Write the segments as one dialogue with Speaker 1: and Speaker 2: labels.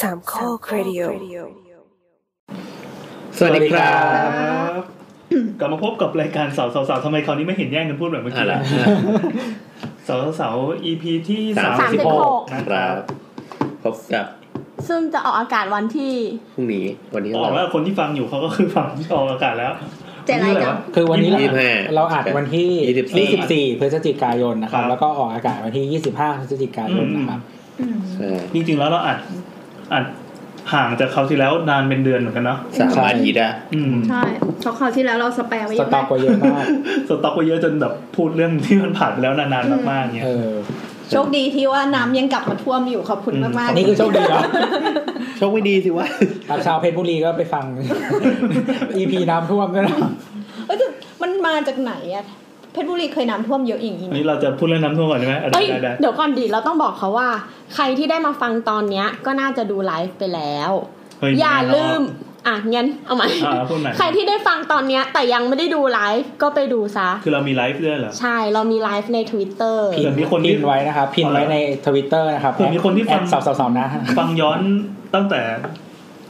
Speaker 1: สามข้อครดิโอ
Speaker 2: สวัสดีครับ
Speaker 3: กลับมาพบกับรายการสาวสาวสาวทำไมคราวนี้ไม่เห็นแย่งกันพูดแบบเมื่อ
Speaker 2: อะ
Speaker 3: กี้
Speaker 2: ไร
Speaker 3: สาวสาวสาว EP ที่
Speaker 2: สา
Speaker 3: สาม ม
Speaker 2: สิ
Speaker 3: สิ
Speaker 2: บบ ห
Speaker 3: ห
Speaker 2: ก
Speaker 3: กนะ
Speaker 2: ค
Speaker 3: ค
Speaker 2: รั
Speaker 3: รั
Speaker 2: บบ พบกับ
Speaker 4: ซึ่งจะออกอากาศวันที่
Speaker 2: พรุ่งนี้วันที่
Speaker 3: ออก
Speaker 2: เท่าไห
Speaker 3: แล้
Speaker 2: ร่
Speaker 3: วคนที่ฟังอยู่เขาก็คือฟังออกอากาศแล้ว
Speaker 4: เจ็ดอะไรจ๊ะ
Speaker 5: คือวันนี้เรา
Speaker 2: ยี่สิบห้า
Speaker 5: เราอัดวันที่ 24 พฤศจิกายนนะครับ
Speaker 3: ครับ
Speaker 5: แล้วก็ออกอากาศวันที่ 25 พฤศจิกายนนะครับ
Speaker 2: ใช่
Speaker 3: จริงๆแล้วเราอัดอัดห่างจากเขาวที่แล้วนานเป็นเดือนเหมือนกันเนาะ
Speaker 2: สามอาทิตย์อะ
Speaker 3: อืม
Speaker 4: ใช่เพราะคราวที่แล้วเราสแปร์ไว้
Speaker 5: ส
Speaker 4: เยอะ
Speaker 5: ต็อ
Speaker 4: มาก ก
Speaker 5: ไว้เยอะมาก
Speaker 3: สต็อกไว้เยอะจนแบบพูดเรื่องที่มันผ่านไปแล้วนานๆมากๆเนี่ย
Speaker 5: เออ
Speaker 4: โชคดีที่ว่าน้ำยังกลับมาท่วมอยู่ขอบคุณ
Speaker 3: อืม
Speaker 4: มาก
Speaker 5: อัน
Speaker 4: ๆ
Speaker 5: นี้คือโชคดีเนาะ
Speaker 2: โชคไม่ดีสิวะ
Speaker 5: ครับชาวเพชรบุรีก็ไปฟัง EP น้ำท่วมด้วยนะ
Speaker 4: เอ้ยแต่มันมาจากไหนอะเพชรบุรีเคยน้ำท่วมเยอะอย่างนี้
Speaker 3: อันนี้เราจะพูดเรื่องน้ำท่วมก่อนได้ไหมอ่ะ
Speaker 4: เอ้ย
Speaker 3: ได้ได้
Speaker 4: เดี๋ยวก่อนดีเราต้องบอกเขาว่า ใครที่ได้มาฟังตอนเนี้ย ก็น่าจะดูไลฟ์ไปแล้ว
Speaker 3: เฮ้
Speaker 4: อย่าลืม อ่ะงั้นเอาใหม่
Speaker 3: อ่าพูดใหม่
Speaker 4: ใครที่ได้ฟังตอนเนี้ย แต่ยังไม่ได้ดูไลฟ์ก็ไปดูซะ
Speaker 3: คือเรามีไลฟ์ด้วยเหรอ
Speaker 4: ใช่เรามีไลฟ์ใน Twitter
Speaker 3: เผื่อมีคนที่
Speaker 5: พินไว้นะครับ พินไว้ในทวิตเตอร์นะครับ
Speaker 3: เผื่อมีคนที่ฟัง
Speaker 5: แอดสาวสาวสาวนะ
Speaker 3: ฟังย้อนตั้งแต่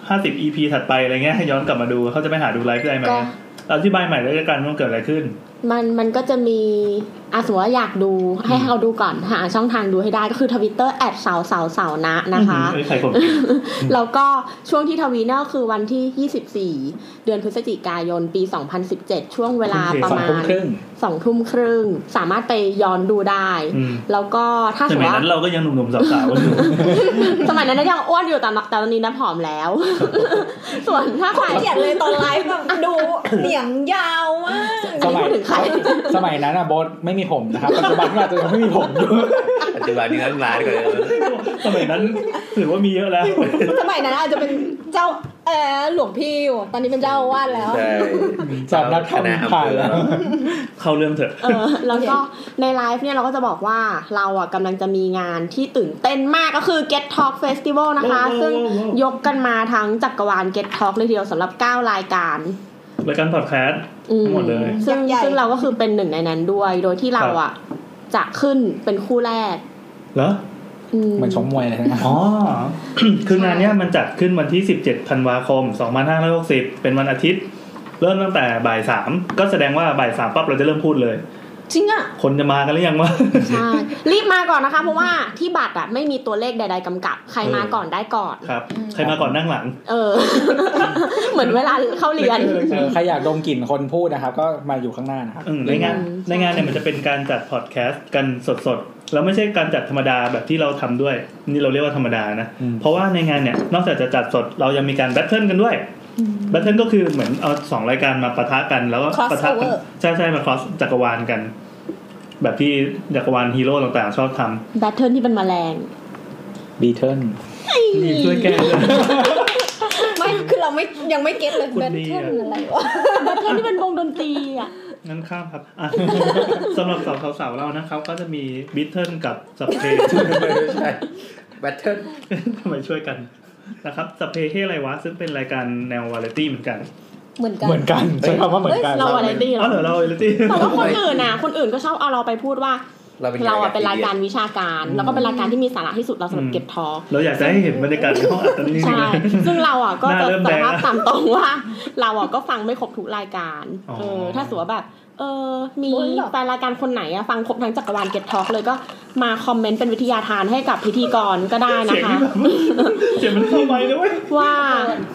Speaker 3: 50 EP ถัดไปอะไรเงี้ยให้ย้อนกลับมาดูเขาจะไปหาดูไลฟ์ได้ไหม
Speaker 4: ก็
Speaker 3: เราอธิบายใหม่แล้วกันว่ามันเกิดอะไรขึ้น
Speaker 4: มันมันก็จะมีอาสมมติว่าอยากดูให้เขาดูก่อนหาช่องทางดูให้ได้ก็คือทวิตเตอร์แอดสาวสาวสาวนะนะคะ
Speaker 3: เอ้ยใครผม
Speaker 4: แล้วก็ช่วงที่ทวีเนี่ยก็คือวันที่ 24 เดือนพฤศจิกายนปี 2017 ช่วงเวลาประมา
Speaker 5: สองทุ่มค
Speaker 4: ณ
Speaker 5: รึ่ง
Speaker 4: สองทุ่มครึ่ง สามารถไปย้อนดูได้
Speaker 3: อืม
Speaker 4: แล้วก็ถ้าส
Speaker 3: ส
Speaker 4: มม
Speaker 3: มัย
Speaker 4: ติว่า
Speaker 3: นั้นเราก็ยังหนุ่มๆสาวๆกันอยู่
Speaker 4: สมัยนั้นยังอ้วนอยู่แต่แต่ตอนนี้น้ำผอมแล้ว ส่วนถ้าใคร
Speaker 6: เกลียดเลยตอนไลฟ์แบบดูเหนียงยาวมาก
Speaker 5: สมัย
Speaker 4: พูดถึงใคร
Speaker 5: สมัยนั้นอะโบสไม่มีผมนะครับปัจจุบันก็อาจจะยังไม่มีผม อยู่
Speaker 2: ปัจจุบันนี้นั่งร้านกันเลย
Speaker 3: สมัยนั้นถือว่ามีเยอะแล้ว
Speaker 6: สมัยนั้นอาจจะเป็นเจ้าเออหลวงพี่อยู่ตอนนี้เป็นเจ้าอาวาสแล้ว
Speaker 2: ใช่
Speaker 5: สำนัก
Speaker 2: คณะ
Speaker 5: ทำ
Speaker 2: อำ
Speaker 5: ผ่า
Speaker 2: เภ
Speaker 5: น
Speaker 2: อ
Speaker 5: แล้ว
Speaker 3: เข้าเรื่องเถอะ
Speaker 4: เออแล้วก็ในไลฟ์เนี่ยเราก็จะบอกว่าเราอ่ะกำลังจะมีงานที่ตื่นเต้นมากก็คือ Get Talk Festival นะคะ
Speaker 3: โอ้โห
Speaker 4: ซึ่งยกกันมาทั้งจักกรวาล Get Talk เลยทีเดียวสำหรับ 9 รายการ
Speaker 3: รายการพอดแคสต์
Speaker 4: อื
Speaker 3: หมดเลย
Speaker 4: ซึ่ง
Speaker 6: ยักษ์ใหญ่
Speaker 4: ซึ่งเราก็คือเป็นหนึ่งในนั้นด้วย โดยที่เราอ่ะจะขึ้นเป็นคู่แรก
Speaker 3: เหรอ
Speaker 4: อืม
Speaker 5: เหมือนชมมวยเลยนะ
Speaker 3: อ๋อ คืองานเนี้ยมันจัดขึ้นวันที่ 17ธันวาคม 2560 เป็นวันอาทิตย์ เริ่มตั้งแต่บ่ายสามก็แสดงว่าบ่ายสามปั๊บเราจะเริ่มพูดเลย
Speaker 4: จริงอ่ะ
Speaker 3: คนจะมากันหรือยังวะ
Speaker 4: ใช่รีบมาก่อนนะคะ เพราะว่าที่บัตรอ่ะไม่มีตัวเลขใด ๆกำกับ ใครมาก่อนได้ก่อน
Speaker 3: ครับ ใครมาก่อนนั่งหลัง
Speaker 4: เออ เหมือนเวลาเข้าเรียน
Speaker 5: เออใครอยากดมกลิ่นคนพูดนะครับ ก็มาอยู่ข้างหน้านะครับ
Speaker 3: อืมในงาน
Speaker 4: อืม
Speaker 3: ในงานเนี่ยมันจะเป็นการจัดพอดแคสต์กันสดๆ แล้วไม่ใช่การจัดธรรมดาแบบที่เราทำด้วย นี่เราเรียกว่าธรรมดานะ
Speaker 5: อืม
Speaker 3: เพราะว่าในงานเนี่ยนอกจากจะจัดสดเรายังมีการแบทเทิลกันด้วยแบทเทิลก็คือเหมือนเอาสองรายการมาปะทะกันแล้วก็
Speaker 6: Cross
Speaker 3: ปะทะกัน
Speaker 6: over
Speaker 3: ใช่ใช่มาครอสจักรวาลกัน แบบที่จักรวาลฮีโร่ต่างๆ ชอบท
Speaker 4: แบทเทิลที่เป็นแมลง
Speaker 5: บีเทิล
Speaker 3: ำนี่ช่วยแก้ด้วย
Speaker 6: ไม่คือเราไม่ยังไม่เก็ตเลย
Speaker 3: คุณ
Speaker 6: แบท
Speaker 3: ดี
Speaker 6: เทิล
Speaker 3: อะ
Speaker 6: อะไรวะ
Speaker 4: แบทเทิลที่เป็นวงดนตรีอ่ะ
Speaker 3: งั้นข้ามครับอ่ะ สำหรับสาวสาวๆเรานะครับ ก็จะมีบิทเทิลกับสเปร
Speaker 2: ใช่แบทเทิล
Speaker 3: ทำไมช่วยกันนะครับสเปเฮไรวะซึ่งเป็นรายการแนววาไรตี้เหมือนกัน
Speaker 6: เหมือนกัน
Speaker 5: เหมือนกันใช้คำว่าเหมือนกัน
Speaker 4: เราอะไรดีเหร
Speaker 3: อ๋อ
Speaker 4: อ
Speaker 3: เหรอเราวาไรตี้
Speaker 4: แต่ว่าคนอื่นน่ะ คนอื่นก็ชอบเอาเราไปพูดว่า
Speaker 2: เราเป็น
Speaker 4: เราอ่ะเป็นรายการวิชาการ
Speaker 3: อืม
Speaker 4: แล้วก็เป็นรายการที่มีสาระที่สุดเราสำหรับเก็บทอ
Speaker 3: เราอยากจะให้เห็นบรรยากาศในห้องอัดตอนนี้จริงๆ
Speaker 4: ใช่
Speaker 3: นะ
Speaker 4: ซึ่งเราอ่ะก็
Speaker 3: หน้า
Speaker 4: จะ
Speaker 3: เริ่ม
Speaker 4: สา
Speaker 3: แดง
Speaker 4: ภาพตามตรงว่า เราอ่ะก็ฟังไม่ครบทุกรายการ
Speaker 3: อ๋อ
Speaker 4: เออถ้าสมมติว่าแบบ เออมีแฟนรายการคนไหนอ่ะฟังครบทั้งจักรวาลเก็บทอเลยก็มาคอมเมนต์เป็นวิทยาทานให้กับพิธีกรก็ได้นะ
Speaker 3: เสียง
Speaker 4: คะ
Speaker 3: นี่แบบ เสียงมันเข้าไปนะเว้ย
Speaker 4: ว่า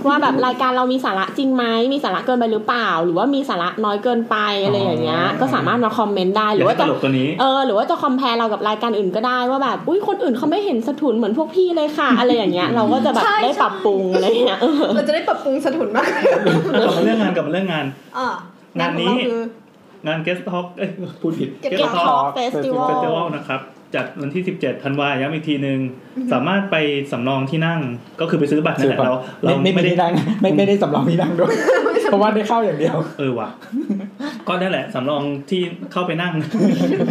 Speaker 4: ว่าแบบรายการเรามีสาระจริงไหมมีสาระเกินไปหรือเปล่า หรือว่ามีสาระน้อยเกินไปอะไรอย่างเงี้ย ก็สามารถมาคอมเมนต์ได้ห
Speaker 3: อ
Speaker 4: รื
Speaker 3: ย่า
Speaker 4: อ
Speaker 3: ให้
Speaker 4: ว่า
Speaker 3: ต
Speaker 4: จะ
Speaker 3: ลกตัวนี้
Speaker 4: เออหรือว่าจะคอมเพลเรากับรายการอื่นก็ได้ว่าแบบอุ้ยคนอื่นเขาไม่เห็นสะทุนเหมือนพวกพี่เลยค่ะ อะไรอย่างเงี้ยเราก็จะแบบได้ปรับปรุงอะไรเงี้ยเออ
Speaker 6: เราจะได้ปรับปรุงสถุนมาก
Speaker 3: กลับมาเรื่องงานกลับมาเรื่องงาน
Speaker 6: อ่ะ
Speaker 3: งานนี้
Speaker 6: ขอเรคือ
Speaker 3: งานเกสท็อกเอ้ยพูดผิด
Speaker 6: Guest
Speaker 4: เก็บ
Speaker 3: Talk
Speaker 4: ทอ
Speaker 5: Talk
Speaker 4: เฟสติวั
Speaker 5: Festival
Speaker 3: เฟสติวัล
Speaker 4: ล
Speaker 3: นะครับ จัดวันที่ 17ธันวาย้ำอีกทีหนึ่งสามารถไปสำรองที่นั่งก็คือไปซื้อบัตรนั่นแหละเราเรา
Speaker 5: ไม่ไม่ไม่ได้นั่งไม่ไม่ได้สำรองที่นั่งด้วย เพราะว่าได้เข้าอย่างเดียว
Speaker 3: เออว่ะ ก็นั่นแหละสำรองที่เข้าไปนั่ง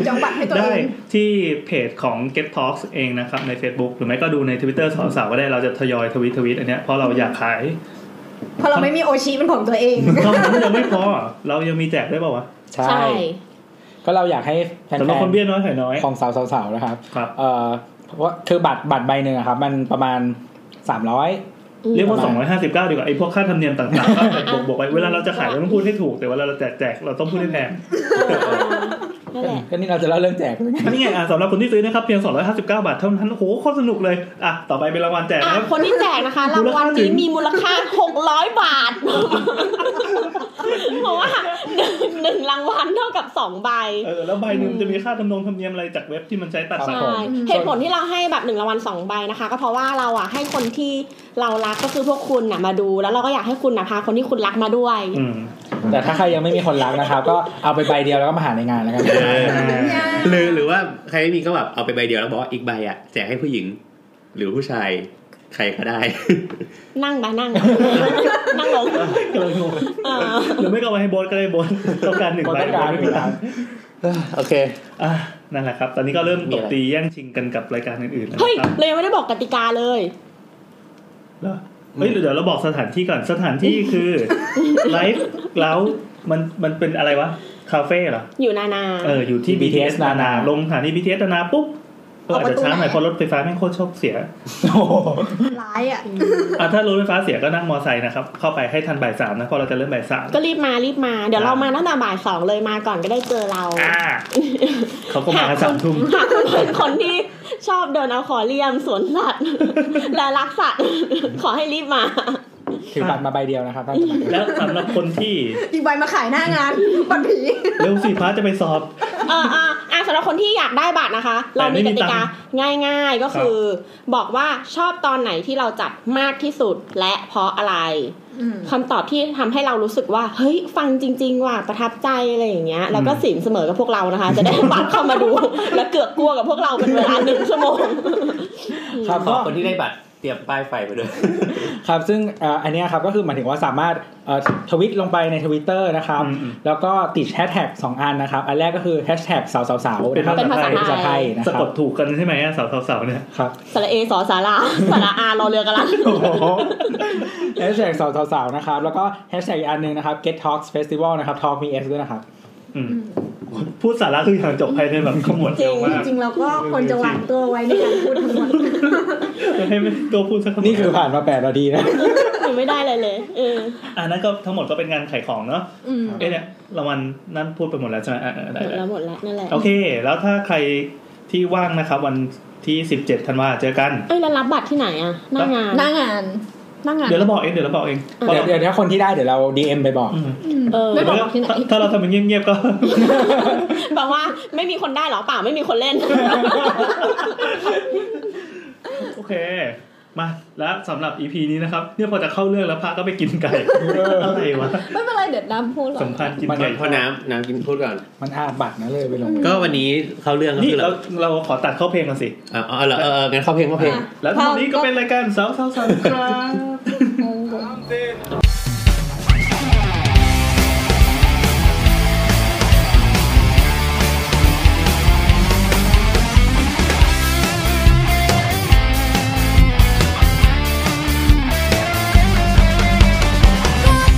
Speaker 6: จองบัตรให้ตัวเอ
Speaker 3: ได้
Speaker 6: ง
Speaker 3: ที่เพจของ Get Talks เองนะครับ ใน Facebook หรือไม่ก็ดูใน Twitter สาวสาวๆก็ได้เราจะทยอยทวิตทวิตอันเนี้ยเพราะเราอยากขาย
Speaker 6: เพราะเราไม่มีโอชิเป็นของตัวเอง
Speaker 3: เท่านั้นยังไม่พอ เรายังมีแจกได้วยเปล่าวะ
Speaker 5: ใช่
Speaker 4: ใช่
Speaker 5: ก็เราอยากให้แฟน
Speaker 3: สำหรับคนเบี้ยน้อยไข่น้อย
Speaker 5: ๆของสาวๆๆนะครับ
Speaker 3: ครับ
Speaker 5: เออเพราะว่าคือบัตรบัตรใบหนึ่งอะครับ มันประมาณ สามร้อย
Speaker 3: เรียกว่า
Speaker 5: ประมาณ
Speaker 3: 259ดีกว่าไอ้พวกค่าธรรมเนียมต่างๆก็บวกบวกๆไปเวลาเราจะขายเราต้องพูดให้ถูกแต่เวลาเราแจกแจกเราต้องพูดให้แพง
Speaker 4: นั่นแหละ
Speaker 5: ก็นี่เราจะเล่าเรื่องแจกเลย
Speaker 3: นี่ไงอ่ะสำหรับคนที่ซื้อนะครับเพียง 259 บาทเท่านั้นโอ้โหโคตรสนุกเลยอ่ะต่อไปเป็นรางวัลแจก
Speaker 4: อ่ะ
Speaker 3: นะครับ
Speaker 4: คนที่แจกนะคะ รางวัลนี้มีมูลค่า 600 บาท เพราะว่าหนึ่ง หนึ่งรางวัลเท่ากับ 2 ใบ
Speaker 3: เออแล้วใบหนึ่งจะมีค่าธรรมนงธรรมเนียมอะไรจากเว็บที่มันใช้ตัดสังค
Speaker 4: ใช่
Speaker 3: ม
Speaker 4: เหตุผลที่เราให้แบบหนึ่งรางวัลสองใบนะคะ ก็เพราะว่าเราอ่ะให้คนที่เรารักก็คือพวกคุณน่ะมาดู แล้วเราก็อยากให้คุณนะพาคนที่คุณรักมาด้วย
Speaker 3: อืม
Speaker 5: แต่ถ้าใครยังไม่มีคนรักนะครับ ก็เอาไปใบเดียวแล้วก็มาหาในงานแล้วกัน
Speaker 2: เออหรือหรือว่าใครไม่มีก็แบบเอาไปใบเดียวแล้วบอกว่าอีกใบอ่ะแจกให้ผู้หญิง หรือผู้ชายใครก็ได้
Speaker 4: นั่งไปนั่ง นั่งลงเออ
Speaker 3: หรือไม่ก็เอาไว้ให้โบสก็ได้โบส ต้องการหนึ่ง
Speaker 5: คน
Speaker 3: ใบ
Speaker 5: ต้อง
Speaker 3: โบ
Speaker 5: การ
Speaker 3: สไม่มีตังค์
Speaker 2: โอเค
Speaker 3: อ่ะนั่นแหละครับ ตอนนี้ก็เริ่ม
Speaker 2: มี
Speaker 3: ต
Speaker 2: อะ
Speaker 3: บ
Speaker 2: ไร
Speaker 3: ตีแย่งชิงกันกับรายการอื่นๆแล้ว
Speaker 4: เฮ้ย
Speaker 3: นะครับ
Speaker 4: เรายังไม่ได้บอกกติกาเลย
Speaker 3: เหรอเฮ้ยเดี๋ยวเราบอกสถานที่ก่อนสถานที่ คือไลฟ์แล้วมันมันเป็นอะไรวะคาเฟ่เหรอ
Speaker 4: อยู่นานา
Speaker 3: เอออยู่ที่ BTS นานา ลงสถานี BTS นานาปุ๊บเอออาจจะช้าหน่อยเพราะรถไฟฟ้าแม่งโคตรชอบเสีย
Speaker 5: โอ้โห
Speaker 6: ร้ายอ่ะ
Speaker 3: อ่ะถ้ารถไฟฟ้าเสียก็นั่งมอไซค์นะครับ เข้าไปให้ทันบ่ายสามนะเพราะเราจะเริ่มบ่ายสาม
Speaker 4: ก็รีบมารีบมา เดี๋ยว
Speaker 3: ได้
Speaker 4: เรามาตั้งแต่บ่ายสองเลยมาก่อนก็ได้เจอเรา
Speaker 3: อ่าเขาก็มากัน
Speaker 4: ห
Speaker 3: สามทุ่ม
Speaker 4: หากคุณเป็นคนที่ชอบเดินเอาขอเลียมสวนสัตว์ และรักสัตว์ ขอให้รีบมา
Speaker 5: ถือบัตรมาใบเดียวนะครับท่านสมัคร
Speaker 3: แล้วสำหรับคนที่
Speaker 6: อีกใบมาขายหน้า งานบันผี
Speaker 3: เร็วสิฟ้าจะไปสอบ
Speaker 4: เออเอออ่ะสำหรับคนที่อยากได้บัตรนะคะ เรามีกติกาง่ายๆก็คือ บอกว่าชอบตอนไหนที่เราจัดมากที่สุดและเพราะอะไรคำตอบที่ทำให้เรารู้สึกว่าเฮ้ยฟังจริง ๆ ว่ะประทับใจอะไรอย่างเงี้ย แล้วก็สินเสมอกับพวกเรานะคะ จะได้บัตรเข้ามาดู และเกือกกลัวกับพวกเราเป็นเวลาหนึ่งชั่วโมง
Speaker 5: ครับ
Speaker 2: ขอ
Speaker 5: ก็
Speaker 2: คนที่ได้บัตรเตรียมป้ายไฟไปด้วย
Speaker 5: ครับซึ่งเอ่ออันเนี้ยครับก็คือหมายถึงว่าสามารถเอ่อทวิตลงไปในทวิตเตอร์นะครับ
Speaker 3: อืมอืม
Speaker 5: แล้วก็ติดแฮชแท็กสองอันนะครับ อันแรกก็คือแฮชแท็กสาวสาวสาว
Speaker 3: เป็น
Speaker 5: นะครับ
Speaker 4: เป็นภาษา
Speaker 5: เป็นภาษา
Speaker 4: ไท
Speaker 5: ไท
Speaker 4: ย
Speaker 5: ยนะ
Speaker 3: สะ
Speaker 5: ครั
Speaker 3: ก
Speaker 5: บ
Speaker 3: ดถูกกันใช่ไหมอะสาวสาวสาวเนี่ย
Speaker 5: ครับ
Speaker 4: สระเอสอสาราสาราอารอเรือกันละ
Speaker 5: โอ้โหแฮชแท็กสาวสาวสาวนะครับ แล้วก็แฮชแท็กอีกอันหนึงนะครับ get talks festival นะครับ talk me s ด้วยนะครับ
Speaker 3: อืม พูดสาระคืออย่างจบภายในแบบขมวดเดียวมาก
Speaker 6: จริงๆเราก็ควรจะวางตัวไว้ในการพูดทั้งหมด
Speaker 3: จะให้ไม่ตัวพูดสักำ
Speaker 5: นี่คือผ่านมาแปดนาที นะ
Speaker 4: หนูไม่ได้เลยเลยเออ
Speaker 3: อันนั้นก็ทั้งหมดก็เป็นงานขายของเนาะ
Speaker 6: อืม
Speaker 3: เอ๊ะเนี่ยรางวัลนั่นพูดไปหมดแล้วใช่ไหมอ่ะอ่ะ
Speaker 4: หม
Speaker 3: ได้
Speaker 4: ด
Speaker 3: ได้
Speaker 4: แล้วหมดแล้วนั่นแหละ
Speaker 3: โอเค แล้วถ้าใครที่ว่างนะครับ วันที่ 17ธันวาเจอกัน
Speaker 4: เอ้ยแล้วรับบัตรที่ไหนอะหน้างาน
Speaker 6: หน้างาน
Speaker 4: หน้างาน
Speaker 3: เดี๋ยวเราบอกเองเดี๋ยวเราบอกเอง
Speaker 4: อ่ะ
Speaker 3: เพราะ
Speaker 5: เดี๋ย
Speaker 3: เรา
Speaker 5: วเดี๋ยวถ้าคนที่ได้เดี๋ยวเรา DM ไปบอก
Speaker 3: อืม
Speaker 4: เออ
Speaker 6: ไม่บอก
Speaker 3: ถ้า
Speaker 6: ที่ไหน
Speaker 3: ถ้าเราทำเป็นเงียบๆก็
Speaker 4: แปลว่าไม่มีคนได้เหรอเปล่าไม่มีคนเล่น
Speaker 3: โอเค มาแล้วสำหรับ EP นี้นะครับเนี่ยพอจะเข้าเรื่องแล้วพาก็ไปกินไก่ อะไรวะ
Speaker 6: ไม่เป็นไรเดี๋ยวน้ำพูดหรอก
Speaker 3: สำคัญกิน
Speaker 5: มัน
Speaker 3: ไก่
Speaker 2: เพราะน้ำน้ำกินพูดก่อน
Speaker 5: มันอาบัตรนะเลยไปลง
Speaker 2: ก็วันนี้เข้าเรื่องก็
Speaker 3: นี่
Speaker 2: คือ
Speaker 3: เรา
Speaker 2: เรา
Speaker 3: เราขอตัดเข้าเพลงกันสิ
Speaker 2: อ๋อเอาเหรอเออเอองั้นเข้าเพลงเข้าเพลง
Speaker 3: แล้วทีนี้ก็เป็นรายการสาวสาวสาวครับ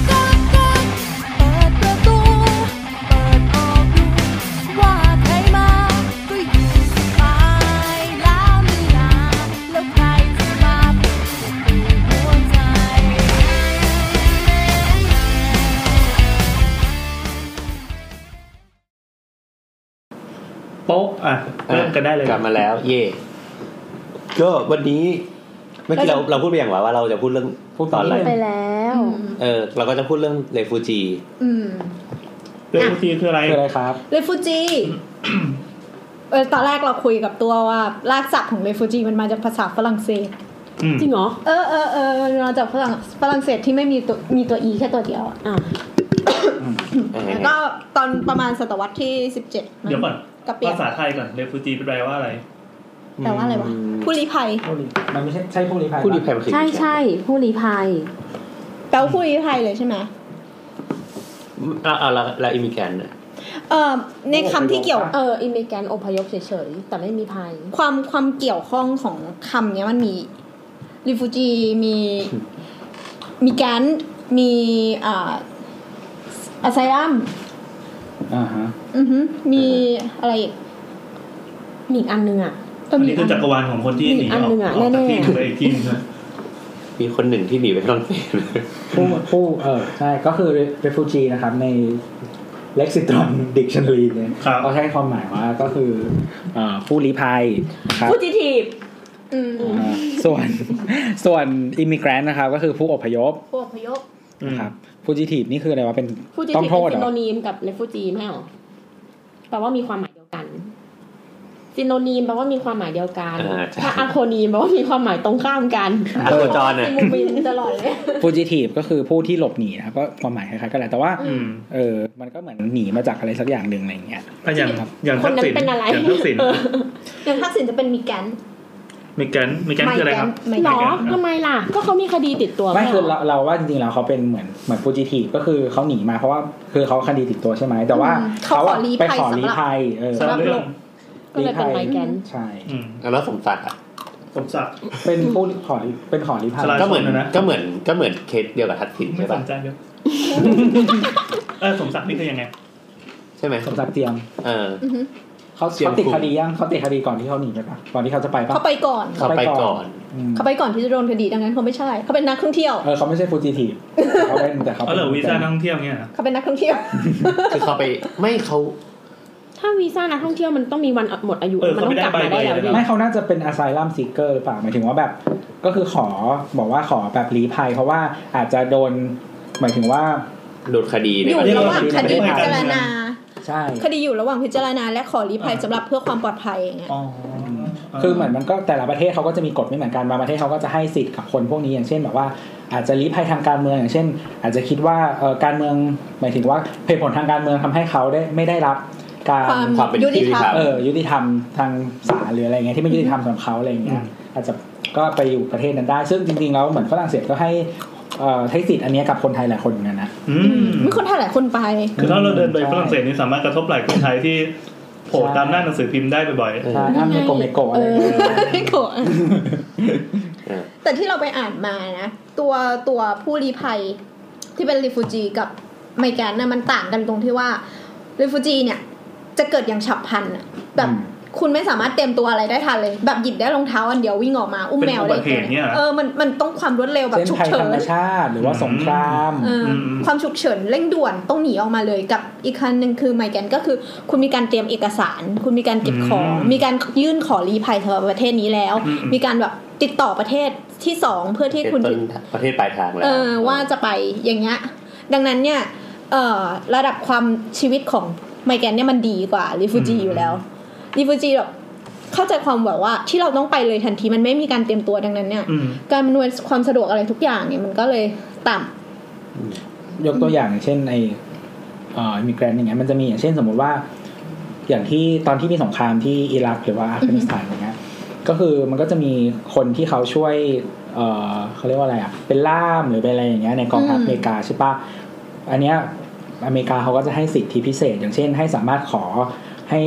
Speaker 1: เปิดประตู เปิดออกดูว่าใครมา ก็อยู่สบายแล้วไม่นานแล้วใครจะมาปิดหัวใจ
Speaker 3: โป๊ะอ่ะเริ่มกันได้เลย
Speaker 2: กลับมาแล้ว เย่ก็วันนี้เมื่อกี้เราเราพูดไปอย่างว่าว่าเราจะพูดเรื่องพูดตอนอะไร
Speaker 6: ไปแล้ว
Speaker 2: เออเราก็จะพูดเรื่องเรฟูจี
Speaker 6: อืม
Speaker 3: เรื่องที่คืออะไร
Speaker 5: คืออะไรครับ
Speaker 6: เรฟู จีเออตอนแรกเราคุยกับตัวว่า รากศัพท์ของเรฟูจีมันมาจากภาษาฝรั่งเศส
Speaker 3: อืม
Speaker 4: จริงเหรอ
Speaker 6: เออเออเออมันมาจากฝรั่งฝรั่งเศสที่ไม่มีตัวมีตัวอีแค่ตัวเดียวอะ
Speaker 4: อ่ะ
Speaker 2: เออ
Speaker 6: แล้วก็ตอนประมาณศตวรรษที่สิบเจ็ด
Speaker 3: เดี๋ยวก่อน
Speaker 6: กระเปียก
Speaker 3: ภาษาไทยก่อนเรฟูจีเป็นแปลว่าอะไร
Speaker 6: แต่ว่าอะไรวะผู้ลี้ภัย
Speaker 5: มันไม่ใช่ใช่พวกนี้ภัย
Speaker 2: ผู้ดีแพม
Speaker 1: ใช่ใช่ผู้ลี้ภัย
Speaker 6: แปลว่าผู้ลี้ภัยเลยใช่ไหม
Speaker 2: เอาเอาเราเราอิมิแกนเนี่ย
Speaker 6: เอ่อในคำที่เกี่ยว
Speaker 4: เอออิมเมแกนอพยพเฉยๆ แต่ไม่มีภัย
Speaker 6: ความความเกี่ยวข้องของคำเนี้ยมันมีรีฟูจีมีมีแกนมีอ่าอาไซรัม
Speaker 5: อ่าฮะ
Speaker 6: อือฮึมีอะไรอีก
Speaker 4: มีอีกอันนึงอ่ะ
Speaker 6: ก็
Speaker 3: อัน
Speaker 6: มี
Speaker 3: นี้คือจักรวาลของคนที่หนีออก
Speaker 4: มีอีกอันหนึ่งอะ
Speaker 3: ออกจาก
Speaker 4: แน่ๆ
Speaker 3: ที่หนึ่งไปอีกที่หนึงนะ
Speaker 2: มีคนหนึ่งที่หนีไปฝรั่งเศส
Speaker 5: ผู้ผู้เออใช่ก็คือ refugee นะครับใน lexicon dictionary เนี่ย
Speaker 3: ครับ
Speaker 5: เขาใช้ความหมายว่าก็คือเอ่อผู้ลี้ภัยนะครับ
Speaker 4: พูดจีทีบ
Speaker 6: อืม
Speaker 5: อ่าส่วนส่วนอิมิแกรนนะครับ ก็คือผู้อพยพ
Speaker 6: พวกพยพ
Speaker 5: นะครับผู้จิทีฟนี่คืออะไรวะเป็น
Speaker 4: ฟูจิ
Speaker 5: ต้อ
Speaker 4: ที
Speaker 5: ง
Speaker 4: ฟ
Speaker 5: โทษ
Speaker 4: เป็น
Speaker 5: เหร
Speaker 4: ซิน
Speaker 5: อ
Speaker 4: โนนีมกับเรฟูจีไม่ใช่หรอแปลว่ามีความหมายเดียวกันซินโนนีมแปลว่ามีความหมายเดียวกัน ถ้าอะโคนีมแปลว่ามีความหมายตรงข้ามกัน
Speaker 2: อาโคจร
Speaker 6: ติ
Speaker 2: น่ะ
Speaker 6: มูบินตลอดเลย
Speaker 5: ผู้จิทีฟก็คือผู้ที่หลบหนีนะครับก็ความหมายคล้ายๆกันแหละแต่ว่า
Speaker 3: อืม
Speaker 5: เออมันก็เหมือนหนีมาจากอะไรสักอย่างหนึ่งอะไรอย่างเงี้ย
Speaker 3: อ่ะอย่างอย่าง
Speaker 4: คน
Speaker 3: ทัก
Speaker 4: นั้น
Speaker 3: ษิณ
Speaker 4: เป็นอะไร
Speaker 3: อย่างทักษิณ
Speaker 4: เออ
Speaker 6: อย่างทักษิณจะเป็นมีแกน
Speaker 3: มีแกนมีแกนคืออะไรครับ
Speaker 6: ไม่
Speaker 4: ห
Speaker 6: แก
Speaker 4: ร
Speaker 6: น
Speaker 4: อทำไมล่ะ ก็เขามีคดีติดตัว
Speaker 5: ไม่คือ
Speaker 4: หร
Speaker 5: เรา
Speaker 4: อ
Speaker 5: เราว่าจริงๆแล้วเขาเป็นเหมือนเหมือนผู้จิทีฟก็คือเขาหนีมาเพราะว่าคือเขาคดีติดตัวใช่ไหมแต่ว่า
Speaker 6: อืมเขาขอลี้ภัย
Speaker 5: ไปขอ
Speaker 6: สำหรับ
Speaker 5: ลี้ภัยเออ
Speaker 3: สำหรับเรื่อง
Speaker 4: ก็เลยเป็นไมแกน
Speaker 5: ใช่
Speaker 3: อืม
Speaker 2: แล้วสมศักดิ์อ่ะ
Speaker 3: สมศักดิ์
Speaker 5: เป็นผู้ขอเป็นขอลี้ภัย
Speaker 3: สลัด
Speaker 2: ก็เหมือน
Speaker 3: นะ
Speaker 2: ก็เหมือนก็เหมือนเคสเดียวกับทักษิณ
Speaker 3: ไม่
Speaker 2: ใช่
Speaker 3: ส
Speaker 2: ป่ะ
Speaker 3: นใจเดี๋ ยวเออสมศักดิ์นี่คือยังไง
Speaker 2: ใช่ไหม
Speaker 5: สมศักดิ์เจียม
Speaker 2: เออ
Speaker 6: อือฮึ
Speaker 5: เขา
Speaker 2: เจียม
Speaker 5: เขาติด
Speaker 2: คุก
Speaker 5: คดียังเขาติดคดีก่อนที่เขาหนีไปปะก่อนที่เขาจะไปปะ
Speaker 6: เขาไปก่อน
Speaker 2: เขาไปก่อน
Speaker 5: อืม
Speaker 6: เขาไปก่อนที่จะโดนคดีดังนั้นเขาไม่ใช่ เขาเป็นนักท่องเที่ยว
Speaker 5: เออเขาไม่ใช่ฟูจิทีฟเขาเป็นแต่เขา
Speaker 3: เขา
Speaker 5: ป็น
Speaker 3: เหลือวีซ่านักท่องเที่ยวเนี่ยนะ
Speaker 6: เขาเป็นนักท่องเที่ยว
Speaker 2: คือเขาไปไม่เขา
Speaker 4: ถ้าวีซ่านักท่องเที่ยวมันต้องมีวันหมดอายุ
Speaker 3: เออ
Speaker 4: มั
Speaker 3: เขา
Speaker 4: ต้อ
Speaker 3: ไม่
Speaker 4: ง
Speaker 3: ได้
Speaker 4: กลั
Speaker 3: ใบใบ
Speaker 4: บมาได้แล้ว
Speaker 3: เลย
Speaker 4: ดิ
Speaker 5: ไม่เขาน่าจะเป็นอา y ซ u ัมซีเกอร์หรือเปล่าหมายถึงว่าแบบ ก็คือขอบอกว่าขอแบบลี้ภัย เพราะว่าอาจจะโดน หมายถึงว่า
Speaker 2: โดนคดี
Speaker 6: อ
Speaker 2: เนี่ย
Speaker 6: ยู่
Speaker 2: มัน
Speaker 6: ระหว่างคดีพิจารณา
Speaker 5: ใช่
Speaker 6: คดีอยู่ระหว่างพิจารณา และขอรีภัยสำหรับเพื่อความปลอดภัยอย่างเงี้ย
Speaker 3: อ๋อ
Speaker 5: คือเหมือนมันก็แต่ละประเทศเขาก็จะมีกฎไม่เหมือนกันบางประเทศเขาก็จะให้สิทธิ์กับคนพวกนี้อย่างเช่นแบบว่า อาจจะลี้ภัยทางการเมืองอย่างเช่น อาจจะคิดว่าเอ่อการเมืองหมายถึงว่าเหตุผลทางการเมืองทำให้เขาได้ไม่ได้รับการ
Speaker 6: ความ
Speaker 2: ความเป็น
Speaker 6: ยุติ
Speaker 2: ที่
Speaker 6: ธรรม
Speaker 2: ครับ
Speaker 5: เออยุติธรรมทางศาลหรืออะไรเงี้ยที่ไม่ยุติธรรมสำหรับเขาอะไรเงี้ยอาจจะก็ไปอยู่ประเทศนั้นได้ ซึ่งจริงๆแล้วเหมือนฝรั่งเศสก็ให้เอ่อใช้สิทธิ์อันเนี้ยกับคนไทยหลายคนเหมือนกันนะ
Speaker 3: อืม
Speaker 6: มีคนไทยหลายคนไป
Speaker 3: คือถ้าเราเดินไปฝรั่งเศสนี่สามารถกระทบไหล่คนไทยที่โผล่ตามหน้าหนังสือพิมพ์ได้บ่อยๆ
Speaker 5: ใช่ถ้ามีโกเมโกะอะไรเงี้ย
Speaker 6: ไม่โกรธ
Speaker 2: เออ
Speaker 6: แต่ที่เราไปอ่านมานะ ตัวตัวผู้รีภัยที่เป็นรีฟูจีกับไมแกนนะมันต่างกันตรงที่ว่ารีฟูจีเนี่ย จะเกิดอย่างฉับพลันอะแบบคุณไม่สามารถเตรียมตัวอะไรได้ทันเลย แบบหยิบได้รองเท้าอันเดียววิ่งออกมา อุ้ม
Speaker 3: เป็น
Speaker 6: แมวได้
Speaker 3: อุบัติเหตุเนี่ย
Speaker 6: เออมันมันต้องความรวดเร็วแบบ
Speaker 5: เช่น
Speaker 6: ฉุก
Speaker 5: ภัย
Speaker 6: เฉิ
Speaker 5: ธร
Speaker 6: น
Speaker 5: รมชาติหรือว่าสงคราม
Speaker 6: เอออ
Speaker 3: ม
Speaker 6: ความฉุกเฉินเร่งด่วนต้องหนีออกมาเลยกับอีกคันหนึ่งคือไมแกนก็คือ คุณมีการเตรียมเอกสาร คุณมีการเก็บของ
Speaker 3: อืม
Speaker 6: มีการยื่นขอรีภัยสำหรับประเทศนี้แล้ว มีการแบบติดต่อประเทศที่สองเพื่อที่
Speaker 2: เป็น
Speaker 6: คุณ
Speaker 2: ต้น
Speaker 6: จะ
Speaker 2: ประเทศปลายทางแล้ว
Speaker 6: เออว่าจะไปอย่างเงี้ยดังนั้นเนี่ยเออระดับความชีวิตของไมแกนเนี่ยมันดีกว่ารีฟูจีอยู่แล้วรีฟูจีแบบเข้าใจความแบบว่าที่เราต้องไปเลยทันทีมันไม่มีการเตรียมตัวดังนั้นเนี่ย
Speaker 3: อืม
Speaker 6: การอำนวยความสะดวกอะไรทุกอย่างเนี่ยมันก็เลยต่ำ
Speaker 5: ยกตัวอย่างอย่างเช่นไอเอ่อมิเกรนอย่างเงี้ยมันจะมีอย่างเช่นสมมติว่า อย่างที่ตอนที่มีสงครามที่อิรักหรือว่าอัฟกานิสถานอย่างเงี้ยก็คือมันก็จะมีคนที่เขาช่วย เอ่อเขาเรียกว่าอะไรอ่ะ เป็นล่ามหรือเป็นอะไรอย่างเงี้ยในกองทัพ
Speaker 6: อืม
Speaker 5: อเมริกาใช่ปะอันเนี้ยอเมริกาเขาก็จะให้สิทธิพิเศษ อย่างเช่น ให้สามารถขอให้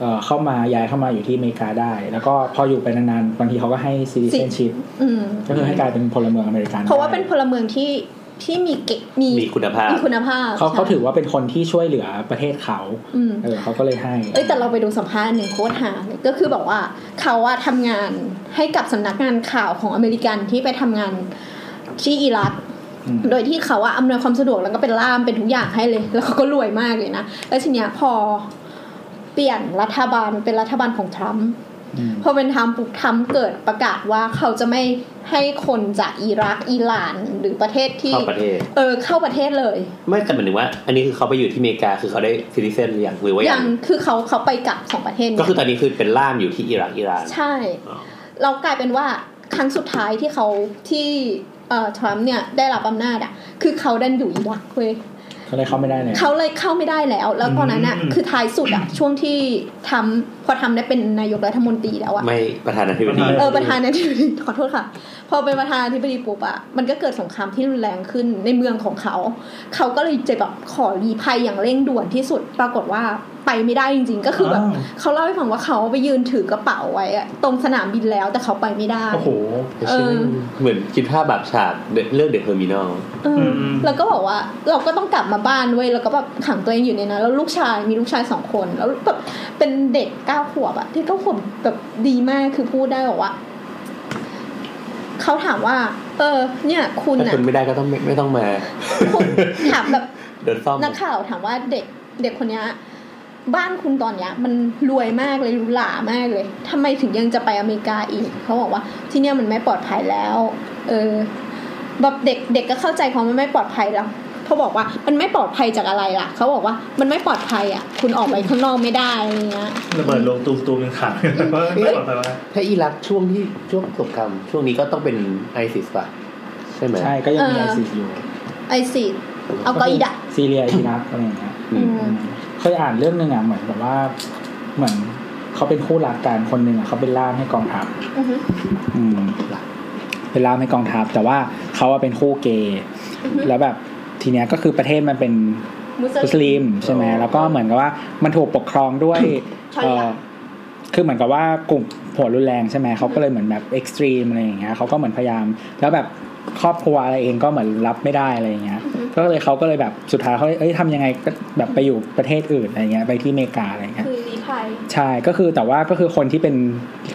Speaker 5: เอ่อเข้ามาย้ายเข้ามาอยู่ที่อเมริกาได้ แล้วก็พออยู่ไปนานๆบางทีเขาก็ให้ citizenship
Speaker 6: อืม
Speaker 5: ก็คือให้กลายเป็นพลเมืองอเมริกัน
Speaker 6: เพราะว่าเป็น
Speaker 5: ได้
Speaker 6: พลเมืองที่ที่มีเกมี
Speaker 2: มีคุณภาพ
Speaker 6: มีคุณภาพ
Speaker 5: เขาเขาถือว่าเป็นคนที่ช่วยเหลือประเทศเขา
Speaker 6: อืม
Speaker 5: เออเขาก็เลยให้
Speaker 6: เอ้ยแต่เราไปดูสัมภาษณ์หนึ่งโคตรหาเลยก็คือบอกว่าเขาอะทำงานให้กับสำนักงานข่าวของอเมริกันที่ไปทำงานที่อิรัก
Speaker 5: อืม
Speaker 6: โดยที่เขาว่าอำนวยความสะดวกแล้วก็เป็นล่ามเป็นทุกอย่างให้เลย แล้วเขาก็รวยมากเลยนะ แล้วทีเนี้ยพอเปลี่ยนรัฐบาลเป็นรัฐบาลของทรัมป์
Speaker 5: อืม
Speaker 6: พอเป็นทรัมป์ปุ๊บทรัมป์เกิดประกาศว่าเขาจะไม่ให้คนจากอิรักอิหร่านหรือประเทศที่
Speaker 2: เข้าประเทศ
Speaker 6: เออเข้าประเทศเลย
Speaker 2: ไม่แต่หมายถึงว่า อันนี้คือเขาไปอยู่ที่อเมริกาคือเขาได้ซิติเซนหรือยังหรือว่า
Speaker 6: อ
Speaker 2: ยั
Speaker 6: ย่าง งคือเขาเขาไปกลับสองประเทศเนี่ย
Speaker 2: ก็คือตอนนี้คือเป็นล่ามอยู่ที่อิรักอิหร่าน
Speaker 6: ใช่
Speaker 2: อ๋อ
Speaker 6: เรากลายเป็นว่าครั้งสุดท้ายที่เขาที่เอ่อทรัมป์เนี่ยได้รับอำนาจอะคือเขาดันอยู่อิรักเว้ย
Speaker 5: เขาเลยเข้าไม่ได้เลย
Speaker 6: เขาเลยเข้าไม่ได้แล้ว แล้วตอนนั้นอะ
Speaker 3: อืม
Speaker 6: คือท้ายสุดอะช่วงที่ทำพอทำได้เป็นนายกรัฐมนตรีแล้วอะ
Speaker 2: ไม่ประธานาธิบดี
Speaker 3: ประธา
Speaker 6: เออประธานาธิบดี ขอโทษค่ะ พอเป็นประธานาธิบดีปุ๊บอะมันก็เกิดสงครามที่รุนแรงขึ้นในเมืองของเขา เขาก็เลยจะแบบขอรีภัยอย่างเร่งด่วนที่สุด ปรากฏว่าไปไม่ได้จริง ๆ ก็คือแบบ
Speaker 3: อ้าว
Speaker 6: เขาเล่าให้ฟังว่าเขาไปยืนถือกระเป๋าไว้อะตรงสนามบินแล้วแต่เขาไปไม่ได้
Speaker 3: โอ้โห
Speaker 6: เออ
Speaker 2: เหมือนคิดภาพแบบฉากเรื่องเดอะเทอร์มินอล
Speaker 6: เอออ
Speaker 3: ม
Speaker 6: แล้วก็บอกว่าเราก็ต้องกลับมาบ้านเว้ยแล้วก็แบบขังตัวเองอยู่ในนั้นแล้วลูกชายมีลูกชายสองคน แล้วแบบเป็นเด็กเก้าขวบอะที่เก้าขวบแบบดีมากคือพูดได้บอกว่า เขาถามว่า เออ เนี่ย คุณ
Speaker 7: ถ้า
Speaker 6: อ่ะ
Speaker 7: คุณไม่ได้ก็ต้องไม่ไม่ต้องมา
Speaker 6: คุณถามแบบ
Speaker 7: โดนซ่อม
Speaker 6: นักข่าวถามว่าเด็กเด็กคนเนี้ยบ้านคุณตอนเนี้ย มันรวยมากเลยหรูหรามากเลยทำไมถึงยังจะไปอเมริกาอีกเขาบอกว่าที่เนี่ยมันไม่ปลอดภัยแล้ว เออแบบเด็กเด็กก็เข้าใจความมันไม่ปลอดภัยแล้วเขาบอกว่ามันไม่ปลอดภัยจากอะไรล่ะเขาบอกว่ามันไม่ปลอดภัยอ่ะ คุณออกไปข้างนอกไม่ได้อะไรเงี้ย
Speaker 3: ระเบิดลงตูมตูมๆยังขาดว่าไม่ปลอดภัยไหม
Speaker 7: ถ้าอิรักช่วงที่ช่วงสงครามช่วงนี้ก็ต้องเป็นไอซิสป่ะใช่ไหม
Speaker 5: ใช่ก็ยังมีไอซีอยู่
Speaker 6: ไอซีเอาเก็อีดะ
Speaker 5: ซีเรียอิรักอะไรอย่างเงี้ย
Speaker 7: อืม
Speaker 5: อืมเคยอ่านเรื่องหนึ่งอ่ะเหมือนแบบว่าเหมือนเขาเป็นคู่รักกันคนหนึ่งอ่ะเขาเป็นล่ามให้กองทัพ
Speaker 6: อือฮึ
Speaker 5: อืมเป็นล่ามให้กองทัพ แต่ว่าเขาอะเป็นคู่เกย์
Speaker 6: อือฮึ
Speaker 5: แล้วแบบทีเนี้ยก็คือประเทศมันเป็น
Speaker 6: มุส
Speaker 5: มุส
Speaker 6: ลิม
Speaker 5: ลิมใช่ไหมแล้วก็เหมือนกับว่ามันถูกปกครองด้วย
Speaker 6: ชอยะ
Speaker 5: เอ่อคือเหมือนกับว่ากลุ่มหัวรุนแรงใช่ไหมเขาก็เลยเหมือนแบบเอ็กซ์ตรีมอะไรอย่างเงี้ยเขาก็เหมือนพยายาม แล้วแบบครอบครัวอะไรเองก็เหมือนรับไม่ได้อะไรอย่างเงี้ย ก็เลยเขาก็เลยแบบสุดท้ายเขาเลยเอ้ยทำยังไงก็แบบไปอยู่ประเทศอื่นอะไรเงี้ยไปที่อเมริกาอะไรเงี้ย
Speaker 6: คือลีภัย
Speaker 5: ใช่ก็คือแต่ว่าก็คือคนที่เป็น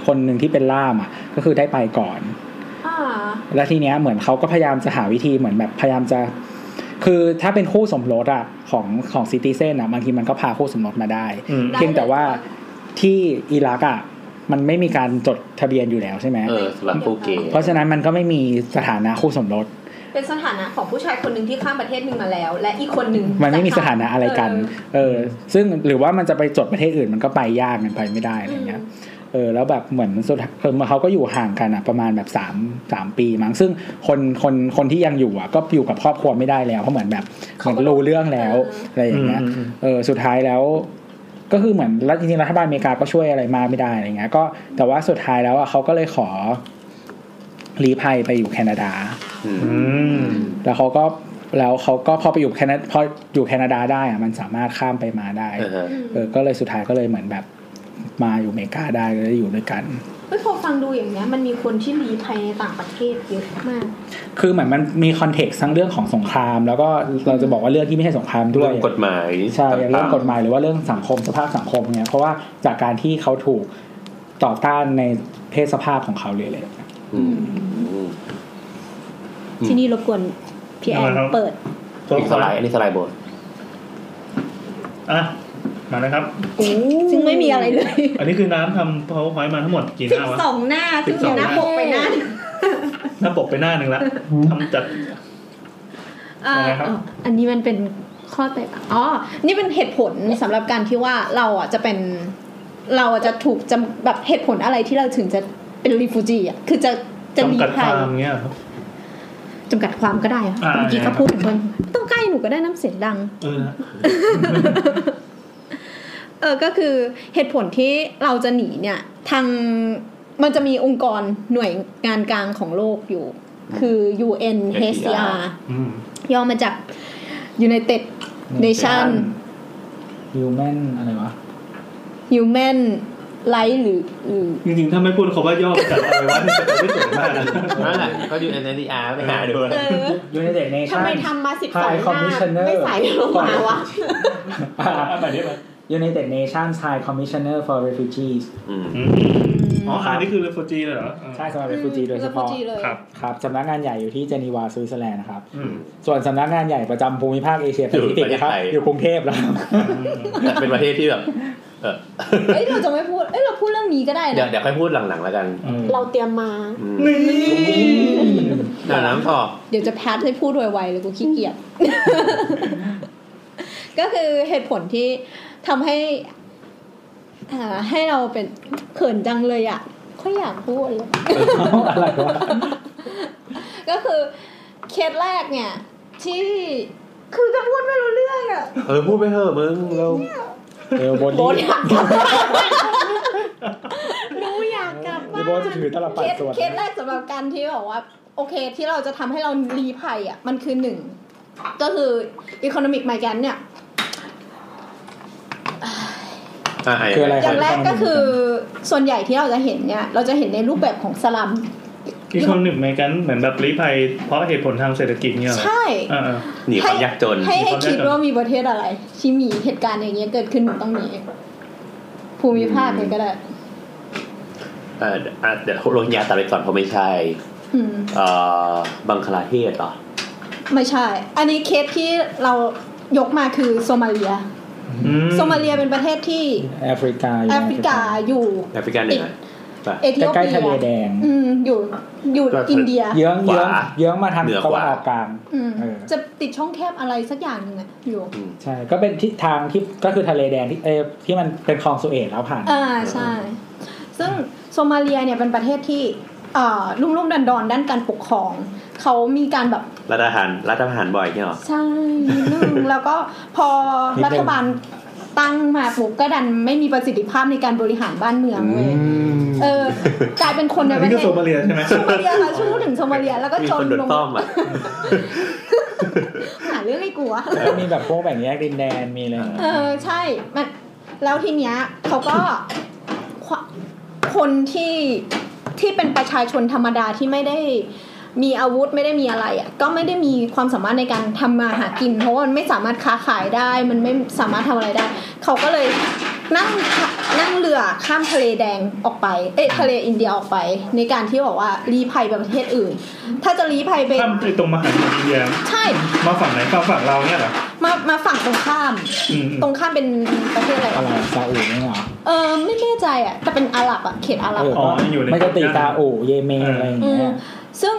Speaker 5: คนหนึ่งที่เป็นล่ามอ่ะก็คือได้ไปก่อน
Speaker 6: อ่า
Speaker 5: แล้วทีเนี้ยเหมือนเขาก็พยายามจะหาวิธีเหมือนแบบพยายามจะ คือถ้าเป็นคู่สมรสอ่ะของของซิติเซนอ่ะบางทีมันก็พาคู่สมรสมาได้
Speaker 3: อืม
Speaker 5: เพียงแต่ว่าที่อิรักอ่ะมันไม่มีการจดทะเบียนอยู่แล้วใช่ไหม
Speaker 2: เออสำหรับผู้เกย์
Speaker 5: เพราะฉะนั้นมันก็ไม่มีสถานะคู่สมรส
Speaker 6: เป็นสถานะของผู้ชายคนหนึ่งที่ข้ามประเทศหนึ่งมาแล้ว และอีกคนหนึ่ง
Speaker 5: มันไม่มีสถานะอะไรกัน
Speaker 6: เออ
Speaker 5: เออ ซึ่งหรือว่ามันจะไปจดประเทศอื่นมันก็ไปยากมันไปไม่ได้อะไรเงี้ย เออ แล้วแบบเหมือนสุดท้ายคือเขาก็อยู่ห่างกันอะประมาณแบบสามสามปีมั้ง ซึ่งคนคนคนที่ยังอยู่อะก็อยู่กับครอบครัวไม่ได้แล้วเพราะเหมือนแบบเหมือนรู้เรื่องแล้วอะไรอย่างเงี้ย
Speaker 3: อืมอืมอืม
Speaker 5: เออ สุดท้ายแล้ว ก็คือเหมือนรัฐจริงๆรัฐบาลอเมริกาก็ช่วยอะไรมากไม่ได้อะไรเงี้ย ก็แต่ว่าสุดท้ายแล้วอะเขาก็เลยขอรีภัยไปอยู่แคนาดา
Speaker 2: อืม
Speaker 3: อืม
Speaker 5: แล้วเขาก็แล้วเขาก็พอไปอยู่แคนาพออยู่แคนาดาได้อะมันสามารถข้ามไปมาได้
Speaker 2: เออฮะ
Speaker 5: เออก็เลยสุดท้ายก็เลยเหมือนแบบมาอยู่อเมริกาได้แล้วอยู่ด้วยกัน
Speaker 6: เฮ้ยพอฟังดูอย่างเงี้ยมันมีคนที่รีภัยในต่างประเทศเยอะมาก
Speaker 5: คือเหมือนมันมีคอนเท็กซ์ทั้งเรื่องของสงคราม แล้วก็เราจะบอกว่าเรื่องที่ไม่ใช่สงครามด้ว
Speaker 2: เรื่
Speaker 5: ย
Speaker 2: องกฎหมาย
Speaker 5: ใช่อย่างเรื่อง
Speaker 2: ต่
Speaker 5: กฎหมายหรือว่าเรื่องสังคมสภาพสังคมเนี่ยเพราะว่าจากการที่เขาถูกต่อต้านในเพศสภาพของเขาเลยเลย
Speaker 2: ๆอืมอืม อืม
Speaker 4: ที่นี่รบกวนพี่แอนเปิด
Speaker 3: ตัว
Speaker 2: อีก
Speaker 3: ส
Speaker 2: ส
Speaker 3: ไล
Speaker 2: ไลด์
Speaker 3: ด์
Speaker 2: อันนี้สไลด์โบน
Speaker 3: อ่ะมาแล้วครับ
Speaker 6: ซึ่งไม่มีอะไรเลย
Speaker 3: อันนี้คือน้ำทำ powerpoint มาทั้งหมดกี่ห
Speaker 6: สิบ
Speaker 3: น้าวะ
Speaker 6: สองหน้า
Speaker 3: สิ
Speaker 6: คือบ
Speaker 3: ส
Speaker 6: มี
Speaker 3: อ
Speaker 6: ห
Speaker 3: งห
Speaker 6: น้า
Speaker 3: น้า
Speaker 6: ปกไปหน้า
Speaker 3: หน้าปกไปหน้าหนึ่งละทำจัด
Speaker 6: เอ่อ
Speaker 3: อะไรครับ
Speaker 6: อันนี้มันเป็นข้อแตกต่างอ๋อ นี่เป็นเหตุผลสำหรับการที่ว่าเราอ่ะจะเป็น เราอ่ะจะถูกจำแบบเหตุผลอะไรที่เราถึงจะเป็นรีฟูจีอ่ะคือจะจะรี
Speaker 3: จำกัดค
Speaker 6: ภัยว
Speaker 3: ามเงี้ยเหรอครับ
Speaker 6: จำกัดความก็ได้อะ
Speaker 3: อ่า
Speaker 6: เมื่อกี้เขาพูดถึงคนต้องใกล้หนูก็ได้น้ำเสียงดัง
Speaker 3: เออนะ
Speaker 6: เออ ก็คือเหตุผลที่เราจะหนีเนี่ย ทางมันจะมีองค์กรหน่วยงานกลางของโลกอยู่ คือ UNHCR
Speaker 3: อืม
Speaker 6: ย่อมาจาก United Nation
Speaker 5: ฮิวแมนอะไรวะ
Speaker 6: Human Right หรือหรือ
Speaker 3: จริงๆ ถ้าไม่พูดเขาว่าย่อมาจากอะไรวะนี่จะไม่สวยมากนะ
Speaker 2: นั่นแหละก็อยู่ใน NDR ไปหาดู
Speaker 6: เออ
Speaker 5: ยูไนเต็ดเนชั่น
Speaker 4: ทำไมทำมาสิบสอง
Speaker 5: High
Speaker 4: หน้า
Speaker 5: Commissioner
Speaker 4: ไม่ใส่ลงมาวะ
Speaker 3: อ่ะแบบนี้ไป
Speaker 5: ยูไนเต็ดเนชั่นไทยคอมมิชชันเนอร์ for refugees
Speaker 2: อืม
Speaker 3: อืมอ๋ออันนี้คือเรฟฟูจีเลยเหรออ่ะ
Speaker 5: ใช่สำหรับ refugee โดยเฉพาะ
Speaker 6: จีเลย
Speaker 3: ครับ
Speaker 5: ครับสำนักงานใหญ่อยู่ที่เจนีวาสวิตเซอร์แลนด์นะครับ
Speaker 3: อืม
Speaker 5: ส่วนสำนักงานใหญ่ประจำภูมิภาคเอเชียแปซิฟิกนะครับ อยู่กรุงเทพแล้วครับ
Speaker 2: แต่เป็นประเทศที่แบบเออ
Speaker 6: เอ้ย เราจะไม่พูด เอ้ย เราพูดเรื่องนี้ก็ได้
Speaker 2: เดี๋ยว
Speaker 6: นะ
Speaker 2: เดี๋ยวค่อยพูดหลังๆแล้วกัน
Speaker 3: อืม
Speaker 4: เราเตรียมมา
Speaker 2: อืม
Speaker 3: นี่
Speaker 2: เดี๋ยวน้ำออก
Speaker 6: เดี๋ยวจะแพทให้พูดไวๆเลยกูขี้เกียจ ก็คือเหตุผลที่ทำให้อ่าให้เราเป็นเขินจังเลยอ่ะค่อยอยากพูดเลย
Speaker 5: อะไรวะ
Speaker 6: ก็คือเคสแรกเนี่ย ที่คือจะพูดไม่รู้เรื่องอ่ะ
Speaker 2: เออพูดไปเถอะมึงเรา
Speaker 5: เอลโบน
Speaker 6: โบทอยากกลับบ้านหนูอยากกลับ
Speaker 5: เอ
Speaker 6: บ้า
Speaker 5: ลโบนจะ
Speaker 6: น
Speaker 5: ถือตลับ
Speaker 6: เค
Speaker 5: ปัด
Speaker 6: ส
Speaker 5: ส่วน
Speaker 6: เคสแรกสำหรับการที่แบอกว่า โอเคที่เราจะทำให้เรารีภัยอ่ะ มันคือหนึ่ง ก็คืออีโคโนมิกไมแกนเนี่ย
Speaker 2: อ่ะ
Speaker 5: คืออะไร
Speaker 6: อ
Speaker 5: ครั
Speaker 6: ย่างแรกก็คือส่วนใหญ่ที่เราจะเห็นเนี่ย เราจะเห็นในรูปแบบของสลัม
Speaker 3: อีกคนหนึ่งเหมือนกันเหมือนแบบรีภัยเพราะเหตุผลทางเศรษฐกิจเนี่ยเหรอ
Speaker 6: ใช่
Speaker 3: อ่า
Speaker 2: หนีความยากจน
Speaker 6: ให้ให้คิดว่ามีประเทศอะไร ที่มีเหตุการณ์อย่างเงี้ยเกิดขึ้นต้องมีภูมิภาคเลยก็ได้
Speaker 2: เอ่ออ่ะเดี๋ยวโรฮิงญาตัดไปก่อนเพราะไม่ใช่
Speaker 6: อืม
Speaker 7: เอ่อบังคลาเทศเหรอ
Speaker 6: ไม่ใช่ อันนี้เคสที่เรายกมาคือโซมาเลีย
Speaker 3: อื
Speaker 6: โซมาเลียเป็นประเทศที่
Speaker 5: แอฟริกายู่
Speaker 6: แอ
Speaker 5: ใน
Speaker 6: ฟริกาอยู่
Speaker 7: แอฟริกันเหนือป่ะ
Speaker 6: เอธิโอ
Speaker 5: ใกล้
Speaker 6: เปี
Speaker 5: ๆทะเลย แดง
Speaker 6: อืมอยู่อยู่
Speaker 7: ก็คืออิ
Speaker 6: อินเดีย
Speaker 5: เยื้อง
Speaker 7: ข
Speaker 5: เยื้
Speaker 7: วา
Speaker 5: องเยื้องมาทาง
Speaker 7: เหนือ
Speaker 5: ตะ
Speaker 7: ข
Speaker 5: วัน
Speaker 7: วา
Speaker 5: ออกกลาง
Speaker 6: อืม
Speaker 5: เออ
Speaker 6: จะติดช่องแคบอะไรสักอย่างหนึ่งอะอยู่
Speaker 5: ใช่ก็เป็นทิศทางที่ก็คือทะเลแดงที่เออที่มันเป็นคลองสุเอซแล้วผ่าน
Speaker 6: อ่าใช่ ซึ่งโซมาเลียเนี่ยเป็นประเทศที่เอ่อลุ่มลุ่มๆดันดอนๆด้านการปกครอง เขามีการแบบ
Speaker 2: รัฐประหารรัฐประหารบ่อยใช่หรอ
Speaker 6: ใช่นิดนึ ง แล้วก็พอ
Speaker 5: นิดนึง
Speaker 6: รัฐบาลตั้งมาปุ๊บก็ดันไม่มีประสิทธิภาพในการบริหารบ้านเมืองเลยเออกลายเป็นคนใน
Speaker 3: อัน
Speaker 6: ป
Speaker 3: นี้
Speaker 6: ระเท
Speaker 3: ก็
Speaker 6: ศ
Speaker 3: โซมาเลียใช่ไหม
Speaker 6: โซมาเลียค่ะชื่อพูดถึงโซมาเลียแล้วก็
Speaker 2: มี
Speaker 6: จ
Speaker 2: คน นโดน
Speaker 6: ลง
Speaker 2: ต้อม อ่ะ
Speaker 6: หาเรื่องไอ้กูอะ
Speaker 5: แล้วก็มีแบบพวกแบ่งแยกดินแดนมีอะไรอย่างเงี้ย
Speaker 6: เออใช่มันแล้วทีเนี้ยเขาก็ควคนที่ที่เป็นประชาชนธรรมดาที่ไม่ได้มีอาวุธไม่ได้มีอะไรอ่ะก็ไม่ได้มีความสามารถในการทำมาหากิน เพราะว่ามันไม่สามารถค้าขายได้ มันไม่สามารถทำอะไรได้ เขาก็เลยนั่งนั่งเรือข้ามทะเลแดงออกไป เอ้ยทะเลอินเดียออกไป ในการที่บอกว่ารีภัยไปประเทศอื่น ถ้าจะรีภัยไป
Speaker 3: ข้ามไปตรงมหาสมุทรอินเดีย
Speaker 6: ใช่
Speaker 3: มาฝั่งไหนมาฝั่งเราเนี่ยเหรอ
Speaker 6: มามาฝั่งตรงข้าม
Speaker 3: อืม
Speaker 6: ตรงข้ามเป็นประเทศอะไร
Speaker 5: อะ
Speaker 6: วะ
Speaker 5: ไรซาอุนี่เหรอ
Speaker 6: เออไม่แน่ใจอ่ะแต่เป็นอาหรับอ่ะเขตอาหรับ
Speaker 5: เออ
Speaker 3: อ๋อ
Speaker 5: ก็
Speaker 3: ยังอยู่ใน
Speaker 5: ไม่ก็ตีซาอุเยเม
Speaker 3: เอออ
Speaker 5: นอะไรอย่าง
Speaker 6: อืม
Speaker 5: เงี้ย
Speaker 6: ซึ่ง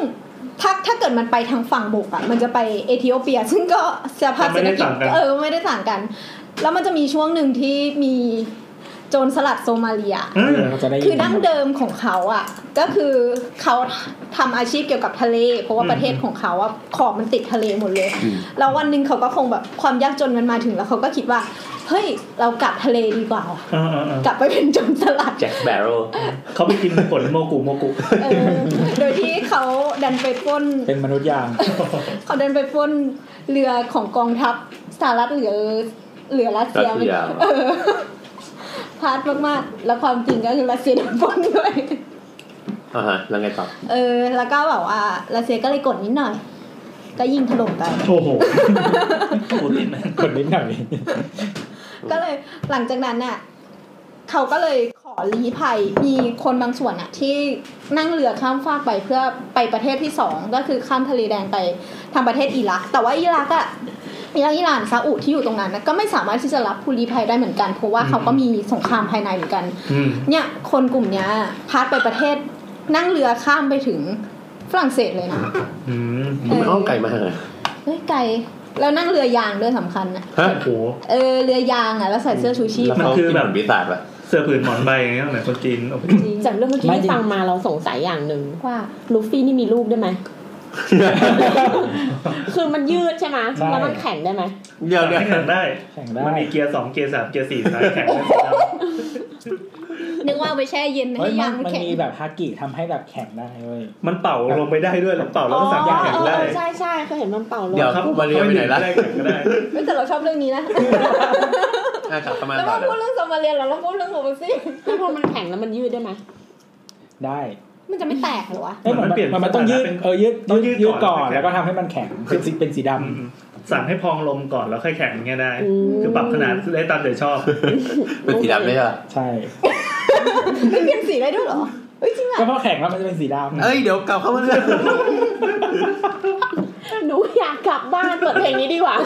Speaker 6: ถ้าถ้าเกิดมันไปทางฝั่งบกอ่ะมันจะไปเอธิโอเปีย ซึ่งก็สภาพเศรษฐกิจ
Speaker 3: ก็ไม่ได้ต่างกัน
Speaker 6: เออไม่ได้ต่างกัน แล้วมันจะมีช่วงหนึ่งที่มีโจรสลัดโซมาเลีย
Speaker 3: เออ
Speaker 5: เราจะได้ยิน
Speaker 6: คือดั้งเดิมของเขาอ่ะ ก็คือเขาทำอาชีพเกี่ยวกับทะเล เพราะว่าประเทศของเขาอ่ะขอบมันติดทะเลหมดเลย แล้ววันหนึ่งเขาก็คงแบบความยากจนมันมาถึงแล้วเขาก็คิดว่าเฮ้ยเรากลับทะเลดีกว่าว่ะ
Speaker 3: เออเออเออก
Speaker 6: ลับไปเป็นโจรสลัด
Speaker 2: แจ็คแบร r ร l
Speaker 3: เขาไปกินผลโมกุโมกุ
Speaker 6: เออโดยที่เขาดันไปปล้ น
Speaker 5: เป็นมนุษย์ยาง
Speaker 6: เขาดันไปปล้นเรือของกองทัพสหรัฐหรือเรือรัสเซีย
Speaker 2: รัสเซีย
Speaker 6: เออพลาดมากๆ แล้วความจริงก็คือรัสเซียโดนปล้นด้วย
Speaker 2: อ่าฮะแล้วไงต่อ
Speaker 6: เออ แล้วก็แบบว่ารัสเซียก็เลยกดนิดหน่อย ก็ยิงถล่มไป
Speaker 3: โอ้โหปูตินนะ
Speaker 5: คนนิดหน่อย
Speaker 6: ก็เลยหลังจากนั้นน่ะเขาก็เลยขอลี้ภัย มีคนบางส่วนน่ะ ที่นั่งเรือข้ามฟากไปเพื่อไปประเทศที่สองก็คือข้ามทะเลแดงไปทางประเทศอิรัก แต่ว่าอิรักอะอิรักอิหร่านซาอุที่อยู่ตรงนั้นน่ะก็ไม่สามารถที่จะรับผู้ลี้ภัยได้เหมือนกันเพราะว่าเขาก็มีสงครามภายในเหมือนกัน
Speaker 3: อืม
Speaker 6: เนี่ยคนกลุ่มเนี้ยพาดไปประเทศนั่งเรือข้ามไปถึงฝรั่งเศสเลยนะ
Speaker 3: อืม
Speaker 2: มันห้องไกลมากเลย
Speaker 6: เฮ้ยไกลแล้วนั่งเรือยางด้วยสำคัญอ่ะ
Speaker 2: ฮะ
Speaker 3: โอ้โห
Speaker 6: เออเรือยางอ่ะ แล้วใส่เสื้อชูชีพ
Speaker 2: แล้ว
Speaker 3: มัน
Speaker 2: เขา
Speaker 3: คือ
Speaker 2: กิ
Speaker 3: แบบ
Speaker 2: นเหมือนปีศาจป่ะ
Speaker 3: เสื้อผืนหมอนใบอย่างเงี้ยเหมือนคนจีนโอ้โห
Speaker 6: จริง
Speaker 4: จากเรื่องเมื่อกี้ที่ฟังมาเราสงสัยอย่างหนึ่ง
Speaker 6: กว่า
Speaker 4: ลูฟี่นี่มีลูกได้ไหม คือมันยืดใช่ไหมแล้วมันแข็งได้ไหม
Speaker 2: เดี๋ยวเดี๋ยว
Speaker 3: แข่งได้
Speaker 5: แข่งได้
Speaker 3: มันมีเกียร์สองเกียร์สามเกียร์สี่สายแข่งได้
Speaker 6: นึกว่าเอาไปแช่เย็น
Speaker 5: เฮ้
Speaker 6: ให้
Speaker 5: ยมั
Speaker 6: ยาน งมัน
Speaker 5: มัน
Speaker 6: แข็ง
Speaker 5: มีแบบฮากิทำให้แบบแข่งได้เว้ย
Speaker 3: มันเป่าลงไปได้ด้วยแล้วเป่าแล้วก็สามารถแข่ง
Speaker 4: เอ
Speaker 3: ได้
Speaker 4: อใช่ใช่เคยเห็นมันเป่าลม
Speaker 2: เดี๋ยว
Speaker 3: ครับ
Speaker 2: มาเรียนไปไหนละ
Speaker 3: ด้แข่งก็ได้
Speaker 6: เฮ้ยแต่เราชอบเรื่องนี้นะ
Speaker 2: อ่ะกลับเข้ามา
Speaker 6: แล้ว
Speaker 2: ต่อ
Speaker 6: เราพูด
Speaker 2: เลย
Speaker 6: เรื่องสมาเลียนเราต้องพูดเรื่องโอเวอร์ซี่
Speaker 4: แล้วพอมันแข็งแล้วมันยืดได้ไหม
Speaker 5: ได้
Speaker 6: มันจะไม่แตกเหรอวะ
Speaker 5: เอ้ย
Speaker 3: มัน
Speaker 5: มัน
Speaker 3: เปลี่ยน
Speaker 5: มันต้องยื
Speaker 3: ส
Speaker 5: ด
Speaker 3: ถานะเป็น
Speaker 5: เออยืด
Speaker 3: ต้องยืด
Speaker 5: ยืด
Speaker 3: ก่
Speaker 5: ก่
Speaker 3: อ
Speaker 5: อน น
Speaker 3: แล้
Speaker 5: แล้ว ว
Speaker 3: ก็
Speaker 5: ก็ทำให้มันแข็งเป็นสีเป็นสีดำ
Speaker 3: อืมสั่งให้พองลมก่อนแล้วค่อยแข่งอย่างเงี้ยได้ คือปรับขนาดได้ตามใจชอบ
Speaker 2: เป็นสีดำได้ป่ะ
Speaker 5: ใช่
Speaker 6: ไม่เปลี่ยนสีได้ด้วยเหรอเฮ้ยจริงเหรอ
Speaker 5: ก็เพราะแข็งแล้วมันจะเป็นสีดำ
Speaker 2: เอ้ยเดี๋ยวกลับเข้ามาเลย
Speaker 4: หนูอยากกลับบ้านเปิดเพลงนี้ดีกว่า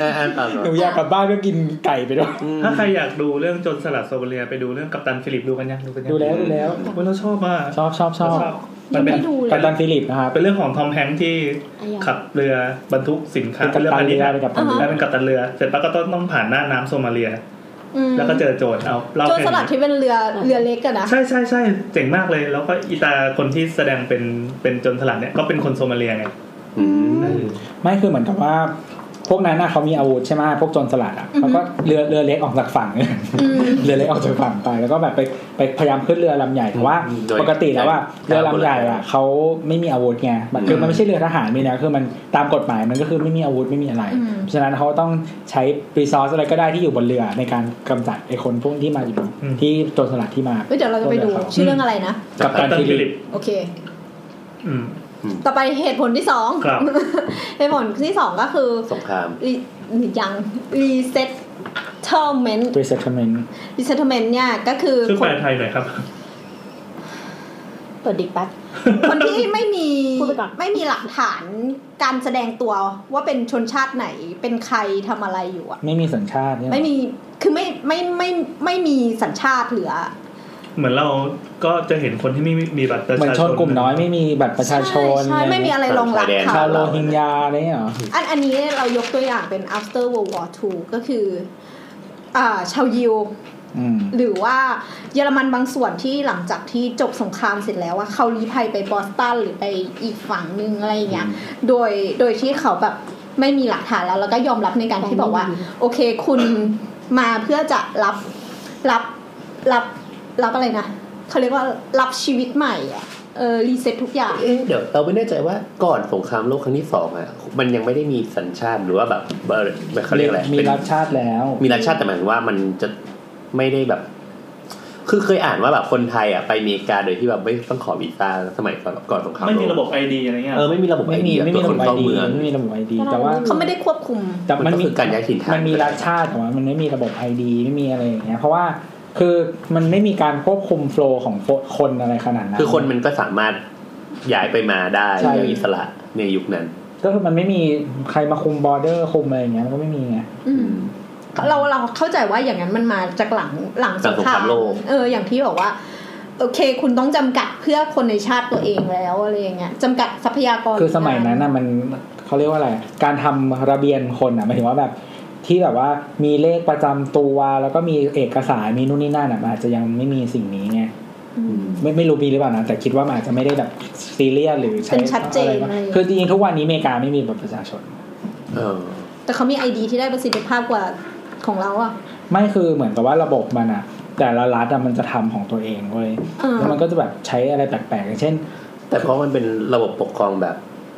Speaker 2: อ่ะอ่านต่อ
Speaker 5: หนูอยากกลับบ้านก็กินไก่ไปด้วย
Speaker 3: ถ้าใครอยากดูเรื่องจนสลัดโซเบเลียไปดูเรื่องกัปตันฟิลิปดูกันยังดูกันยัง
Speaker 5: ดูแล้วดูแล้ว
Speaker 3: โอ้ยเราชอบอ่ะ
Speaker 5: ชอบชอบชอบ
Speaker 3: มันเป็น
Speaker 5: กัปตันฟิลิปนะครับ
Speaker 3: เป็นเรื่องของทอมแฮงค์ที่
Speaker 4: อ่ะอย่าง
Speaker 3: ขับเรือบรรทุกสินค้า
Speaker 5: เป็น
Speaker 3: เรื
Speaker 5: กัป
Speaker 3: อ
Speaker 5: ตัน
Speaker 3: พาณิช
Speaker 5: เรื
Speaker 3: ย์อะ
Speaker 5: อเป็นกัปตันเรือ
Speaker 3: แล้วเป็นกัปตันเรือ เสร็จปั๊บก็ต้องต้องผ่านหน้าน้ำโซมาเลีย
Speaker 6: อืม
Speaker 3: แล้วก็เจอโจรเอาเล่า
Speaker 6: โจร
Speaker 3: แค่
Speaker 6: สลัด
Speaker 3: นี้
Speaker 6: ที่เป็นเรือเรือเล็กกันนะ
Speaker 3: ใช่ใช่ใช่เจ๋งมากเลย แล้วก็อีตาคนที่แสดงเป็นเป็นโจรสลัดเนี่ยก็เป็นคนโซมาเลียไง
Speaker 2: อืม
Speaker 5: ไม่คือเหมือนกับว่า พวกนั้นน่ะเขามีอาวุธใช่ไหมพวกโจรสลัดอ่ะเขาก็เรือเรือเล็กออกจากฝั่ง
Speaker 6: อืม
Speaker 5: เรือเล็กออกจากฝั่งไปแล้วก็แบบไปไปพยายามขึ้นเรือลำใหญ่แต่ว่าปกติแล้วว่าเรือลำใหญ่อะเขาไม่มีอาวุธไงมันคือมันไม่ใช่เรือทหารมีนะคือมันตามกฎหมายมันก็คือไม่มีอาวุธไม่มีอะไรเพราะฉะนั้นเขาต้องใช้รีซอสอะไรก็ได้ที่อยู่บนเรือในการกำจัดไอ้คนพวกที่มาอยู่ที่โจรสลัดที่มา
Speaker 6: เฮ้ยเดี๋ยวเราจะไปดูชื่อเรื่องอะไรนะ
Speaker 5: กับ
Speaker 3: กั
Speaker 5: กา
Speaker 3: ป
Speaker 5: ร
Speaker 3: ตัน
Speaker 5: ฟิ
Speaker 3: ฟิ
Speaker 5: ลิ
Speaker 3: ลิ
Speaker 5: ป
Speaker 3: ป
Speaker 6: โอเค
Speaker 3: อืม
Speaker 6: ต่อไปเหตุผลที่สอง
Speaker 3: ครับ
Speaker 6: เหตุผลที่สองก็คือ
Speaker 2: สงคราม
Speaker 6: รียังรีเซ็ตเทอร์เมน
Speaker 5: รีเซทเมนต์
Speaker 6: resettlement เนี่ยก็คือ
Speaker 3: ซึ่ง
Speaker 6: ค
Speaker 3: แปล
Speaker 6: น
Speaker 3: ไทยหน่อยครับ
Speaker 4: เปิดดิกแป๊บ
Speaker 6: คนที่ไม่มี
Speaker 4: พูดไปก่อน
Speaker 6: ไม่มีหลักฐานการแสดงตัวว่าเป็นชนชาติไหนเป็นใครทำอะไรอยู่อะ
Speaker 5: ไม่มีสัญชาติเนี่ย
Speaker 6: ไม่มีคือไม่ไม่ไม่ไม่มีสัญชาติเหลือ
Speaker 3: เหมือนเราก็จะเห็นคนที่ไม่มีบัตรประ
Speaker 5: เหมือ
Speaker 3: ชา
Speaker 5: น
Speaker 3: ชน
Speaker 5: ชนกลุ่มน้อยไม่มีบัตรประชาชน
Speaker 6: ใช่ใช่ไม่มีอะไรรองรับ
Speaker 5: ชา
Speaker 6: เขา
Speaker 5: วโรฮิงญาอะไรเนี่ยเหรอ
Speaker 6: อันอันนี้เรายกตัวอย่างเป็น after world war II ก็คืออ่าชาวยิว
Speaker 5: อืม
Speaker 6: หรือว่าเยอรมันบางส่วนที่หลังจากที่จบสงครามเสร็จแล้วว่าเขาลี้ภัยไปบอสตันหรือไปอีกฝั่งนึงอะไรอย่างเงี้ย โดยโดยที่เขาแบบไม่มีหลักฐานแล้ว แล้วก็ยอมรับในการที่บอกว่า โอเคคุณมาเพื่อจะรับรับรับรับอะไรนะเขาเรียกว่ารับชีวิตใหม่อะเออรีเซ็ตทุกอย่าง
Speaker 2: เอ๊ะเดี๋ยวเราไม่แน่ใจว่าก่อนสงครามโลกครั้งที่สองอะมันยังไม่ได้มีสัญชาติหรือว่าแบบเอ่อเขาเรียกอะไร
Speaker 5: มี
Speaker 2: เป็น
Speaker 5: รับชาติแล้ว
Speaker 2: มีรักชาติแต่หมายถึงว่ามันจะไม่ได้แบบ คือเคยอ่านว่าแบบคนไทยอ่ะไปอเมริกาโดยที่แบบไม่ต้องขอวีซ่าสมัยก่อนก่อนสงคราม
Speaker 3: ไม่มีระบบ
Speaker 2: โลก
Speaker 3: ไอดีอะไรเงี้ย
Speaker 2: เออไม่มีระบบไอ
Speaker 5: ไม่มี
Speaker 2: ดี
Speaker 5: ไม่
Speaker 2: ตัว
Speaker 5: มีระ
Speaker 2: ค
Speaker 5: บ
Speaker 2: น
Speaker 5: บไอ
Speaker 2: เข้า
Speaker 5: ดี
Speaker 2: เมือง
Speaker 5: ไม่มีระบบไอดี แต่ว่า
Speaker 6: เขาไม่ได้ควบคุม
Speaker 5: แต่
Speaker 2: มันก็คือการย้ายถิ่นฐาน
Speaker 5: มันมีรัฐชาติแต่ว่ามันไม่มีระบบไอดีไม่มีอะไรอย่างเงี้ย เพราะว่าคือมันไม่มีการควบคุมโฟล์ของคนอะไรขนาดนั้น
Speaker 2: คือคนมันก็สามารถย้ายไปมาได้
Speaker 5: ใช่
Speaker 2: อย่างอิสระในยุคนั้น
Speaker 5: ก็คือมันไม่มีใครมาคุมบอร์เดอร์คุมอะไรอย่างเงี้ยมันก็ไม่มีไง
Speaker 6: อืม เราเราเข้าใจว่าอย่างนั้นมันมาจากหลังหลัง
Speaker 2: หลังสงครามโลก
Speaker 6: เอออย่างที่บอกว่า โอเค คุณต้องจำกัดเพื่อคนในชาติตัวเองแล้วอะไรอย่างเงี้ยจำกัดทรัพยากร
Speaker 5: คือสมัยนั้นน่ะมันเขาเรียกว่าอะไร การทำระเบียนคนอ่ะหมายถึงว่าแบบที่แบบว่ามีเลขประจำตัวแล้วก็มีเอกสารมีนู่นนี่นั่นอ่ะมันอาจจะยังไม่มีสิ่งนี้ไงไม่ไม่รู้มีหรือเปล่านะแต่คิดว่ามันอาจจะไม่ได้แบบซีเรียสหรือใช้
Speaker 6: เป็นชัดเจน
Speaker 5: อะไร
Speaker 6: เล
Speaker 5: วะ
Speaker 6: ย
Speaker 5: คือจริงๆทุกวันนี้อเมริกาไม่มีบัตรประชาชน
Speaker 2: เออ
Speaker 6: แต่เขามีไอดีที่ได้ประสิทธิภาพกว่าของเราอ่ะ
Speaker 5: ไม่คือเหมือนกับว่าระบบมันอ่ะ แต่ละรัฐอะมันจะทำของตัวเองเว้ย
Speaker 6: เออ
Speaker 5: แล้วมันก็จะแบบใช้อะไรแปลกๆอย่างเช่น
Speaker 2: แต่เพราะมันเป็นระบบปกครองแบบ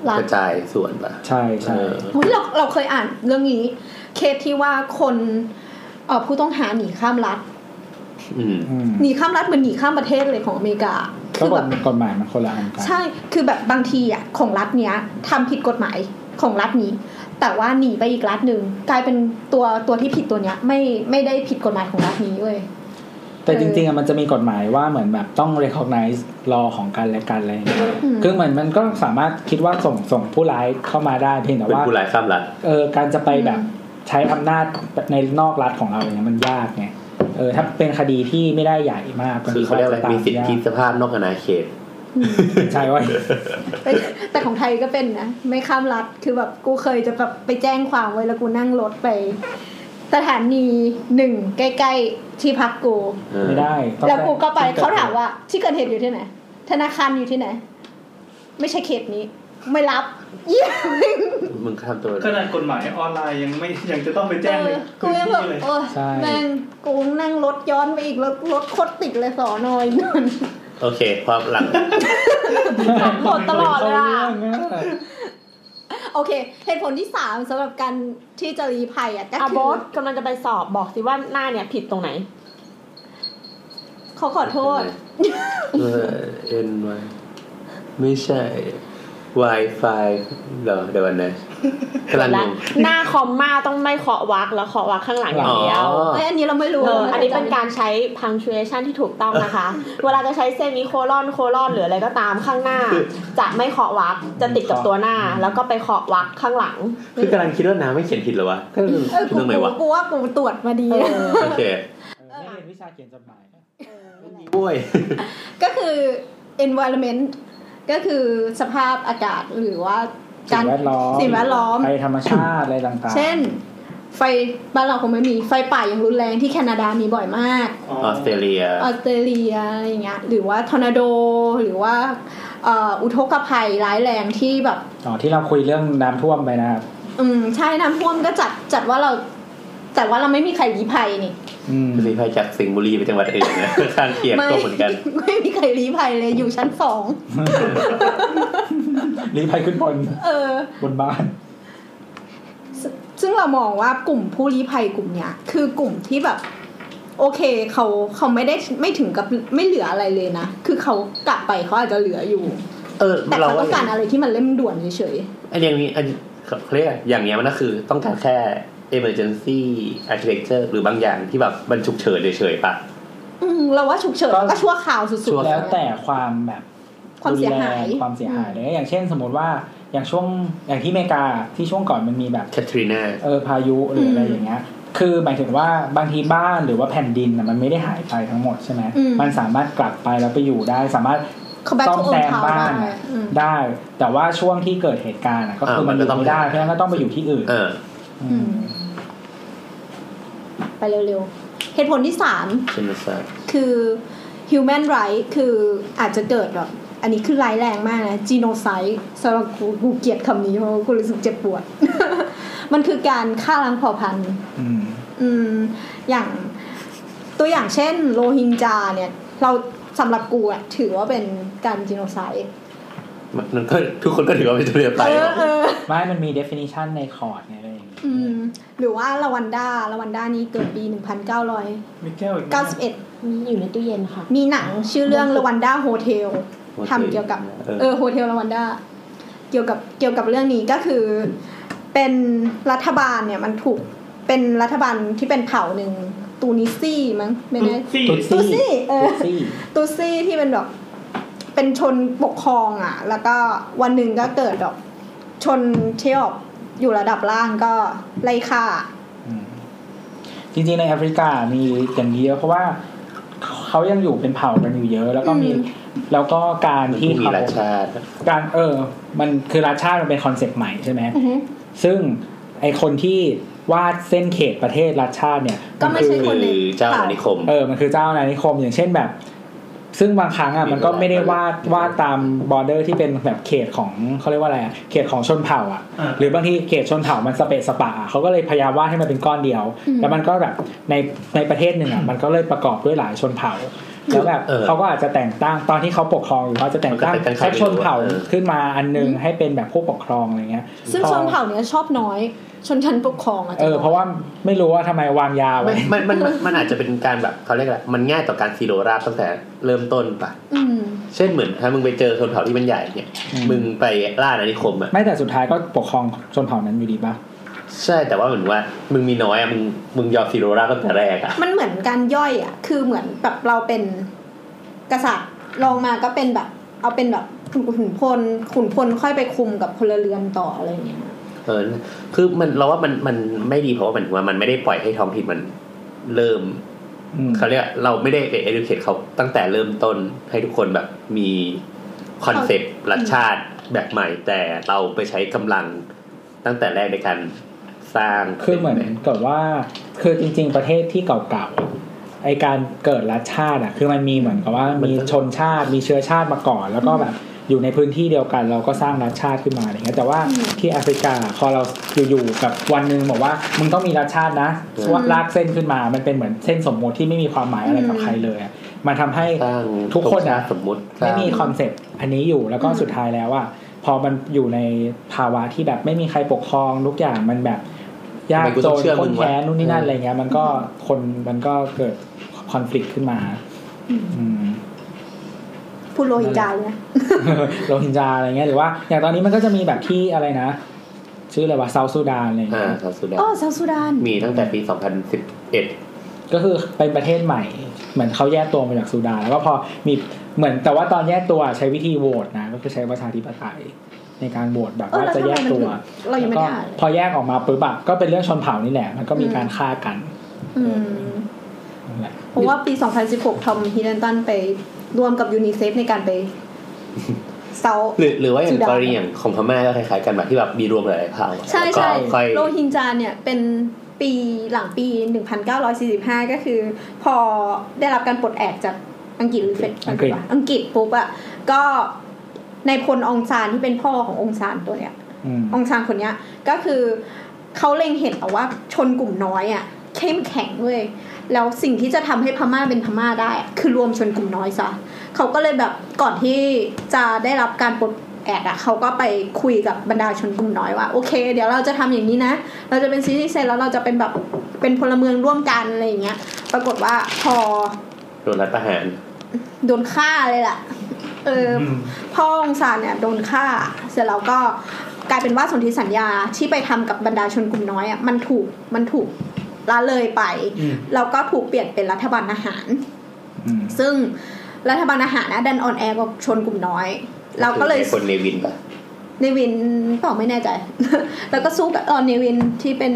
Speaker 6: รั
Speaker 2: ก
Speaker 6: ฐ
Speaker 2: ระจายส่วนป่ะ
Speaker 5: ใช่ใช่
Speaker 2: เออ
Speaker 6: อุ๊ยเราเราเคยอ่านเรื่องนี้ เคสที่ว่าคนเอ่อผู้ต้องหาหนีข้ามรัฐ
Speaker 2: อืม
Speaker 5: อืม
Speaker 6: หนีข้ามรัฐเหมันหนีข้ามประเทศเลยของอเมริกา
Speaker 5: ก็
Speaker 6: คือแบบ
Speaker 5: กฎหมายมันคนละอันกัน
Speaker 6: ใช่ คือแบบบางทีอ่ะของรัฐเนี้ยทำผิดกฎหมายของรัฐนี้ แต่ว่าหนีไปอีกรัฐหนึ่งกลายเป็นตัวตัวที่ผิดตัวเนี้ยไม่ไม่ได้ผิดกฎหมายของรัฐนี้เว้ย
Speaker 5: แต่จริงๆอะมันจะมีกฎหมายว่าเหมือนแบบต้อง recognize รอของกันและกันอะไรอย่างเงี้ย
Speaker 6: อืม
Speaker 5: คือเหมือนมันก็สามารถคิดว่าส่งส่งผู้ร้ายเข้ามาได้เพียงแต่
Speaker 2: เป็น
Speaker 5: ว่า
Speaker 2: ผู้ร้ายข้ามรัฐ
Speaker 5: เออการจะไปแบบใช้อำนาจในนอกรัฐของเราอย่างเงี้ยมันยากไงเออถ้าเป็นคดีที่ไม่ได้ใหญ่มาก
Speaker 2: คือเขาเรียกอะไร
Speaker 5: บง
Speaker 2: มี
Speaker 5: ที
Speaker 2: สิทธิ
Speaker 5: ก็
Speaker 2: สภาพนอกอาณาเขต
Speaker 5: ตามยากใช่เว่า
Speaker 6: แต่แต่ของไทยก็เป็นนะไม่ข้ามรัฐคือแบบกูเคยจะแบบไปแจ้งความไว้แล้วกูนั่งรถไป สถานีหนึ่งใกล้ๆที่พักกู
Speaker 2: เออ
Speaker 5: ไม่ได้ต้อง
Speaker 6: แล้วกูก็ไปเขาถาม
Speaker 5: เ
Speaker 6: ว่าที่เกิดเหตุอยู่ที่ไหน ธนาคารอยู่ที่ไหน ไม่ใช่เขตนี้ ไม่รับเยี่ย ม
Speaker 2: มึงทำตัว
Speaker 3: ขนาดกฎหมายออนไลน์ยังไม่ยังจะต้องไปแจ้งเลย
Speaker 6: เออกูยังแบบ
Speaker 3: เลย
Speaker 6: โอ้ย
Speaker 5: ใช่
Speaker 6: แม่งกูนั่งรถย้อนไปอีกรถรถโคตรติดเลยสอนอยน อน
Speaker 2: โอเค ความหลัง
Speaker 6: หมดตลอด
Speaker 5: ข้า
Speaker 6: เลยอ่ะ
Speaker 5: เรื่องนะ
Speaker 6: โอเค เหตุผลที่สามสำหรับการที่จะรีภัยอ่ะก็
Speaker 4: อา
Speaker 6: คื
Speaker 4: โบ
Speaker 6: อ
Speaker 4: สกำลังจะไปสอบบอกสิว่าหน้าเนี่ยผิดตรงไหน
Speaker 6: เขาขอโทษ
Speaker 2: เออ N Y ไม่ใช่ Wi-Fi เหรอเดี๋ยววันนะกำลังง
Speaker 4: และ
Speaker 2: ง
Speaker 4: หน้าคอมมาต้องไม่เคาะวักแล้วเคาะวักข้างหลังอย่างเดียว
Speaker 2: อ๋อ
Speaker 6: เอ้ยอันนี้เราไม่รู้
Speaker 4: เอออันนี้เป็นการใช้ punctuation ที่ถูกต้องนะคะ เวลาจะใช้เซมิโคลอนโคลอนหรืออะไรก็ตามข้างหน้า จะไม่เคาะวักจะติดกับตัวหน้า แล้วก็ไปเคาะวักข้างหลัง
Speaker 2: คือกำลังคิดว่าน้ำไม่เขียนผิดเหรอวะก็คือ
Speaker 6: เออกู
Speaker 2: เรื่องไหนวะ
Speaker 6: กูว่ากูตรวจมาดี
Speaker 2: โอเค
Speaker 5: เออไม่เรียนวิชาเขียนจดหมาย
Speaker 2: โอ้ย
Speaker 6: ก็คือ environment ก็คือสภาพอากาศหรือว่า
Speaker 5: สิ่
Speaker 6: การ
Speaker 5: งแวดล้อม
Speaker 6: สิ่งแวดล้อม
Speaker 5: ไปธรรมชาติอะไรต่างๆ
Speaker 6: เช่น ไฟบ้านเราคงไม่มีไฟป่าอย่างรุนแรงที่แคนาดามีบ่อยมาก
Speaker 3: อ๋อ
Speaker 2: ออสเตรเลีย
Speaker 6: ออสเตรเลียอะไรอย่างเงี้ยหรือว่าทอร์นาโด หรือว่าเอ่ออุทกภัยร้ายแรงที่แบบ
Speaker 5: อ๋อที่เราคุยเรื่องน้ำท่วมไปนะครับ
Speaker 6: อืมใช่น้ำท่วมก็จัดจัดว่าเรา แต่ว่าเราไม่มีใครรีภัยนี่
Speaker 5: อื ม
Speaker 2: รีภัยจากสิงห์บุรีไปจังหวัดอื่น นะข้างเคียง
Speaker 6: ไม่
Speaker 2: ก็เหมือนกัน
Speaker 6: ไม่มีใครรีภัยเลยอยู่ชั้นสอง
Speaker 5: รีภัยขึ้นบน
Speaker 6: เออบ
Speaker 5: นบ้าน
Speaker 6: ซึ่งซึ่งเรามองว่ากลุ่มผู้รีภัยกลุ่มเนี้ยคือกลุ่มที่แบบ โอเคเขาเขาไม่ได้ไม่ถึงกับไม่เหลืออะไรเลยนะคือเขากลับไปเขาอาจจะเหลืออยู่
Speaker 2: เออ
Speaker 6: แต่
Speaker 2: เรา
Speaker 6: เขา
Speaker 2: ว่า
Speaker 6: ต้องการอะไรที่มันเร่งด่วนเฉย
Speaker 2: อันอย่างนี้อันเขาเรียกอย่างเนี้ยมันก็คือต้องการแค่ emergency architecture หรือบางอย่างที่แบบมันฉุกเฉินเฉยๆปะ
Speaker 6: ๆอืมเราว่าฉุกเฉิน
Speaker 5: ก็
Speaker 6: ก็ชั่วคราวสุด
Speaker 2: ชั่
Speaker 6: ๆ
Speaker 2: คร
Speaker 5: แล้วแต่ความแบบ
Speaker 6: ความเสียหาย
Speaker 5: ดูแลความเสียหายอะไรเงี้ยอย่างเช่นสมมติว่าอย่างช่วงอย่างที่อเมริกาที่ช่วงก่อนมันมีแบบ
Speaker 7: แคทรีนา
Speaker 5: เออพายุหรืออะไรอย่างเงี้ย คือหมายถึงว่าบางทีบ้านหรือว่าแผ่นดินน่ะมันไม่ได้หายไปทั้งหมดใช่ไหม
Speaker 6: อืม
Speaker 5: มันสามารถกลับไปแล้วไปอยู่ได้ สามารถ
Speaker 6: เขาแบ c
Speaker 5: ซ่อ
Speaker 6: ทู
Speaker 5: ม
Speaker 6: โอ
Speaker 5: แซ
Speaker 6: น
Speaker 5: ม
Speaker 6: เทา
Speaker 5: บ้า
Speaker 6: ได้
Speaker 5: นน่ะ
Speaker 6: อืม
Speaker 5: ได้ แต่ว่าช่วงที่เกิดเหตุการณ์น่ะก็คือมันอยู่ไม่ได้เพราะฉะนั้นก็ต้องไปอยู่ที่อื่น
Speaker 7: เออ
Speaker 5: อืม
Speaker 6: ไปเร็วๆ เหตุผลที่
Speaker 7: เช่นนั้นซะ
Speaker 6: 3 คือ human right คืออาจจะเกิดแบบ อันนี้คือร้ายแรงมากนะ genocide สำหรับกูกูเกลียดคำนี้เพราะว่ากูรู้สึกเจ็บปวด มันคือการฆ่าล้างเผ่าพันธุ์
Speaker 5: อืม
Speaker 6: อืมอย่างตัวอย่างเช่นโรฮิงญาเนี่ย เราสำหรับกูอะถือว่าเป็นการจีโนไซด์
Speaker 7: มันก็ทุกคนก็ถือว่าเป็นตัวเลือกไป
Speaker 6: เออเออ
Speaker 5: ไม่มันมี definition ในคอร์ดในอะไรอย่างเงี้ย
Speaker 6: อืมหรือว่าลาวันดาลาวันดานี่เกิดปี 1991
Speaker 3: มีแก้วอีกไหม
Speaker 4: มีอยู่ในตู้เย็นค่ะ
Speaker 6: มีหนังชื่อเรื่องลาวันดาโฮเทล ทำเกี่ยวกับ
Speaker 7: เออ
Speaker 6: เออโฮเทลรวันด้าเกี่ยวกับเกี่ยวกับเรื่องนี้ก็คือ เป็นรัฐบาลเนี่ยมันถูกเป็นรัฐบาลที่เป็นเผ่าหนึ่งตูนิซีมั้งไม่แน่
Speaker 3: ตุ๊ดซี่
Speaker 5: ตุ๊ด
Speaker 6: ตุ๊ด
Speaker 5: ซี่
Speaker 6: ซี่เออ
Speaker 5: ตุ๊ดซี่
Speaker 6: ตูซี่ที่เป็นแบบเป็นชนปกครองอ่ะ แล้วก็วันหนึ่งก็เกิดแบบชนเที่ยวอยู่ระดับล่างก็ไล่ฆ่า
Speaker 5: อืมจริงๆในแอฟริกามีอย่างเยอะเพราะว่าเขายังอยู่เป็นเผ่ากันอยู่เยอะ แล้วก็มี
Speaker 6: อืม
Speaker 5: แล้วก็การ
Speaker 7: มัน
Speaker 5: ที่
Speaker 7: มี
Speaker 5: เขา
Speaker 7: ราชาติ
Speaker 5: การเออ มันคือราชาติมันเป็นคอนเซ็ปต์ใหม่ใช่ไหม ซึ่งไอคนที่วาดเส้นเขตประเทศรัฐชาติเนี่ย
Speaker 6: ก็ไม่ใช่
Speaker 5: นคือ
Speaker 6: คนใน
Speaker 7: คือเจ้าอาณานิคม
Speaker 5: เออมันคือเจ้าอาณานิคมอย่างเช่นแบบ ซึ่งบางครั้งอ่ะ
Speaker 7: มี
Speaker 5: มันก็ไม่ได้วาด
Speaker 7: เวลา
Speaker 5: วาดตามบอร์เดอร์ที่เป็นแบบเขตของเขาเรียกว่าอะไรอะเขตของชนเผ่าอ่ะ
Speaker 3: อ่ะ
Speaker 5: หรือบางทีเขตชนเผ่ามันสเปะสปะอะเขาก็เลยพยายามวาดให้มันเป็นก้อนเดียว
Speaker 6: อืม
Speaker 5: แล้วมันก็แบบในในประเทศหนึ่งอ่ะมันก็เลยประกอบด้วยหลายชนเผ่าแล้วแบบ
Speaker 7: เออ
Speaker 5: เขาก็อาจจะแต่งตั้งตอนที่เขาปกครองอยู่เขาจะแต่งตั้ง
Speaker 7: มันก็แต่งตั้งใคร
Speaker 5: สักชนเผ่า
Speaker 7: ไม่รู้อะเออ
Speaker 5: ขึ้นมาอันหนึงให้เป็นแบบผู้ปกครองอะไรเงี้ย
Speaker 6: ซึ่งชนเผ่าเนี้ยชอบน้อย ชนชั้นปกครองอ่ะ
Speaker 5: เออเพราะว่าไม่รู้ว่าทำไมวางยาไว้
Speaker 7: มันมันมันมันมันอาจจะเป็นการแบบเขาเรียกอะไรมันง่ายต่อการซีโรราบตั้งแต่เริ่มต้นปะ
Speaker 6: อืม
Speaker 7: เช่นเหมือนถ้ามึงไปเจอชนเผ่าที่มันใหญ่เนี่ย
Speaker 5: อืม
Speaker 7: มึงไปล่าอาณานิคมอ่ะ
Speaker 5: ไม่แต่สุดท้ายก็ปกครองชนเผ่านั้นอยู่ดีป่ะ
Speaker 7: ใช่แต่ว่าเหมือนว่ามึงมีน้อยอ่ะมึงมึงยอมซีโรราบตั้งแต่แรกอ่ะ
Speaker 6: มันเหมือนการย่อยอ่ะ คือเหมือนแบบเราเป็นกษัตริย์ลงมาก็เป็นแบบ เอาเป็นแบบขุนพลขุนพลค่อยไปคุมกับพลเรือนต่ออะไรเงี้ย
Speaker 7: เออ คือมันเราว่ามันมันไม่ดีเพราะว่ามันว่ามันไม่ได้ปล่อยให้ท้องถิ่นมันเริ่ม
Speaker 5: อืม
Speaker 7: เขาเรียกเราไม่ได้ไป educate เขาตั้งแต่เริ่มต้นให้ทุกคนแบบมีคอนเซปต์รัฐชาติแบบใหม่ แต่เราไปใช้กำลังตั้งแต่แรกในการสร้าง
Speaker 5: คือเหมือนกับว่า คือจริง ๆ ประเทศที่เก่าๆอะไอการเกิดรัฐชาติอ่ะ คือมันมีเหมือนกับว่ามีชนชาติมีเชื้อชาติมาก่อน แล้วก็แบบอยู่ในพื้นที่เดียวกัน เราก็สร้างรัฐชาติขึ้นมาอะไรเงี้ยแต่ว่าที่แอฟริกาพอเราอยู่ๆแบบวันหนึ่งบอกว่ามึงต้องมีรัฐชาตินะว่าลากเส้นขึ้นมา มันเป็นเหมือนเส้นสมมติที่ไม่มีความหมายอะไรกับใครเลยอะมันทำให้
Speaker 7: สร้าง
Speaker 5: ทุกคนอะ
Speaker 7: ชาติสมมุติส
Speaker 5: ไม่
Speaker 7: ร้าง
Speaker 5: มีคอนเซปต์อันนี้อยู่แล้วก็
Speaker 6: อืม
Speaker 5: สุดท้ายแล้วว่าพอมันอยู่ในภาวะที่แบบไม่มีใครปกครองทุกอย่างมันแบบ ยากจนคนแค้นนู่นนี่นั่นอะไรเงี้ย มันก็คนมันก็เกิดคอน FLICT ขึ้นมาอืม
Speaker 6: พูดโลหิตจาเลยนะ
Speaker 5: โรฮิงญาอะไรเงี้ยหรือว่า อย่างตอนนี้มันก็จะมีแบบที่อะไรนะ ชื่ออะไรวะเซาท์ซูดานอะไร
Speaker 7: อ่า
Speaker 5: เงี้ย
Speaker 7: ซาสุดา
Speaker 6: อ๋อซาสุดาน
Speaker 7: มีตั้งแต่ปี 2011
Speaker 5: ก็คือเป็นประเทศใหม่ เหมือนเขาแยกตัวมาจากซูดานแล้วก็พอมีเหมือนแต่ว่าตอนแยกตัวใช้วิธีโหวตนะก็คือใช้ประชาธิปไตยในการโหวตแบบ
Speaker 6: เออ
Speaker 5: ว่าจะแยกตัว
Speaker 6: แล้วทำไมมันถึงเรายังไม่ได้
Speaker 5: แล้
Speaker 6: อ่า
Speaker 5: วน
Speaker 6: เลย
Speaker 5: พอแยกออกมาปุ๊บอะก็เป็นเรื่องชนเผ่านี่แหละ มันก็มีการฆ่ากัน
Speaker 6: อืม
Speaker 5: นั่นแหละ
Speaker 6: เพราะว่าปี 2016 ทอมฮิลันตันไปรวมกับยูนิเซฟในการไป เซา
Speaker 7: หรือหรือว่าอย่าง
Speaker 6: สุดา
Speaker 7: กรณีอย่างของพม่าก็คล้ายๆกันแบบที่แบบมีรวมหลายๆเผ่า
Speaker 6: ใช่
Speaker 7: แล้วก็
Speaker 6: ใช่
Speaker 7: ค่อย
Speaker 6: โรฮิงญาเนี่ยเป็นปีหลังปี 1945 ก็คือ พอได้รับการปลดแอกจากอังกฤษหรือเฟดอังกฤษปุ๊บอ่ะก็ในพลองซานที่เป็นพ่อขององซานตัวเนี้ย
Speaker 5: อืม
Speaker 6: องซานคนเนี้ยก็คือเขาเล็งเห็นแต่ว่าชนกลุ่มน้อยอะ่ะเข้มแข็งเว้ยแล้วสิ่งที่จะทำให้พม่าเป็นพม่าได้อะคือรวมชนกลุ่มน้อยซะเขาก็เลยแบบก่อนที่จะได้รับการปลดแอกอะ่ะเขาก็ไปคุยกับบรรดาชนกลุ่มน้อยว่าโอเค เดี๋ยวเราจะทำอย่างนี้นะ เราจะเป็นซิติเซนแล้วเราจะเป็นแบบเป็นพลเมืองร่วมกันอะไรอย่างเงี้ย ปรากฏว่าพอ
Speaker 7: โดนรัฐประหาร
Speaker 6: โดนฆ่าเลยล่ะเออ
Speaker 3: อืม
Speaker 6: พ่อองซานเนี่ยโดนฆ่า เสร็จแล้วก็กลายเป็นว่าสนธิสัญญาที่ไปทำกับบรรดาชนกลุ่มน้อยอ่ะมันถูกมันถูกละเลยไป
Speaker 3: อืม
Speaker 6: แล้วก็ถูกเปลี่ยนเป็นรัฐบาลทหาร
Speaker 5: อืม
Speaker 6: ซึ่ง รัฐบาลอาหารนะดันออนแอร์กับชนกลุ่มน้อย เราก็เลย
Speaker 7: คือไอ้คนเนวินปะ
Speaker 6: เนวินเปล่าไม่แน่ใจ แล้วก็สู้กับตอนเนวินที่เป็น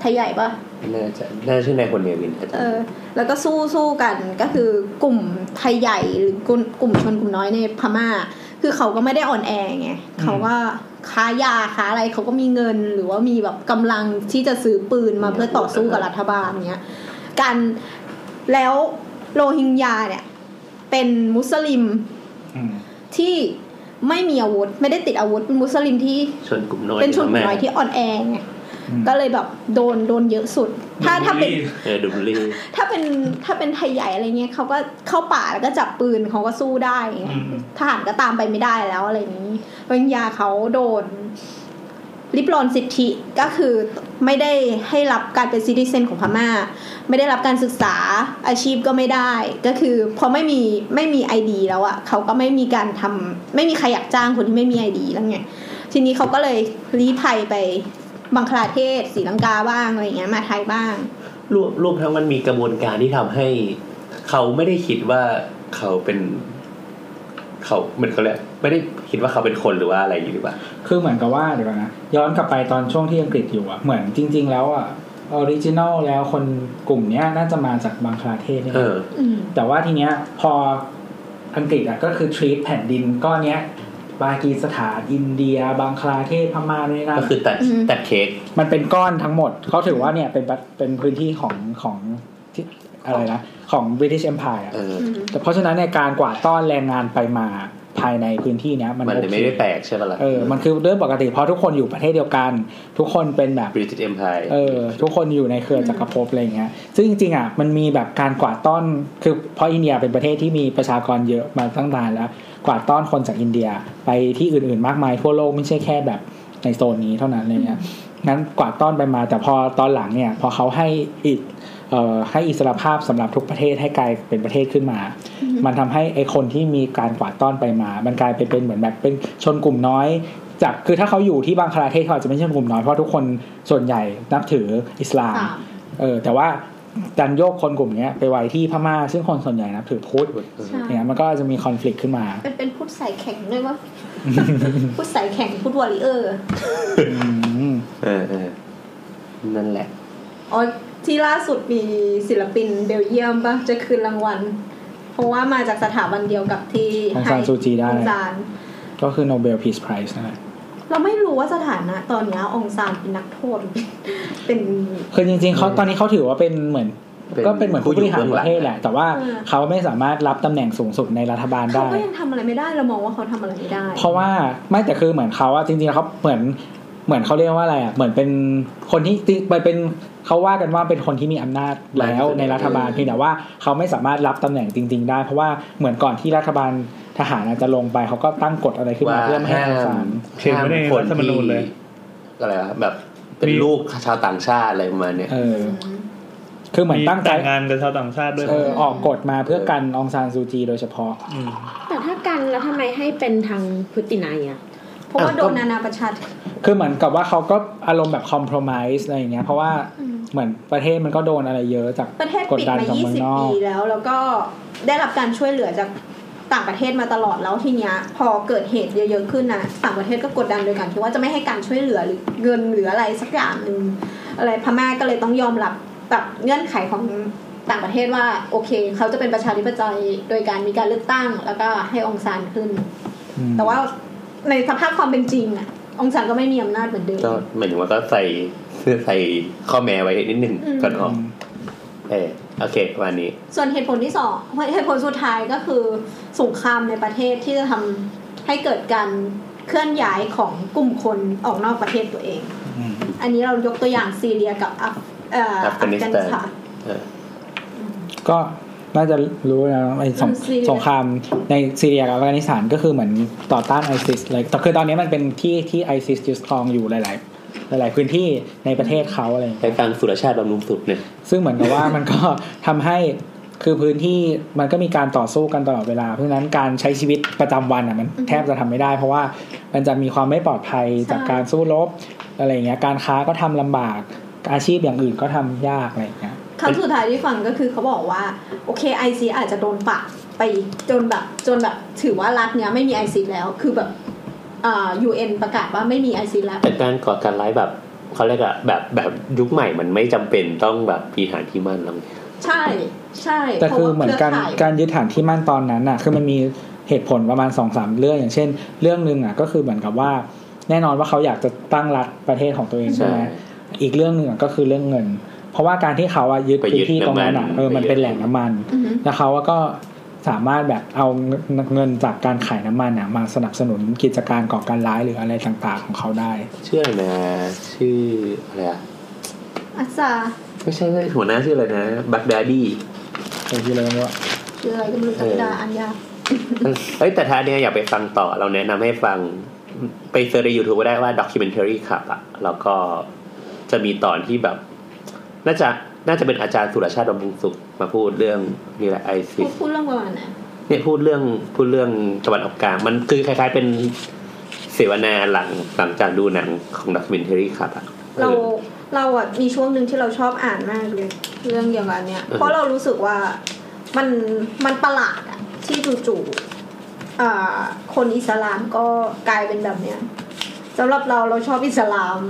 Speaker 6: ไทยใหญ่ปะ
Speaker 7: น่าจะน่าจะชื่อนายคนเนวินอาจาร
Speaker 6: เอ
Speaker 7: ย์
Speaker 6: อแล้วก็สู้สู้กันก็คือกลุ่มไทยใหญ่หรือกลุ่มกลุ่มชนกลุ่มน้อยในพม่า คือเขาก็ไม่ได้อ่อนแอไงเขาก็ค้ายาค้าอะไรเขาก็มีเงินหรือว่ามีแบบกำลังที่จะซื้อปืนมาเพื่อต่อสู้กับรัฐบาลเนี้ยการแล้วโรฮิงญาเนี่ย เป็นมุสลิม
Speaker 5: อืม
Speaker 6: ที่ไม่มีอาวุธ ไม่ได้ติดอาวุธเป็นมุสลิมที่
Speaker 7: ชนกลุ่มน้อย
Speaker 6: เป็นชนกลุ่
Speaker 7: แม่
Speaker 6: มน้อยที่อ่อนแอไง
Speaker 5: อืม
Speaker 6: ก็เลยแบบโดนโดนเยอะสุด ถ้าถ้าเป็น
Speaker 7: เออดุมลี่
Speaker 6: ถ้าเป็นถ้าเป็นไทยใหญ่อะไรเงี้ยเขาก็เข้าป่าแล้วก็จับปืนเขาก็สู้ได้ไง
Speaker 3: อืม
Speaker 6: ทหารก็ตามไปไม่ได้แล้วอะไรอย่างนี้ปริญญาเขาโดนริบรอนสิทธิก็คือไม่ได้ให้รับการเป็นซิติเซนของพม่า ไม่ได้รับการศึกษาอาชีพก็ไม่ได้ ก็คือพอไม่มีไม่มีไอดีแล้วอะ่ะเขาก็ไม่มีการทำไม่มีใครอยากจ้างคนที่ไม่มีไอดีแล้วไงทีนี้เขาก็เลยลี้ภัยไปบังคลาเทศศรีลังกาบ้างอะไรอย่างเงี้ยมาไทยบ้าง
Speaker 7: รวมรวมทั้งมันมีกระบวนการที่ทำให้ เขาไม่ได้คิดว่าเขาเป็น เขาเหมือนเขาเรียกไม่ได้คิดว่าเขาเป็นคนหรือว่าอะไรอยู่างงี้หรือเปล่า
Speaker 5: คือเหมือนกับว่าเดี๋ยวก่อนนะย้อนกลับไปตอนช่วงที่อังกฤษอยู่อะเหมือนจริง ๆ แล้วอะออริจินอลแล้วคนกลุ่มเนี้ยน่าจะมาจากบังคลาเทศเนี่ย
Speaker 7: เออ
Speaker 6: อืม
Speaker 5: แต่ว่าทีเนี้ยพออังกฤษอ่ะก็คือ treat แผ่นดินก้อนเนี้ยปากีสถานอินเดียบังคลาเทศพม่าด้วยนะ
Speaker 7: ก็คือตัด
Speaker 6: อืม
Speaker 7: ตัดเค้ก
Speaker 5: มันเป็นก้อนทั้งหมดเขาถือว่าเนี่ยเป็นประเป็นพื้นที่ของของที่อะไรนะ ของ British Empire อะ
Speaker 7: เออ
Speaker 5: แต่เพราะฉะนั้นในยการกวาดต้อนแรงงานไปมาภายในพื้นที่เนี้ยมัน
Speaker 7: มันเลยไม่ได้แปลกใช่ปะล่ะ
Speaker 5: เออมันคือเรื่องปกติ เพราะทุกคนอยู่ประเทศเดียวกัน ทุกคนเป็นแบบ
Speaker 7: British Empire
Speaker 5: เออทุกคนอยู่ในเครือจักรภพอะไรอย่างเงี้ยซึ่งจริงๆอ่ะมันมีแบบการกวาดต้อนคือเพราะอินเดียเป็นประเทศที่มีประชากรเยอะมาตั้งนานแล้ว กวาดต้อนคนจากอินเดียไปที่อื่นๆมากมายทั่วโลกไม่ใช่แค่แบบในโซนนี้เท่านั้นอะไรเงี้ยงั้นกวาดต้อนไปมาแต่พอตอนหลังเนี่ยพอเขาให้อิสเอ่อให้อิสรภาพสำหรับทุกประเทศให้กลายเป็นประเทศขึ้นมา มันทำให้ไอคนที่มีการกวาดต้อนไปมา มันกลายไปเป็นเหมือนแบบเป็นชนกลุ่มน้อย จากคือถ้าเขาอยู่ที่บังคลาเทศเขาอาจจะไม่ใช่ชนกลุ่มน้อยเพราะทุกคนส่วนใหญ่นับถืออิสลาม
Speaker 6: ค่ะ
Speaker 5: เออแต่ว่าดันโยกคนกลุ่มเนี้ยไปไว้ที่พม่าซึ่งคนส่วนใหญ่นับถือพุทธ
Speaker 6: ใช่
Speaker 5: เนี่ยมันก็จะมีคอน FLICT ขึ้นมา
Speaker 6: เป็นเป็นพูดสายแข็งด้วยว่า พูดสายแข็งพูดวอริเออร์
Speaker 5: อืม
Speaker 7: เออเออนั่นแหละ
Speaker 6: อ๋อที่ล่าสุดมีศิลปินเบลเยียมปะจะคืนรางวัล เพราะว่ามาจากสถาบันเดียวกับที่
Speaker 5: องซานซูจีได้
Speaker 6: องซาน
Speaker 5: ก็คือโนเบลพีซไพรส์นั่นแหละ
Speaker 6: เราไม่รู้ว่าสถานะตอนเนี้ยองซานเป็นนักโทษหรือ เป็น
Speaker 5: คือจริงๆเขาตอนนี้เขาถือว่าเป็นเหมือน
Speaker 7: เป็น
Speaker 5: ก็เป็นเหมือนผู้บริหารประเท
Speaker 7: ผู้อยู่
Speaker 5: ศ
Speaker 7: เบื้องหลัง
Speaker 5: แหละ แต่ว่าเขาไม่สามารถรับตำแหน่งสูงสุดในรัฐบาล
Speaker 6: เขา
Speaker 5: ได้
Speaker 6: ก็ยังทำอะไรไม่ได้เรามองว่าเขาทำอะไรไม่ได้
Speaker 5: เพราะว่าไม่แต่คือเหมือนเขาอะจริงๆเขาเหมือนเหมือนเขาเรียกว่าอะไรอะเหมือนเป็นคนที่จริงไปเป็นเขาว่ากันว่าเป็นคนที่มีอำนาจแล้วในรัฐบาลเพียงแต่ว่าเขาไม่สามารถรับตำแหน่งจริง ๆ ได้ เพราะว่าเหมือนก่อนที่รัฐบาลทหารอาจจะลงไปเขาก็ตั้งกฎอะไรขึ้นมา
Speaker 7: ว่า
Speaker 5: เพื่อไม่ให้
Speaker 7: ห้า
Speaker 5: องศาม ล
Speaker 3: เขียนไว้ในรัฐธรรมนูญเลย
Speaker 7: อะไรวะแบบเป็น
Speaker 3: มี
Speaker 7: ลูกชาวต่างชาติอะไรประมาณเนี้ย
Speaker 5: เออ คือเหมือน
Speaker 3: มี
Speaker 5: ตั้งใจ
Speaker 3: แต่งงานกับชาวต่างชาติด้วย
Speaker 5: เออออกกฎมาเพื่อกันองซานซูจีโดยเฉพาะ
Speaker 3: ม
Speaker 4: แต่ถ้ากันแล้วทำไมให้เป็นทางพฤตินัยอ่ะ
Speaker 6: เพราะว่าโดนนานาประชาชน
Speaker 5: คือเหมือนกับว่าเขาก็อารมณ์แบบคอม p r o m i s e อะไรอย่างเงี้ยเพราะว่า
Speaker 6: อืม
Speaker 5: เหมือนประเทศมันก็โดนอะไรเยอะจาก
Speaker 6: ประเทศ
Speaker 5: กด
Speaker 6: ปิด
Speaker 5: ดัน
Speaker 6: มา
Speaker 5: จากเมืองนอ
Speaker 6: 20
Speaker 5: ก
Speaker 6: ปีแล้ว แล้วก็ได้รับการช่วยเหลือจากต่างประเทศมาตลอดแล้วทีเนี้ย พอเกิดเหตุเยอะๆขึ้นนะต่างประเทศก็กดดันโดยการที่ว่าจะไม่ให้การช่วยเหลือหรือเงินหรืออะไรสักอย่างหนึ่งอะไรพม่าก็เลยต้องยอมรับแบบเงื่อนไขของต่างประเทศว่า โอเค เขาจะเป็นประชาธิปไตยโดยการมีการเลือกตั้ง แล้วก็ให้องซานขึ้น
Speaker 5: อืม
Speaker 6: แต่ว่าในสภาพความเป็นจริงอะองซานก็ไม่มีอำนาจเหมือนเดิม
Speaker 7: ก็หมายถึงว่าก็ใส่ใส่ข้อแม้ไว้นิดนึง
Speaker 6: อืม
Speaker 7: ก่อนออกเออโอเคประมาณนี้
Speaker 6: ส่วนเหตุผลที่สองเหตุผลสุดท้ายก็คือสงครามในประเทศที่จะทำให้เกิดการเคลื่อนย้ายของกลุ่มคนออกนอกประเทศตัวเอง
Speaker 5: อืม
Speaker 6: อันนี้เรายกตัวอย่างซีเรียกับอัฟเอ่ออั
Speaker 7: อั
Speaker 6: ฟ
Speaker 7: ฟา
Speaker 6: กากนิ
Speaker 7: นิ
Speaker 6: ส
Speaker 7: สถาน
Speaker 6: ถาน
Speaker 7: เออ
Speaker 5: ก็น่าจะรู้แล้วไอ้สง
Speaker 6: อืมซีเรีย
Speaker 5: สงครามในซีเรียกับอัฟกานิสถานก็คือเหมือนต่อต้านไอซิสเลยแต่คือตอนนี้มันเป็นที่ที่ไอซิสยึดครองอยู่หลาย ๆ หลาย ๆ พื้นที่ในประเทศเขาอะไรอย่างเงี้ย
Speaker 7: ไปฟังสุรชาติบำรุงสุขเนี่ย
Speaker 5: ซึ่งเหมือนกับว่า มันก็ทำให้คือพื้นที่มันก็มีการต่อสู้กันตลอดเวลา เพราะฉะนั้นการใช้ชีวิตประจำวันอ่ะมันแทบจะทำไม่ได้ เพราะว่ามันจะมีความไม่ปลอดภัยจากการสู้รบอะไรอย่างเงี้ยการค้าก็ทำลำบากอาชีพอย่างอื่นก็ทำยากอะไรอย่างเงี้ย
Speaker 6: คำสุดท้ายที่ฟังก็คือเขาบอกว่า โอเคไอซีอาจจะโดนปรับ ไปจนแบบจนแบบถือว่ารัฐเนี้ยไม่มีไอซีแล้ว คือแบบอ่ายูเอ็นประกาศว่าไม่มีไอซีแล้ว
Speaker 2: แต่การก่อการร้ายแบบเขาเรียกอะแบบแบบยุคใหม่มันไม่จำเป็นต้องแบบมีฐานที่มั่นแล้วไง
Speaker 6: ใช่ใช่
Speaker 5: แต่คือ
Speaker 6: พราะว่า
Speaker 5: เหมือนกัน
Speaker 6: ครืข่ย
Speaker 5: การยึดฐานที่มั่นตอนนั้นน่ะ คือมันมีเหตุผลประมาณสองสามเรื่องอย่างเช่น เรื่องหนึ่งอ่ะก็คือเหมือนกับว่าแน่นอนว่าเขาอยากจะตั้งรัฐประเทศของตัวเองใช่
Speaker 2: ใช่
Speaker 5: ไหมอีกเรื่องหนึ่งอ่ะก็คือเรื่องเงิน เพราะว่าการที่เขาอะยึด
Speaker 2: ไป
Speaker 5: พื้
Speaker 2: ยึ
Speaker 5: น
Speaker 2: ด
Speaker 5: ที่ตรงนั้นอ่ะ
Speaker 2: น้ำมัน
Speaker 5: เออมัน
Speaker 2: ไปยึด
Speaker 5: เป็นแหล่งน้ำมัน
Speaker 6: อือฮึ
Speaker 5: แล้วเขาอะก็สามารถแบบเอาเงินจากการขายน้ำมันอ่ะมาสนับสนุนกิจการก่อการร้ายหรืออะไรต่างๆของเขาได้
Speaker 2: ชื่ออะไรนะ ชื่ออะไรอะ
Speaker 6: อัสซา
Speaker 2: ไม่ใช่ไม่ใช่หัวหน้าชื่ออะไรนะบักดาดี้
Speaker 5: โดยที่เราไม่ว่า
Speaker 6: คืออะไรก็ไม่รู้
Speaker 2: เอ
Speaker 6: จำ
Speaker 2: อ
Speaker 6: ไม่ได้อันยาก
Speaker 2: เอ้ยแต่ท้าเนี่ยอยากไปฟังต่อเราแนะนำให้ฟังไปเซิร์ชใน YouTube ก็ได้ว่า documentary club อะแล้วก็จะมีตอนที่แบบ น่าจะน่าจะเป็นอาจารย์สุรชาติบำรุงสุขมาพูดเรื่องนี่แหละไอซิส
Speaker 6: พูดเรื่องประมาณไหน
Speaker 2: เนี่ยพูดเรื่องพูดเรื่องตะวันออกกลางมันคือคล้ายๆเป็นเสวนาหลังหลังจากดูหนังของดักมินเทอรี่ครับอะ
Speaker 6: เรา
Speaker 2: เออ
Speaker 6: เราอ่ะมีช่วงหนึ่งที่เราชอบอ่านมากเลยเรื่องเกี่ยวกับอันเนี้ย
Speaker 2: อือฮึ
Speaker 6: เพราะเรารู้สึกว่ามันมันประหลาดอ่ะที่จู่ๆอ่าคนอิสลามก็กลายเป็นแบบเนี้ยสำหรับเราเราชอบอิสลาม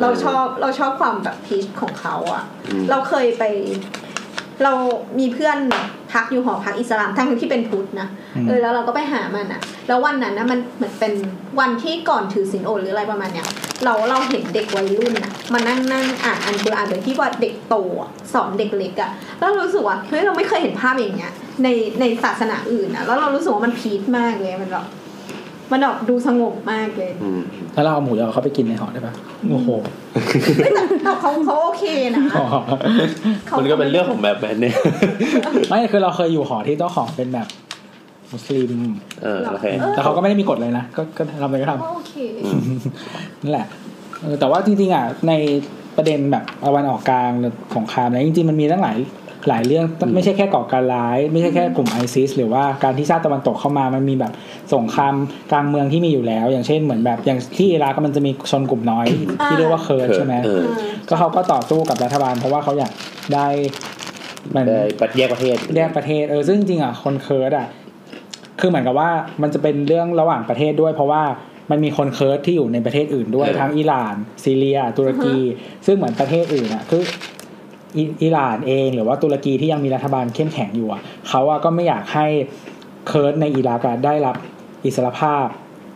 Speaker 6: เราชอบเราชอบความแบบพีชของเขาอ่ะ
Speaker 2: อืม
Speaker 6: เราเคยไป เรามีเพื่อนพักอยู่หอพักอิสลามทั้งที่เป็นพุทธนะ
Speaker 5: อืม
Speaker 6: เออแล้วเราก็ไปหามันอะแล้ววันนั้นนะมันเหมือนเป็นวันที่ก่อนถือศีลอดหรืออะไรประมาณเนี้ย เราเราเห็นเด็กวัยรุ่นอะมานั่งนั่งอ่านอันกุรอานโดยที่ว่าเด็กโตอะสอนเด็กเล็กอะแล้วเรารู้สึกว่าเฮ้ยเราไม่เคยเห็นภาพอย่างเงี้ยในในศาสนาอื่นอะแล้วเรารู้สึกว่ามันพีคมากเลยมันแบบมันแบบดูสงบมากเลย
Speaker 2: อืม
Speaker 5: แล้วเราเอาหมูยอเขาไปกินในหอได้ปะโอ้โห
Speaker 6: เฮ้ยแต่แต่เขาเขาโอเคนะขา
Speaker 2: มันก็เป็นเรื่องของแบบแบนเนี่ย
Speaker 5: ไม่คือเราเคยอยู่หอที่เจ้าของเป็นแบบมุสลิม
Speaker 2: เออโอเค
Speaker 5: แต่เขาก็ไม่ได้มีกฎเลยนะ ก็ก็ทำอะไรก็ท
Speaker 6: เขาโอเค
Speaker 5: ำ นั่นแหละเออแต่ว่าจริงๆอ่ะในประเด็นแบบตะวันออกกลางสงครามอะไรจริงๆมันมีตั้งหลายหลายเรื่องไม่ใช่แค่ก่อการร้าย ไม่ใช่แค่กลุ่มไอซิสหรือว่าการที่ชาติตะวันตกเข้ามามันมีแบบสงครามกลางเมืองที่มีอยู่แล้ว อย่างเช่นเหมือนแบบอย่างที่อิรักก็มันจะมีชนกลุ่มน้อย ที่เรียกว่าเคิร์ดใช่ไหม
Speaker 2: เออ
Speaker 5: ก็เขาก็ต่อสู้กับรัฐบาล เพราะว่าเขาอยากได้มัน
Speaker 2: ได้ปัดแยกประเทศ
Speaker 5: แยกประเทศเออซึ่งจริงๆอ่ะคนเคิร์ดอ่ะคือเหมือนกับว่ามันจะเป็นเรื่องระหว่างประเทศด้วย เพราะว่ามันมีคนเคิร์ดที่อยู่ในประเทศอื่นด้วยทั้งอิหร่าน ซีเรีย ตุรกี ซึ่งเหมือนประเทศอื่นอ่ะคืออิอิหร่านเองหรือว่าตุรกีที่ยังมีรัฐบาลเข้มแข็งอยู่อ่ะเขาอ่ะก็ไม่อยากให้เคิร์ดในอิรักอ่ะได้รับอิสรภาพ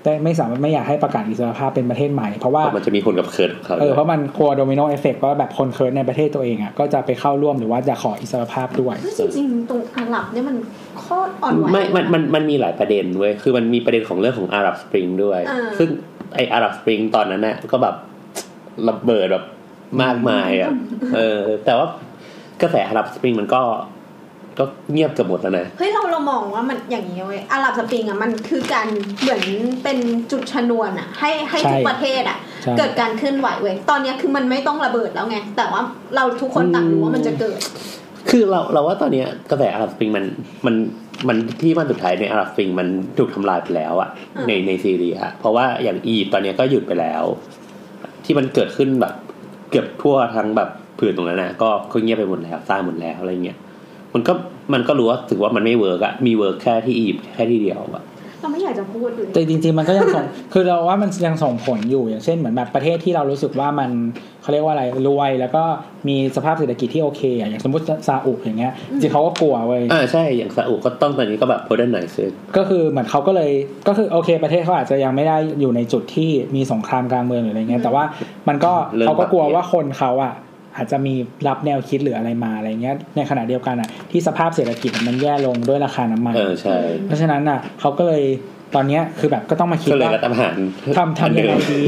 Speaker 5: ได้ไม่สามารถไม่อยากให้ประกาศอิสรภาพเป็นประเทศใหม่เพราะว่า
Speaker 2: เพราะมันจะมีคนกับเคิร์ดของเขา
Speaker 5: เออเพราะมันกลัวโดมิโนเอฟเฟกต์ว่าแบบคนเคิร์ดในประเทศตัวเองอ่ะก็จะไปเข้าร่วมหรือว่าจะขออิสรภาพด้วย
Speaker 6: จริงๆ ตรงอาหรับเนี่ยมันโคตรอ่อนไหว
Speaker 2: ไม่มันมันมันมีหลายประเด็นเว้ยคือมันมีประเด็นของเรื่องของอาหรับสปริงด้วย
Speaker 6: อ่า
Speaker 2: ซึ่งไออาหรับสปริงตอนนั้นน่ะก็แบบระเบิดแบบมากมายอ่ะเออ แต่ว่ากระแสอาหรับสปริงมันก็ก็เงียบเกับหมดแล้วนะ
Speaker 6: เฮ้ยเราเรามองว่ามันอย่างนี้เว้ยอาหรับสปริงอ่ะมันคือการเหมือนเป็นจุดชนวนอ่ะ ให้ให้
Speaker 5: ใช่
Speaker 6: ทุกประเทศอ่ะ
Speaker 5: ใช่
Speaker 6: เกิดการเคลื่อนไหวเว้ยตอนเนี้ยคือมันไม่ต้องระเบิดแล้วไง แต่ว่าเราทุกคนต่างรู้ว่ามันจะเกิด
Speaker 2: คือเราเราว่าตอนเนี้ยกระแสอาหรับสปริงมันมันมันที่มันสุดท้ายในอาหรับสปริงมันถูกทำลายไปแล้วอะ
Speaker 6: อ่า
Speaker 2: ในในซีเรียเพราะว่าอย่างอียิปต์ตอนเนี้ยก็หยุดไปแล้ว ที่มันเกิดขึ้นแบบ เกือบทั่วทั้งแบบผืนตรงนั้นนะก็ก็เงียบไปหมดแล้วสร้างหมดแล้วอะไรเงี้ยมันก็มันก็รู้ว่าถือว่ามันไม่เวิร์กอะมีเวิร์กแค่ที่อียิปต์แค่ที่เดียวอะ
Speaker 6: เราไม่อยากจะพูดเลย
Speaker 5: แต่จริงๆมันก็ยังส่ง คือเราว่ามันยังส่งผลอยู่อย่างเช่นเหมือนแบบประเทศที่เรารู้สึกว่ามันเขาเรียกว่าอะไรรวย แล้วก็มีสภาพเศรษฐกิจที่โอเคอะอย่างสมมติซาอุอย่างเงี้ยจริงๆเขาก็กลัวเว้ย
Speaker 2: อ่าใช่อย่างซาอุก็ต้องตอนนี้ก็แบบโพเดิร์นหน่อยซึ่ง
Speaker 5: ก็คือเหมือนเขาก็เลยก็คือโอเค ประเทศเขาอาจจะยังไม่ได้อยู่ในจุดที่มีสงครามกลางเมืองหรืออะไรเงี้ยแต่ว่ามันก็เขาก็กลัวว่าคนเขาอ่ะอาจจะมีรับแนวคิดหรืออะไรมาอะไรเงี้ยในขณะเดียวกันอ่ะที่สภาพเศรษฐกิจมันแย่ลงด้วยราคาน้ำมัน
Speaker 2: เออใช่
Speaker 5: เพราะฉะนั้นอ่ะเขาก็เลยตอนเนี้ยคือแบบก็ต้องมาคิด
Speaker 2: ก็เลย
Speaker 5: ว่า
Speaker 2: รัฐประหาร
Speaker 5: ทำ
Speaker 2: อัน
Speaker 5: ทำยัง
Speaker 2: เดิม
Speaker 5: ไงดี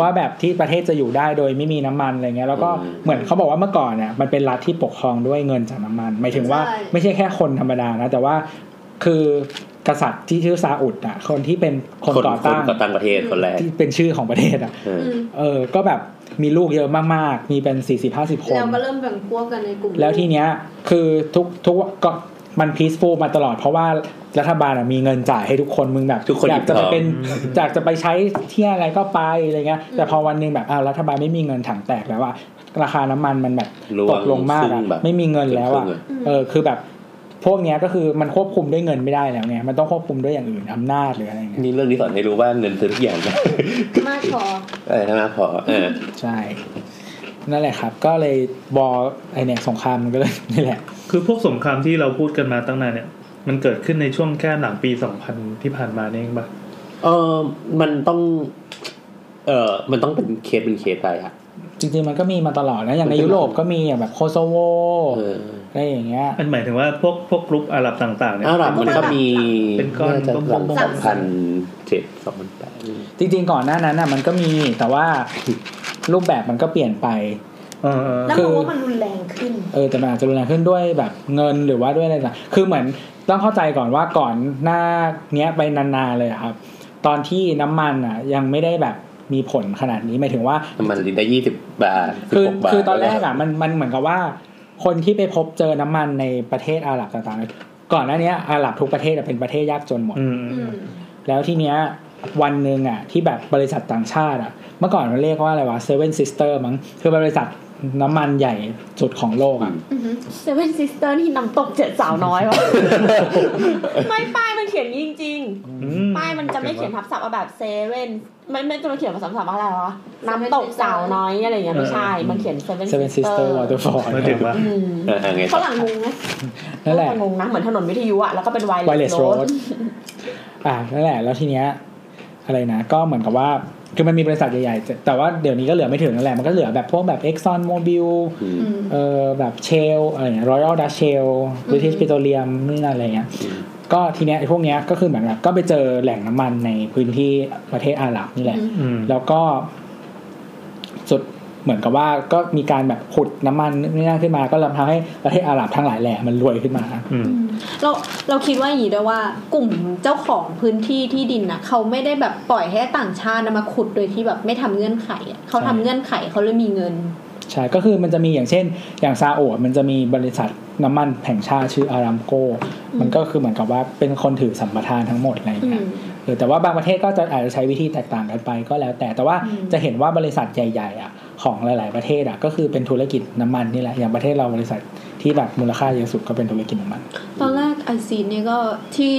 Speaker 5: ว่า แบบที่ประเทศจะอยู่ได้โดยไม่มีน้ำมันอะไรเงี้ยแล้วก็
Speaker 2: อืม
Speaker 5: เหมือนเขาบอกว่าเมื่อก่อนเนี่ยมันเป็นรัฐที่ปกครองด้วยเงินจากน้ำมันหมายถึงว่าไม่ใช่แค่คนธรรมดานะ แต่ว่าคือกษัตริย์ที่ชื่อซาอุดอ่ะคนที่เป็นคน
Speaker 2: คน
Speaker 5: ก่อ
Speaker 2: คน
Speaker 5: ตั้ง
Speaker 2: ก่อตั้งประเทศคนแรก
Speaker 5: ที่เป็นชื่อของประเทศอ่ะ
Speaker 2: เออ
Speaker 6: อืม
Speaker 5: เออก็แบบมีลูกเยอะมากๆ มีเป็นสี่สิบห้าสิบคน
Speaker 6: แล้วก็เริ่มแบ่งพวกกันในกลุ่ม
Speaker 5: แล้วทีเนี้ยคือทุกทุกก็มันพีซฟูลมาตลอดเพราะว่ารัฐบาลอะมีเงินจ่ายให้ทุกคนมึงแบบ
Speaker 2: ทุกคน
Speaker 5: อยากจะ
Speaker 2: อิ่มท้อ
Speaker 5: ไป
Speaker 2: ง
Speaker 5: เป็นอยากจะไปใช้ที่อะไรก็ไปอะไรเงี้ยแต่พอวันหนึงแบบอ้าวรัฐบาลไม่มีเงินถังแตกแล้วอะราคาน้ำมันมันแบบ
Speaker 2: ร่ว
Speaker 5: ตกลงมาก
Speaker 2: ซึ่
Speaker 5: อะ
Speaker 2: แบบ
Speaker 5: ไม่มีเงินแล้วอะ
Speaker 2: เกินครึ่ง
Speaker 5: เออคือแบบ พวกเนี้ยก็คือมันควบคุมด้วยเงินไม่ได้แล้วไงมันต้องควบคุมด้วยอย่างอื่นอำนาจหรืออะไรอย่างเงี้ย
Speaker 7: นี่เรื่องนี้สอนให้รู้ว่าเงินซื้อทุกอย่างนะ
Speaker 6: มากพอ
Speaker 7: เออถ้ามาพอเออ
Speaker 5: ใช่ นั่นแหละครับ ก็เลยบอไอเนี่ยสงครามมันก็เลย นี่แหละ
Speaker 3: คือพวกสงครามที่เราพูดกันมาตั้งนานเนี่ย มันเกิดขึ้นในช่วงแค่หลังปี 2000 ที่ผ่านมานี่เองปะ
Speaker 7: เออมันต้อง เออมันต้องเป็นเคสเป็นเคสไปอะ
Speaker 5: จริงๆมันก็มีมาตลอดนะอย่างในยุโรปก็มีอย่างแบบโคโซโว
Speaker 7: เออ
Speaker 5: อะไรอย่างเงี้ย
Speaker 3: อันหมายถึงว่าพวกพวกกลุ่มอาหรับต่างๆเนี่ย
Speaker 7: อาหรับมันก็มี
Speaker 3: เป็นก้อน
Speaker 7: น่าจะหลัง
Speaker 3: กลมๆ
Speaker 7: สองพันเจ็ดสองพันแปด
Speaker 5: จริงๆก่อนหน้านั้นน่ะมันก็มีแต่ ว่ารูปแบบมันก็เปลี่ยนไป
Speaker 3: เออเออ
Speaker 6: แล้วมองว่ามันรุนแรงขึ้น
Speaker 5: เออแต่มันอาจจะรุนแรงขึ้นด้วยแบบเงินหรือว่าด้วยอะไรต่างคือเหมือนต้องเข้าใจก่อนว่าก่อนหน้าเนี้ยไปนานๆเลยอะครับ ตอนที่น้ำมันอ่ะยังไม่ได้แบบมีผลขนาดนี้หมายถึงว่า
Speaker 7: มันลิตรได้ยี่สิบบาท
Speaker 5: คื
Speaker 7: 16
Speaker 5: อบ
Speaker 7: าท
Speaker 5: คือตอนแรกอ่ะมันมันเหมือนกับว่า คนที่ไปพบเจอน้ำมันในประเทศอาหรับต่างๆ ก่อนหน้าเนี้ยอาหรับทุกประเทศอะเป็นประเทศยากจนหมด
Speaker 3: อืม
Speaker 6: อืม
Speaker 5: แล้วทีเนี้ยวันหนึ่งอ่ะที่แบบบริษัทต่างชาติอ่ะเมื่อก่อนมันเรียกว่าอะไรวะเซเว่นซิสเตอร์มั้งคือบริษัทน้ำมันใหญ่สุดของโลกอ่ะ
Speaker 4: เซเว่นซิสเตอร์ที่น้ำตกเจ็ดสาวน้อยวะ ไม่ป้ายมันเขียนอย่างนี้จริง
Speaker 3: อื
Speaker 4: ๆ ป้ายมันจะไม่เขียนทับศัพท์ว่าแบบเซเว่นไม่ไม่จะมาเขียนภาษาศัพท์ว่าอะไรวะน้ำตกสาวน้อยอะไรอย่างเงี้ยไม่ใช่ มันเขียนเซเว่น
Speaker 5: เซเว่นซิ
Speaker 4: ซิ
Speaker 5: ส
Speaker 4: ส
Speaker 5: เต
Speaker 4: เต
Speaker 5: อ
Speaker 4: อร์
Speaker 5: ร์วอเตอร์ฟอล
Speaker 3: มาถึงว่า
Speaker 4: อืม
Speaker 7: เออเออไง
Speaker 4: ฝ
Speaker 7: ต่อ
Speaker 4: รั่งงงนะ
Speaker 5: นั่นแหละ
Speaker 4: ฝรั่งงงนะเหมือนถนนวิทยุอะแล้วก็เป็นไว
Speaker 5: Wireless Road อ่ะนั่นแหละ แล้วทีเนี้ยอะไรนะ ก็เหมือนกับว่า คือมันมีบริษัทใหญ่ๆ แต่ว่าเดี๋ยวนี้ก็เหลือไม่ถึงนั่นแหละ มันก็เหลือแบบพวกแบบ Exxon Mobil
Speaker 7: อืม
Speaker 5: เออแบบเชลอะไรเงี้ย Royal Dutch Shell British Petroleum นี่นั่นอะไรเงี้ย
Speaker 7: อืม
Speaker 5: ก็ทีเนี้ยไอ้พวกเนี้ยก็คือเหมือนแบบก็ไปเจอแหล่งน้ำมันในพื้นที่ประเทศอาหรับนี่แหละ
Speaker 3: อืม
Speaker 5: แล้วก็สุดเหมือนกับว่าก็มีการแบบขุดน้ำมันนี่นั่นขึ้นมา ก็ทำให้ประเทศอาหรับทั้งหลายแหล่มันรวยขึ้นมา
Speaker 3: อืม
Speaker 6: เราเราคิดว่าอย่างนี้ด้วยว่ากลุ่มเจ้าของพื้นที่ที่ดินนะเขาไม่ได้แบบปล่อยให้ต่างชาตินะมาขุดโดยที่แบบไม่ทำเงื่อนไขอะเขาทำเงื่อนไขเขาเลยมีเงิน
Speaker 5: ใช่ ก็คือมันจะมีอย่างเช่น อย่างซาอุมันจะมีบริษัทน้ำมันแห่งชาติชื่ออารามโก
Speaker 6: อืม
Speaker 5: มันก็คือเหมือนกับว่าเป็นคนถือสัมปทานทั้งหมดอะไรอย่าง
Speaker 6: อื
Speaker 5: เงี้ย
Speaker 6: ม
Speaker 5: เออแต่ว่าบางประเทศก็จะอาจจะใช้วิธีแตกต่างกันไปก็แล้ว แต่ แต่ว่า
Speaker 6: อืม
Speaker 5: จะเห็นว่าบริษัทใหญ่ ๆ อ่ะ ของหลาย ๆ ประเทศอ่ะ ก็คือเป็นธุรกิจน้ำมันนี่แหละ อย่างประเทศเราบริษัทที่แบบมูลค่าเยอะสุดก็เป็นธุรกิจน้ำมัน
Speaker 6: ตอนแรกไอซีเนี่ยก็ที่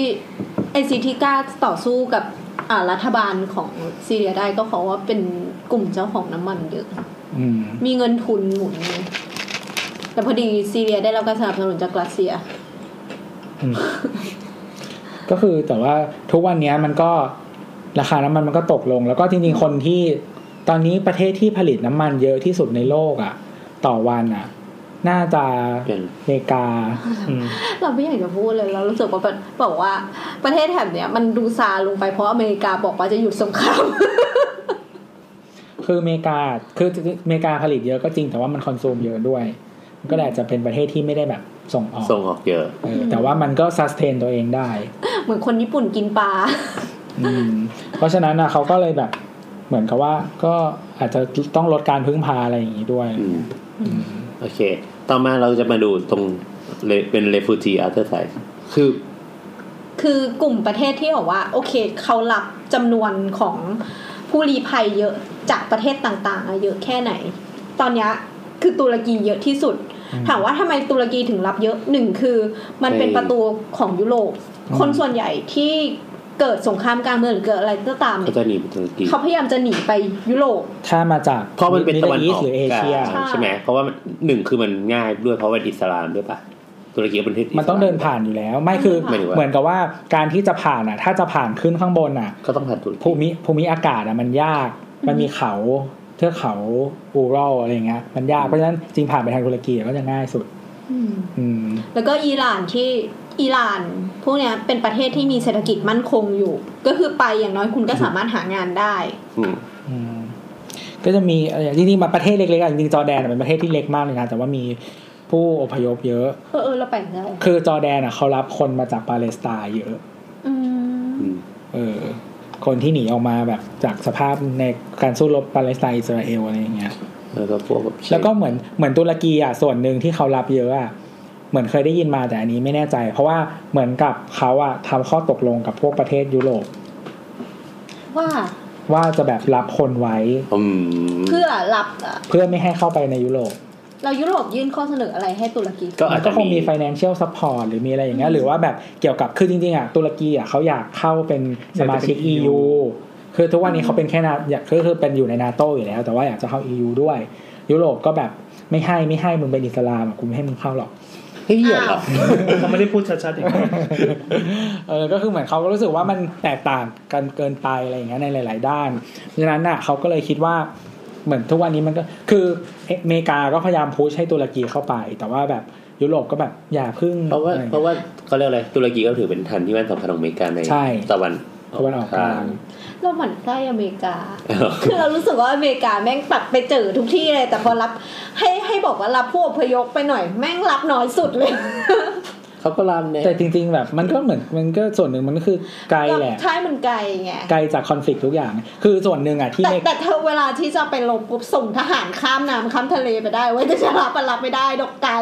Speaker 6: ไอซีที่กล้าต่อสู้กับอ่ารัฐบาลของซีเรียได้ก็เพราะว่าเป็นกลุ่มเจ้าของน้ำมันเยอะ
Speaker 5: อืม
Speaker 6: มีเงินทุนหมุนไงแต่พอดีซีเรียได้รับการสนับสนุนจากรัสเซีย
Speaker 5: ก็คือแต่ว่าทุกวันเนี้ยมันก็ราคาน้ำมันมันก็ตกลง แล้วก็จริงๆคนที่ตอนนี้ประเทศที่ผลิตน้ำมันเยอะที่สุดในโลกอะ่ะ ต่อวันอะ่ะ น่าจะ
Speaker 7: เป็น
Speaker 5: อเมริกา
Speaker 3: อืม
Speaker 6: เราไม่อยากจะพูดเลยเรารู้สึกว่าแบบบอกว่าประเทศแถบเนี้ยมันดูซาลงไปเพราะอเมริกาบอกว่าจะหยุดสงคราม
Speaker 5: คืออเมริกาคืออเมริกาผลิตเยอะก็จริงแต่ว่ามันคอนซูมเยอะด้วย มันก็เลยอาจจะเป็นประเทศที่ไม่ได้แบบส่งออก
Speaker 7: ส่งออกเยอะ
Speaker 5: เออแต่ว่ามันก็ซัสเทนตัวเองได้
Speaker 6: เหมือนคนญี่ปุ่นกินปลา
Speaker 5: อืมเพราะฉะนั้นนะเขาก็เลยแบบเหมือนกับว่าก็อาจจะต้องลดการพึ่งพาอะไรอย่างนี้ด้วย
Speaker 7: อืมโอเค ต่อมาเราจะมาดูตรงเลเป็นเลฟูจีอาร์เตอร์ไซคือ
Speaker 6: คือกลุ่มประเทศที่บอกว่า โอเคเขารับจำนวนของผู้ลี้ภัยเยอะจากประเทศต่างๆอะเยอะแค่ไหน ตอนเนี้ยคือตุรกีเยอะที่สุด
Speaker 5: อืม
Speaker 6: ถามว่าทำไมตุรกีถึงรับเยอะหนึ่งคือมันเป็น
Speaker 7: ใช่
Speaker 6: ประตูของยุโรปคนส่วนใหญ่ที่เกิดสงครามกลางเมืองหรือเกิดอะไรก็ตาม
Speaker 7: เขา
Speaker 6: เนี่ย
Speaker 7: จะหนีไปตุรกี
Speaker 6: เขาพยายามจะหนีไปยุโรป
Speaker 5: ถ้ามาจาก
Speaker 7: เพราะมันเป็น
Speaker 5: Middle
Speaker 7: ตะวันอ
Speaker 5: East
Speaker 7: อก
Speaker 5: หรือเอเชีย
Speaker 7: กลางใช่ไหมเพราะว่ามันหนึ่งคือมันง่ายด้วยเพราะว่าเป็นอิสลามด้วยปะตุรกีก็เป็นประเทศสลา
Speaker 5: มันต้องเดินผ่านอยู่แล้ว ไม่คือ
Speaker 7: หมายถึงว่า
Speaker 5: เหมือนกับว่าการที่จะผ่านอ่ะ ถ้าจะผ่านขึ้นข้างบนอ่ะ
Speaker 7: ก็ต้องผ่านตุรกี
Speaker 5: ภูมิภูมิอากาศอ่ะมันยาก มันมีเขาเทือกเขาอูรัลอะไรอย่างเงี้ยมันยากเพราะฉะนั้นจริงผ่านไปทางตุรกีก็จะง่ายสุด อืม
Speaker 6: แล้วก็อิหร่านที่อิหร่านพวกเนี้ยเป็นประเทศที่มีเศรษฐกิจมั่นคงอยู่ ก็คือไปอย่างน้อยคุณก็สามารถหางานได้
Speaker 7: อืม
Speaker 5: อืม ก็จะมีอะไรจริงๆมาประเทศเล็กๆอ่ะจริงๆจอร์แดนอ่ะเป็นประเทศที่เล็กมากเลยนะแต่ว่ามีผู้อพยพเยอะ
Speaker 6: เออเออเราแปลกได้
Speaker 5: คือจอร์แดนอ่ะเขารับคนมาจากปาเลสไตน์เยอะ
Speaker 6: อืม
Speaker 7: อืม
Speaker 5: เออ คนที่หนีออกมาแบบจากสภาพในการสู้รบปาเลสไตน์อิสราเอลอะไรอย่างเงี้ย
Speaker 7: แล้วก็พวกบบ
Speaker 5: แล้วก็เหมือนเหมือนตุรกีอ่ะส่วนหนึ่งที่เขารับเยอะอ่ะเหมือนเคยได้ยินมาแต่อันนี้ไม่แน่ใจ เพราะว่าเหมือนกับเขาอ่ะทำข้อตกลงกับพวกประเทศยุโรป
Speaker 6: ว่า
Speaker 5: ว่าจะแบบรับคนไว้
Speaker 7: อืม
Speaker 6: เพื่อรับอะ
Speaker 5: เพื่อไม่ให้เข้าไปในยุโรป
Speaker 6: เรายุโรปยื่นข้อเสนออะไรให้ตุรกี
Speaker 7: ก็อาจ
Speaker 5: ก็
Speaker 7: จะ
Speaker 5: คงมี
Speaker 7: มี
Speaker 5: financial support หรือมีอะไรอย่างเงี้ยหรือว่าแบบเกี่ยวกับคือจริงๆอ่ะตุรกีอ่ะเขาอยากเข้าเป็นสมาชิก
Speaker 3: เป็น EU
Speaker 5: EU คือทุกวันนี้เขาเป็นแค่นาอยากคือคือเป็นอยู่ในนาโตอยู่แล้ว แต่ว่าอยากจะเข้า EU ด้วย ยุโรปก็แบบไม่ให้ไม่ให้มึงเป็นอิสลามอ่ะกูไม่ให้มึงเข้าหรอก
Speaker 7: เฮ้ยเหรอ
Speaker 3: เขาไม่ได้พูดชัดๆอย่างนั้น
Speaker 5: เออก็คือเหมือนเขาก็รู้สึกว่ามันแตกต่างกันเกินไปอะไรอย่างเงี้ยในหลาย ๆ ด้านเพราะฉะนั้นน่ะเขาก็เลยคิดว่าเหมือนทุกวันนี้มันก็คืออเมริกาก็พยายามพุชให้ตุรกีเข้าไป แต่ว่าแบบยุโรปก็แบบอย่าพึ่ง
Speaker 7: เพราะว่า
Speaker 5: อไอย่ง
Speaker 7: เพ
Speaker 5: งี้ย
Speaker 7: ราะว่าเขาเรียกอะไรตุรกีก็ถือเป็นทันที่แว่นสำคัญของอเมริกาใน
Speaker 5: ใช่
Speaker 7: ตะวัน
Speaker 5: ตะวันออกกลาง
Speaker 6: เราหมั่นไส้อเมริกา คือเรารู้สึกว่าอเมริกาแม่งปัดไปเจอทุกที่เลย แต่พอรับให้ให้บอกว่ารับผู้อพยพไปหน่อย แม่งรับน้อยสุดเลย
Speaker 7: เขาก็รามเนี่ย
Speaker 5: แต่จริง ๆ แบบมันก็เหมือนมันก็ส่วนหนึ่งมันก็คือไกลแหละ
Speaker 6: ใช่มันไกลไง
Speaker 5: ไกลจากคอนฟ lict ทุกอย่าง คือส่วนหนึ่งอ่ะที่
Speaker 6: แต่
Speaker 5: ไม่
Speaker 6: แต่เธอเวลาที่จะไปลงปุ๊บส่งทหารข้ามน้ำข้ามทะเลไปได้เว้ยแต่จะรับอะรับไม่ได้ดอกไกล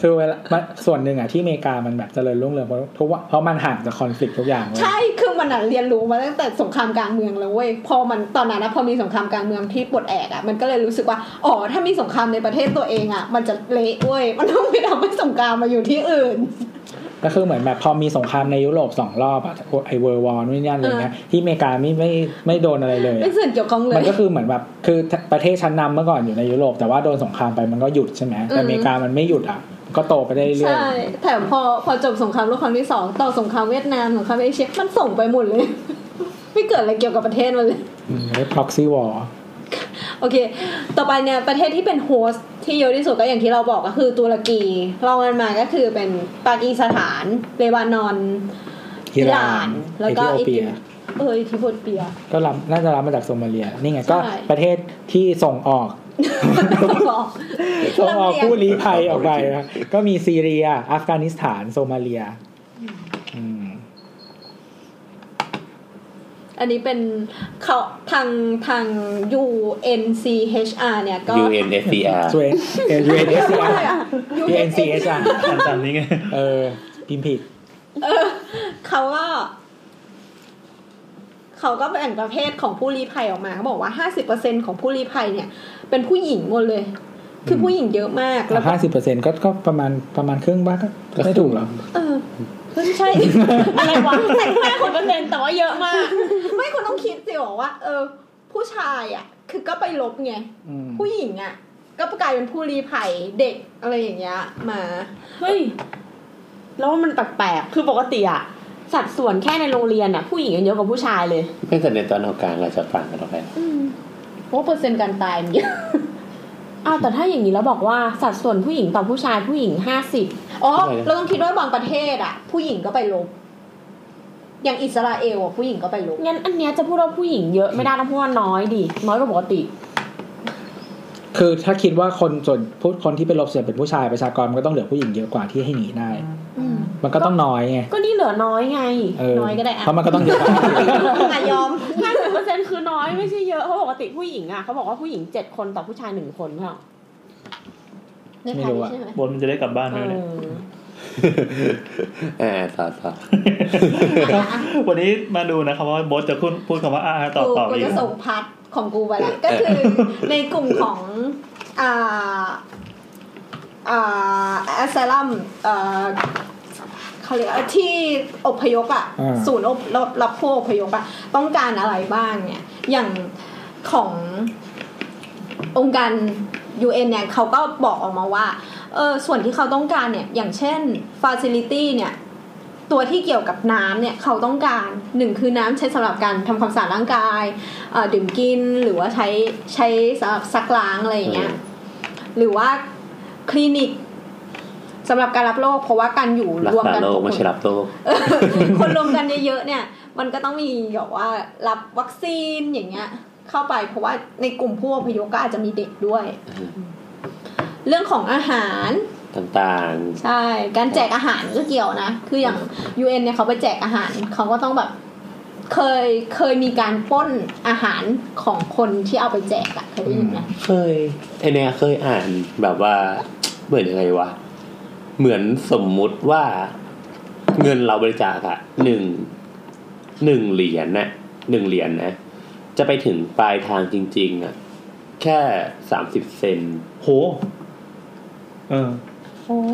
Speaker 5: คือเวลามันส่วนหนึ่งอ่ะที่อเมริกามันแบบเจริญรุ่งเรืองเพราะทุกว่าเพราะมันห่างจากคอนฟ lict ทุกอย่างเลย
Speaker 6: ใช่คือมันน่ะเรียนรู้มาตั้งแต่สงครามกลางเมืองแล้วเว้ยพอมันตอนนั้นนะพอมีสงครามกลางเมืองที่ปวดแอกอะมันก็เลยรู้สึกว่าอ๋อถ้ามีสงครามในประเทศตัวเองอะมันจะเละเว้ย มันต้องไปทำให้สงครามมาอยู่ที่อื่น
Speaker 5: ก็คือเหมือนแบบพอมีสงครามในยุโรปสองรอบอ่ะไอเวอร์วอลนู่นนี่นั่นอะไรเงี้ยที่อเมริกาไม่ไม่ไม่โดนอะไรเลย
Speaker 6: ไม่
Speaker 5: อะ
Speaker 6: ส่วนเกี่ยวข้องเล
Speaker 5: มั
Speaker 6: ย
Speaker 5: นก็คือเหมือนแบบคือประเทศชั้นนำเมื่อก่อนอยู่ในยุโรปแต่ว่าโดนสงครามไปมันก็หยุดใช่ไหมแต่อเมริกามันไม่หยุดอ่ะก็โตไปได้เรื่อย
Speaker 6: ใช่แถมพอพอจบสงครามโลกครั้งที่สองต่อสงครามเวียดนามสงครามเอเชียมันส่งไปหมดเลย ไม่เกิดอะไรเกี่ยวกับประเทศมันเลย
Speaker 5: อืมเรียก proxy war
Speaker 6: โอเค ต่อไปเนี่ยประเทศที่เป็นโฮสต์ที่เยอะที่สุดก็อย่างที่เราบอกก็คือตุรกีรองลงมาก็คือเป็นปากีสถานเลบานอน
Speaker 5: อิหร่าน
Speaker 6: แล้วก็
Speaker 5: เอธิโอเปีย
Speaker 6: เออเอธิโอเปีย
Speaker 5: ก็รับน่าจะรับมาจากโซมาเลีย นี่ไงก็
Speaker 6: ใช่
Speaker 5: ประเทศที่ส่งออก
Speaker 6: ต้องบอก
Speaker 5: ส่งออก
Speaker 6: ลำเลียง
Speaker 5: ผู้ลี้ภัยออกไปนะก็มีซีเรีย อัฟกานิสถาน โซมาเลียอืม
Speaker 6: อันนี้เป็นเขาทางทาง UNCHR เนี่ยก็
Speaker 7: ยูเอ็นเอฟดีอาร์
Speaker 5: ส่วนเอเนเอสอาร์เอ็นซีเอสอาร์
Speaker 3: อ่านตามนี้ไง
Speaker 5: เออพิมพ์ผิด
Speaker 6: เขาก็เขาก็แบ่งประเภทของผู้ลี้ภัยออกมาเขาบอกว่า 50%ของผู้ลี้ภัยเนี่ย เป็นผู้หญิงหมดเลย คือผู้หญิงเยอะมากแล้วก็
Speaker 5: ห้าสิบเปอร์เซ็นต์ก็ก็ประมาณประมาณครึ่งบ้างก็ไม่ถูกหรอ
Speaker 6: เออไม่ใช่ อะไรวะแต่แค่คนเปอร์เซ็นต์แต่ว่าเยอะมาก ไม่คุณต้องคิดสิบอกว่า เออ ผู้ชายอ่ะ คือก็ไปลบไง
Speaker 5: อืม
Speaker 6: ผู้หญิงอ่ะ ก็กลายเป็นผู้ลี้ภัยเด็กอะไรอย่างเงี้ยมา
Speaker 4: เฮ้ยแล้วว่ามันแปลกๆคือปกติอะสัดส่วนแค่ในโรงเรียนอะผู้หญิงเยอะกว่าผู้ชายเลย
Speaker 7: ไม่แต่ในตอนออกกลางเราจะฟังกันออกไป
Speaker 6: อืมเพราะว่าเปอร์เซ็นต์การตายมันเยอะ
Speaker 4: อ้าวแต่ถ้าอย่างนี้แล้วบอกว่าสัดส่วนผู้หญิงต่อผู้ชายผู้หญิงห้าสิบ
Speaker 6: อ๋อ เราต้องคิดว่าบางประเทศอ่ะ ผู้หญิงก็ไปลบ อย่างอิสราเอลอ่ะผู้หญิงก็ไปลบ
Speaker 4: งั้นอันเนี้ยจะพูดว่าผู้หญิงเยอะไม่ได้ต้องพูดว่าน้อยดิน้อยกว่าปกติ
Speaker 5: คือถ้าคิดว่าคนส่วนผู้คนที่เป็นลบส่วนเป็นผู้ชายประชากรมันก็ต้องเหลือผู้หญิงเยอะกว่าที่ให้หนีได้ มันก็ต้องน้อยไง
Speaker 4: ก็นี่เหลือน้อยไง
Speaker 5: เออ
Speaker 6: น้อยก็ได้อะ
Speaker 5: เพราะมันก็ต้องเยอะกว่า
Speaker 6: อ่ะยอ ม
Speaker 4: ห้าสิบเปอร์เซ็นคือน้อยไม่ใช่เยอะเพราะปกติผู้หญิงอะเขาบอกว่าผู้หญิงเจ็ดคนต่อผู้ชายหนึ่งคนเปล่า
Speaker 6: ในไท
Speaker 5: ไม่
Speaker 6: ย
Speaker 5: รู้อะ
Speaker 6: ใช่ไหม
Speaker 3: บนมันจะได้กลับบ้านไหม
Speaker 4: เอ
Speaker 3: วะเนี่ย
Speaker 4: อ
Speaker 7: เออต่อต่อ
Speaker 3: วันนี้มาดูนะครับว่าบอสจะพูดพูดคำว่าอาต่อ
Speaker 6: กู
Speaker 3: ต่อ
Speaker 6: กู
Speaker 3: อีก
Speaker 6: จะส่งพัดของกูไปละก็คือ ในกลุ่มของอ่าอ่าแอสไซลัมเอ่อเขาเรียกว่าที่อพยพอ่ะ
Speaker 5: อ่า
Speaker 6: ศูนย์อบรับรับผู้อพยพอ่ะ ต้องการอะไรบ้างเนี่ย อย่างขององค์การ UN เนี่ยเขาก็บอกออกมาว่า เออส่วนที่เขาต้องการเนี่ย อย่างเช่น facility เนี่ย ตัวที่เกี่ยวกับน้ำเนี่ยเขาต้องการหนึ่งคือน้ำใช้สำหรับการทำความสะอาดร่างกายเอ่อดื่มกินหรือว่าใช้ใช้สำหรับซักล้างอะไรอย่างเงี้ยหรือว่าคลินิกสำหรับการรับโรคเพราะว่าการอยู่
Speaker 7: รัก
Speaker 6: รวม
Speaker 7: ษา
Speaker 6: กัน
Speaker 7: โลก
Speaker 6: ข
Speaker 7: ไม่
Speaker 6: องค
Speaker 7: ใช่
Speaker 6: น
Speaker 7: รับโลก
Speaker 6: เออ คนรวมกันเยอะๆเนี่ย มันก็ต้องมีแบบว่ารับวัคซีนอย่างเงี้ย เข้าไปเพราะว่าในกลุ่มผู้อพยพก็อาจจะมีเด็กด้วย
Speaker 7: อืม
Speaker 6: เรื่องของอาหาร
Speaker 7: ต่าง
Speaker 6: ใช่ การแจกอาหารก็เกี่ยวนะ คืออย่าง UN เนี่ยเขาไปแจกอาหาร เขาก็ต้องแบบ เคย เคยมีการปล้นอาหารของคนที่เอาไปแจกอะเคยได้ยินไหม
Speaker 7: ๆ เคยไอเนี่ยเคยอ่านแบบว่าเหมือนยังไงวะ เหมือนสมมุติว่าเงินเราบริจาคอะหนึ่งหนึ่งเหรียญน่ะหนึ่งเหรียญนะ จะไปถึงปลายทางจริง ๆอะแค่สามสิบเซน
Speaker 3: โห เออ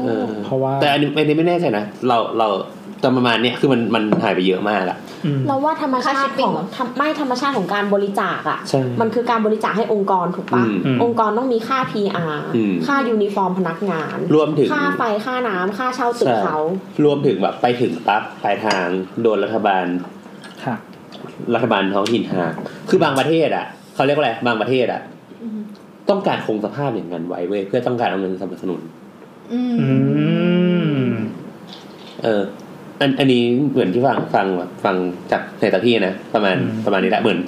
Speaker 2: เออ
Speaker 5: เพราะว่า
Speaker 2: แต่อันนี้อันนี้ไม่แน่ใจนะ เราเราแต่ประมาณเนี้ยคือมันมันหายไปเยอะมากละ
Speaker 3: อืม
Speaker 4: เราว่าธรรมชา
Speaker 6: ค่าชิ
Speaker 4: ติ
Speaker 6: ปปิ้ง
Speaker 4: ของ
Speaker 6: เหรอ
Speaker 4: ธรรมไม่ธรรมชาติของการบริจาคอะ
Speaker 2: ใช่
Speaker 4: มันคือการบริจาคให้องค์กรถูกปะ
Speaker 2: อืม
Speaker 3: อืม
Speaker 4: องค์กรต้องมีค่า PR
Speaker 2: อืม
Speaker 4: ค่ายูนิฟอร์มพนักงาน
Speaker 2: รวมถึง
Speaker 4: ค่าไฟค่าน้ำค่าเช่าตึก
Speaker 2: ใช่
Speaker 4: เขา
Speaker 2: รวมถึงแบบไปถึงปั๊บปลายทางโดนรัฐบาล
Speaker 5: ค่ะ
Speaker 2: รัฐบาลท้องถิ่นหาคือบางประเทศอ่ะเขาเรียกว่าอะไรบางประเทศอ่ะต้องการคงสภาพอย่างนั้นไว้เว้ยเพื่อต้องการเอาเงินสนับสนุน
Speaker 6: อืม
Speaker 3: อืม
Speaker 2: เออ อันอันนี้เหมือนที่ฟังฟังแบบฟังจากในตาพี่นะประมาณ
Speaker 3: อืม
Speaker 2: ประมาณนี้แหละเหมือน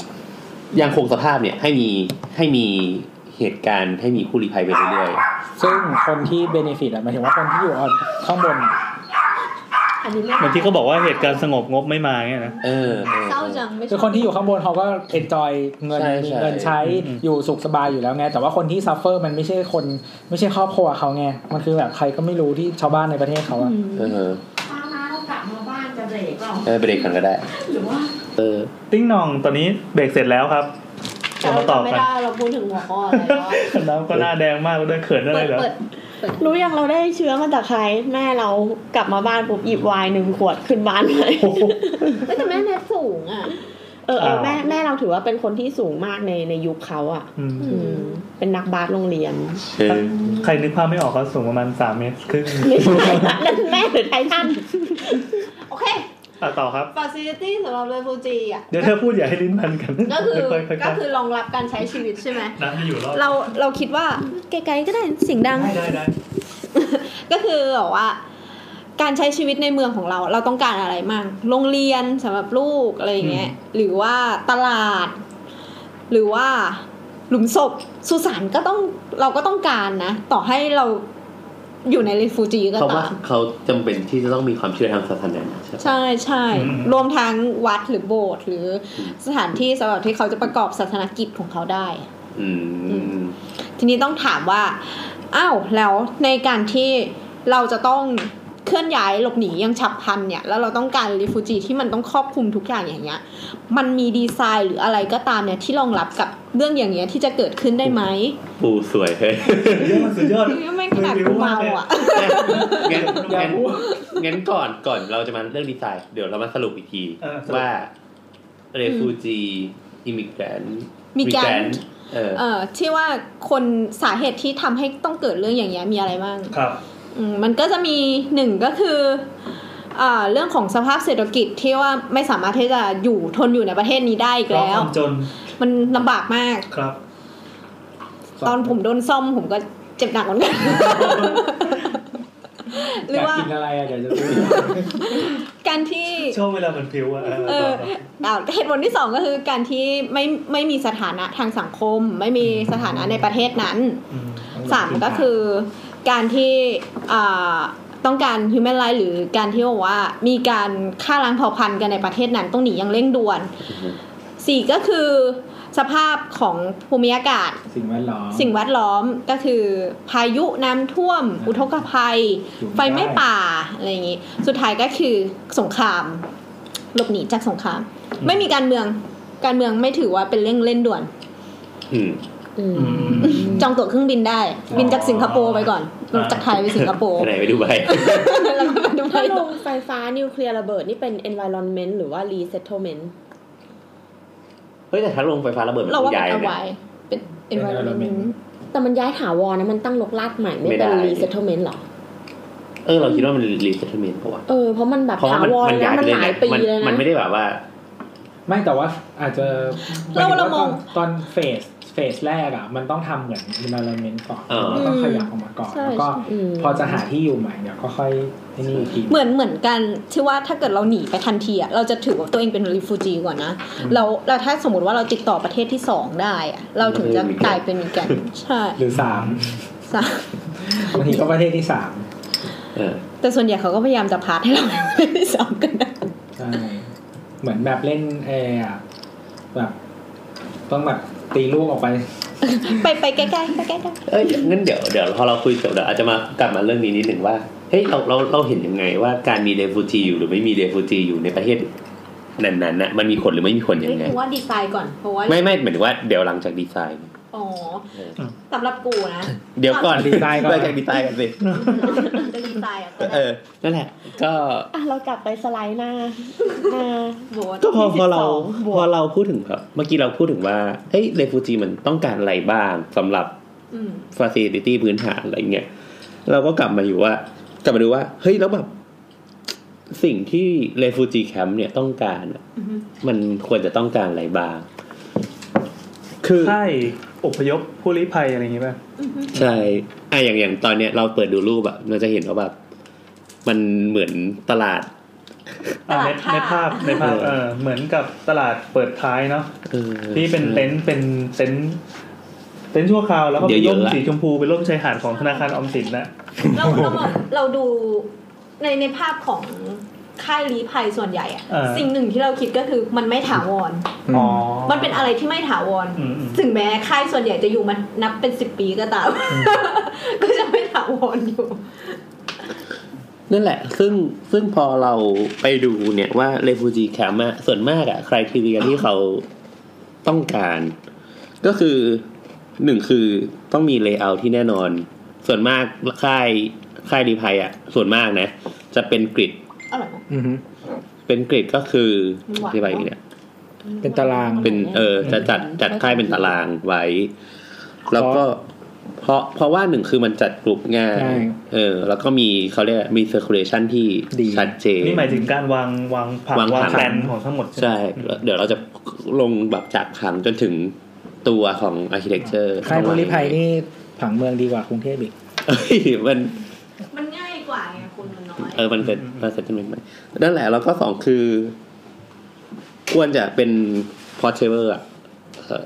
Speaker 2: ยังคงสภาพเนี่ยให้มีให้มีเหตุการณ์ให้มีผู้ลี้ภัยไปเรื่อย
Speaker 5: ซึ่งคนที่เบนฟิตอะหมายถึงว่าคนที่อยู่อ่อนข้างบน
Speaker 4: อันนี้ไม่
Speaker 3: เหมือนที่เขาบอกว่าเหตุการณ์สงบงบไม่มาเงี้ยนะ
Speaker 2: ๆเออออ
Speaker 6: เศร้าจังไม่ช
Speaker 5: คือ
Speaker 6: อบ
Speaker 5: คนที่อยู่ข้างบนเขาก็เอนจอยเงิน
Speaker 2: ใช่
Speaker 5: มี
Speaker 2: ใช่
Speaker 5: เงินใช้
Speaker 3: อืม
Speaker 5: อยู่สุขสบายอยู่แล้วไง แต่ว่าคนที่ซัฟเฟอร์มันไม่ใช่คน ไม่ใช่ครอบครัวเขาไง มันคือแบบใครก็ไม่รู้ที่ชาวบ้านในประเทศเขาอะ
Speaker 2: เออ
Speaker 4: ป้าน้าเรากลับมาบ้านจะเบรกเปล่า
Speaker 2: เออไปเด็กกันก็ได้
Speaker 4: หรือว่า
Speaker 2: เออ
Speaker 3: ติ้งหนองตอนนี้เบรกเสร็จแล้วครับจะมาต่อ
Speaker 4: ไม่
Speaker 3: กัน
Speaker 4: ได้เราพูดถึงหัวข้ออะไรแล้วอะ
Speaker 3: น้ำก็หน้าแดงมากแล้วด้วยเขินอะไร
Speaker 6: เปิด
Speaker 3: เหรอ
Speaker 6: เปิด
Speaker 4: รู้ยังเราได้เชื้อมาจากใครแม่เรากลับมาบ้านปุ๊บหยิบไวน์หนึ่งขวดขึ้นบ้านเลย
Speaker 3: โอ้โห
Speaker 6: เฮ้ยแต่แม่แนทสูงอ่ะ
Speaker 4: เออเออแม่
Speaker 3: อ้าว
Speaker 4: แม่เราถือว่าเป็นคนที่สูงมากในในยุคเขาอะ
Speaker 3: อืม
Speaker 4: อืมเป็นนักบาสโรงเรีย น
Speaker 2: เออ
Speaker 3: ใครนึกภาพไม่ออกเขาสูงประมาณสามเมตรค รึ่ง
Speaker 4: ไม่ใช่นะนั่นแม่หรือไททัน
Speaker 6: โอเค
Speaker 3: อ่ะต่อครับ
Speaker 6: facility สำหรับ refugee อ่ะ
Speaker 3: เดี๋ยวเธอพูดอย่าให้ลิ้นพันกัน
Speaker 6: ก็คือ
Speaker 3: ค่อยๆ
Speaker 6: ก็คือรองรับการใช้ชีวิตใช่ไหม
Speaker 3: น้ำให้อยู่รอด
Speaker 6: เราเราคิดว่าไกลๆก็ได้เสียงดัง
Speaker 3: ได้ได้ได้
Speaker 6: ก็คือแบบว่า การใช้ชีวิตในเมืองของเรา เราต้องการอะไรมั่งโรงเรียนสำหรับลูกอะไรอย่างเงี้ยหรือว่าตลาด หรือว่าหลุมศพสุสานก็ต้องเราก็ต้องการนะ ต่อให้เราอยู่ในรีฟูจีก็
Speaker 2: เขาว่า
Speaker 6: ตาม
Speaker 2: เขาจำเป็นที่จะต้องมีความเชื่อทางศาสนาใช่ปะ
Speaker 6: ใช่ใช่
Speaker 3: อืม
Speaker 6: รวมทั้งวัดหรือโบสถ์หรือสถานที่สำหรับที่เขาจะประกอบศาสนกิจของเขาได้
Speaker 2: อืม
Speaker 6: ทีนี้ต้องถามว่า อ้าว แล้วในการที่เราจะต้องเคลื่อนย้ายหลบหนีอยังฉับพลันเนี่ย แล้วเราต้องการรีฟูจีที่มันต้องครอบคลุมทุกอย่างอย่างเงี้ย มันมีดีไซน์หรืออะไรก็ตามเนี่ยที่รองรับกับเรื่องอย่างเงี้ยที่จะเกิดขึ้นได้ไหม
Speaker 2: ปูสวยเฮ้ย
Speaker 3: สุดยอดสุดยอด
Speaker 6: นี่ไม่ขนาด
Speaker 3: มือ
Speaker 6: กู
Speaker 3: วิว
Speaker 6: เมา
Speaker 3: ลย
Speaker 6: อ่ะ
Speaker 2: งั้นงั้นงั้นก่อนก่อนเราจะมาเรื่องดีไซน์ เดี๋ยวเรามาสรุปอีกที
Speaker 3: เออสรุป
Speaker 2: ว่า refugee immigrant
Speaker 6: migrant
Speaker 2: migrant เออ
Speaker 6: เออที่ว่าคนสาเหตุที่ทำให้ต้องเกิดเรื่องอย่างเงี้ยมีอะไรบ้าง
Speaker 3: ครับ
Speaker 6: อืมมันก็จะมีหนึ่งก็คืออาเรื่องของสภาพเศรษฐกิจที่ว่าไม่สามารถที่จะอยู่ทนอยู่ในประเทศนี้ได้อีก
Speaker 3: เพราะ
Speaker 6: แล้
Speaker 3: คว วามจน
Speaker 6: มันลำบากมาก
Speaker 3: ครับ
Speaker 6: ตอนผมโดนซ่อมผมก็เจ็บหนักเหมือนกัน หรือ
Speaker 5: อยาก
Speaker 6: ว่า
Speaker 5: กินอะไรอะเดี๋ยวจะซื้อ
Speaker 6: การที่
Speaker 3: ชอบเวลามันพริ้วอะเออ
Speaker 6: เออ
Speaker 3: ต่อครับ
Speaker 6: อ่าเหตุผลที่สองก็คือการที่ไม่ไม่มีสถานะทางสังคม ไม่มีสถานะในประเทศนั้น
Speaker 3: อืม
Speaker 6: สามก็คือการที่อ่าต้องการ human right หรือการที่บอกว่ามีการฆ่าล้างเผ่าพันธุ์กันในประเทศนั้นต้องหนีอย่างเร่งด่วนสี่ก็คือสภาพของภูมิอากาศ
Speaker 5: สิ่งแวดล้อม
Speaker 6: สิ่งแวดล้อมก็คือพายุน้ำท่วม
Speaker 5: อ่า
Speaker 6: อุทกภัย
Speaker 5: อยู่ไม่
Speaker 6: ไฟไหม้
Speaker 5: ได้
Speaker 6: ป่าอะไรอย่างนี้ สุดท้ายก็คือสงคราม หลบหนีจากสงคราม ไม่มีการเมืองการเมืองไม่ถือว่าเป็นเรื่องเล่นด่วน
Speaker 2: อืม
Speaker 3: อืม
Speaker 6: จองตั๋วเครื่องบินได้
Speaker 3: อ๋อ
Speaker 6: บินจากสิงคโปร์ไปก่อน
Speaker 3: อ่า
Speaker 6: จากไทยไปสิงคโปร์
Speaker 2: ไปไหนไปดูไป
Speaker 6: แล้วก็ไปดูไป
Speaker 4: ถ้าลงไฟฟ้านิวเคลียร์ระเบิดนี่เป็น environment หรือว่า resettlement
Speaker 2: เฮ้ยแต่ถ้าลงไฟฟ้าระเบิดมัน
Speaker 6: เรา
Speaker 2: ต้อ
Speaker 6: ว่าง เป็
Speaker 2: ย้าย
Speaker 6: นเอา
Speaker 2: นะ
Speaker 6: ไว้เป็น environment
Speaker 4: แต่มันย้ายถาวรนะมันตั้งรกรากใหม่ไม่
Speaker 2: ไม่ได้
Speaker 4: เป็น resettlement หรอ
Speaker 2: เออเราคิดว่ามัน resettlement เพราะว่า
Speaker 4: เออเพราะมันแบบ
Speaker 2: เพราะว่า
Speaker 4: ถา
Speaker 2: มัน
Speaker 4: วร
Speaker 2: มัน
Speaker 4: แล้ว
Speaker 2: ย้าย
Speaker 4: มัน
Speaker 2: ไปเลย
Speaker 4: หลาย
Speaker 2: นะมัน
Speaker 4: ปีเลย
Speaker 2: มัน
Speaker 4: นะ
Speaker 2: ไม่ได้แบบว่า
Speaker 5: ไม่แต่ว่าอาจจะ
Speaker 6: เรา
Speaker 5: หยถึว่
Speaker 6: เรามอง
Speaker 5: ตนตอนเฟสเฟสแรกอะมันต้องทำเหมือน environment ก่อน
Speaker 2: เออ
Speaker 5: มันต้องขยับออกมาก่อน แล้วก็พอจะหาที่อยู่ใหม่เดี๋ยวก็ค่อยไอ้นี่อีกที
Speaker 6: เหมือนเหมือนกันที่ว่าถ้าเกิดเราหนีไปทันทีอะเราจะถือว่าตัวเองเป็นรีฟูจีก่อนนะเราเราถ้าสมมติว่าเราติดต่อประเทศที่สองได้อะเราถึงจะกลายเป็นมิแกนใช่
Speaker 5: หรือสาม
Speaker 6: สาม
Speaker 5: บางทีก็ประเทศที่สาม
Speaker 2: เออ
Speaker 6: แต่ส่วนใหญ่เขาก็พยายามจะพาร์ทให้เรา เป็นที่สองกันนะ
Speaker 5: ใช่เหมือนแบบเล่นเออแบบต้องแบบตีลูกออกไป
Speaker 6: ไปไปใกล้ๆไปใกล้
Speaker 2: เอ้ยงั้นเดี๋ยวเดี๋ยวพอเราคุยจบเดี๋ยวอาจจะมากลับมาเรื่องนี้นิดหนึ่งว่าเฮ้ยเราเราเราเห็นยังไงว่าการมี refugee อยู่หรือไม่มี refugee อยู่ในประเทศนั้นๆน่ะมันมีผลหรือไม่มีผล
Speaker 6: ๆ
Speaker 2: ยังไง
Speaker 6: นี่คือว่าดีไซน์ก่อนเพราะว่า
Speaker 2: ไม่ไม่หมายถึงว่าเดี๋ยวหลังจากดีไซน์
Speaker 8: อ๋อสำหรับกูนะ
Speaker 2: เดี๋ยวก่อน
Speaker 5: ดีไซน์ก่อน
Speaker 2: เราจะดีไซน์กันสิ
Speaker 8: จะดีใจอ่ะ
Speaker 2: เออนั่นแหละ ก็
Speaker 4: อ่ะเรากลับไปสไลด์หน้าหน้า
Speaker 8: โบส
Speaker 2: ก็พอพอเรา
Speaker 4: 22
Speaker 2: พอเราพูดถึงแบบเมื่อกี้เราพูดถึงว่าเฮ้ยเรฟูจีมันต้องการอะไรบ้างสำหรับ
Speaker 8: อืม
Speaker 2: ฟาซิลิตี้พื้นฐานอะไรเงี้ยเราก็กลับมาอยู่ว่า กลับมาดูว่า เฮ้ย แล้วแบบ สิ่งที่เ e ฟูจ e แคมป์เนี่ยต้องการอะ
Speaker 8: อือฮึ
Speaker 2: มันควรจะต้องการอะไรบ้าง คือ
Speaker 3: ค่ายอพยพผู้ลี้ภัยอะไรอย่างงี้ป่ะ
Speaker 2: ใช่อะอย่างอย่างตอนเนี้ยเราเปิดดูรูปอะเราจะเห็นว่าแบบ มันเหมือนตลาด
Speaker 3: อ่าในในภาพในภาพ
Speaker 2: เออ
Speaker 3: เออเหมือนกับตลาดเปิดท้ายเนาะ
Speaker 2: เออ
Speaker 3: ที่เป็นเต็นท์เป็นเต็นท์เต็นท์ชั่วคราวแล้วก็เป็น
Speaker 2: เย
Speaker 3: ร่
Speaker 2: อะ
Speaker 3: ม
Speaker 2: ๆอะ
Speaker 3: สีชมพูเป็นร่มชายหาดของธนาคารออมสินนะ
Speaker 8: เราเรามองเราดูในในภาพของค่ายรีภัยส่วนใหญ่อะสิ่งหนึ่งที่เราคิดก็คือมันไม่ถาวร
Speaker 3: อ๋อ
Speaker 8: มันเป็นอะไรที่ไม่ถาวร
Speaker 3: อืมอืม
Speaker 8: ถึงแม้ค่ายส่วนใหญ่จะอยู่มานับเป็นสิบปีก็ตาม ก็จะไม่ถาวรอยู่
Speaker 2: นั่นแหละ ซึ่งซึ่งพอเราไปดูเนี่ยว่าเ e ฟูจ e แคมป์ส่วนมากอะใครทีเรียที่เขาต้องการ ก็คือหนึ่งคือต้องมีเลเยอร์ที่แน่นอน ส่วนมากค่ายค่ายดีภัยอะส่วนมากนะ จะเป็นกริด
Speaker 8: อร่อยไหม
Speaker 5: อือฮึ
Speaker 2: เป็นกริดก็คือ
Speaker 8: มันหวาน
Speaker 2: ที่ไปเนี่ย
Speaker 5: เป็นตาราง
Speaker 2: เป็นเออจะจัดจัดค่ายเป็นตารางไว้ แล้วก็เพราะเพราะว่าหนึ่งคือมันจัดกลุ่มง่าย
Speaker 5: ง่าย
Speaker 2: เออ แล้วก็มีเขาเรียกมีเซอร์คูลเลชันที่
Speaker 5: ดี
Speaker 2: ชัดเจน
Speaker 3: นี่หมายถึงการวางวางผัง
Speaker 2: วางผัง
Speaker 3: วางแผนของทั้งหมด
Speaker 2: ใช่แล้วเดี๋ยวเราจะลงแบบจากผังจนถึงตัวของ architecture
Speaker 5: ค่ายผู้ลี้ภัยนี่ผังเมืองดีกว่ากรุงเทพอีก
Speaker 2: เอ้ยมัน
Speaker 8: มันง่ายกว่าไงคนมันน้อย
Speaker 2: เออมันเป็นมันเซ็ตเป็นไหมนั่นแหละแล้วก็สองคือ ควรจะเป็น portable อะเอ่อ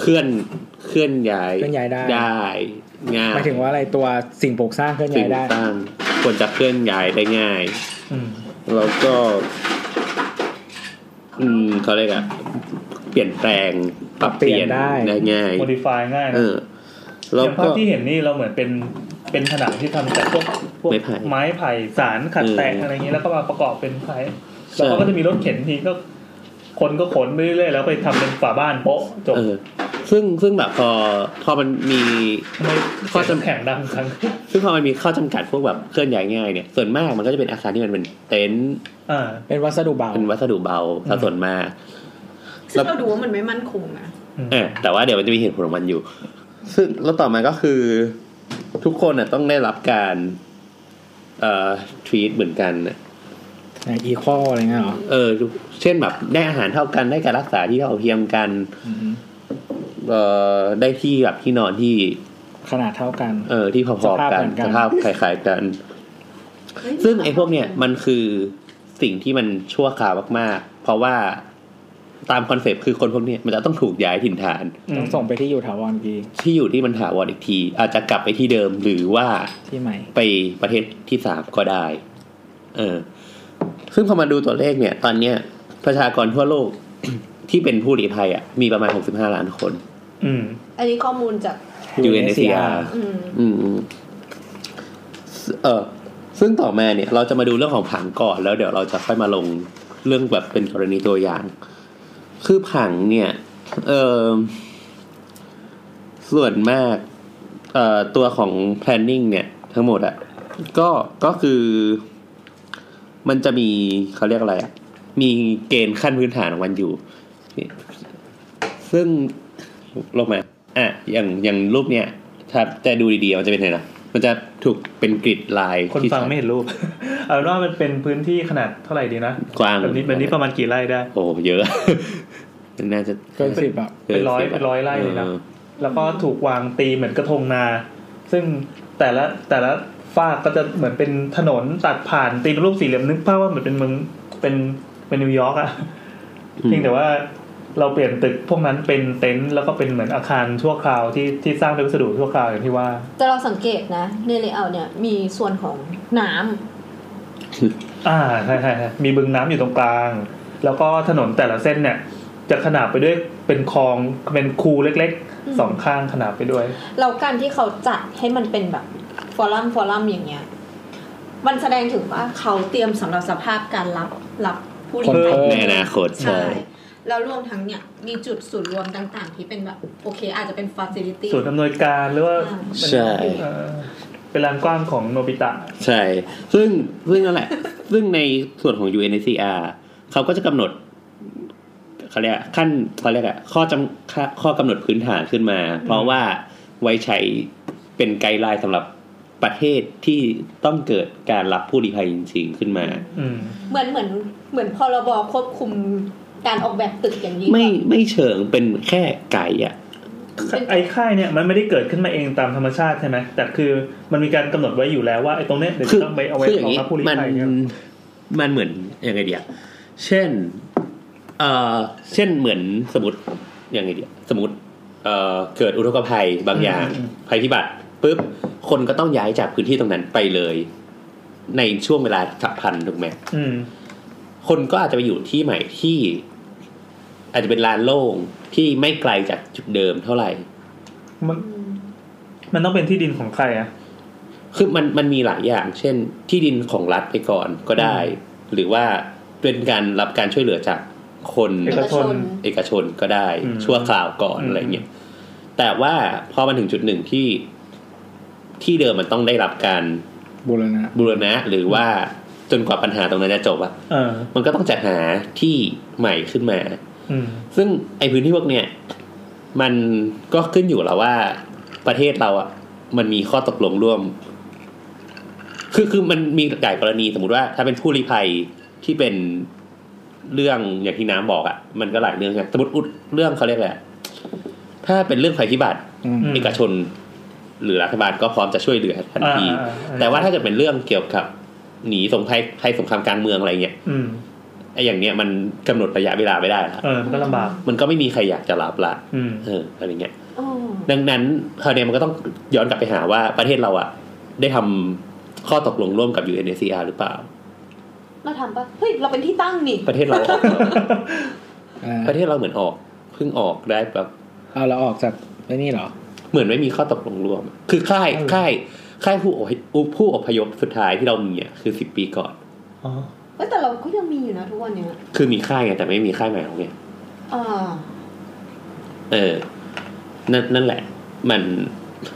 Speaker 2: เคลื่อนเคลื่อนย้าย
Speaker 5: เคลื่อนย้ายได้
Speaker 2: ง่าย
Speaker 5: หมายถึงว่าอะไรตัวสิ่งปลูกสร้างเคลื่อน
Speaker 2: สิ่
Speaker 5: ย้าง ยได้
Speaker 2: สร้างควรจะเคลื่อนย้ายได้ง่าย
Speaker 3: อืม
Speaker 2: แล้วก็ อืมเขาเรียกอะเปลี่ยนแปลงปรับเปลี่ยน
Speaker 5: ปรับเปลี่ยนได้
Speaker 2: ได้ง่าย
Speaker 3: โมดิฟายง่ายนะ
Speaker 2: เออ
Speaker 3: อ
Speaker 2: แล้ว
Speaker 3: ย่างภา
Speaker 2: ก็
Speaker 3: พที่เห็นนี่เราเหมือนเป็นเป็นผนังที่ทำจากพวกพวก
Speaker 2: ไม้ไผ่
Speaker 3: ไม้ไผ่สารขัดแตก
Speaker 2: เอออ
Speaker 3: อะไรอย่างงี้แล้วก็มาประกอบเป็นไผ่
Speaker 2: ใช่
Speaker 3: แล้วเขาก็จะมีรถเข็นทีก็คนก็ขนไปเรื่อยๆแล้วไปทำเป็นฝาบ้านโป๊ะจบ
Speaker 2: เออ ซึ่งซึ่งแบบพอพอมันมี
Speaker 3: ทำไม
Speaker 2: ข้อจำ
Speaker 3: แข็งดังครั้ง
Speaker 2: ซึ่งพอมันมีข้อจำกัดพวกแบบเคลื่อนย้ายง่ายเนี่ยส่วนมากมันก็จะเป็นอาคารที่มันเป็นเต็นท์
Speaker 3: อ่า
Speaker 5: เป็นวัสดุเบา
Speaker 2: เป็นวัสดุเบาซะส่วนมาก
Speaker 8: ซึ่งเราดูว่ามันไม่มั่นคงนะ
Speaker 2: เออแต่ว่าเดี๋ยวมันจะมีเหตุผลของมันอยู่ ซึ่งแล้วต่อมาก็คือ ทุกคนน่ะต้องได้รับการ เอ่อทวีตเหมือนกันน่ะ
Speaker 5: อีคออะไรเงี้ยเหรอ
Speaker 2: เออ เช่นแบบได้อาหารเท่ากันได้การรักษาที่เท่าเทียมกัน
Speaker 5: อือฮึ
Speaker 2: เอ่อได้ที่แบบที่นอนที่
Speaker 5: ขนาดเท่ากัน
Speaker 2: เออที่พอๆกันส
Speaker 5: ส
Speaker 2: ภา
Speaker 5: ภา
Speaker 2: พ
Speaker 5: พ
Speaker 2: คล้ายๆกัน ซึ่งไอ้พวกเนี่ยมันคือสิ่งที่มันชั่วคราวมากๆ เพราะว่าตามคอนเซปต์คือคนพวกเนี้มันจะต้องถูกย้ายถิ่นฐาน
Speaker 5: ต้องส่งไปที่อยู่ถาวรอีกที
Speaker 2: ที่อยู่ที่มันถาวรอีกที อาจจะกลับไปที่เดิมหรือว่า
Speaker 5: ที่ใหม่
Speaker 2: ไปประเทศที่สามก็ได้ เออ ซึ่งพอมาดูตัวเลขเนี่ย ตอนเนี้ยประชากรทั่วโลก ที่เป็นผู้ลี้ภัยอ่ะมีประมาณ 65 ล้านคน
Speaker 3: อืม
Speaker 8: อันนี้ข้อมูลจาก
Speaker 5: UNHCR
Speaker 8: อืม
Speaker 2: อืมอืมเออซึ่งต่อมาเนี่ย เราจะมาดูเรื่องของผังก่อนแล้วเดี๋ยวเราจะค่อยมาลงเรื่องแบบเป็นกรณีตัวอย่าง คือผังเนี่ย เออส่วนมาก เอ่อตัวของ planning เนี่ย ทั้งหมดอะก็ก็คือ มันจะมีเขาเรียกอะไรอะมีเกณฑ์ขั้นพื้นฐานของมันอยู่ ซึ่งลงมา อ่ะ อย่างอย่างรูปเนี้ยถ้าจะดูดีๆ มันจะเป็นไงนะมันจะถูกเป็นกริดลาย
Speaker 3: คน
Speaker 2: ที่
Speaker 3: ฟังไม่เห็นรูป เอาเป็นว่ามันเป็นพื้นที่ขนาดเท่าไหร่ดีนะ
Speaker 2: กว้าง
Speaker 3: แบบนี้แบบนี้ประมาณกี่ไร่ได้
Speaker 2: โอ้เยอะ น่าจะ
Speaker 5: เกินสิบอ่ะ
Speaker 3: เป็นร้อย
Speaker 2: กิ
Speaker 3: เป็นร้อยไร่เลยนะ
Speaker 2: ออ
Speaker 3: แล้วก็ถูกวางตีเหมือนกระทงนา ซึ่งแต่ละแต่ละฝากก็จะเหมือนเป็นถนนตัดผ่านตีเป็นรูปสี่เหลี่ยมนึกภาพว่าเหมือนเป็นเมืองเป็นเป็นนิวยอร์กอะเพียงแต่ว่าเราเปลี่ยนตึกพวกนั้นเป็นเต็นท์แล้วก็เป็นเหมือนอาคารชั่วคราวที่ที่สร้างด้วยวัสดุชั่วคราวอย่างที่ว่า
Speaker 8: แต่เราสังเกตนะในเลเยอร์เนี่ยมีส่วนของน้ำ
Speaker 3: อ่าใช่ใช่ใช่มีบึงน้ำอยู่ตรงกลาง แล้วก็ถนนแต่ละเส้นเนี่ย จะขนาบไปด้วยเป็นคลองเป็นคูเล็กๆสองข้างขนาบไปด้วย
Speaker 8: แล้วการที่เขาจัดให้มันเป็นแบบฟอรัมฟอรัมอย่างเงี้ย มันแสดงถึงว่าเขาเตรียมสำหรับสภาพการรับรับผู้ลี้
Speaker 5: คน
Speaker 8: ภั
Speaker 5: เพิ่
Speaker 8: ย
Speaker 5: ม
Speaker 2: ในอนาคตใช่
Speaker 8: แล้วรวมทั้งเนี่ยมีจุดศูนย์รวมต่างๆ ที่เป็นแบบโอเค อาจจะเป็นฟาซิลิตี้
Speaker 3: ส่วนย์อำนวยการหรือว่า
Speaker 8: อ่า
Speaker 3: เป็น
Speaker 2: ใช่
Speaker 3: เอ่อเป็นลานกว้างของโนบิตะ
Speaker 2: ใช่ ซึ่งซึ่งนั่นแหละ ซึ่งในส่วนของ UNCR เขาก็จะกำหนดเขาเรียกอะขั้นเขาเรียกอะข้อจำข้อข้อกำหนดพื้นฐานขึ้นมา เพราะว่าไว้ใช้เป็นไกด์ไลน์สำหรับประเทศที่ต้องเกิดการรับผู้ลี้ภัยจริงๆขึ้นมา
Speaker 3: อืม
Speaker 8: เหมือนเหมือนเหมือนพรบควบคุมการออกแบบตึกอย่างนี้
Speaker 2: ไม่ไม่เชิงเป็นแค่ไกด์อะ
Speaker 8: เป็น
Speaker 3: ไอ้ค่ายเนี่ยมันไม่ได้เกิดขึ้นมาเองตามธรรมชาติใช่ไหมแต่คือมันมีการกำหนดไว้อยู่แล้วว่าไอ้ตรงเนี้ยเดี๋ยว
Speaker 2: คือ
Speaker 3: จะต้องไปเอาไว้
Speaker 2: คืออย่าง
Speaker 3: ของ
Speaker 2: นี้
Speaker 3: พระผู้ลี้
Speaker 2: มัน
Speaker 3: ภัยเนี่ย
Speaker 2: มันเหมือนยังไงเดียเช่น เอ่อ เช่นเหมือนสมมติยังไงเดียสมมติ เอ่อ เกิดอุทกภัยบางอย่าง ภัยพิบัติปุ๊บ คนก็ต้องย้ายจากพื้นที่ตรงนั้นไปเลย ในช่วงเวลาฉับพลันถูกไหม
Speaker 3: อืม
Speaker 2: คนก็อาจจะไปอยู่ที่ใหม่ที่ อาจจะเป็นลานโล่งที่ไม่ไกลจากจุดเดิมเท่าไหร่
Speaker 3: มันมันต้องเป็นที่ดินของใครอ่ะ
Speaker 2: คือมันมันมีหลายอย่าง เช่น ที่ดินของรัฐไปก่อนก็ได้ หรือว่าเป็นการรับการช่วยเหลือจากคน
Speaker 3: เอกชน
Speaker 2: เอกชนก็ได้
Speaker 3: อืม
Speaker 2: ชั่วคราวก่อน
Speaker 3: อืม
Speaker 2: อะไรเงี้ยแต่ว่าพอมันถึงจุดหนึ่งที่ที่เดิมมันต้องได้รับการ
Speaker 5: บูรณะ
Speaker 2: บูรณะ หรือว่าจนกว่าปัญหาตรงนั้นจะจบอะ
Speaker 3: เออ
Speaker 2: มันก็ต้องจัดหาที่ใหม่ขึ้นมา
Speaker 3: อืม
Speaker 2: ซึ่งไอพื้นที่พวกเนี้ยมันก็ขึ้นอยู่แล้วว่าประเทศเราอ่ะ มันมีข้อตกลงร่วม คือคือมันมีหลายกรณีสมมติว่า ถ้าเป็นผู้ลี้ภัยที่เป็นเรื่องอย่างที่น้ำบอกอ่ะมันก็หลายเรื่องไงสมมติอุดเรื่องเขาเรียกอะไรอะถ้าเป็นเรื่องภัยพิบัติ
Speaker 5: อืม
Speaker 3: ม
Speaker 2: เอกชน หรือรัฐบาลก็พร้อมจะช่วยเหลือทันที
Speaker 3: อ่าอ่
Speaker 2: แต่ว่าถ้าเกิดเป็นเรื่องเกี่ยวกับ หนีสงครามภัยสงครามกลางเมืองอะไรเงี้ย
Speaker 3: อืม
Speaker 2: ไอ้อย่างเนี้ยมันกำหนดระยะเวลาไม่ได้ละ
Speaker 3: เออมันก็ลำบาก
Speaker 2: มันก็ไม่มีใครอยากจะรับละ
Speaker 3: อืม
Speaker 2: เอออะไรเงี้ย
Speaker 8: โอ้
Speaker 2: ดังนั้นคราวเนี้ยมันก็ต้องย้อนกลับไปหาว่าประเทศเราอะได้ทำข้อตกลงร่วมกับ UNHCR หรือเปล่า
Speaker 8: เราทำปะเฮ้ยเราเป็นที่ตั้งนี่
Speaker 2: ประเทศเราอ อก
Speaker 5: อ่า
Speaker 2: ประเทศเราเหมือนออกเพิ่งออกได้แบบ
Speaker 5: เอาเราออกจากไอ้นี่เหรอ
Speaker 2: เหมือนไม่มีข้อตกลงร่วม คือค่าย
Speaker 3: อืม
Speaker 2: ค่ายค่ายผู้อพยพผู้อพยพสุดท้ายที่เรามีอะคือสิบปีก่อน
Speaker 3: อ๋อ
Speaker 8: เอ้ยแต่เราก็ยังมีอยู่นะทุกวันเนี้ย
Speaker 2: คือมีค่ายไงแต่ไม่มีค่ายใหม่ของเนี่ย
Speaker 8: อ่า
Speaker 2: เออนั่นนั่นแหละ มัน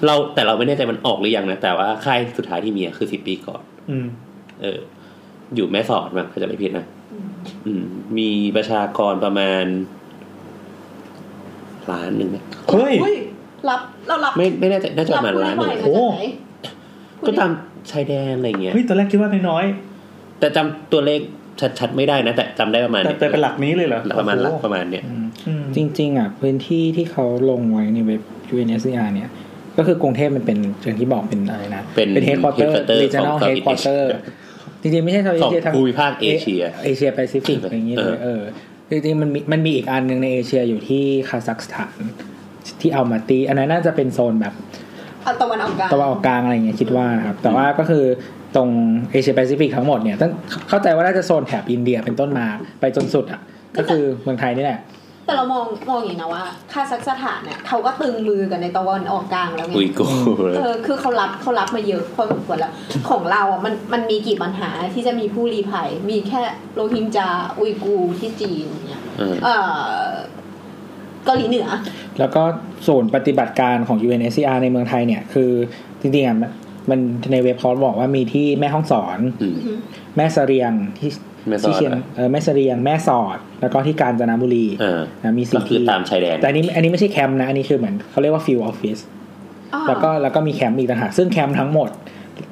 Speaker 2: เราแต่เราไม่แน่ใจมันออกหรือยังนะแต่ว่าค่ายสุดท้ายที่มีอะคือสิบปีก่อน
Speaker 3: อืม
Speaker 2: เออ อยู่แม่สอดมั้งถ้าจะไม่ผิดนะ
Speaker 8: อืม
Speaker 2: อืมมีประชากรประมาณล้านหนึ่งนะ
Speaker 3: เฮ้ย
Speaker 8: อุ้ยรับเรารับ
Speaker 2: ไม่ไม่แน่ใจน่าจะประมาณล้านหนึ่ง
Speaker 8: ผู้ลี้ภัยมาจากไหน
Speaker 2: ก็ตามชายแดนอะไรเงี้ย
Speaker 3: เฮ้ยตอนแรกคิดว่าน้อย
Speaker 2: แต่จำตัวเลขชัดๆไม่ได้นะแต่จำได้ประมาณ
Speaker 3: ๆแต่
Speaker 2: ย
Speaker 3: แต่เป็นหลักนี้เลยเหรอ
Speaker 2: ประมาณหลัก
Speaker 3: โอ้โห
Speaker 2: ประมาณเนี้ย
Speaker 5: อืม
Speaker 3: อืม
Speaker 5: จริงๆอ่ะพื้นที่ที่เขาลงไว้ในเว็บ UNSCR เนี่ย ก็คือกรุงเทพมันเป็นอย่างที่บอกเป็นอะไรนะ
Speaker 2: เป็น
Speaker 5: เฮดคอร์เตอร์
Speaker 2: headquarter
Speaker 5: รีเจนอล
Speaker 2: ข
Speaker 5: เฮ
Speaker 2: ง
Speaker 5: ดคอร์เตอ
Speaker 2: Southeast
Speaker 5: ร์จริงๆ ไม่ใช่เซาท์
Speaker 2: ข
Speaker 5: เอ
Speaker 2: อง
Speaker 5: เชียทั้ง
Speaker 2: ภูมิภาคเอเชีย
Speaker 5: เอเชียแปซิฟิกอย่างนี้เลย
Speaker 2: เออ
Speaker 5: เออจริงๆมันมีมันมีอีกอันหนึ่งในเอเชียอยู่ที่คาซัคสถาน ที่อัลมาตีอันนั้นน่าจะเป็นโซนแบบ
Speaker 8: เอาตะวันออกกลาง
Speaker 5: ตะวันออกกลางอะไรอย่างเงี้ยคิดว่านะครับ แต่ว่าก็คือตรงเอเชียแปซิฟิกทั้งหมดเนี่ยต้องเข้าใจว่าน่าจะโซนแถบอินเดียเป็นต้นมาไปจนสุดอ่ะก็คือเมืองไทยนี่แหละ
Speaker 8: แต่เรามองมองอย่างนี้นะว่าคาซัคสถานเนี่ยเขาก็ตึงมือกันในตะวันออกกลางแล้วไง
Speaker 2: อุยกู
Speaker 8: เออคือเขารับเขารับมาเยอะพอสมควรแล้ว ของเราอ่ะมันมันมีกี่ปัญหาที่จะมีผู้รีภัย มีแค่โรฮิงญาอุยกูร์ที่จีนเนี่ย
Speaker 2: เออ
Speaker 8: เออเกาหลีเหนือ
Speaker 5: แล้วก็ศูนย์ปฏิบัติการของ UNSCR ในเมืองไทยเนี่ยคือจริงๆอ่ะมันมันในเว็บเขาบอกว่ามีที่แม่ห้องสอน
Speaker 2: อืม
Speaker 5: แม่เสเรียงที่
Speaker 2: แม่สอ
Speaker 5: ที่
Speaker 2: ด
Speaker 5: เชียง
Speaker 2: อะ
Speaker 5: เออแม่เสเรียงแม่สอด แล้วก็ที่กาญจนบุรี
Speaker 2: เออ
Speaker 5: นะมี
Speaker 2: ก็
Speaker 5: สี่
Speaker 2: คือ
Speaker 5: ที่
Speaker 2: ตามชายแดน
Speaker 5: แต่อันนี้อันนี้ไม่ใช่แคมป์นะ อันนี้คือเหมือนเขาเรียกว่าฟิลออฟฟิศ
Speaker 8: อ้อ
Speaker 5: แล้วก็แล้วก็มีแคมป์อีกต่างหากซึ่งแคมป์ทั้งหมด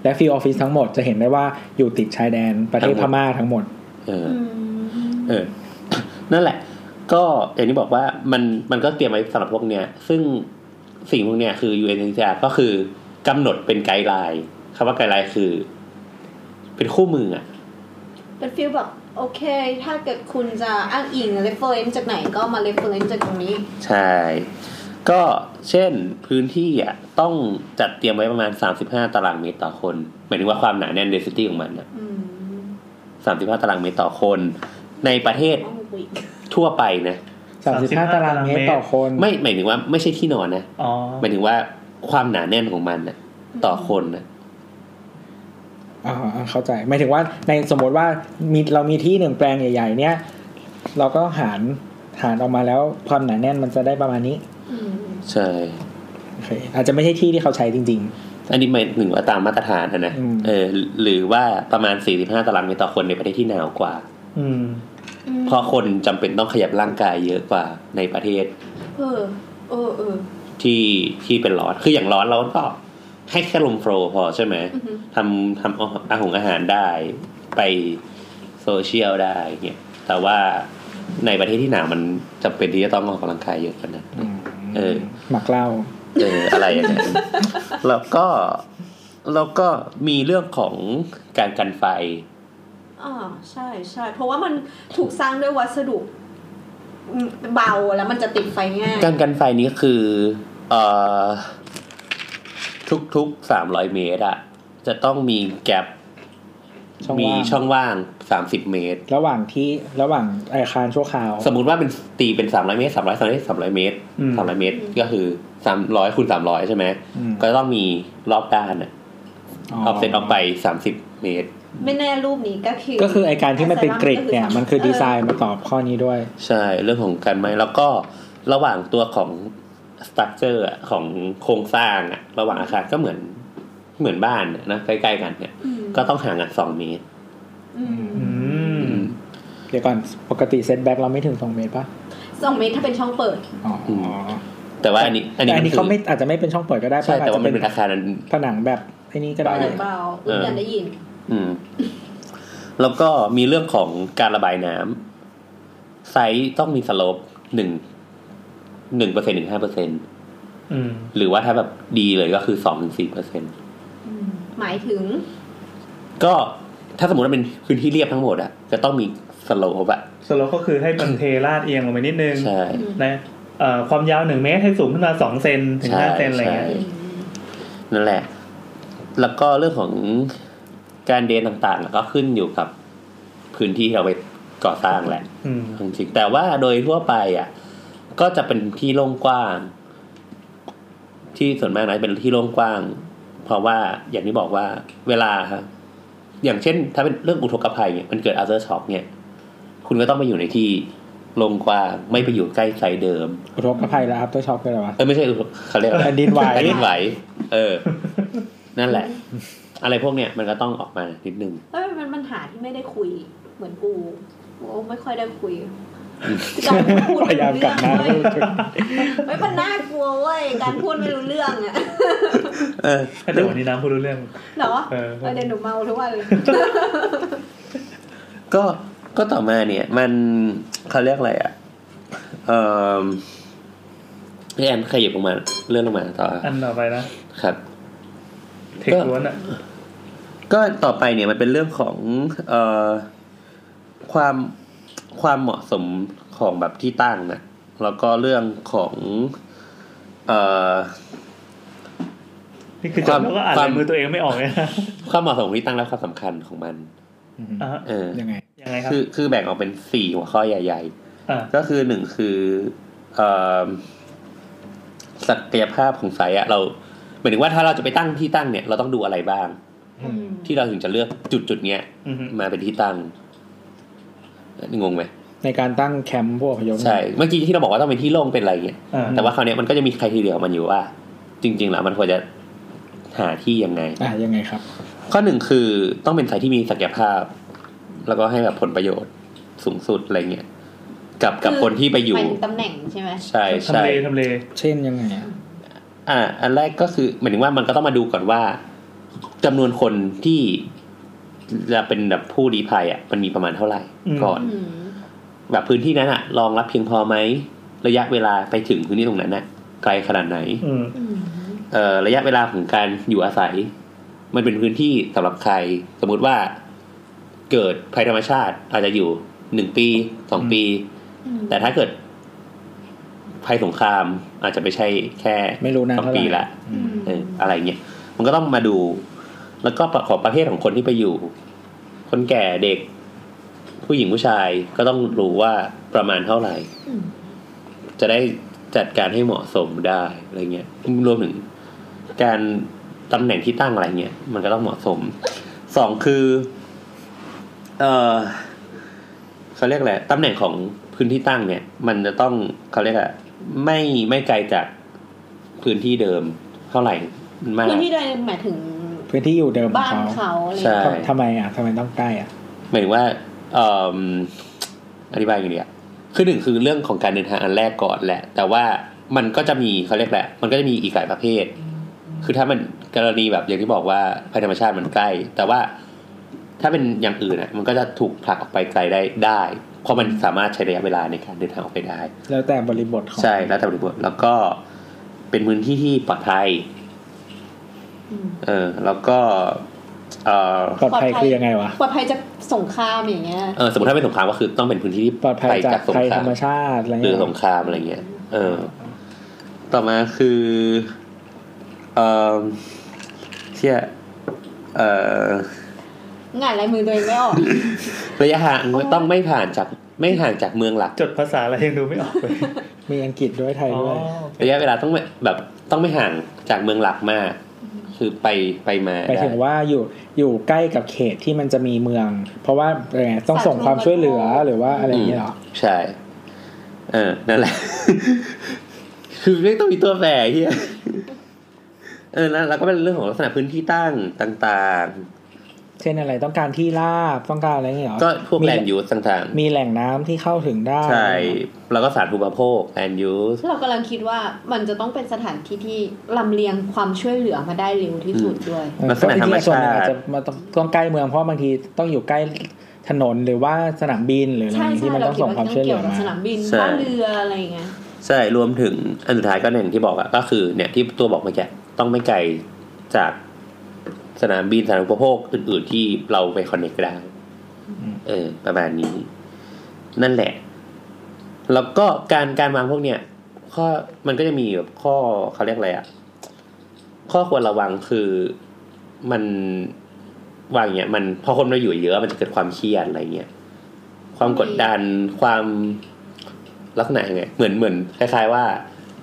Speaker 5: และฟิลออฟฟิศทั้งหมดจะเห็นได้ว่าอยู่ติดชายแดนประเทศพม่าทั้งหมด
Speaker 2: เออ
Speaker 8: อืม
Speaker 2: เออ นั่นแหละ ก็อย่างที่บอกว่ามันมันก็เตรียมไว้สำหรับพวกเนี้ย ซึ่งสิ่งพวกเนี้ยคือ UNHCR ก็คือกำหนดเป็นไกด์ไลน์คำว่าไกด์ไลน์คือ เป็นคู่มืออ่ะ
Speaker 8: เป็นฟีลแบบโอเค ถ้าเกิดคุณจะอ้างอิงเรฟเฟอร์เรนซ์จากไหนก็มาเรฟเฟอร์เรนซ์จากตรงนี้
Speaker 2: ใช่ ก็เช่นพื้นที่อ่ะต้องจัดเตรียมไว้ประมาณ 35 ตารางเมตรต่อคน หมายถึงว่าความหนาแน่น density ของมันนะ
Speaker 8: อืม
Speaker 2: 35 ตารางเมตรต่อคน ในประเทศ
Speaker 8: ต้องคุย
Speaker 2: ทั่วไปนะ
Speaker 5: 35 ตารางเมตรต่อคน
Speaker 2: ไม่หมายถึงว่าไม่ใช่ที่นอนนะ
Speaker 3: อ๋อ
Speaker 2: หมายถึงว่าความหนาแน่นของมันนะต่อคนนะ
Speaker 5: อ่าอ่าเข้าใจหมายถึงว่าในสมมติว่ามีเรามีที่หนึ่งแปลงใหญ่ ๆ เนี่ย เราก็หาร หารออกมาแล้วความหนาแน่นมันจะได้ประมาณนี้
Speaker 2: ใช่
Speaker 5: โอเคอาจจะไม่ใช่ที่ที่เขาใช้จริง
Speaker 2: อันนี้หมายถึงว่าตามมาตรฐานนะนะ
Speaker 5: อืม
Speaker 2: เออหรือว่าประมาณ 45 ตารางเมตรต่อคนในประเทศที่หนาวกว่า
Speaker 3: อืม
Speaker 2: เพราะคนจำเป็นต้องขยับร่างกายเยอะกว่าในประเทศ
Speaker 8: เออเออเออ
Speaker 2: ที่ที่เป็นร้อน คืออย่างร้อนเราก็ให้แค่ลมโฟลว์พอใช่ไหม
Speaker 8: อือฮึ
Speaker 2: ทำทำอาหงอาหารได้ไปโซเชียลได้เงี้ยแต่ว่าในประเทศที่หนาวมันจำเป็นที่จะต้องออกกำลังกายเยอะขนาดนั้น
Speaker 5: ๆอืม
Speaker 2: เออ
Speaker 5: หมักเหล้า
Speaker 2: เอออะไรอย่าง นั้น แล้วก็แล้วก็มีเรื่องของการกันไฟ
Speaker 8: อ่าใช่ใช่เพราะว่ามันถูกสร้างด้วยวัสดุอืมเบาแล้วมันจะติดไฟง่าย
Speaker 2: การกันไฟนี้คือเอ่อทุกทุกสามร้อยเมตรอะจะต้องมีแกลบ
Speaker 5: ช่อง
Speaker 2: มี
Speaker 5: ว่าง
Speaker 2: ช่องว่างสามสิบเมตร
Speaker 5: ระหว่างที่ระหว่างอาคารชั่วคราว
Speaker 2: สมมุติว่าเป็นตีเป็นสามร้อยเมตรสามร้อยสามร้อยสามร้อยเมตร
Speaker 3: อืม
Speaker 2: สามร้อยเมตรก็คือสามร้อยคูณสามร้อยใช่ไหม
Speaker 5: อืม
Speaker 2: ก็ต้องมีรอบด้านอะออฟเซตออกไปสามสิบเมตร
Speaker 8: ไม่แน่รูปนี้ก็คือ
Speaker 5: ก็คือไอการที่มันเป็นกริดเนี่ย มันคือดีไซน์มาตอบข้อนี้ด้วย
Speaker 2: ใช่เรื่องของการไหมแล้วก็ระหว่างตัวของสตั๊กเจอร์ของโครงสร้างอะระหว่างอาคารก็เหมือนเหมือนบ้านอะนะใกล้ๆกันเนี่ย
Speaker 8: อืม
Speaker 2: ก็ต้องห่างกันสองเมตร
Speaker 8: อืม
Speaker 3: อืม
Speaker 5: เดี๋ยวก่อนปกติเซตแบ็กเราไม่ถึงสองเมตรป่ะ
Speaker 8: สองเมตรถ้าเป็นช่องเปิด
Speaker 5: อ๋ออ
Speaker 2: ม แต่ว่าอันนี้อัน
Speaker 5: แต่อันนี้
Speaker 2: นี้
Speaker 5: เขา
Speaker 2: คือ
Speaker 5: ไม่อาจจะไม่เป็นช่องเปิดก็ได้
Speaker 2: ใช่แต่ว่ามันเป็น
Speaker 5: อจ
Speaker 2: อาคารนั้น
Speaker 5: จะผนังแบบไอ้นี้ก็ได้
Speaker 8: เปิดเบา
Speaker 2: เอออ
Speaker 8: อยากได้ยิน
Speaker 2: อืม แล้วก็มีเรื่องของการระบายน้ำไซต์ต้องมีสโลปหนึ่งหนึ่งเปอร์เซ็นต์ถึงห้าเปอร์เซ็นต์
Speaker 3: อืม
Speaker 2: หรือว่าถ้าแบบดีเลยก็คือสองถึงสี่เปอร์เซ็นต์
Speaker 8: หมายถึง
Speaker 2: ก็ถ้าสมมติว่าเป็นพื้นที่เรียบทั้งหมดอะจะต้องมีสโลปอะ
Speaker 3: สโลปก็คือให้มันเทราดเอียงลงไปนิดนึง
Speaker 2: ใช่
Speaker 3: นะเอ่อความยาวหนึ่งเมตรให้สูงขึ้นมาสองเซนถึง
Speaker 2: ใช่
Speaker 3: ห้าเซนอะไรเงี้ย
Speaker 2: ใช่ นั่นแหละ แล้วก็เรื่องของการเดนต่างๆก็ขึ้นอยู่กับพื้นที่ที่เราไปก่อสร้างแหละ
Speaker 3: อืม
Speaker 2: จริงๆแต่ว่าโดยทั่วไปอ่ะ ก็จะเป็นที่โล่งกว้าง ที่ส่วนมากนะเป็นที่โล่งกว้าง เพราะว่าอย่างที่บอกว่าเวลาครับอย่างเช่น ถ้าเป็นเรื่องอุทกภัยเนี่ยมันเกิดอัลเซอร์ช็อกเนี่ย คุณก็ต้องไปอยู่ในที่โล่งกว้างไม่ไปอยู่ใกล้ไซต์เดิม
Speaker 5: อุทกภัยแล้วครับตัวช็อปคืออะไรวะ
Speaker 2: เออไม่ใช่อุทกเขาเรียกอะไร
Speaker 5: แผ่นดินไหว
Speaker 2: แผ่นดินไหว เออ นั่นแหละ อะไรพวกเนี้ยมันก็ต้องออกมานิดนึง
Speaker 8: เอ้ยมันปัญหาที่ไม่ได้คุยเหมือนกูกูไม่ค่อยได้คุยการพูด
Speaker 5: พยายามกลับมา
Speaker 8: เว้ยเฮ้ยมันน่ากลัวเว้ยการพูดไม่รู้เรื่องอะ
Speaker 2: เออ
Speaker 3: แต่วันนี้น้ำพูดรู้เรื่อง
Speaker 8: เหรอ
Speaker 3: เออ
Speaker 8: เออเดี๋ยวหนูเมาทุกวันเลย
Speaker 2: ก็ก็ต่อมาเนี่ย มันเขาเรียกอะไรอ่ะ เออพี่แอนขยับลงมาเลื่อนลงมาต่อ
Speaker 3: อันต่อไปนะ
Speaker 2: ครับ
Speaker 3: เทคล้วนอ่ะ
Speaker 2: ก็ต่อไปเนี่ยมันเป็นเรื่องของเอ่อความความเหมาะสมของแบบที่ตั้งนะแล้วก็เรื่องของเอ่อ
Speaker 3: นี่คือ
Speaker 2: ค
Speaker 3: จ
Speaker 2: วา
Speaker 3: บ
Speaker 2: ม
Speaker 3: แล้วก็อ่าน
Speaker 2: ความ
Speaker 3: ลายมือตัวเองไม่ออกเลยนะ
Speaker 2: ความเหมาะสมของที่ตั้งและความสำคัญของมัน
Speaker 5: อืม
Speaker 3: อ่ะฮะ
Speaker 2: เออ
Speaker 5: ยังไง
Speaker 3: ยังไงครับ
Speaker 2: คือคือแบ่งออกเป็นสี่หัวข้อใหญ่
Speaker 3: อ่ะ
Speaker 2: ๆ ก็คือหนึ่งคือเอ่อศักยภาพของไซต์อะเราหมายถึงว่าถ้าเราจะไปตั้งที่ตั้งเนี่ย เราต้องดูอะไรบ้าง
Speaker 8: อืม
Speaker 2: ที่เราถึงจะเลือกจุดจุดๆเนี้ย
Speaker 3: อืม
Speaker 2: มาเป็นที่ตั้งงงไหม
Speaker 5: ในการตั้งแคมป์ผู้อพยพ
Speaker 2: ใช่เมื่อกี้ที่เราบอกว่าต้องเป็นที่โล่งเป็นอะไรเงี้ย
Speaker 3: อ่ะ
Speaker 2: แต่ว่าคราวเนี้ยมันก็จะมีใครทีเดียวมันอยู่ว่า จริง ๆ แล้วมันควรจะหาที่ยังไง
Speaker 5: อ่ะยังไงครับ
Speaker 2: ข้อหนึ่งคือต้องเป็นไซต์ที่มีศักยภาพ แล้วก็ให้แบบผลประโยชน์สูงสุดอะไรเงี้ยกับกับคนที่ไปอยู่
Speaker 8: เป็นตำแหน่งใช่ไหม
Speaker 2: ใช่
Speaker 3: ทำ
Speaker 2: ใช่
Speaker 3: เลทำเล
Speaker 5: เช่นยังไงอ่ะ
Speaker 2: อ่า อันแรกก็คือหมายถึงว่ามันก็ต้องมาดูก่อนว่าจำนวนคนที่จะเป็นแบบผู้ลี้ภัยอ่ะมันมีประมาณเท่าไหร่
Speaker 3: อืม
Speaker 2: ก่อน
Speaker 8: อืม
Speaker 2: แบบพื้นที่นั้นอ่ะรองรับเพียงพอไหมระยะเวลาไปถึงพื้นที่ตรงนั้นอ่ะไกลขนาดไหน
Speaker 3: อืม
Speaker 8: อืม
Speaker 2: เอ่อระยะเวลาของการอยู่อาศัย มันเป็นพื้นที่สำหรับใคร สมมุติว่าเกิดภัยธรรมชาติ อาจจะอยู่หนึ่งปีสองปี
Speaker 8: อืม
Speaker 2: แต่ถ้าเกิดภัยสงครามอาจจะไม่ใช่แค่
Speaker 5: ไม่รู้นะ
Speaker 2: สอง
Speaker 5: เท่าไห
Speaker 2: ปี
Speaker 5: ร่
Speaker 2: ละ
Speaker 8: อืม
Speaker 2: เอออะไรเงี้ย มันก็ต้องมาดู แล้วก็ประกอบประเภทของคนที่ไปอยู่ คนแก่เด็ก ผู้หญิงผู้ชายก็ต้องรู้ว่าประมาณเท่าไหร่
Speaker 8: ม
Speaker 2: จะได้จัดการให้เหมาะสมได้อะไรเงี้ยรวมถึงการตำแหน่งที่ตั้งอะไรเงี้ยมันก็ต้องเหมาะสมสองคือ เออเขาเรียกอะไรตำแหน่งของ พื้นที่ตั้งเนี่ย มันจะต้องเขาเรียกอะไม่ไม่ไกลจากพื้นที่เดิมเท่าไหร่มาก
Speaker 8: พื้นที่โดยหมายถึง
Speaker 5: พื้นที่อยู่เดิมของ
Speaker 8: บ้าน
Speaker 5: เขา
Speaker 8: เขาอะไร
Speaker 2: ใช่
Speaker 8: เงี้ย
Speaker 5: ทำทำไมอ่ะทำไมต้องใกล้อ่ะ
Speaker 2: หมายถึงว่าเอมอธิบายยังไงดีอะคือหนึ่งคือเรื่องของการเดินทางอันแรกก่อนแหละ แต่ว่ามันก็จะมีเขาเรียกแหละ มันก็จะมีอีกหลายประเภท คือถ้ามันกรณีแบบอย่างที่บอกว่าภัยธรรมชาติมันใกล้ แต่ว่าถ้าเป็นอย่างอื่นอะมันก็จะถูกผลักออกไปไกลได้ได้ เพราะมันสามารถใช้ระยะเวลาในการเดินทางออกไปได้
Speaker 5: แล้วแต่บริบทของ
Speaker 2: ใช่แล้วแต่บริบทแล้วก็เป็นพื้นที่ที่ปลอดภัย เออ แล้วก็ เออ
Speaker 5: ปลอดภัยคือยังไงวะ
Speaker 8: ปลอดภัยจากสงครามอย่างเงี้ย
Speaker 2: เออสมมติถ้าเป็นสงครามก็คือต้องเป็นพื้นที่ที่
Speaker 5: ปลอดภัยจาก
Speaker 2: สง
Speaker 5: ภัย
Speaker 2: ค
Speaker 5: ธ
Speaker 2: ราร ม
Speaker 5: รมชาติอะไร
Speaker 2: หรือ
Speaker 5: เงี้ย
Speaker 2: สงครามอะไรเงี้ย เออ ต่อมาคือเออเชี่ยเออง
Speaker 8: านลายมือตัวเองไม่ออก
Speaker 2: ระยะห่างต้องไม่ผ่านจากไม่ห่างจากเมืองหลัก
Speaker 3: จดภาษาอะไรยังดูไม่ออกเลย
Speaker 5: มีอังกฤษด้วยไทย
Speaker 3: อ๋อ
Speaker 5: ด้วย
Speaker 2: ระยะเวลาต้องไม่แบบต้องไม่ห่างจากเมืองหลักมาก คือไปไปมา
Speaker 5: ไปถึงว่าอยู่อยู่ใกล้กับเขตที่มันจะมีเมือง เพราะว่าอะไรเงี้ยต้องส่งความช่วยเหลือหรือว่าอะไรอย่างเงี้ยเหรอ
Speaker 2: ใช่ เออ นั่นแหละ คือไม่ต้องมีตัวแปรเฮียเออแล้วแล้วก็เป็นเรื่องของลักษณะพื้นที่ตั้งต่าง ๆ
Speaker 5: เช่นอะไรต้องการที่ราบต้องการอะไรอย่างเงี้ยเหรอ
Speaker 2: ก็พวก
Speaker 5: มี
Speaker 2: แลนด์ยูสต่าง
Speaker 5: มีแหล่งน้ำที่เข้าถึงได้
Speaker 2: ๆ ใช่ แล้วก็สาธารณูปโภคแลนด์ยูส
Speaker 8: เรากำลังคิดว่ามันจะต้องเป็นสถานที่ที่ลำเลียงความช่วยเหลือมาได้เร็วที่สุดด้วย
Speaker 5: เออ
Speaker 2: ลักษณะธรรม
Speaker 5: ก็จงๆส่วน
Speaker 2: ชา
Speaker 5: ห
Speaker 2: ติ
Speaker 5: นึ่งอาจจะมาต้องต้องใกล้เมืองเพราะบางทีต้องอยู่ใกล้ถนนหรือว่าสนามบินหรืออะไรอ
Speaker 8: ใช่
Speaker 5: ย่างเงี้ย
Speaker 8: ใช่
Speaker 5: ที่มัน
Speaker 8: เรา
Speaker 5: ต้อง
Speaker 8: คิด
Speaker 5: ส่ง
Speaker 8: ว่า
Speaker 5: ความ
Speaker 8: ต้อง
Speaker 5: ช่วยเหลื
Speaker 8: เกี่ย
Speaker 5: อ
Speaker 8: วกับ
Speaker 5: มา
Speaker 8: สนามบิน
Speaker 2: ใช่
Speaker 8: ท่าเรืออะไรอย่างเงี้ย
Speaker 2: ใช่ รวมถึงอันสุดท้ายก็อย่างที่บอกอะก็คือเนี่ยที่ตัวบอกเมื่อกี้ต้องไม่ไกลจากสนามบินสาธารณูปโภคอื่นๆ ที่เราไปคอนเนคได้เออ ประมาณนี้ นั่นแหละ แล้วก็การการวางพวกเนี่ย ข้อมันก็จะมีแบบข้อเขาเรียกอะไรอะข้อควรระวังคือมันวางอย่างเงี้ยมันพอคนเราอยู่เยอะ มันจะเกิดความเครียดอะไรเงี้ยความกดดันความลักษณะยังไงเหมือนเหมือนคล้ายๆว่า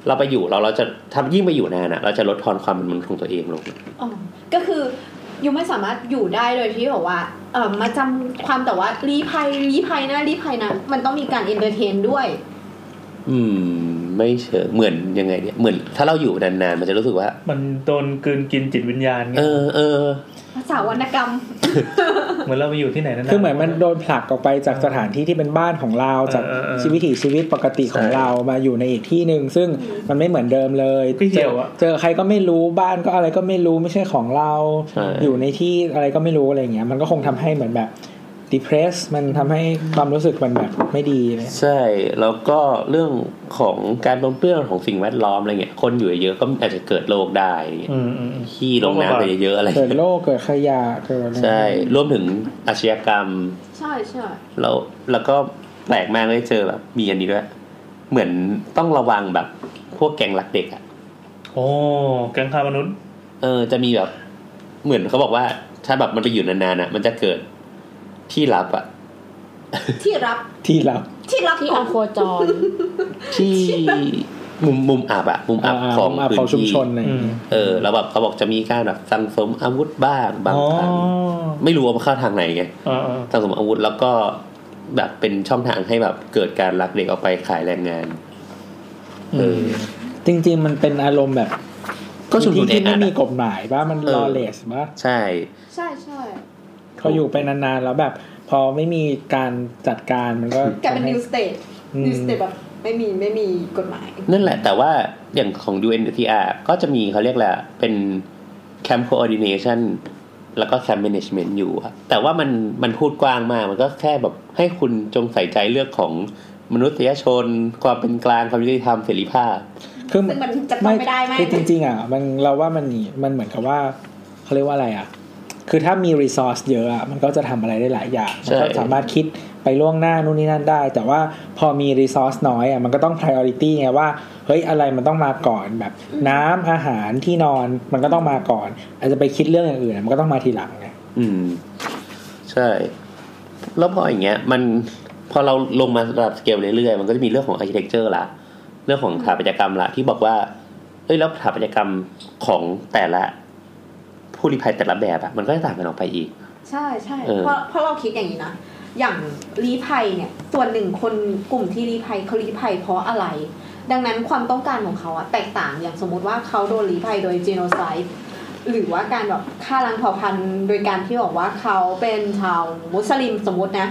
Speaker 2: เราไปอยู่เราเราจะทำยิ่งไปอยู่นานอะเราจะลดทอนความเป็นมนุษย์ของตัวเองลง
Speaker 8: อ๋อก็คือยูไม่สามารถอยู่ได้โดยที่แบบว่าเออมาจำความแต่ว่ารีภัยรีภัยนะรีภัยนะ มันต้องมีการเอนเตอร์เทนด้วย
Speaker 2: อืม ไม่เชิงเหมือนยังไงเนี่ยเหมือน ถ้าเราอยู่นานๆมันจะรู้สึกว่า
Speaker 3: มันโดนกลืนกินจิตวิญญาณไง
Speaker 2: เออเออ
Speaker 8: ภาษาวรรณกรรม
Speaker 3: เหมือนเราไปอยู่ที่ไหนนั่น
Speaker 5: คือเหมือนมันโดนผลักออกไปจากสถานที่ที่เป็นบ้านของเราจาก
Speaker 3: เออเออเออ
Speaker 5: ชีวิตชีวิตปกติของ
Speaker 2: ใช่
Speaker 5: เรามาอยู่ในอีกที่หนึ่งซึ่งมันไม่เหมือนเดิมเลย
Speaker 3: คือเหี่ยวอะ
Speaker 5: เจอใครก็ไม่รู้บ้านก็อะไรก็ไม่รู้ไม่ใช่ของเรา
Speaker 2: ใช่
Speaker 5: อยู่ในที่อะไรก็ไม่รู้อะไรอย่างเงี้ยมันก็คงทำให้เหมือนแบบ depress มันทำให้ความรู้สึกมันแบบไม่ดีเลย
Speaker 2: ใช่ แล้วก็เรื่องของการปนเปื้อนของสิ่งแวดล้อมอะไรเงี้ยคนอยู่เยอะๆก็อาจจะเกิดโรคได้อะไรเงี้ย
Speaker 3: อืมอืมอืม
Speaker 2: ขี้ลงน้ำไปเยอะๆอะไร
Speaker 5: เกิด
Speaker 2: เงี้ย
Speaker 5: โรคเกิดขยะเกิดอะไร
Speaker 2: ใช่ รวมถึงอาชญากรรม
Speaker 8: ใช่ใช่
Speaker 2: แล้วแล้วก็แปลกมากเลยเจอแบบมีอันนี้ด้วย เหมือนต้องระวังแบบพวกแก๊งรักเด็กอ่ะ
Speaker 3: โอ้แกังคามนุษย์
Speaker 2: เออจะมีแบบ เหมือนเขาบอกว่า ถ้าแบบมันไปอยู่นานๆอ่ะ มันจะเกิดที่ลับอ่ะ
Speaker 8: ที่รับ
Speaker 5: ที่เรา
Speaker 8: ที่รับ
Speaker 4: ที่อ
Speaker 8: ของ
Speaker 4: โคจร
Speaker 2: ที่มุมมุมอับอ่ะ มุมอับ
Speaker 5: อ่า
Speaker 2: ของ
Speaker 5: า
Speaker 2: พื้
Speaker 5: ขอน งชุม
Speaker 2: ที่
Speaker 5: ชนอะไรอย่างเงี้ย
Speaker 2: เออแล้วแบบเขาบอกจะมีการแบบสั่งสมอาวุธบ้างบาง
Speaker 3: อ๋อ
Speaker 2: ครั้ง ไม่รู้ว่ามันเข้าทางไหนไง
Speaker 3: เออเออ
Speaker 2: ทางสมอาวุธแล้วก็แบบเป็นช่องทางให้แบบเกิดการลักเด็กออกไปขายแรงงาน เออ
Speaker 5: จริง ๆ มันเป็นอารมณ์แบบ
Speaker 2: ก็ชุมชน
Speaker 5: ที่
Speaker 2: เอง
Speaker 5: ไม่
Speaker 2: อ่ะ
Speaker 5: มีกฎหมายว่ามัน
Speaker 2: เออ
Speaker 5: ลอเลสว่า
Speaker 2: ใช่
Speaker 8: ใช่ใช่
Speaker 5: พออยู่ไปนานๆแล้วแบบ พอไม่มีการจัดการมันก็
Speaker 8: กลายเป็น
Speaker 5: ทำให้
Speaker 8: new state
Speaker 5: อืม
Speaker 8: new state แบบไม่มีไม่มีกฎหมาย
Speaker 2: นั่นแหละ แต่ว่าอย่างของ UNTR ก็จะมีเขาเรียกแหละไรเป็น Camp Coordination แล้วก็ Camp Management อยู่อะแต่ว่ามันมันพูดกว้างมาก มันก็แค่แบบให้คุณจงใส่ใจเรื่องของมนุษยชน ความเป็นกลางความยุติธรรมเสรีภาพ
Speaker 5: คือ
Speaker 8: ซึ่งมันจัดต้องไม่ได้ไหม
Speaker 5: คือจริงๆอ่ะมันเราว่ามันมันเหมือนกับว่าเขาเรียกว่าอะไรอ่ะ คือถ้ามีรีซอสเยอะอ่ะมันก็จะทำอะไรได้หลายอย่าง
Speaker 2: ใช่
Speaker 5: มันก็สามารถคิดไปล่วงหน้านู่นนี่นั่นได้ แต่ว่าพอมีรีซอสน้อยอ่ะมันก็ต้อง priority ไงว่าเฮ้ยอะไรมันต้องมาก่อนแบบ น้ำอาหารที่นอนมันก็ต้องมาก่อน อาจจะไปคิดเรื่องอย่างอื่นอะมันก็ต้องมาทีหลังไง
Speaker 2: อืม ใช่ แล้วพออย่างเงี้ย มันพอเราลงมาระดับสเกลเรื่อยๆ มันก็จะมีเรื่องของอาร์เคเต็กเจอร์ละเรื่องของสถาปัตยกรรมละที่บอกว่าเอ้ยแล้วสถาปัตยกรรมของแต่ละ ผู้ริภัยแต่ละแบบอะมันก็จะต่างกันออกไปอีก
Speaker 8: ใช่ใช่
Speaker 2: เออ
Speaker 8: เพราะเพราะเราคิดอย่างนี้นะ อย่างรีภัยเนี่ย ส่วนหนึ่งคนกลุ่มที่รีภัยเขารีภัยเพราะอะไร ดังนั้นความต้องการของเขาอะแตกต่างอย่างสมมุติว่าเขาโดนรีภัยโดยจีโนไซด์หรือว่าการแบบฆ่าล้างเผ่าพันธุ์โดยการที่บอกว่าเขาเป็นชาวมุสลิมสมมตินะ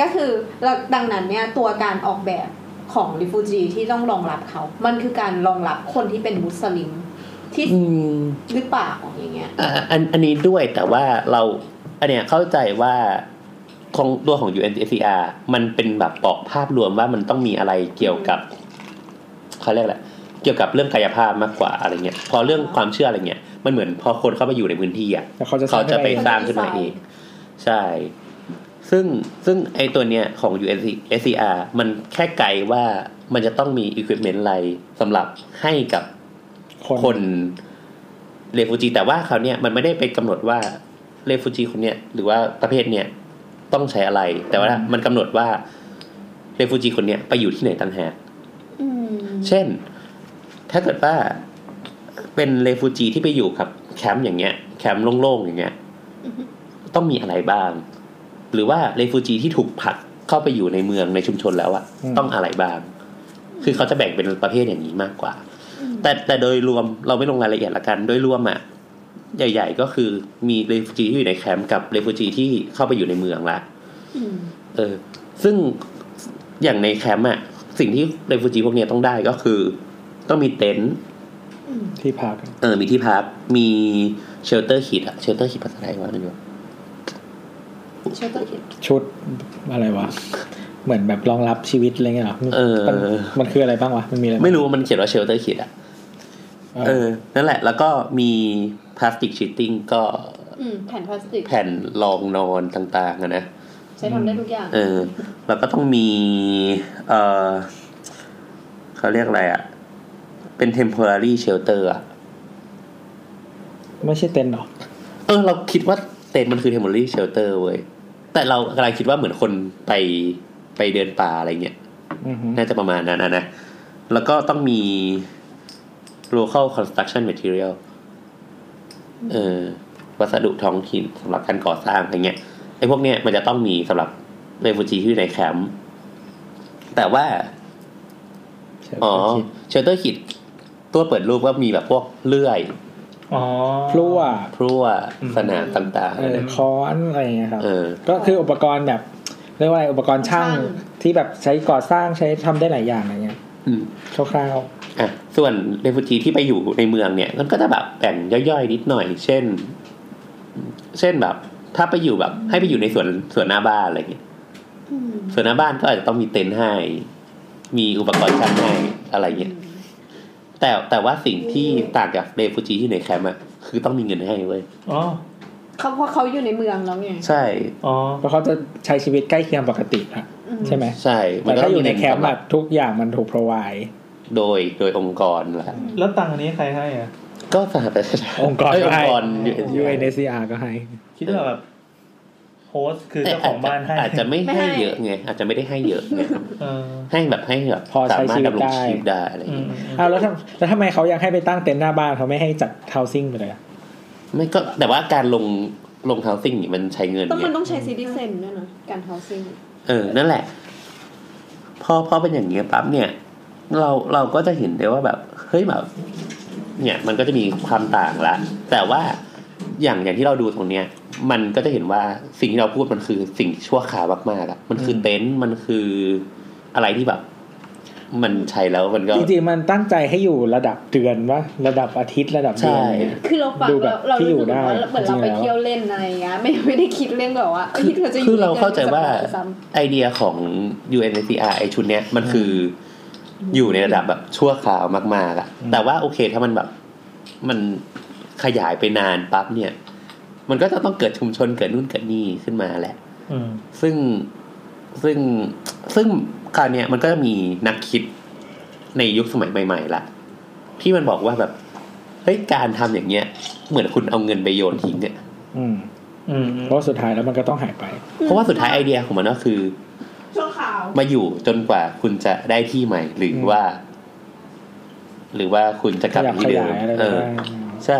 Speaker 8: ก็คือแล้วดังนั้นเนี่ยตัวการออกแบบของริฟูจีที่ต้องรองรับเขา มันคือการรองรับคนที่เป็นมุสลิมที่
Speaker 2: อืม
Speaker 8: หรือเปล่าอย่างเงี้ย
Speaker 2: อ่าอันอันนี้ด้วยแต่ว่าเราอันเนี้ยเข้าใจว่าของตัวของ UNCR มันเป็นแบบบอกภาพรวมว่ามันต้องมีอะไรเกี่ยวกับเขาเรียกแหละไรเกี่ยวกับเรื่องกายภาพมากกว่าอะไรเงี้ย พอเรื่องความเชื่ออะไรเงี้ยมันเหมือนพอคนเข้าไปอยู่ในพื้นที่อ่ะ
Speaker 5: แต่เขาจะ
Speaker 2: เขาจะไปสร้างขึ้นมา
Speaker 8: เขาจะ
Speaker 2: เอ
Speaker 8: ดีไซน์
Speaker 2: งใช่ ซึ่งซึ่งไอตัวเนี้ยของ u s s c r มันแค่ไกลว่ามันจะต้องมี equipment อะไรสำหรับให้กับ
Speaker 5: คน
Speaker 2: คนเรฟูจีแต่ว่าเขาวเนี้ยมันไม่ได้ไปกำหนดว่าเรฟูจีคนเนี้ยหรือว่าประเภทเนี้ยต้องใช้อะไร แต่ว่ามันกำหนดว่าเรฟูจีคนเนี้ยไปอยู่ที่ไหนต่างหาก
Speaker 8: อืม
Speaker 2: เช่น ถ้าเกิดว่าเป็นเรฟูจีที่ไปอยู่กับแคมป์อย่างเงี้ย แคมป์โล่งๆอย่างเงี้ย ต้องมีอะไรบ้าง หรือว่าเรฟูจีที่ถูกผลักเข้าไปอยู่ในเมืองในชุมชนแล้วอะ
Speaker 5: อืม
Speaker 2: ต้องอะไรบ้าง คือเขาจะแบ่งเป็นประเภทอย่างนี้มากกว่า แต่แต่โดยรวมเราไม่ลงรายละเอียดละกัน โดยรวมอะใหญ่ ๆ ก็คือมีเรฟูจีที่อยู่ในแคมป์กับเรฟูจีที่เข้าไปอยู่ในเมืองละ
Speaker 8: อืม
Speaker 2: เออซึ่งอย่างในแคมป์อะสิ่งที่เรฟูจิพวกเนี้ยต้องได้ก็คือ ต้องมีเต็นท์
Speaker 5: ที่พัก
Speaker 2: เออมีที่พักมีเชลเตอร์คิดอะเชลเตอร์คิดภาษาไทยว่าไม่รู้
Speaker 8: เชื่อตัวเอง
Speaker 5: ชุดอะไรวะ เหมือนแบบรองรับชีวิตอะไรเงี้ยเหรอมัน
Speaker 2: เออ
Speaker 5: มันมันคืออะไรบ้างวะมันมีอะไรบ้าง
Speaker 2: ไม่รู้ว่ามันเขียนว่าเชลเตอร์คิดอะเอ
Speaker 5: เออ
Speaker 2: อนั่นแหละ แล้วก็มีพลาสติกชีตติ้งก็
Speaker 8: อืมแผ่นพลาสติก
Speaker 2: แผ่นรองนอนต่างๆอะนะ
Speaker 8: ใช้ทำได้ทุกอย่าง
Speaker 2: เออแล้วก็ต้องมี เออเขาเรียกอะไรอะเป็น temporary shelter อะ
Speaker 5: ไม่ใช่เต็นท์หรอ
Speaker 2: เออเราคิดว่าเต็นท์มันคือเทม p o r รี่เชลเตอร์เว้ย แต่เรากำลังคิดว่าเหมือนคนไปไปเดินป่าอะไรเงี้ย
Speaker 5: อือหือ
Speaker 2: น่าจะประมาณนั้นนะนะ แล้วก็ต้องมี local construction material เออวัสดุท้องถิ่นสำหรับการก่อสร้างอะไรเงี้ยไอ้พวกเนี้ยมันจะต้องมีสำหรับเรฟูจีที่อยู่ในแคมป์แต่ว่า อ๋อเชลเตอร์คิดตัวเปิดรูปว่ามีแบบพวกเลื่อย
Speaker 3: อ๋อ
Speaker 5: พลั่ว
Speaker 2: พรั่ว
Speaker 3: อืม
Speaker 2: สนามต่างๆ
Speaker 5: เอ
Speaker 2: อะไร
Speaker 5: อ
Speaker 2: นะ
Speaker 5: ค้อนอะไรเงี้ยครับ
Speaker 2: เออ
Speaker 5: ก็คืออุปกรณ์แบบเรียกว่าอะไรอุปกรณ์ช่าง
Speaker 8: ช่าง
Speaker 5: ที่แบบใช้ก่อสร้างใช้ทำได้หลายอย่างอะไรเงี้ย
Speaker 2: อืม
Speaker 5: คร่าว
Speaker 2: อ่ะส่วนเรฟูจีที่ไปอยู่ในเมืองเนี่ยมันก็จะแบบแบ่งย่อยๆ นิดหน่อย เช่น เช่นแบบ ถ้าไปอยู่แบบ ให้ไปอยู่ในสวนสวนหน้าบ้านอะไรเงี้ยสวนหน้าบ้านก็อาจจะต้องมีเต็นท์ให้ มีอุปกรณ์ช่างให้อะไรเงี้ยแต่แต่ว่าสิ่งที่ต่างจากเรฟูจีที่อยู่ในแคมป์อะคือต้องมีเงินให้เว้ย
Speaker 3: อ๋อ
Speaker 8: เขาเพราะเขาอยู่ในเมืองแล้วไง
Speaker 2: ใช่
Speaker 3: อ๋อ
Speaker 5: ๆแล้วเขาจะใช้ชีวิตใกล้เคียงปกติอะ
Speaker 8: อืม
Speaker 5: ใช่ไหม
Speaker 2: ใช่
Speaker 5: แต่
Speaker 2: ก็
Speaker 5: ถ้า
Speaker 2: ต้ง
Speaker 5: อยู่ใน
Speaker 2: เงิ
Speaker 5: แคมป์
Speaker 2: สำหรั
Speaker 5: อะ
Speaker 2: บ
Speaker 5: ทุกอย่างมันถูก provide
Speaker 2: โดยโดยองค์กรแหละ
Speaker 3: แล้วตังค์อันนี้ใครให้อ่ะ
Speaker 2: ก็สหประชาชาติ
Speaker 5: องค์กร
Speaker 2: เยอง
Speaker 5: ให้
Speaker 2: ค์กร
Speaker 5: UNSCR ก็ให้
Speaker 3: คิดว่าแบบโฮสต์คือเจ้าของบ้านให้
Speaker 2: อาจจะไม่ให้เยอะไงอาจจะไม่ได้ให้เยอะไง
Speaker 3: เออ
Speaker 2: ให้แบบให้แบบ
Speaker 5: พอใช้
Speaker 2: สามารถ
Speaker 5: ชีวิ
Speaker 2: ดำ
Speaker 5: ต
Speaker 2: รง
Speaker 5: ได้
Speaker 2: ชีพได้อะไรอย่าง
Speaker 3: อื
Speaker 2: เงี้ย
Speaker 3: มอืม
Speaker 5: อ้าวแล้วทำแล้วทำไมเขายังให้ไปตั้งเต็นท์หน้าบ้านเขาไม่ให้จัด housing ไปเลยอะ
Speaker 2: ไม่ก็แต่ว่าการลงลงเฮาสิ่งนี่มันใช้เงิน
Speaker 8: ต้อง
Speaker 2: ไง
Speaker 8: มันต้องใช้ซีดิเซนด้วยนะการเฮาซิ่ง
Speaker 2: เออนั่นแหละพอพอเป็นอย่างเงี้ยปั๊บเนี่ย เราเราก็จะเห็นได้ว่าแบบเฮ้ยแบบ เนี่ยมันก็จะมีความต่างละ แต่ว่าอย่างอย่างที่เราดูตรงเนี้ย มันก็จะเห็นว่าสิ่งที่เราพูดมันคือสิ่งที่ชั่วคราวมากๆอะมันคือเต็นท์มันคืออะไรที่แบบ มันใช้แล้วมันก็
Speaker 5: จริงๆมันตั้งใจให้อยู่ระดับเดือนว่าระดับอาทิตย์ระดับเดือน
Speaker 2: ใช่
Speaker 5: เนี่ย
Speaker 8: คือเราฟัง
Speaker 5: ดูแบบ
Speaker 8: เราเรา
Speaker 5: ที่อยู่
Speaker 8: รู้สึกว่า
Speaker 5: ได้
Speaker 8: เหมือนเรา
Speaker 5: จริงๆ
Speaker 8: ไป
Speaker 5: แล้ว
Speaker 8: เที่ยวเล่นอะไรอย่างเงี้ย ไม่ไม่ได้คิดเรื่องแบบว่าเอ้ยเธอจะอยู่
Speaker 2: คือเราเข้าใจว่า
Speaker 8: ในกันสัปดห์ซ้ำ
Speaker 2: ไอเดียของ UNCR ไอชุดเนี้ยมันคืออยู่ในระดับแบบชั่วคราวมากๆอะ
Speaker 5: อืม
Speaker 2: แต่ว่าโอเคถ้ามันแบบ มันขยายไปนานปั๊บเนี่ย มันก็จะต้องเกิดชุมชนเกิดนู่นเกิดนี่ขึ้นมาแหละ
Speaker 3: อืม
Speaker 2: ซึ่งซึ่งซึ่งคราวเนี้ยมันก็จะมีนักคิดในยุคสมัยใหม่ๆละที่มันบอกว่าแบบเฮ้ยการทำอย่างเงี้ย เหมือนคุณเอาเงินไปโยนทิ้งอะ
Speaker 5: อืม
Speaker 3: อืมอืม
Speaker 5: เพราะสุดท้ายแล้วมันก็ต้องหายไป
Speaker 2: เพราะว่าสุดท้ายไอเดียของมันก็คือมาอยู่จนกว่าคุณจะได้ที่ใหม่ หรืออ
Speaker 5: ม
Speaker 2: ว่า หรือว่าคุณจะก
Speaker 5: ข
Speaker 2: ลับ
Speaker 5: ยับ
Speaker 2: ที่
Speaker 5: ข
Speaker 2: เดิม
Speaker 5: ยายอะไร
Speaker 2: เอ
Speaker 5: ก็
Speaker 2: อ
Speaker 5: ได้
Speaker 2: ใช่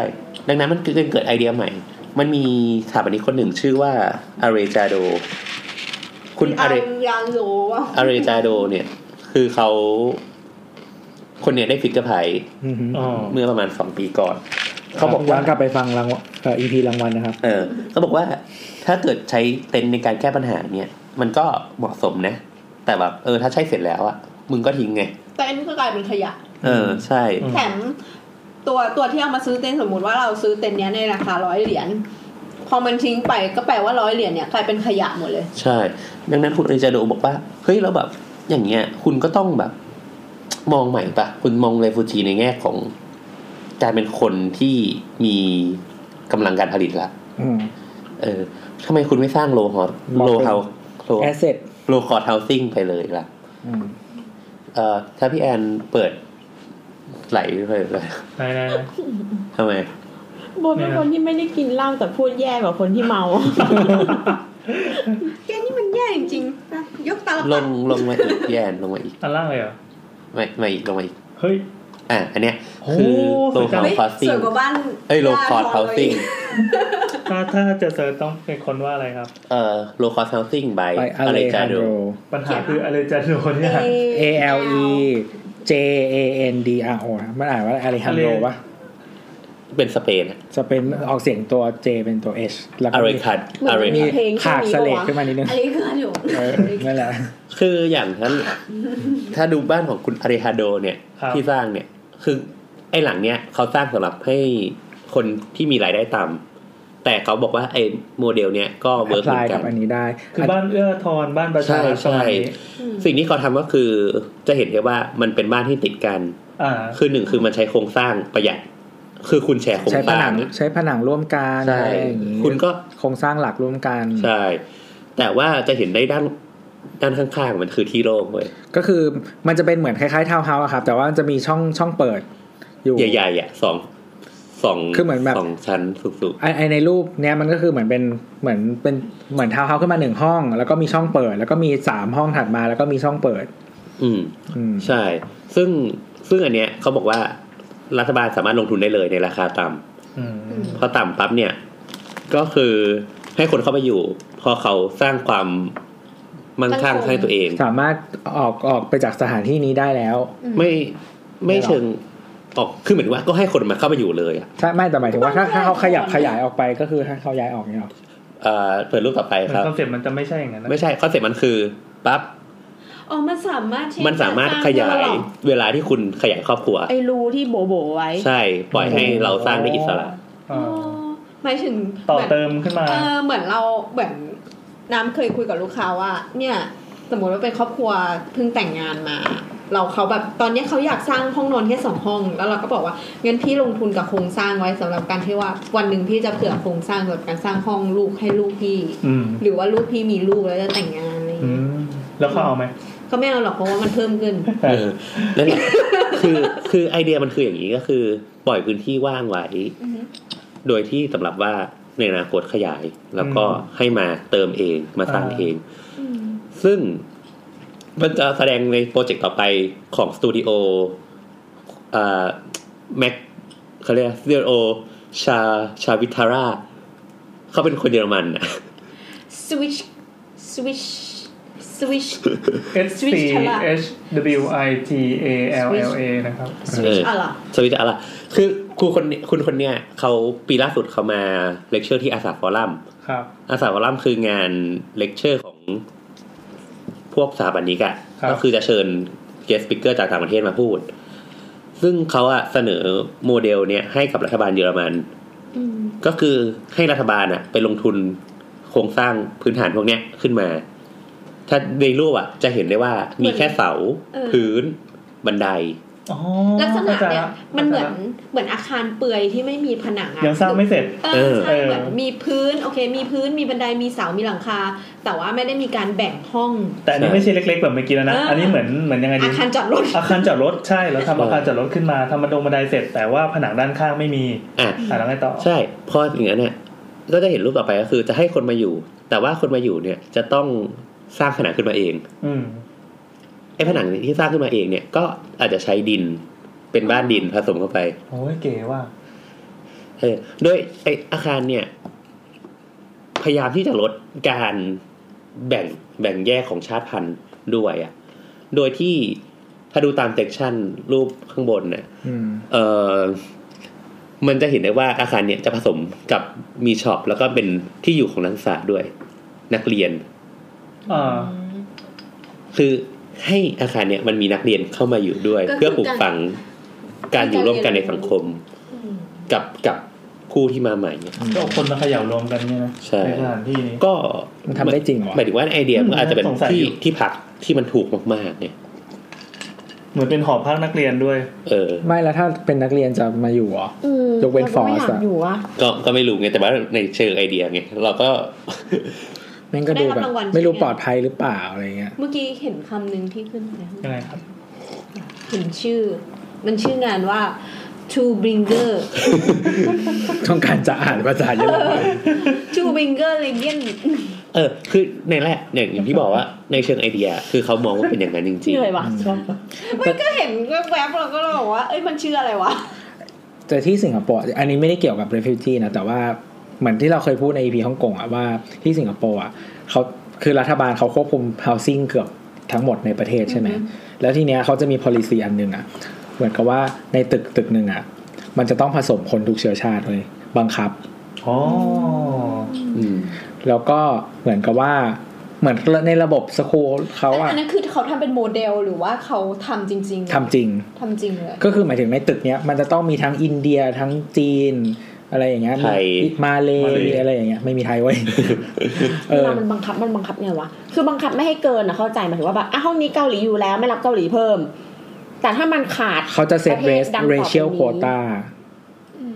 Speaker 2: ดังนั้นมันจึงเกิดไอเดียใหม่ มันมีสถาปนิกคนหนึ่งชื่อว่าอาเรจาโด คุณอา
Speaker 8: อา
Speaker 2: เร
Speaker 8: ยังโยว่า
Speaker 2: อาเรจาโดเนี่ย คือเขาคนเนี่ยได้พลิกกระไพาย
Speaker 5: อือหือ
Speaker 3: อ๋อ
Speaker 2: เมื่อประมาณสองปีก่อน เขาบอก
Speaker 5: ย้
Speaker 2: ว่า
Speaker 5: อนกลับไปฟังรางวัลอีพีรางวัลนะครับ
Speaker 2: เออเขาบอกว่าถ้าเกิดใช้เต็นท์ในการแก้ปัญหาเนี่ย มันก็เหมาะสมนะ แต่แบบเออถ้าใช้เสร็จแล้วอะมึงก็ทิ้งไง
Speaker 8: แต่อันนี้คือกลายเป็นขยะ
Speaker 2: เออใช่
Speaker 8: แถมตัวตัวที่เอามาซื้อเต็นท์สมมุติว่าเราซื้อเต็นท์เนี้ยในราคาร้อยเหรียญพอมันทิ้งไปก็แปลว่าร้อยเหรียญเนี่ยกลายเป็นขยะหมดเลย
Speaker 2: ใช่ ดังนั้นคุณอาริจาโดบอกว่า เฮ้ย แล้วแบบ อย่างเงี้ย คุณก็ต้องแบบ มองใหม่ปะคุณมองเรฟูจีในแง่ของการเป็นคนที่มีกำลังการผลิตละ
Speaker 5: อืม
Speaker 2: เออทำไมคุณไม่สร้างโลฮอส
Speaker 5: บอก
Speaker 2: โล
Speaker 5: เป็น
Speaker 2: เฮาโล
Speaker 5: แอสเซท
Speaker 2: โลคอร์เฮาซิ่งไปเลยล่ะ เอ่อ ถ้าพี่แอนเปิด ไหลไปเลย
Speaker 3: ไหนไหนไหน
Speaker 2: ทำไม
Speaker 4: โบทเป็นคนที่ไม่ได้กินเหล้าแต่พูดแย่กว่าคนที่เมา
Speaker 8: แกนี่มันแย่จริงๆนะยกตาล
Speaker 2: ล
Speaker 8: ปัด
Speaker 2: งลงมาอีกพี่แอนลงมาอีก
Speaker 3: อันล่างเลยเหรอ
Speaker 2: ไม่ไม่อีกลงมาอีก
Speaker 3: เฮ้ย
Speaker 2: อ่ะ อันเนี้ย
Speaker 3: โอ้
Speaker 2: คือ
Speaker 3: ส
Speaker 2: โล
Speaker 3: วยจั
Speaker 2: เฮาง คอสซิ่
Speaker 8: ส
Speaker 2: ง
Speaker 8: วยกว่าบ้าน
Speaker 2: เอ้ยโลคอร์เฮาซิ่ง
Speaker 3: ถ้าถ้าจะเซิร์ชต้องเป็นคนว่าอะไรครับ
Speaker 2: เอ่อ low cost housing by
Speaker 5: ไปอ
Speaker 2: a
Speaker 5: เล
Speaker 2: l e
Speaker 5: จา
Speaker 2: j a
Speaker 5: โด
Speaker 2: d o
Speaker 3: ปัญหาคืออะไรจะโดนเนี่ย
Speaker 5: A L E J A N D R O นะมันอ่านว่าอะไรฮันโดปะ
Speaker 2: เป็นสเปน
Speaker 5: จะเป็นออกเสียงตัว J เป็นตัว H แล้วก็
Speaker 2: อาริ
Speaker 5: มี
Speaker 2: คัดอาริ
Speaker 5: มี
Speaker 2: คัด
Speaker 4: เพลงชื่อ
Speaker 5: ขาก
Speaker 4: นี้ปะวะ
Speaker 5: เสลดขึ้นมานิดนึง
Speaker 8: อะไรคืออยู่
Speaker 5: เออนั่นแหละ
Speaker 2: คืออย่าง นั้น ถ้าดูบ้านของคุณอาริฮาโดเนี่ย
Speaker 3: ครับ
Speaker 2: ที่สร้างเนี่ย คือไอ้หลังเนี่ยเขาสร้างสำหรับให้คนที่มีรายได้ต่ำแต่เขาบอกว่าไอ้โมเดลเนี่ยก็เวิร์กเหมื
Speaker 5: apply
Speaker 2: อนกั
Speaker 5: กัน บอันนี้ได้
Speaker 3: คือบ้านเอื้อทอนบ้านประชา
Speaker 2: ใช่
Speaker 3: สมั
Speaker 2: ใช่
Speaker 3: ย
Speaker 2: สิ่งที่เขาทำก็คือจะเห็นได้ว่ามันเป็นบ้านที่ติดกัน
Speaker 3: อ่า
Speaker 2: คือหนึ่งคือมันใช้โครงสร้างประหยัด คือคุณแชร์โครง
Speaker 5: ใช้ผ
Speaker 2: สร้า
Speaker 5: นั
Speaker 2: ง
Speaker 5: งใช้ผนังร่วมกัน
Speaker 2: ใช่
Speaker 5: อะไรอย่างนี้
Speaker 2: คุณก็
Speaker 5: โครงสร้างหลักร่วมกัน
Speaker 2: ใช่ แต่ว่าจะเห็นได้ด้านด้านข้างๆมันคือที่โล่งเว้ย
Speaker 5: ก็คือมันจะเป็นเหมือนคล้ายๆทาวน์เฮาส์อะครับ แต่ว่ามันจะมีช่องช่องเปิดอยู่
Speaker 2: ใหญ่ๆอ่ะสองสอง
Speaker 5: คือเหมือนแบบ
Speaker 2: สองชั้นสูง
Speaker 5: ไอไอในรูปเนี้ยมันก็คือเหมือนเป็นเหมือนเป็นเหมือนทาวน์เฮาส์ขึ้นมาหนึ่งห้อง แล้วก็มีช่องเปิด แล้วก็มีสามห้องถัดมาแล้วก็มีช่องเปิด
Speaker 2: ๆอืม
Speaker 5: อืม
Speaker 2: ใช่ ซึ่งซึ่งอันเนี้ยเขาบอกว่ารัฐบาลสามารถลงทุนได้เลยในราคาต่
Speaker 3: อืม
Speaker 2: ำพอต่ำปั๊บเนี่ย ก็คือให้คนเข้าไปอยู่ พอเขาสร้างความมั่งคั่งให้ตัวเอง
Speaker 5: สามารถออกออกไปจากสถานที่นี้ได้แล้ว
Speaker 2: ไม่ไม่
Speaker 5: ไม่หรอก
Speaker 2: เชิงออกคือเหมือนว่าก็ให้คนมาเข้าไปอยู่เลยอะ
Speaker 5: ใช่ไม่แต่หมายถึงว่าถ้าถ้าเขาขยับขยายออกไปก็คือให้เขาย้ายออกเนี่ยหรอ
Speaker 2: เอ่อเปิดรูปต่อไปครับ
Speaker 3: คอนเซ็ปต์มันจะไม่ใช่อย่างนั้นนะ
Speaker 2: ไม่ใช่คอนเซ็ปต์มันคือปั๊บ
Speaker 8: อ๋อมันสามารถที่
Speaker 2: มันสามารถ
Speaker 8: จะง
Speaker 2: ขยาย
Speaker 8: ได้หรอ
Speaker 2: เวลาที่คุณขยายครอบครัว
Speaker 4: ไอ้รูที่โบโบไว้
Speaker 2: ใช่ปล่อยให้เราสร้างได้อิสระ
Speaker 3: อ๋อ
Speaker 8: อ๋อหมายถึง
Speaker 3: ต่อ
Speaker 8: หมืน
Speaker 3: เติมขึ้นมา
Speaker 8: เออเหมือนเราเหมือนน้ำเคยคุยกับลูกค้าว่า เนี่ย สมมติว่าเป็นครอบครัวเพิ่งแต่งงานมา เราเขาแบบตอนเนี้ยเขาอยากสร้างห้องนอนแค่สองห้อง แล้วเราก็บอกว่างั้นพี่ลงทุนกับโครงสร้างไว้สำหรับการที่ว่าวันหนึ่งพี่จะเผื่อโครงสร้างสำหรับการสร้างห้องลูกให้ลูกพี่
Speaker 3: อืม
Speaker 8: หรือว่าลูกพี่มีลูกแล้วจะแต่งงานอะไรอย่าง
Speaker 3: อื
Speaker 8: เงี้ย
Speaker 3: มแล้วเขาเอาไหม
Speaker 8: ก็ไม่เอาหรอกเพราะว่ามันเพิ่มขึ้น
Speaker 3: เอ
Speaker 2: เออ
Speaker 3: อ
Speaker 2: นั่นแหละ คือ คือไอเดียมันคืออย่างนี้ก็คือ ปล่อยพื้นที่ว่างไว้
Speaker 8: อือฮึ
Speaker 2: โดยที่สำหรับว่าในอนาคตขยาย แล้วก็
Speaker 3: อืม
Speaker 2: ให้มาเติมเอง มาสร้าง
Speaker 3: อ่า
Speaker 2: เอง ซึ่งมันจะแสดงในโปรเจกต์ต่อไปของสตูดิโออ่าแม็กเขาเรียกสตูดิโอชา ชาวิทาร่า เขาเป็นคนเยอรมันนะ
Speaker 8: switch switch switch
Speaker 3: S C
Speaker 8: Switch ฉลาด
Speaker 3: H W I T A L L A นะครับ
Speaker 8: switch อะไรอ
Speaker 2: สวิตอะไรคือครูคนนี้คุณคนเนี้ยเขาปีล่าสุดเขามาเลคเชอร์ที่อาสาฟอรัม
Speaker 3: ครับ
Speaker 2: อาสาฟอรัมคืองานเลคเชอร์ของพวกสถาบันนิกอะ
Speaker 3: ครับ
Speaker 2: ก็คือจะเชิญเกสปิเกอร์จากต่างประเทศมาพูด ซึ่งเขาอะเสนอโมเดลเนี่ยให้กับรัฐบาลเยอรมัน ก็คือให้รัฐบาลอะไปลงทุนโครงสร้างพื้นฐานพวกเนี้ยขึ้นมา ถ้าในรูปอะจะเห็นได้ว่ามีแค่เสาพื้นบันได
Speaker 3: อ๋อ
Speaker 8: ลักษณะ
Speaker 3: ข้าใจ
Speaker 8: เนี่ย
Speaker 3: ละ
Speaker 8: มันเหมือนเหมือนอาคารเปลือยที่ไม่มีผนังอะ
Speaker 3: ยังสร้างไม่เสร็จ
Speaker 8: เออใช่
Speaker 3: เออ
Speaker 8: เหมือนมีพื้นโอเค มีพื้นมีบันไดมีเสามีหลังคา แต่ว่าไม่ได้มีการแบ่งห้อง
Speaker 3: แต่อันนี้
Speaker 2: ใช่
Speaker 3: ไม่ใช่เล็กๆแบบเมื่อกี้แล้วนะ
Speaker 8: เอออั
Speaker 3: อันนี้เหมือนเหมือนยังไงดี
Speaker 8: อาคารจอดรถ
Speaker 3: อาคารจอดรถใช่แล้วทำอาคารจอดรถขึ้นมาทำบันไดงบันไดเสร็จ แต่ว่าผนังด้านข้างไม่มี
Speaker 2: อ่ะ
Speaker 3: อ่ะแล้วไงต่อ
Speaker 2: ใช่พออย่างนั้นเนี่ยก็จะเห็นรูปต่อไปก็คือจะให้คนมาอยู่ แต่ว่าคนมาอยู่เนี่ยจะต้องสร้างผนังขึ้นมาเอง
Speaker 3: อืม
Speaker 2: ไอ้ผนังที่สร้างขึ้นมาเองเนี่ยก็อาจจะใช้ดินเป็นบ้านดินผสมเข้าไป
Speaker 3: โอ้ยเก๋ว่ะ
Speaker 2: เออโดยไออาคารเนี่ย พยายามที่จะลดการ แบ่งแบ่งแยกของชาติพันธุ์ด้วยอะโดยที่ถ้าดูตามเซกชันรูปข้างบนเนี่ย
Speaker 5: อืม
Speaker 2: เออมันจะเห็นได้ว่าอาคารเนี่ยจะผสมกับมีช็อปแล้วก็เป็นที่อยู่ของนักศึกษาด้วย นักเรียน
Speaker 3: อ่า
Speaker 2: คือให้อาคารเนี่ยมันมีนักเรียนเข้ามาอยู่ด้วย
Speaker 6: ก็คือ
Speaker 2: เพื่อปลูกฝังการอยู่ร่วมกันในสังคม กับกับผู้ที่มาใหม่เนี่ย
Speaker 3: ก็เอาคนมาเขย่ารวมกันเนี่ยนะ
Speaker 2: ใช่
Speaker 3: สถานที่นี้
Speaker 2: ก็
Speaker 5: มันทำได้จริงเหรอ
Speaker 2: หมายถึงว่าไอเดียมันอาจจะเป็น
Speaker 3: สงสัย
Speaker 2: ที่
Speaker 3: อยู่
Speaker 2: ที่พักที่มันถูกมากๆเนี่ย
Speaker 3: เหมือนเป็นหอพักนักเรียนด้วย
Speaker 2: เออ
Speaker 5: ไม่แล้วถ้าเป็นนักเรียนจะมาอยู่เหรอ
Speaker 4: ม
Speaker 5: ยกเว้น
Speaker 4: ราก็ไม่อยา
Speaker 5: Force อะ
Speaker 4: อยู่อะ
Speaker 2: ก็ก็ไม่รู้ไงแต่ว่าในเชิงไอเดียไงเราก็
Speaker 5: แม่งก็ดูแบบ
Speaker 8: ได้รับรางวัล
Speaker 5: ไม่รู้ปลอดภัยหรือเปล่าอะไรเงี้ย
Speaker 8: เมื่อกี้เห็นคำหนึ่งที่ขึ้นมา
Speaker 3: ยังไงครับ
Speaker 8: เห็นชื่อ มันชื่องานว่า To Bringer
Speaker 5: ต้องการจะอ่านภาษาเยอร มัน
Speaker 8: To Bringer Legend
Speaker 2: เออ คือในแรกเนี่ยอย่างที่บอกว่าในเชิงไอเดีย คือเขามองว่าเป็นอย่างนั้นจริง
Speaker 4: เหนื่อยว่ะ
Speaker 8: มันก็เห็นแวบๆเราก็เลยบอกว่า เอ้ยมันชื่ออะไรวะ
Speaker 5: แต่ที่สิงคโปร์อันนี้ไม่ได้เกี่ยวกับ refugee นะแต่ว่าเหมือนที่เราเคยพูดใน EP ฮ่องกงอะว่าที่สิงคโปร์อะเขาคือรัฐบาลเขาควบคุม housing เกือบทั้งหมดในประเทศใช่ไหมแล้วทีเนี้ยเขาจะมี policy อันหนึ่งอะเหมือนกับว่าในตึกตึกหนึ่งอะมันจะต้องผสมคนทุกเชื้อชาติเลยบังคับ
Speaker 3: อ๋อ
Speaker 2: ๆอืม
Speaker 5: แล้วก็เหมือนกับว่าเหมือนในระบบสคูลเขาอะ
Speaker 8: อันนั้นคือเขาทำเป็นโมเดลหรือว่าเขาทำจริงๆเลย
Speaker 5: ทำจริง
Speaker 8: ทำจริงเลย
Speaker 5: ก็คือหมายถึงในตึกเนี้ยมันจะต้องมีทั้งอินเดียทั้งจีน อะไรอย่างเงี้ย
Speaker 2: ไทย
Speaker 5: มีมาเลยอะไรอย่างเงี้ยไม่มีไทยไว้ย เออ
Speaker 4: เวลามันบังคับมันบังคับไงวะคือบังคับไม่ให้เกินนะเข้าใจหมายถึงว่าแบบอ่ะห้องนี้เกาหลีอยู่แล้วไม่รับเกาหลีเพิ่ม แต่ถ้ามันขาด
Speaker 5: เขาจะเซต
Speaker 4: ประ
Speaker 5: เร
Speaker 4: เทศ
Speaker 5: ส
Speaker 4: ดังต่อไป
Speaker 5: เร
Speaker 4: นี้
Speaker 5: เชียลโคตา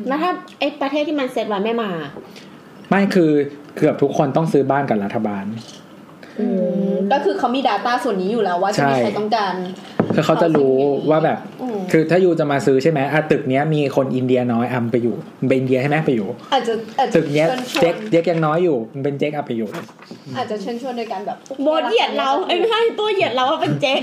Speaker 4: แล้วถ้าไอ้ประเทศที่มันเซตไว้ไม่มา
Speaker 5: ไม่คือเกือบทุกคนต้องซื้อบ้านกับรัฐบาล
Speaker 8: อืมก็คือเขามี Data ส่วนนี้อยู่แล้วว่าจะมี
Speaker 5: ใช่
Speaker 8: ใครต้องการ
Speaker 5: คือเขาจะรู้ว่าแบบ
Speaker 8: อืม
Speaker 5: คือถ้าอยู่จะมาซื้อใช่ไหมอ่ะตึกเนี้ยมีคนอินเดียน้อยอำไปอยู่มึงเป็นอินเดียใช่ไหมไปอยู่
Speaker 8: อาจจะอาจจะ
Speaker 5: ตึกเนี้ย
Speaker 8: ชิญชว
Speaker 5: เจ๊ก
Speaker 8: น
Speaker 5: เจ๊กยังน้อยอยู่มึงเป็นเจ๊กอัไปอยู่
Speaker 8: อาจจะเชิญชวนโดยการแบบ
Speaker 4: โบทเหยียดเราไอ้ยไม่ใช่ตัวเหยียดเราว่าเป็นเจ๊ก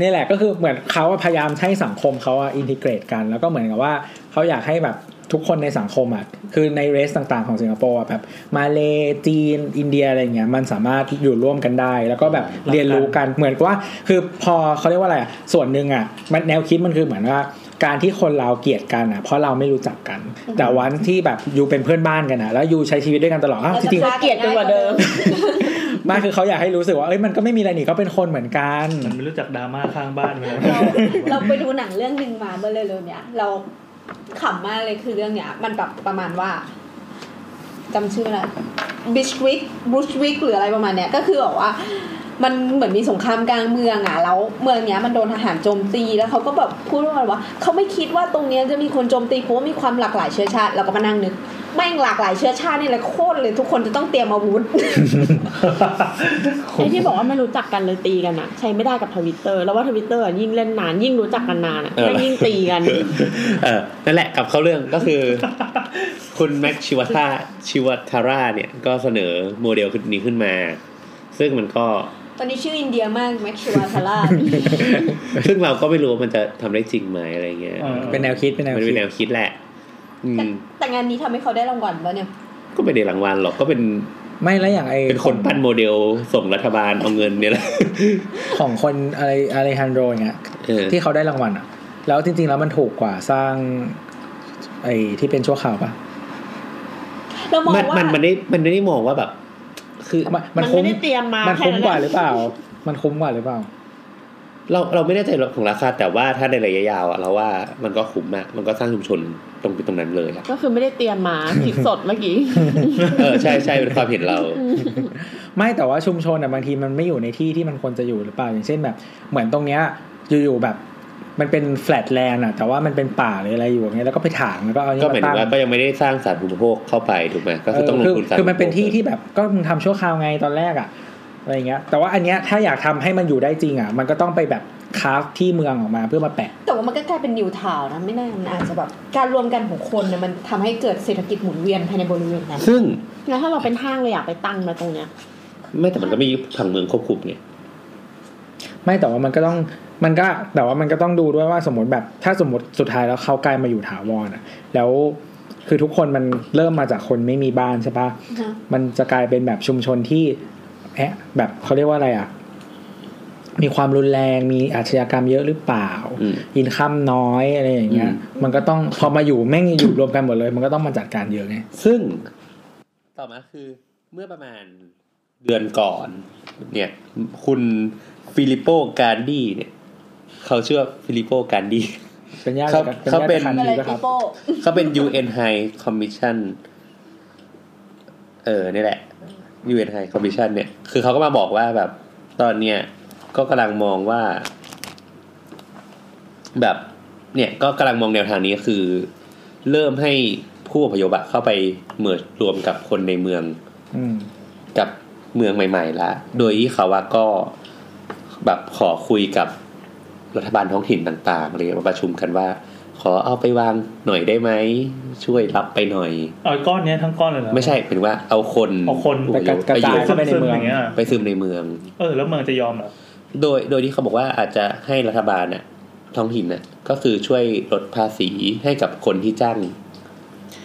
Speaker 5: นี่แหละก็คือเหมือนเขาอะพยายามให้สังคมเขาอินทิเกรตกัน แล้วก็เหมือนกับว่าเขาอยากให้แบบทุกคนในสังคมอ่ะคือในเรสต่างๆของสิงคโปร์อะแบบมาเลจีน อินเดียอะไรเงี้ยมันสามารถอยู่ร่วมกันได้ แล้วก็แบบเรียนรู้กันเหมือนกับว่า คือพอเขาเรียกว่าอะไรอะส่วนหนึ่งอ่ะมันแนวคิดมันคือเหมือนว่า การที่คนเราเกลียดกันอ่ะเพราะเราไม่รู้จักกัน แต่วันที่แบบอยู่เป็นเพื่อนบ้านกันอ่ะแล้วอยู่ใช้ชีวิตด้วยกันตลอดอ้าวจริง
Speaker 4: เราจะ เกลียดกันกว่าเดิม
Speaker 5: ๆมากคือเขาอยากให้รู้สึกว่าเอ้ยมันก็ไม่มีอะไรนี่ก็เป็นคนเหมือนกัน
Speaker 3: มันไม่รู้จักดราม่าข้างบ้านไปแล้ว
Speaker 8: เราเราไปดูหนังเรื่องหนึ่งมาเมื่อเร็วๆเนี้ยเราขำมากเลยคือเรื่องเนี้ย มันแบบประมาณว่าจำชื่ออะไรบิชวิกบูชวิกหรืออะไรประมาณเนี้ยก็คือแบบว่า มันเหมือนมีสงครามกลางเมืองอ่ะแล้วเมืองเนี้ยมันโดนทหารโจมตีแล้วเขาก็แบบพูดว่าว่าเขาไม่คิดว่าตรงเนี้ยจะมีคนโจมตีเพราะว่ามีความหลากหลายเชื้อชาติเราก็มานั่งนึกแม่งหลากหลายเชื้อชาตินี่แหละโคตรเลยทุกคนจะต้องเตรียมอาวุธ
Speaker 4: ไอ้ที่บอกว่าไม่รู้จักกันเลยตีกันอะใช้ไม่ได้กับทวิตเตอร์แล้วว่าทวิตเตอร์ยิ่งเล่นนานยิ่งรู้จักกันนานอะ
Speaker 2: เออ
Speaker 4: แม่งยิ่งตีกัน
Speaker 2: เออนั่นแหละกลับเข้าเรื่องก็คือ คุณแม็กชิวาธาชิวาทาร่าเนี่ยก็เสนอโมเดลนี้ขึ้นมา ซึ่งมันก็
Speaker 8: ตอนนี้ชื่ออินเดียมากแม็กชิวาทาร่า
Speaker 2: ซึ่งเราก็ไม่รู้ว่ามันจะทำได้จริงไหมอะไรเงี้ย
Speaker 3: เออ
Speaker 5: เป็นแนวคิดเป็นแนว
Speaker 2: มัน
Speaker 5: คิ
Speaker 2: เป็
Speaker 5: ด
Speaker 2: นแนวคิดแหละ อืม
Speaker 8: แต่งานนี้ทำให้เขาได้รางวัลปะเนี่ย
Speaker 2: ก็ไม่ได้รางวัลหรอกก็เป็น
Speaker 5: ไม่แล้วอย่างไอ
Speaker 2: เป็นคนปั้นโมเดลส่งรัฐบาลเอาเงินเนี่ยแหละ
Speaker 5: ของคนอะไรอะไรฮันโดอย่างเงี้ย
Speaker 2: เออ
Speaker 5: ที่เขาได้รางวัลอ่ะ แล้วจริงๆแล้วมันถูกกว่าสร้าง ไอที่เป็นชั่วข่าวปะ
Speaker 8: เรามอง
Speaker 2: มัน
Speaker 8: ว่า
Speaker 2: มันมันได้มันไม่ได้มองว่าแบบ คือ
Speaker 5: มัน
Speaker 4: มัน
Speaker 5: คุ้ม
Speaker 4: ไม่ได้เตรียมมา
Speaker 5: มัน
Speaker 4: แค่
Speaker 5: คุ้ม
Speaker 4: นั้น
Speaker 5: กว่า
Speaker 4: อะ
Speaker 5: หรือเปล่า มันคุ้มกว่าหรือเปล่า
Speaker 2: เราเราไม่แน่ใจของราคาแต่ว่าถ้าในระยะยาวอะเราว่ามันก็คุ้มอะมันก็สร้างชุมชนตรงตรงนั้นเลยอะ
Speaker 4: ก็คือไม่ได้เตรียมมาผิดสดเมื่อกี้
Speaker 2: เออใช่ใช่เป็นความเห็น เรา
Speaker 5: ไม่แต่ว่าชุมชนอ่ะบางทีมันไม่อยู่ในที่ที่มันควรจะอยู่หรือเปล่า อย่างเช่นแบบ เหมือนตรงเนี้ยอยู่ๆแบบ มันเป็นแฟลตแลนด์อ่ะ แต่ว่ามันเป็นป่าหรืออะไรอยู่อย่างเงี้ยแล้วก็ไปถางแล้วก็เอา
Speaker 2: ก็
Speaker 5: นี่
Speaker 2: หมาย
Speaker 5: มา
Speaker 2: ถึ
Speaker 5: ตั้
Speaker 2: ง
Speaker 5: ง
Speaker 2: ว่าก็ยังไม่ได้สร้างสาธารอุปโภคเข้าไปถูกไหมก็คือต้องลง
Speaker 5: เออ
Speaker 2: ทุนสาธารณูปโภค
Speaker 5: คือมันเป็นที่ที่แบบก็มึงทำชั่วคราวไงตอนแรกอ่ะอะไรอย่างเงี้ย แต่ว่าอันเนี้ยถ้าอยากทำให้มันอยู่ได้จริงอ่ะ มันก็ต้องไปแบบคราฟที่เมืองออกมาเพื่อมาแปะ
Speaker 8: แต่ว่ามันก็กลายเป็นนิวทาวน์นะไม่แน่มันอาจจะแบบการรวมกันของคนเนี่ยมันทำให้เกิดเศรษฐกิจหมุนเวียนภายในบริเวณนั้น
Speaker 2: ซึ่ง
Speaker 4: แล้วถ้าเราเป็นห้างเราอยากไปตั้งมาตรงเนี้ย
Speaker 2: ไม่แต่มันก็มีผังเมืองควบคุมไง
Speaker 5: ไม่แต่ว่ามันก็ต้องมันก็แต่ว่ามันก็ต้องดูด้วยว่าสมมติแบบถ้าสมมติสุดท้ายแล้วเขากลายมาอยู่ถาวรอ่ะ แล้ว คือทุกคนมันเริ่มมาจากคนไม่มีบ้านใช่ปะ
Speaker 8: ค่ะ
Speaker 5: มันจะกลายเป็นแบบชุมชนที่แอะแบบเขาเรียกว่าอะไรอ่ะ มีความรุนแรงมีอาชญากรรมเยอะหรือเปล่า
Speaker 2: อืม
Speaker 5: อินคัมน้อยอะไรอย่างเงี้ย
Speaker 2: อืม
Speaker 5: มันก็ต้องพอมาอยู่แม่งอยู่รวมกันหมดเลย มันก็ต้องมาจัดการเยอะไง
Speaker 2: ซึ่งต่อมาคือเมื่อประมาณเดือนก่อน เนี่ย คุณฟิลิปโปการดีเนี่ย เขาเชื่อฟิลิปโปการดี
Speaker 5: เป็นญาติ
Speaker 2: เขา
Speaker 5: กับ
Speaker 2: เขาเป็น
Speaker 5: ญาติ
Speaker 8: อะ
Speaker 5: กั
Speaker 8: ไร
Speaker 5: บคันทีปะค
Speaker 8: ปิ
Speaker 5: รับ
Speaker 8: โป้
Speaker 2: เขาเป็น UN High Commission เออนี่แหละ UN High Commission เนี่ย คือเขาก็มาบอกว่าแบบตอนเนี้ยก็กำลังมองว่า แบบ เนี่ยก็กำลังมองแนวทางนี้คือ เริ่มให้ผู้อพยพอะเข้าไปเมิร์รวมกับคนในเมือง
Speaker 5: อืม
Speaker 2: กับเมืองใหม่ๆละโดยที่เขาว่าก็แบบขอคุยกับรัฐบาลท้องถิ่นต่างๆเลยมาประชุมกันว่า ขอเอาไปวางหน่อยได้ไหม ช่วยรับไปหน่อย
Speaker 3: เอาก้อนเนี้ยทั้งก้อนเลยเหรอ
Speaker 2: ไม่ใช่เป็นว่าเอาคน
Speaker 3: เอาคน
Speaker 2: ไปอยู่
Speaker 5: กระ
Speaker 2: ไปอ
Speaker 5: จาย
Speaker 2: ยู่
Speaker 3: ซึมซึมอย่างเงี้ย
Speaker 2: ไปซึมในเมือง
Speaker 3: เออแล้วเมืองจะยอมเหรอ
Speaker 2: โดยโดยที่เขาบอกว่าอาจจะให้รัฐบาลน่ะท้องถิ่นน่ะก็คือช่วยลดภาษีให้กับคนที่จ้าง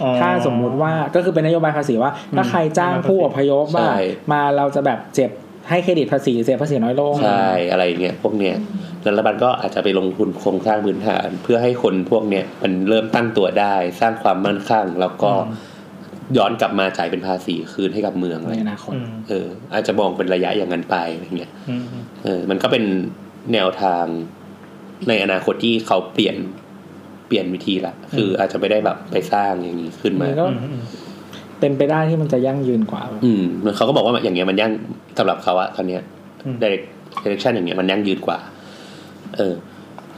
Speaker 3: อ๋อ
Speaker 5: ถ้าสมมุติว่าก็คือเป็นนโยบายภาษีว่า ถ้าใครจ้างผู้อพยพว่า
Speaker 2: ใช่
Speaker 5: มาเราจะแบบเจ็บให้เครดิตภาษีเสียภาษีน้อยลง
Speaker 2: ใช่อะไรเงี้ยพวกเนี้ยแล้วรัฐบาลก็อาจจะไปลงทุนโครงสร้างพื้นฐาน เพื่อให้คนพวกเนี้ยมันเริ่มตั้งตัวได้ สร้างความมั่นคงแล้วก็
Speaker 3: อืม
Speaker 2: ย้อนกลับมาจ่ายเป็นภาษีคืนให้กับเมืองอะไร
Speaker 5: ในอนาคต
Speaker 3: อืม
Speaker 2: เออ อาจจะมองเป็นระยะอย่างนั้นไปอะไรเงี้ย
Speaker 3: อืม
Speaker 2: เออ มันก็เป็นแนวทางในอนาคตที่เขาเปลี่ยนเปลี่ยนวิธีละคืออาจจะไม่ได้แบบไปสร้างอย่างนี้ขึ้นมา
Speaker 5: มันก็
Speaker 3: อืมอืม
Speaker 5: เป็นไปได้ที่มันจะยั่งยืนกว่า
Speaker 2: อืมมันเขาก็บอกว่าอย่างเงี้ยมันยั่งสำหรับเขาอะตอนเนี้ย
Speaker 3: อืม
Speaker 2: direct direction อย่างเงี้ยมันยั่งยืนกว่า เออ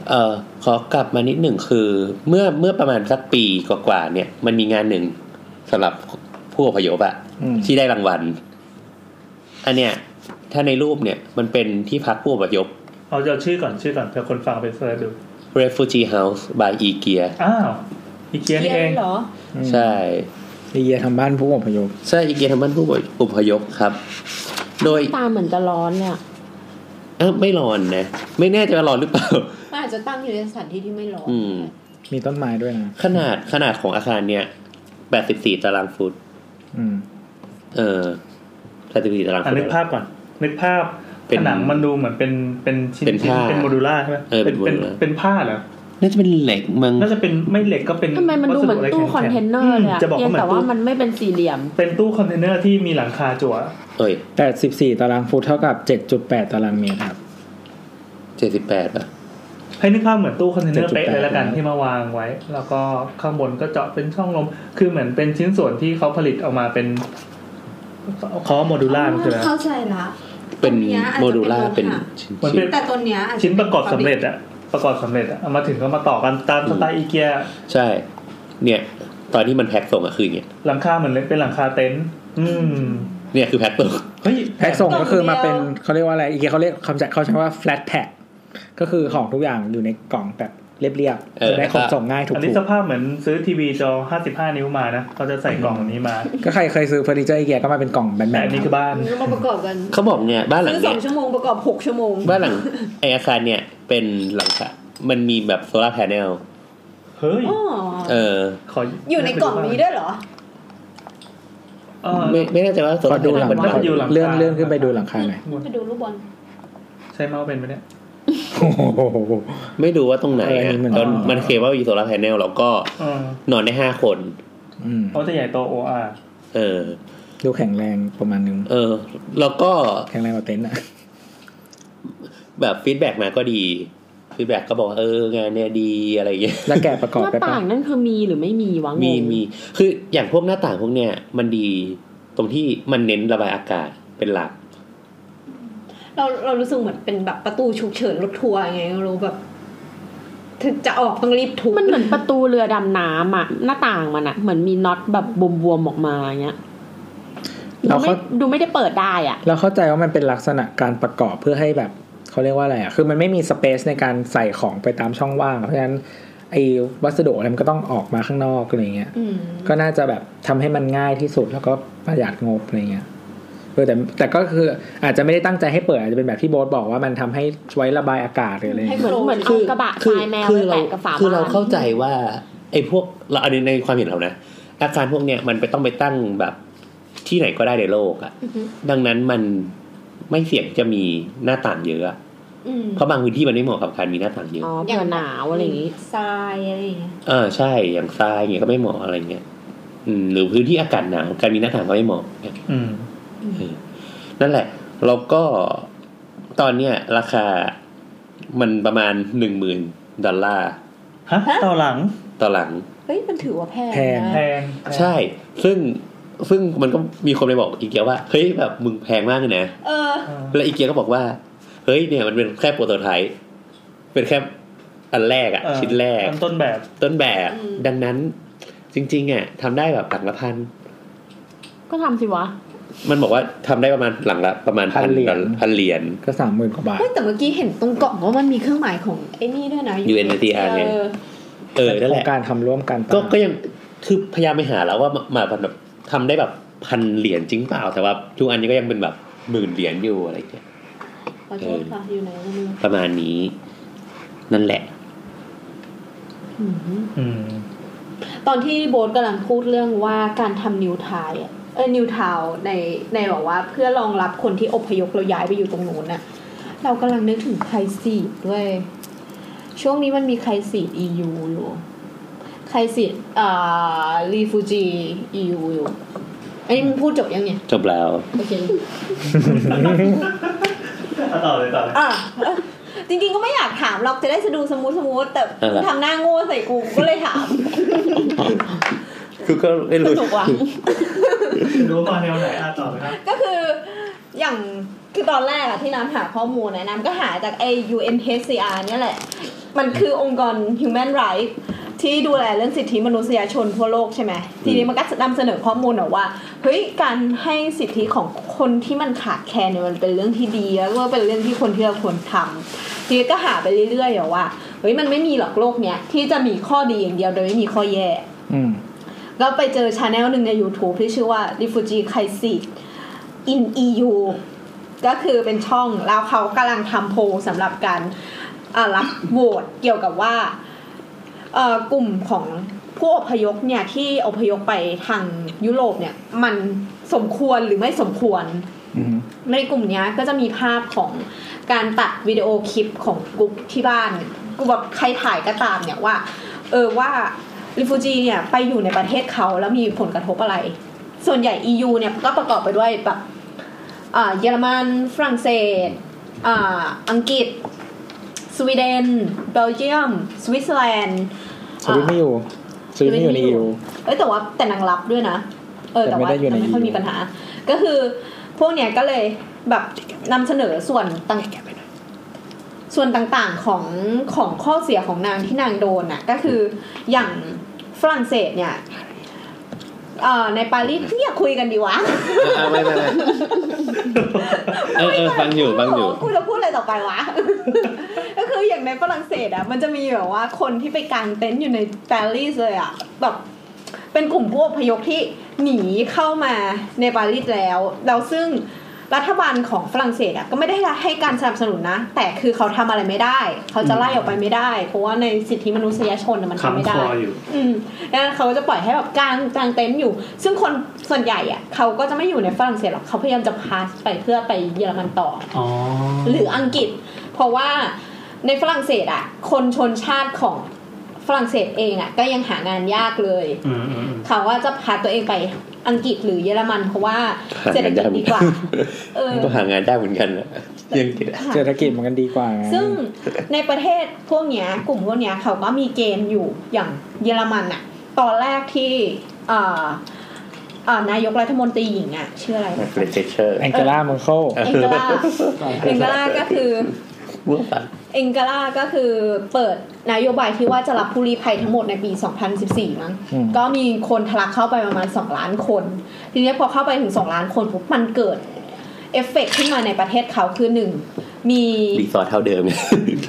Speaker 2: เออขอกลับมานิดหนึ่งคือ เมื่อเมื่อประมาณสักปีกว่าๆเนี่ย มันมีงานหนึ่งสำหรับผู้อพยพอะ
Speaker 5: อืม
Speaker 2: ที่ได้รางวัล อันเนี้ยถ้าในรูปเนี่ย มันเป็นที่พักผู้อพยพ
Speaker 3: เอาเอาชื่อก่อนชื่อก่อนเผื่อคนฟังไปเสิร์ชดู
Speaker 2: Refugee House by IKEA
Speaker 3: อ้าวอีเกียนี่เอง
Speaker 8: เหรอ
Speaker 2: ใช่
Speaker 5: ไอเยียทำบ้านผู้อพยพ
Speaker 2: ใช่ IKEA ทำบ้านผู้อพยพครับ โดย
Speaker 4: ตาเหมือนจะร้อนเนี่ย
Speaker 2: เอ้าไม่ร้อนนะ ไม่แน่ใจว่าร้อนหรือเปล่า
Speaker 8: มันอาจจะตั้งอยู่ในสถานที่ที่ไม่ร้อน
Speaker 2: อืม
Speaker 5: มีต้นไม้ด้วยนะ
Speaker 2: ขนาดขนาดของอาคารเนี่ยแปดสิบสี่ตารางฟุต
Speaker 5: อืม
Speaker 2: เออแปดสิบสี่ตาราง
Speaker 3: อ่า
Speaker 2: ฟุต
Speaker 3: นึกภาพก่อน นึกภาพ
Speaker 2: เป็น
Speaker 3: ผนังมันดูเหมือนเป็นเป็นชิ้น
Speaker 2: เป็นผ้า
Speaker 3: ๆเป็นโมดูล่าใช่ไหม
Speaker 2: เออเป็น
Speaker 3: เป็น
Speaker 2: โมดูล่า
Speaker 3: เป็นผ้าเหรอ
Speaker 2: น่าจะเป็นเหล็กมั้ง
Speaker 3: น่าจะเป็นไม่เหล็กก็เป็น
Speaker 4: ทำไมมันดูเหมือน
Speaker 3: วัสดุะร
Speaker 4: ตู้คอนเทนเนอร์เลย
Speaker 3: ม
Speaker 4: อะ
Speaker 3: จะบอก
Speaker 4: เพีย
Speaker 3: ว่าง เหมือน
Speaker 4: แต่ว่า
Speaker 3: ตู้
Speaker 4: มันไม่เป็นสี่เหลี่ยม
Speaker 3: เป็นตู้คอนเทนเนอร์ที่มีหลังคาจั่ว
Speaker 2: เอ้ย
Speaker 5: แปดสิบสี่ตารางฟุตเท่ากับเจ็ดจุดแปดตารางเมตรครับ
Speaker 2: เจ็ดสิบแปดป่ะ
Speaker 3: ให้นึกภาพเหมือนตู้คอนเทนเนอร์เป๊ะ
Speaker 5: 7.8
Speaker 3: เลยละกันที่มาวางไว้ แล้วก็ข้างบนก็เจาะเป็นช่องลม คือเหมือนเป็นชิ้นส่วนที่เขาผลิตออกมาเป็นเขาโมดูล่าใช่ไหม
Speaker 8: เข้าใจละ
Speaker 2: เป็น
Speaker 8: ตัวเนี้ยอาจจะ
Speaker 2: โมดูล่า
Speaker 8: เป็
Speaker 2: เป็น
Speaker 8: นโลหะ
Speaker 2: ชิ้น
Speaker 3: เหมือนเป็น
Speaker 8: แต่ตัวเนี้ยอาจจ
Speaker 3: ชิ้นประกอบสำเร็จอะประกอบสำเร็จอะเอามาถึงก็มาต่อกันตามสไตล์อีเกีย
Speaker 2: ๆใช่ เนี่ย ตอนที่มันแพ็คส่งอะคืออย่างเงี้ย
Speaker 3: หลังคาเหมือนเป็นหลังคาเต็นท์อืม
Speaker 2: เนี่ยคือแพ็คส่ง
Speaker 3: เฮ้ย
Speaker 5: แพ็คส่งก็คือมาเป็นเขาเรียกว่าอะไรอีกเขาเรียกคำจัดเขาใช้ว่า flat pack ก็คือของทุกอย่างอยู่ในกล่องแบบเรียบ
Speaker 2: เออ
Speaker 5: ๆจะได้ของส่งง่ายถูก
Speaker 3: อันนี้สภาพเหมือนซื้อทีวีจอ 55 นิ้วมานะเขาจะใส่กล่องนี้มา
Speaker 5: ๆก็ใครเคยซื้อเฟอร์นิเจอร์อีเกียก็มาเป็นกล่องแบ
Speaker 3: แต่
Speaker 5: น
Speaker 3: อัน
Speaker 5: ๆ
Speaker 3: นี้คือบ้าน
Speaker 8: มันก็มาประกอบกัน
Speaker 2: เขาบอกเนี่ย บ้านหลัง
Speaker 8: ซื้อส
Speaker 2: เนี่
Speaker 8: อยงชั่วโมงประกอบหกชั่วโมง
Speaker 2: บ้านหลังไออาคารเนี่ย เป็นหลังคามันมีแบบโซลาร์แผง
Speaker 3: เฮ้ย
Speaker 8: อ๋อ
Speaker 2: เออ
Speaker 3: ขอ
Speaker 8: อ
Speaker 3: อยู่
Speaker 8: ในกล่องนี้ด้วยเหรอ
Speaker 3: เออ
Speaker 2: ไม่ไม่แน่ใจว่าโซ
Speaker 5: ขอ
Speaker 2: ลาร์แผ
Speaker 5: ดู
Speaker 2: ง
Speaker 5: หลัง
Speaker 3: มันต้องอยู่หลังคา
Speaker 5: เลื่อนเลื่อนขึ้นไปดูหลังคาหน่อย
Speaker 8: ไปดูลูกบอล
Speaker 3: ใช้เมาส์เป็นไหมเนี่ย
Speaker 5: โอ้โห
Speaker 2: ไม่ดูว่าตรงไหน
Speaker 5: เอออัน
Speaker 2: อะ
Speaker 5: นี้มัน
Speaker 2: ตอนมันเคยว่ามีโซลาร์แผงแล้วก็
Speaker 3: เออน
Speaker 2: อนได้ห้าคน
Speaker 5: อืม
Speaker 3: เขาจะใหญ่โตโออาร์
Speaker 2: เออ
Speaker 5: ดูแข็งแรงประมาณนึง
Speaker 2: เออ แล้วก็
Speaker 5: แข็งแรงกว่าเต็นท์ อ่ะ
Speaker 2: แบบฟีดแบ็กมาก็ดีฟีดแบ็กก็บอกว่าเอองานเนี่ยดีอะไรอย่างเงี้ย
Speaker 5: แล้วแกะประกอบ
Speaker 4: หน้า
Speaker 5: ไป
Speaker 4: ต่า
Speaker 5: ปะ
Speaker 4: งนั่นคือมีหรือไม่มีวะงง
Speaker 2: มีมีคืออย่างพวกหน้าต่างพวกเนี้ยมันดีตรงที่มันเน้นระบายอากาศเป็นหลัก
Speaker 8: เราเรารู้สึกเหมือนเป็นแบบประตูฉุกเฉินรถทัวร์ไงไม่รู้แบบถึงจะออกต้องรีบทุบ
Speaker 4: มันเหมือนประตูเรือดำน้ำอะหน้าต่างมันอะเหมือนมีน็อตแบบบวมๆออกมาอย่างเงี้ยดู
Speaker 5: เรา
Speaker 4: ไม่
Speaker 5: เข้า
Speaker 4: ดูไม่ได้เปิดได้อะ
Speaker 5: เราเข้าใจว่ามันเป็นลักษณะการประกอบเพื่อให้แบบเขาเรียกว่าอะไรอ่ะคือมันไม่มีสเปซในการใส่ของไปตามช่องว่างเพราะฉะนั้นไอ้วัสดุอะไรมันก็ต้องออกมาข้างนอกอะไรอย่างเงี้ย
Speaker 8: อืม
Speaker 5: ก็น่าจะแบบทำให้มันง่ายที่สุดแล้วก็ประหยัดงบอะไรเงี้ยเออแต่แต่ก็คืออาจจะไม่ได้ตั้งใจให้เปิดอาจจะเป็นแบบที่โบ๊ทบอกว่ามันทำให้ไว้ระบายอากาศหรืออะไรเงี้ย
Speaker 4: เหมือนเหมือนเอากระบะทรายแมว
Speaker 2: คื
Speaker 4: ไป
Speaker 2: เรา
Speaker 4: แปะกับฝา
Speaker 2: คือเรา
Speaker 4: บ้าน
Speaker 2: เข้าใจว่า ไอ้พวกเราอันนี้ในความเห็นเรานะ อาการพวกเนี้ยมันไปต้องไปตั้งแบบที่ไหนก็ได้ในโลกอะดังนั้นมันไม่เสี่ยงจะมีหน้าต่างเยอะอะ
Speaker 8: อืม
Speaker 2: เพราะบางพื้นที่มันไม่เหมาะกับการมีหน้าต่างเยอะ
Speaker 4: อ๋อเผื่อหนาวอะไรอย่างงี้
Speaker 8: ทรายอะไรอย่างเงี้ย
Speaker 2: เออใช่อย่างทรายเงี้ยก็ไม่เหมาะอะไรเงี้ยอืมหรือพื้นที่อากาศหนาวการมีหน้าต่างก็ไม่เหมาะ
Speaker 3: อืม
Speaker 2: เออนั่นแหละ แล้วก็ตอนเนี้ยราคามันประมาณหนึ่งหมื่นดอลลาร์
Speaker 3: ฮะต่อหลัง
Speaker 2: ต่อหลัง
Speaker 8: เฮ้ยมันถือว่าแพง
Speaker 5: แพง
Speaker 8: นะ
Speaker 3: แพง
Speaker 2: ใช่ ซึ่งซึ่งมันก็มีคนไปบอกอีเกียว่า เฮ้ยแบบมึงแพงมากเลยนะ
Speaker 8: เออ
Speaker 3: เออ
Speaker 2: แล้วอีเกียก็บอกว่า เฮ้ยเนี่ยมันเป็นแค่โปรโตไทป์เป็นแค่อันแรกอะ
Speaker 3: เออ
Speaker 2: ชิ้นแรก
Speaker 3: อันต้นแบบ
Speaker 2: ต้นแบบ
Speaker 8: อืม
Speaker 2: ดังนั้นจริงๆอ่ะทำได้แบบหลังละพัน
Speaker 4: ก็ทำสิวะ
Speaker 2: มันบอกว่าทำได้ประมาณหลังละประมาณ
Speaker 5: พันเหรียญ
Speaker 2: ดอพันเหรียญ
Speaker 5: ก็สามหมื่นกว่าบาท
Speaker 8: เฮ้ยแต่เมื่อกี้เห็นตรงกล่องว่ามันมีเครื่องหมายของไอ้นี่ด้วยนะ
Speaker 2: UNHCR ไง
Speaker 8: เออ
Speaker 2: เออนั่นแหละ
Speaker 5: การทำร่วมกัน
Speaker 2: ก็ก็ยังคือพยายามไปหาแล้วว่ามามาแบบทำได้แบบพันเหรียญจริงเปล่าแต่ว่าทุกอันนี้ก็ยังเป็นแบบหมื่นเหรียญอยู่อะไรอย่างเงี้ย
Speaker 8: ขอโทษค่ะอยู่ไหนก็ไม่รู้
Speaker 2: ประมาณนี้ นั่นแหละ
Speaker 8: อืม
Speaker 3: อืม
Speaker 8: ตอนที่โบ๊ทกำลังพูดเรื่องว่าการทำนิวทายอะเออนิวทาวน์ในในแบอกว่าเพื่อรองรับคนที่อพยพเราย้ายไปอยู่ตรงนู้นน่ะ เรากำลังนึกถึงไครซีดด้วย ช่วงนี้มันมีไครซีด EU อยู่ไครซีดเอ่อรีฟูจี EU อยู่ไอ้ยมึงพูดจบยังเนี่ย
Speaker 2: จบแล้ว
Speaker 8: โอเค
Speaker 3: ต่อเลยต่อเลย
Speaker 8: อ่ะจริงๆก็ไม่อยากถามหรอกจะได้สะดูสมูทสมูทแต่
Speaker 2: เอาล่ะ
Speaker 8: ทำหน้าโง่ใส่กูก็เลยถาม
Speaker 2: คือก็ไม่
Speaker 8: ส
Speaker 2: รู้
Speaker 8: นุกว่ะ
Speaker 3: รู้มาแนวไหนอ่ะต่อเลยครับ
Speaker 8: ก็คืออย่างคือตอนแรกอะที่น้ำหาข้อมูลนะน้ำก็หาจากไอ UNHCR เนี่ยแหละ มันคือองค์กร Human Rights ที่ดูแลเรื่องสิทธิมนุษยชนทั่วโลกใช่ไหม ทีนี้มันก็นำเสนอข้อมูลหน่อยว่าเฮ้ยการให้สิทธิของคนที่มันขาดแคลนเนี่ยมันเป็นเรื่องที่ดีแล้วก็เป็นเรื่องที่คนที่เราควรทำทีนี้ก็หาไปเรื่อยๆอะว่าเฮ้ยมันไม่มีหรอกโลกเนี้ยที่จะมีข้อดีอย่างเดียวโดยไม่มีข้อแย่
Speaker 5: อืม
Speaker 8: แล้วไปเจอชาแนลหนึ่งใน YouTube ที่ชื่อว่า Refugee Crisis in EU ก็คือเป็นช่องแล้วเขากำลังทำโพลสำหรับการอ่ารับโหวตเกี่ยวกับว่าเอ่อกลุ่มของผู้อพยพเนี่ย ที่อพยพไปทางยุโรปเนี่ย มันสมควรหรือไม่สมควร
Speaker 5: อืม
Speaker 8: ในกลุ่มเนี้ยก็จะมีภาพของการตัดวิดีโอคลิปของกลุ่มที่บ้านกลุ่มแบบใครถ่ายก็ตามเนี่ยว่า เออว่าริฟูจีเนี่ยไปอยู่ในประเทศเขาแล้วมีผลกระทบอะไร ส่วนใหญ่ EU เนี่ยก็ประกอบไปด้วยแบบอ่าเยอรมันฝรั่งเศสอ่าอังกฤษ สวีเดน เบลเยียม สวิตเซอร์แลนด์
Speaker 5: สวิตไม่
Speaker 8: อ่า
Speaker 5: อยู่สวิตไม่อยู่ในยู
Speaker 8: เอ้ยแต่ว่าแต่นางรับด้วยนะ เออแต่ว่า
Speaker 5: แต่ไม่ได้อยู่ใน
Speaker 8: ไม่ค่อยมีปัญหา ก็คือพวกเนี้ยก็เลยแบบนำเสนอส่วนต่างส่วนต่างๆของของข้อเสียของนางที่นางโดนน่ะก็คืออย่างฝรั่งเศสเนี่ยเอ่อในปารีสเนี่ยคุยกันดีวะ
Speaker 2: อ่ะไม่ไม่ ไม่เออเออฟังอยู่ฟังอยู่
Speaker 8: โโหกูจะพูดอะไรต่อไปวะ ก็คืออย่างในฝรั่งเศสอ่ะมันจะมีแบบว่าคนที่ไปกางเต็นท์อยู่ในปารีสเลยอ่ะแบบ เป็นกลุ่มผู้อพยพที่หนีเข้ามาในปารีสแล้วแล้วซึ่งรัฐบาลของฝรั่งเศสอะก็ไม่ได้ให้การสนับสนุนนะ แต่คือเขาทำอะไรไม่ได้ เขาจะไล่ออกไปไม่ได้ เพราะว่าในสิทธิมนุษยชนน่ะมันทำไม่
Speaker 3: คำค
Speaker 8: ได้
Speaker 3: ออยู่
Speaker 8: อืมแล้วเขาจะปล่อยให้แบบกลางกลางเต็นท์อยู่ ซึ่งคนส่วนใหญ่อะเขาก็จะไม่อยู่ในฝรั่งเศสหรอกเขาพยายามจะพาสไปเพื่อไปเยอรมันต่อ
Speaker 3: อ๋อ
Speaker 8: หรืออังกฤษ เพราะว่าในฝรั่งเศสอะคนชนชาติของฝรั่งเศสเองอะก็ยังหางานยากเลย
Speaker 3: อืมอืมอืม
Speaker 8: เขาว่าจะพาตัวเองไปอังกฤษหรือเยอรมันเพราะว่า
Speaker 2: หา
Speaker 8: เศรษฐ
Speaker 2: งานยาก
Speaker 8: กิจ
Speaker 2: เหมื
Speaker 8: ดี
Speaker 2: อน
Speaker 8: ก
Speaker 2: กั
Speaker 8: ว่า
Speaker 2: น
Speaker 8: เออ
Speaker 2: ก็หางานได้เหมือนกันนะยังคิดอะ
Speaker 5: เศรษฐกิจมันกันดีกว่าไ
Speaker 8: ซึ่งในประเทศพวกเนี้ย กลุ่มพวกเนี้ยเขาก็มีเกณฑ์อยู่อย่างเยอรมันอะตอนแรกที่เอ่อเอ่อนายกรัฐมนตรีหญิงอะชื่ออะไรนะ
Speaker 2: เป็นเจเชอร์
Speaker 5: แองเจล่าเมอร์เคิล
Speaker 8: เอ็งกลาเอ็งกลาก็คือ
Speaker 2: ว่าปัน
Speaker 8: เองกาล่าก็คือเปิดนโยบายที่ว่าจะรับผู้ลี้ภัยทั้งหมดในปี 2014 มั้ง ก็มีคนทะลักเข้าไปประมาณ 2 ล้านคน ทีนี้พอเข้าไปถึง 2 ล้านคนปุ๊บมันเกิดเอฟเฟกต์ขึ้นมาในประเทศเขาคือหนึ่งมี
Speaker 2: รีสอร์ทเท่าเดิมเนี่ย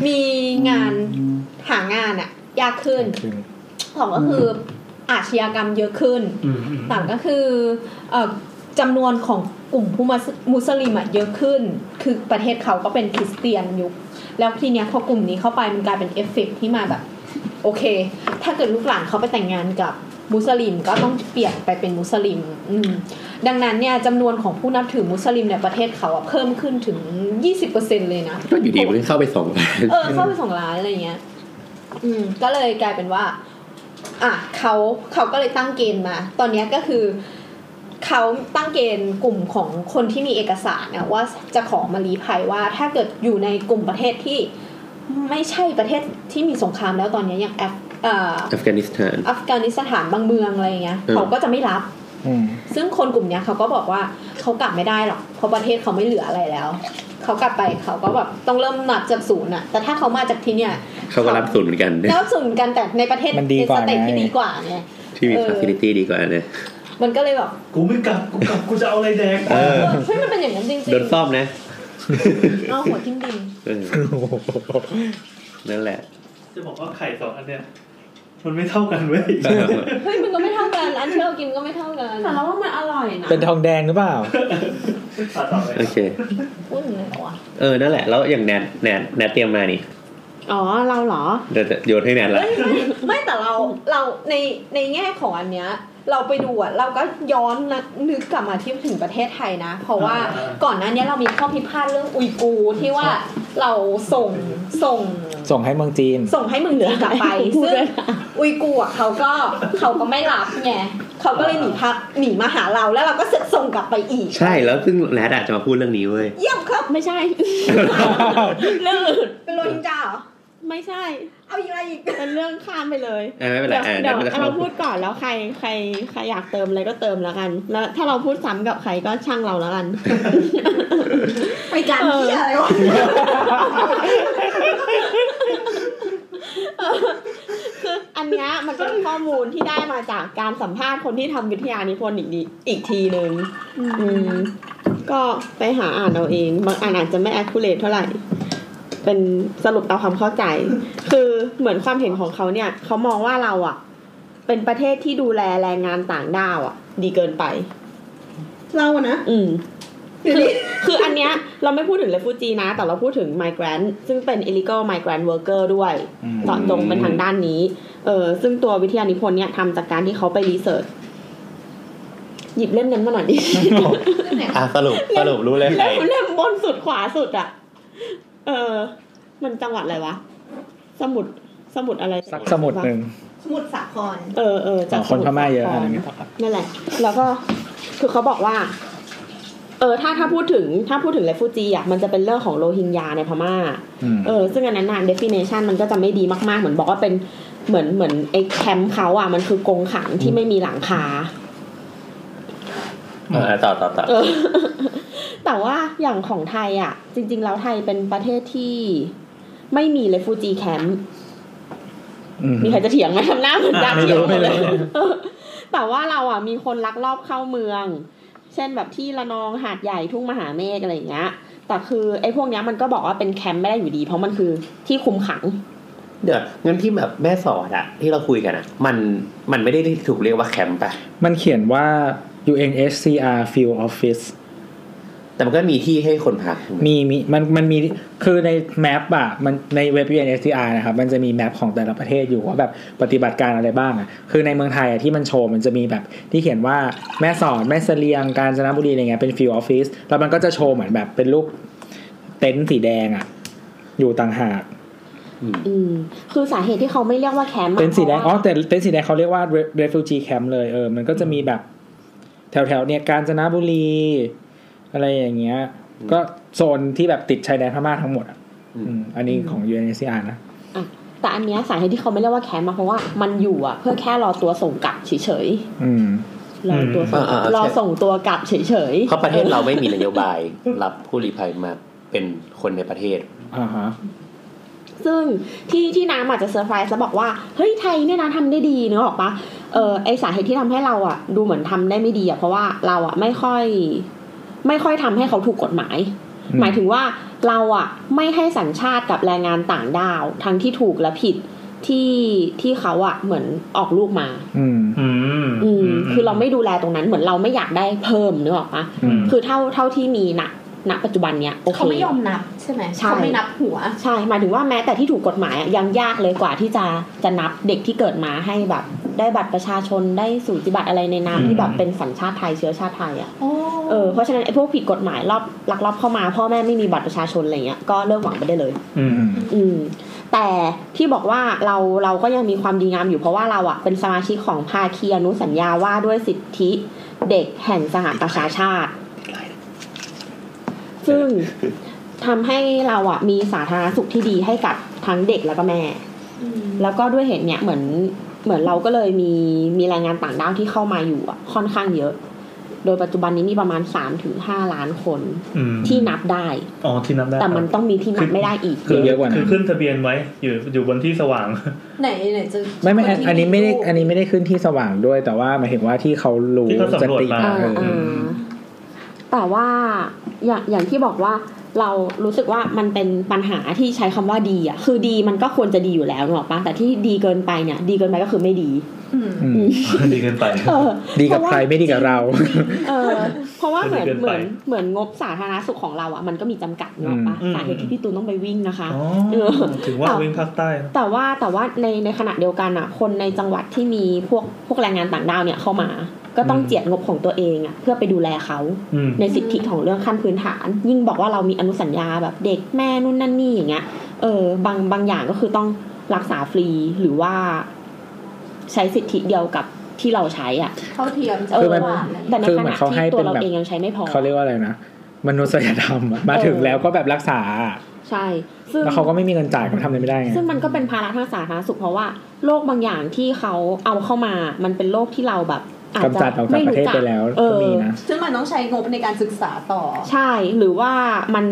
Speaker 8: มีงานหางานอะยากขึ้น
Speaker 5: คือ
Speaker 8: สองก็คืออาชญากรรมเยอะขึ้น
Speaker 3: อืมอืม
Speaker 8: สามก็คือเอ่อจำนวนของกลุ่มผู้มุสลิมอะเยอะขึ้น คือประเทศเขาก็เป็นคริสเตียนอยู่ แล้วทีเนี้ยพอกลุ่มนี้เข้าไปมันกลายเป็นเอฟเฟกต์ที่มาแบบ โอเค ถ้าเกิดลูกหลานเขาไปแต่งงานกับ มุสลิมก็ต้องเปลี่ยนไปเป็นมุสลิมอืมดังนั้นเนี่ยจำนวนของผู้นับถือมุสลิมในประเทศเขาอะเพิ่มขึ้นถึง 20%เลยนะ
Speaker 2: ก็อยู่ดีมันเข้าไปสองล้าน
Speaker 8: เออเข้าไปสองล้านอะไรเงี้ย อืม ก็เลยกลายเป็นว่า อ่ะเขาเขาก็เลยตั้งเกณฑ์มา ตอนเนี้ยก็คือ เขาตั้งเกณฑ์กลุ่มของคนที่มีเอกสารนะว่าจะขอมาลีภัยว่า ถ้าเกิดอยู่ในกลุ่มประเทศที่ไม่ใช่ประเทศที่มีสงครามแล้วตอนเนี้ยอย่างแอฟเอ่อ
Speaker 2: อัฟกานิสถาน
Speaker 8: อัฟกานิสถานบางเมืองอะไรเงี้ย
Speaker 2: เออ
Speaker 8: เขาก็จะไม่รับ
Speaker 5: อืม
Speaker 8: ซึ่งคนกลุ่มเนี้ยเขาก็บอกว่าเขากลับไม่ได้หรอกเพราะประเทศเขาไม่เหลืออะไรแล้ว เขากลับไปเขาก็แบบต้องเริ่มหนับจากศูนย์อะแต่ถ้าเขามาจากที่เนี่ย
Speaker 2: เขาก็รับศูนย์เหมือนกันนะ
Speaker 8: แล้วศูนย์กันแต่ในประเทศ
Speaker 5: มันดีกว่า
Speaker 8: ในสเตทที่
Speaker 5: ไง
Speaker 8: ดีกว่าไง
Speaker 2: ที่มีฟาซิลิตี้ดีกว่านะ
Speaker 8: มันก็เลยแบบ
Speaker 3: กูไม่กลับกูกลับกูจะเอาอะไรแดง
Speaker 2: เออ
Speaker 8: เออเฮ้ยมันเป็นอย่างนั้นจริง
Speaker 2: โดนซ่อมนะ
Speaker 8: ๆเอาหัวทิ่มดิน
Speaker 2: เออนั่นแหละ
Speaker 3: จะบอกว่าไข่สองอันเนี้ยมันไม่เท่ากันเว้ย
Speaker 2: เออ
Speaker 8: เฮ้ยมันก็ไม่เท่ากันอันที่เรากินก็ไม่เท่ากัน
Speaker 9: แต่เราว่ามันอร่อยนะ
Speaker 5: เป็นทองแดงหรือเปล่า
Speaker 3: ตัดต่อเลย
Speaker 2: โอเค
Speaker 8: พูดถึงไหนแล้ววะ
Speaker 2: เออนั่นแหละแล้วอย่างแนทแนทแนทเตรียมมานี่
Speaker 4: อ๋อเราเหรอ
Speaker 2: เดี๋ยวจะโยนให้แนทละ
Speaker 8: เอ้ยไม่ไม่แต่เราเราในในแง่ของอันเนี้ยเราไปดูอะเราก็ย้อนนะนึกกลับมาที่ถึงประเทศไทยนะ เพราะว่า ก่อนหน้าเนี้ยเรามีข้อพิพาทเรื่องอุยกูร์ที่ว่าเราส่งส่ง
Speaker 5: ส่งให้เมืองจีน
Speaker 8: ส่งให้เมึงจีนกลับไป
Speaker 4: พูด
Speaker 8: ซึ่ง
Speaker 4: ด้วยนะ
Speaker 8: อุยกูร์อะเขาก็เขาก็ไม่รับไงเขาก็เลยหนีพักหนีมาหาเราแล้วเราก็เสร็จส่งกลับไปอีก
Speaker 2: ใช่แล้วซึ่งแนทอาจจะมาพูดเรื่องนี้เว้ย
Speaker 8: เยี่ยมครับ
Speaker 4: ไม่ ใช่ เรื่องอื่น
Speaker 8: เป็นโรฮิงญาเหรอ
Speaker 4: ไม่ใช่
Speaker 8: เอาอีกอะไรอีก
Speaker 4: เป็นเรื่องข้ามไปเลย
Speaker 2: เออไม่เป็นไร
Speaker 4: เดี๋ยว
Speaker 2: อ่ะแนท
Speaker 4: เดี๋ยว
Speaker 2: มันจะเข้า
Speaker 4: เราพูดก่อนแล้วใครใครใครอยากเติมอะไรก็เติมแล้วกัน แล้วถ้าเราพูดซ้ำกับใครก็ช่างเราแล้วกัน
Speaker 8: ไปการเที่ยอะไรวะ
Speaker 4: คืออันเนี้ยมันเป็นข้อมูลที่ได้มาจากการสัมภาษณ์คนที่ทำวิทยานิพนธ์อีกดีอีกทีหนึ่งอืมก็ไปหาอ่านเอาเองบางอ่านอาจจะไม่ accurate เท่าไหร่ เป็นสรุปตามความเข้าใจ คือเหมือนความเห็นของเขาเนี่ย เขามองว่าเราอ่ะ เป็นประเทศที่ดูแลแรงงานต่างด้าวอ่ะ ดีเกินไป
Speaker 8: เราอะนะ
Speaker 4: อืมคือคืออันเนี้ยเราไม่พูดถึงเลฟูจีนะ แต่เราพูดถึง migrant ซึ่งเป็น illegal migrant worker ด้วย
Speaker 5: อืม
Speaker 4: ต่อตรงเป็นทางด้านนี้ เออซึ่งตัววิทยานิพนธ์เนี่ยทำจากการที่เขาไปรีเสิร์ชหยิบเล่มนั้นมาหน่อยดิ
Speaker 2: อ่ะสรุปสรุปรู้เลยใคร
Speaker 4: เล่มเล่มบนสุดขวาสุดอะเออ มันจังหวัดอะไรวะ สมุดสมุดอะไร
Speaker 5: สักสมุดหนึ่ง
Speaker 6: สมุดสาคร
Speaker 4: เออเออ
Speaker 5: ส
Speaker 4: จา
Speaker 5: อก งคน
Speaker 4: สมุท
Speaker 5: พ
Speaker 4: ร
Speaker 5: ม่าเยอะ
Speaker 4: สค
Speaker 5: อะไร
Speaker 4: ร
Speaker 5: เงี้ยครับ
Speaker 4: นั่นแหละ แล้วก็คือเขาบอกว่า เออ ถ้าถ้าพูดถึง ถ้าพูดถึงเรฟูจีอ่ะ มันจะเป็นเรื่องของโรฮิงญาในพม่า
Speaker 5: อืม
Speaker 4: เออ ซึ่งอันนั้นน่ะ definition มันก็จะไม่ดีมากๆ เหมือนบอกว่าเป็น เหมือน เหมือนไอ้แคมป์เขาอ่ะ มันคือกรงขังที่ไม่มีหลังคา
Speaker 2: อ่ะต่อต่อต่อ
Speaker 4: เอ อ แต่ว่าอย่างของไทยอ่ะ จริง ๆ แล้วไทยเป็นประเทศที่ไม่มีเรฟูจีแคมป์
Speaker 5: อืม
Speaker 4: มีใครจะเถียงไหมทำหน้าเหมือนดัก
Speaker 5: อ่ะไม่
Speaker 4: เถีย
Speaker 5: รู้
Speaker 4: งหมดเล
Speaker 5: ไม่
Speaker 4: ย
Speaker 5: รู้
Speaker 4: เออแต่ว่าเราอ่ะมีคนลักลอบเข้าเมือง เช่นแบบที่ระนองหาดใหญ่ทุ่งมหาเมฆอะไรอย่างเงี้ย แต่คือไอ้พวกเนี้ยมันก็บอกว่าเป็นแคมป์ไม่ได้อยู่ดี เพราะมันคือที่คุมขัง
Speaker 2: เดี๋ยวงั้นที่แบบแม่สอดอะที่เราคุยกันอะมันมันไม่ได้ถูกเรียกว่าแคมป์ปะ
Speaker 5: มันเขียนว่า UNHCR Field Office
Speaker 2: แต่มันก็มีที่ให้คนพัก
Speaker 5: มีมีมันมันมีคือในแมปอะมันในเว็บ UNHCR นะครับ มันจะมีแมปของแต่ละประเทศอยู่ว่าแบบปฏิบัติการอะไรบ้างอะคือในเมืองไทยอะที่มันโชว์มันจะมีแบบที่เขียนว่าแม่สอดแม่เสลียงกาญจนบุรีอะไรเงี้ยเป็นฟิลออฟฟิศแล้วมันก็จะโชว์เหมือนแบบเป็นรูปเต็นท์สีแดงอะอยู่ต่างหาก
Speaker 4: อืม คือสาเหตุที่เขาไม่เรียกว่าแคมป์อะ
Speaker 5: เต็นท์สีแดง
Speaker 4: พ
Speaker 5: อ๋อ
Speaker 4: ราะว่า
Speaker 5: แต่เต็นท์สีแดงเขาเรียกว่า re- refugee camp เลยเออมันก็จะมีแบบแถวแถวๆเนี่ยกาญจนบุรี อะไรอย่างเงี้ย ก็โซนที่แบบติดชายแดนพม่าทั้งหมดอะ อืมอันนี้ของ UNHCR นะ
Speaker 4: แต่อันเนี้ยสาเหตุที่เขาไม่เรียกว่าแคมป์อะเพราะว่ามันอยู่อ่ะ เพื่อแค่รอตัวส่งกลับเฉย
Speaker 5: อืม
Speaker 4: ๆรอตัวส่ง
Speaker 2: อ่ะอ่ะ
Speaker 4: รอ
Speaker 2: ใช่
Speaker 4: ส่งตัวกลับเฉยๆ
Speaker 2: เพราะประเทศเราไม่มีนโยบายรับผู้ลี้ภัยมาเป็นคนในประเทศ
Speaker 5: อ่าฮะ
Speaker 4: ซึ่งที่ที่น้ำอาจจะเซอร์ไพรส์แล้วบอกว่า เฮ้ยไทยเนี่ยนะทำได้ดีเนกอะออกปะเออไอสาเหตุที่ทำให้เราอะดูเหมือนทำได้ไม่ดีอะเพราะว่าเราอะไม่ค่อย ไม่ค่อยทำให้เขาถูกกฎหมาย
Speaker 5: อืม
Speaker 4: หมายถึงว่าเราอะไม่ให้สัญชาติกับแรงงานต่างด้าว ทั้งที่ถูกและผิดที่ที่เขาอะเหมือนออกลูกมา
Speaker 5: อืม
Speaker 3: อืม
Speaker 4: อืมคือเราไม่ดูแลตรงนั้นเหมือนเราไม่อยากได้เพิ่มเนกอะออกปะ
Speaker 5: อืม
Speaker 4: คือเท่าเท่าที่มีนะณปัจจุบันเนี้ยโอเค
Speaker 6: เขาไม่ยอมนับใช่ไหม
Speaker 4: ใช่
Speaker 6: เขาไม่นับหัว
Speaker 4: ใช่ หมายถึงว่าแม้แต่ที่ถูกกฎหมายอะยังยากเลยกว่าที่จะจะนับเด็กที่เกิดมาให้แบบ ได้บัตรประชาชนได้สูติบัตรอะไรในนามที่แบบเป็นสัญชาติไทยเชื้อชาติไทยอ่ะ
Speaker 6: 哦
Speaker 4: เออเพราะฉะนั้นไอ้พวกผิดกฎหมายรอบลักลอบเข้ามา พ่อแม่ไม่มีบัตรประชาชนอะไรเงี้ยก็เลิกหวังไปได้เลย
Speaker 5: อืม
Speaker 4: อืมแต่ที่บอกว่าเราเราก็ยังมีความดีงามอยู่เพราะว่าเราอะเป็นสมาชิกของภาคีอนุสัญญาว่าด้วยสิทธิเด็กแห่งสหประชาชาติ ซึ่งทำให้เราอะมีสาธารณสุขที่ดีให้กับทั้งเด็กแล้วก็แม่ แล้วก็ด้วยเหตุเนี้ยเหมือนเหมือนเราก็เลยมีมีแรงงานต่างด้าวที่เข้ามาอยู่อะค่อนข้างเยอะ โดยปัจจุบันนี้มีประมาณ3าถึงหล้านคน
Speaker 3: อืม
Speaker 4: ที่นับได้
Speaker 3: อ๋อที่นับได้
Speaker 4: แต่มันต้องมีที่นับไม่ได้อีก
Speaker 3: คื
Speaker 5: เยอะกว่านั้น
Speaker 3: คือขึ้นทะเบียนไว้ อยู่อยู่บนที่สว่าง
Speaker 8: ไหนไหนจะ
Speaker 5: ไม่ไม่อัน
Speaker 8: คที่
Speaker 5: อันนี้ไม่ได้
Speaker 8: ลูก
Speaker 5: อันนี้ไม่ได้ขึ้นที่สว่างด้วย แต่ว่าหมายถึงว่าที่เขารู้
Speaker 3: ที่เขาสำรวจมา
Speaker 5: จะ
Speaker 4: อ่า
Speaker 5: เออ
Speaker 4: อ่าแต่ว่าอย่างอย่างที่บอกว่าเรารู้สึกว่ามันเป็นปัญหาที่ใช้คำว่าดีอ่ะคือดีมันก็ควรจะดีอยู่แล้วเนกอะปะแต่ที่ดีเกินไปเนี่ย ดีเกินไปก็คือไม่ดี
Speaker 8: อืม
Speaker 5: อืม
Speaker 3: ดีเกินไป
Speaker 4: เออ
Speaker 5: ดีกับใครไม่ดีกับเรา
Speaker 4: เออ เพราะว่าเหมือน
Speaker 3: ดีเกินไป
Speaker 4: เหมือนเหมือนงบสาธารณสุขของเราอ่ะมันก็มีจำกัดเนกอะปะ
Speaker 3: อืม
Speaker 4: สาเหตุที่พี่ตูนต้องไปวิ่งนะคะ
Speaker 3: อ๋อ
Speaker 4: เออ
Speaker 3: ถึงว่าวิ่งภาคใต้นะ
Speaker 4: แต่ว่าแต่ว่าในในขณะเดียวกันอ่ะ คนในจังหวัดที่มีพวกพวกแรงงานต่างด้าวเนี่ยเข้ามา ก็ต้องเจียดงบของตัวเองอ่ะเพื่อไปดูแลเขา
Speaker 3: อืม
Speaker 4: ในสิทธิของเรื่องขั้นพื้นฐาน ยิ่งบอกว่าเรามีอนุสัญญาแบบเด็กแม่นู่นนั่นนี่อย่างเงี้ยเออบางบางอย่างก็คือต้องรักษาฟรีหรือว่า ใช้สิทธิเดียวกับที่เราใช้อ่ะ
Speaker 8: เท่าเทียมจะ
Speaker 4: เอ
Speaker 5: คือ
Speaker 4: อ
Speaker 5: มัน
Speaker 8: ว่า
Speaker 4: แต่ใน
Speaker 5: คือ
Speaker 4: ข
Speaker 5: เหมือ
Speaker 4: ณะ
Speaker 5: นเขาให้
Speaker 4: ที่ตั
Speaker 5: เป็
Speaker 4: วน เรา
Speaker 5: แบบ
Speaker 4: เองยังใช้ไม่พอ
Speaker 5: เขาเรียกว่าอะไรนะมนุษยธรรมอะมา
Speaker 4: เออ
Speaker 5: ถึงแล้วก็แบบรักษา
Speaker 4: ใช่ ซึ่ง
Speaker 5: แล้วเขาก็ไม่มีเงินจ่ายเขาทำอะไรไม่ได้ไง
Speaker 4: ซึ่งมันก็เป็นภาระทางสาธารณสุขเพราะว่าโรคบางอย่างที่เขาเอาเข้ามา มันเป็นโรคที่เราแบบอาจ
Speaker 5: กำจัดอ
Speaker 4: จะ
Speaker 5: อกจาก
Speaker 4: ไม่
Speaker 5: ประ
Speaker 4: รู้
Speaker 5: เทศ
Speaker 4: จัก
Speaker 5: ไปแล้ว
Speaker 4: เอ
Speaker 5: ก็
Speaker 4: อ
Speaker 5: มีนะ
Speaker 8: ซึ่งมันต้องใช้งบในการศึกษาต่อ
Speaker 4: ใช่หรือว่ามัน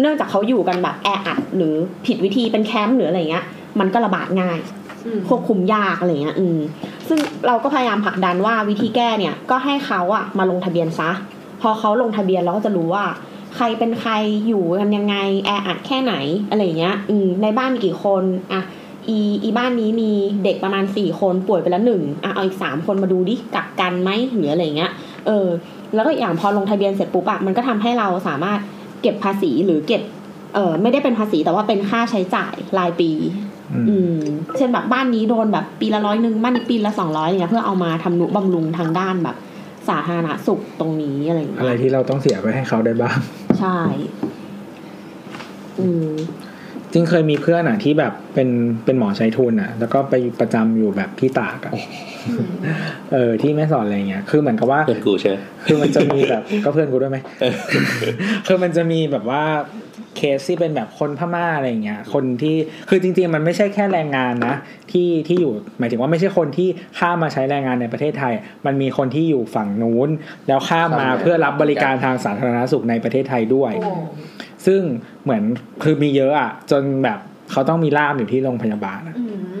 Speaker 4: เนื่องจากเขาอยู่กันแบบแออัดหรือผิดวิธีเป็นแคมป์หรืออะไรเงี้ย มันก็ระบาดง่าย
Speaker 8: อืม
Speaker 4: ควบคุมยากอะไรเงี้ยอืมซึ่งเราก็พยายามผลักดันว่าวิธีแก้เนี่ย ก็ให้เขาอะมาลงทะเบียนซะ พอเขาลงทะเบียนเราก็จะรู้ว่า ใครเป็นใครอยู่กันยังไงแออัดแค่ไหนอะไรเงี้ยอืมในบ้านมีกี่คนอะอีอีบ้านนี้มีเด็กประมาณสี่คนป่วยไปแล้วหนึ่งอ่ะเอาอีกสามคนมาดูดิกักกันไหมหรืออะไรเงี้ย เออ แล้วก็อีกอย่างพอลงทะเบียนเสร็จปุ๊บอะมันก็ทำให้เราสามารถเก็บภาษีหรือเก็บ เออไม่ได้เป็นภาษีแต่ว่าเป็นค่าใช้จ่ายรายปี
Speaker 5: อืม
Speaker 4: อืม เช่นแบบบ้านนี้โดนแบบปีละร้อยหนึ่งบ้านนี้ปีละสองร้อยอะไรเงี้ยเพื่อเอามาทำนุบำรุงทางด้านแบบ สาธารณสุขตรงนี้อะไรอย่างเงี้
Speaker 5: อะไร
Speaker 4: ย
Speaker 5: ที่เราต้องเสียไปให้เขาได้บ้าง
Speaker 4: ใช่ อืม
Speaker 5: จริงเคยมีเพื่อนอ่ะที่แบบเป็นเป็นหมอใช้ทุนอ่ะ แล้วก็ไปประจำอยู่แบบที่ตากอ่ะเออที่แม่สอดอะไรเงี้ยคือเหมือนกับว่า
Speaker 7: เพื่อนกูใช่ไหม
Speaker 5: คือมันจะมี แบบ ก็เพื่อนกูด้วยไหม คือมันจะมีแบบว่าเคสที่เป็นแบบคนพม่าอะไรอย่างเงี้ย คนที่คือจริง ๆ มันไม่ใช่แค่แรงงานนะ ที่ที่อยู่หมายถึงว่าไม่ใช่คนที่ข้ามมาใช้แรงงานในประเทศไทย มันมีคนที่อยู่ฝั่งนู้น แล้วข้ามมา
Speaker 7: ข้ามมา
Speaker 5: เพื่อรับบริการทางสาธารณสุขในประเทศไทยด้วย
Speaker 8: โอ้
Speaker 5: ซึ่งเหมือนคือมีเยอะอ่ะ จนแบบเขาต้องมีล่ามอยู่ที่โรงพยาบาลอะ
Speaker 8: อืม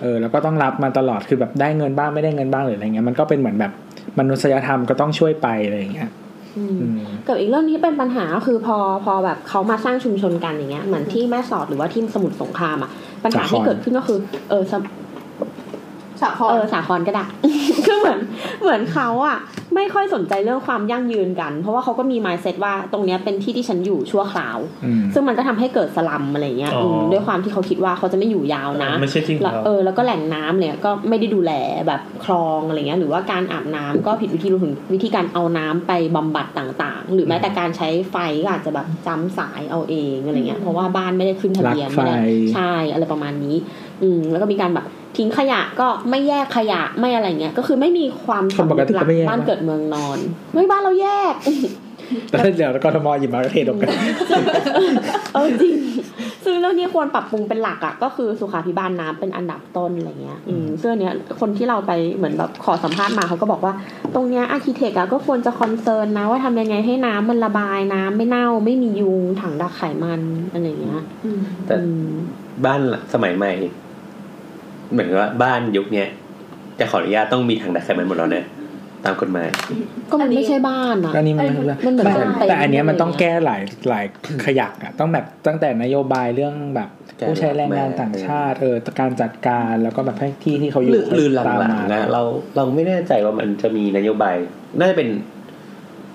Speaker 5: เออแล้วก็ต้องรับมาตลอดคือแบบได้เงินบ้างไม่ได้เงินบ้างหรืออะไรเงี้ยมันก็เป็นเหมือนแบบมนุษยธรรมก็ต้องช่วยไปอะไรอย่างเงี้ย
Speaker 4: อืม
Speaker 5: อืม
Speaker 4: กับอีกเรื่องที่เป็นปัญหาก็คือพอพอแบบเขามาสร้างชุมชนกันอย่างเงี้ยเหมือนที่แม่สอดหรือว่าที่สมุทรสงครามอ่ะปัญหาที่เกิดขึ้นก็คือ เออสม
Speaker 8: สาคร
Speaker 4: เออสาครก็ได้ คือเหมือนเหมือนเขาอะไม่ค่อยสนใจเรื่องความยั่งยืนกัน เพราะว่าเขาก็มี mindset ว่าตรงเนี้ยเป็นที่ที่ฉันอยู่ชั่วคราว
Speaker 5: อืม
Speaker 4: ซึ่งมันก็ทำให้เกิดสลัมอะไรเงี้ย
Speaker 3: อ๋ออื
Speaker 4: มด้วยความที่เขาคิดว่าเขาจะไม่อยู่ยาวนะ
Speaker 3: ไม่ใช่ที่ขอ
Speaker 4: แล้
Speaker 3: ง
Speaker 4: ว
Speaker 3: เรา
Speaker 4: เออแล้วก็แหล่งน้ำเนี่ยก็ไม่ได้ดูแลแบบคลองอะไรเงี้ยหรือว่าการอาบน้ำก็ผิดวิธีรวมถึงวิธีการเอาน้ำไปบำบัดต่างๆ หรือแม้แต่การใช้ไฟก็อาจจะแบบจำสายเอาเองอะไรเงี้ยเพราะว่าบ้านไม่ได้ขึ้นทะ
Speaker 5: รัก
Speaker 4: เบียน
Speaker 5: ไฟ
Speaker 4: ไม่ได้ ใช่อะไรประมาณนี้ อืมแล้วก็มีการแบบทิ้งขยะก็ไม่แยกขยะไม่อะไรเงี้ย ก็คือไม่มีความ
Speaker 5: คนปกติก็ไม่แยก
Speaker 4: บ้านเกิดเมืองนอนไม่บ้านเราแยก
Speaker 5: แต่ถ้าเดี๋ยวกทมหยิบมาก็เทตรงกัน
Speaker 4: เออจริง ซึ่งเรื่องนี้ควรปรับปรุงเป็นหลักอะ่ะ ก็คือสุขาพิบาลน้ำเป็นอันดับต้นอะไรเงี้ย อืมเสื้อเนี้ยคนที่เราไปเหมือนแบบขอสัมภาษณ์มาเขาก็บอกว่า ตรงเนี้ยอาร์เคเต็กอะก็ควรจะคอนเซิร์นนะว่าทำยังไงให้น้ำมันระบายน้ำไม่เน่า ไม่มียุงถังดักไขมันอะไรเงี้ย
Speaker 8: อืม
Speaker 7: แต่
Speaker 4: อืม
Speaker 7: บ้านสมัยใหม่ เหมือนกับว่าบ้านยุคเนี้ยจะขออนุญาตต้องมีถังดักไขมันหมดแล้วนะตามกฎหมาย
Speaker 4: ก็มันไม่ใช่บ้านอะ
Speaker 5: อันนี้มัน
Speaker 4: มันเหมือน
Speaker 5: แต่
Speaker 4: บ้าน
Speaker 5: แต่อันเนี้ยมัน
Speaker 4: เต็ม
Speaker 5: ต้องแก้หลายหลายขยักอ่ะต้องแบบตั้งแต่นโยบายเรื่องแบบผู้ใช้แรงงานต่างชาติเออการจัดการแล้วก็แบบให้ที่ที่เขาอ
Speaker 7: หรื
Speaker 5: ยู่
Speaker 7: อหรือหลั
Speaker 5: ตาม
Speaker 7: ง
Speaker 5: มา
Speaker 7: ๆนะเราเราไม่แน่ใจว่ามันจะมีนโยบาย น่าจะเป็น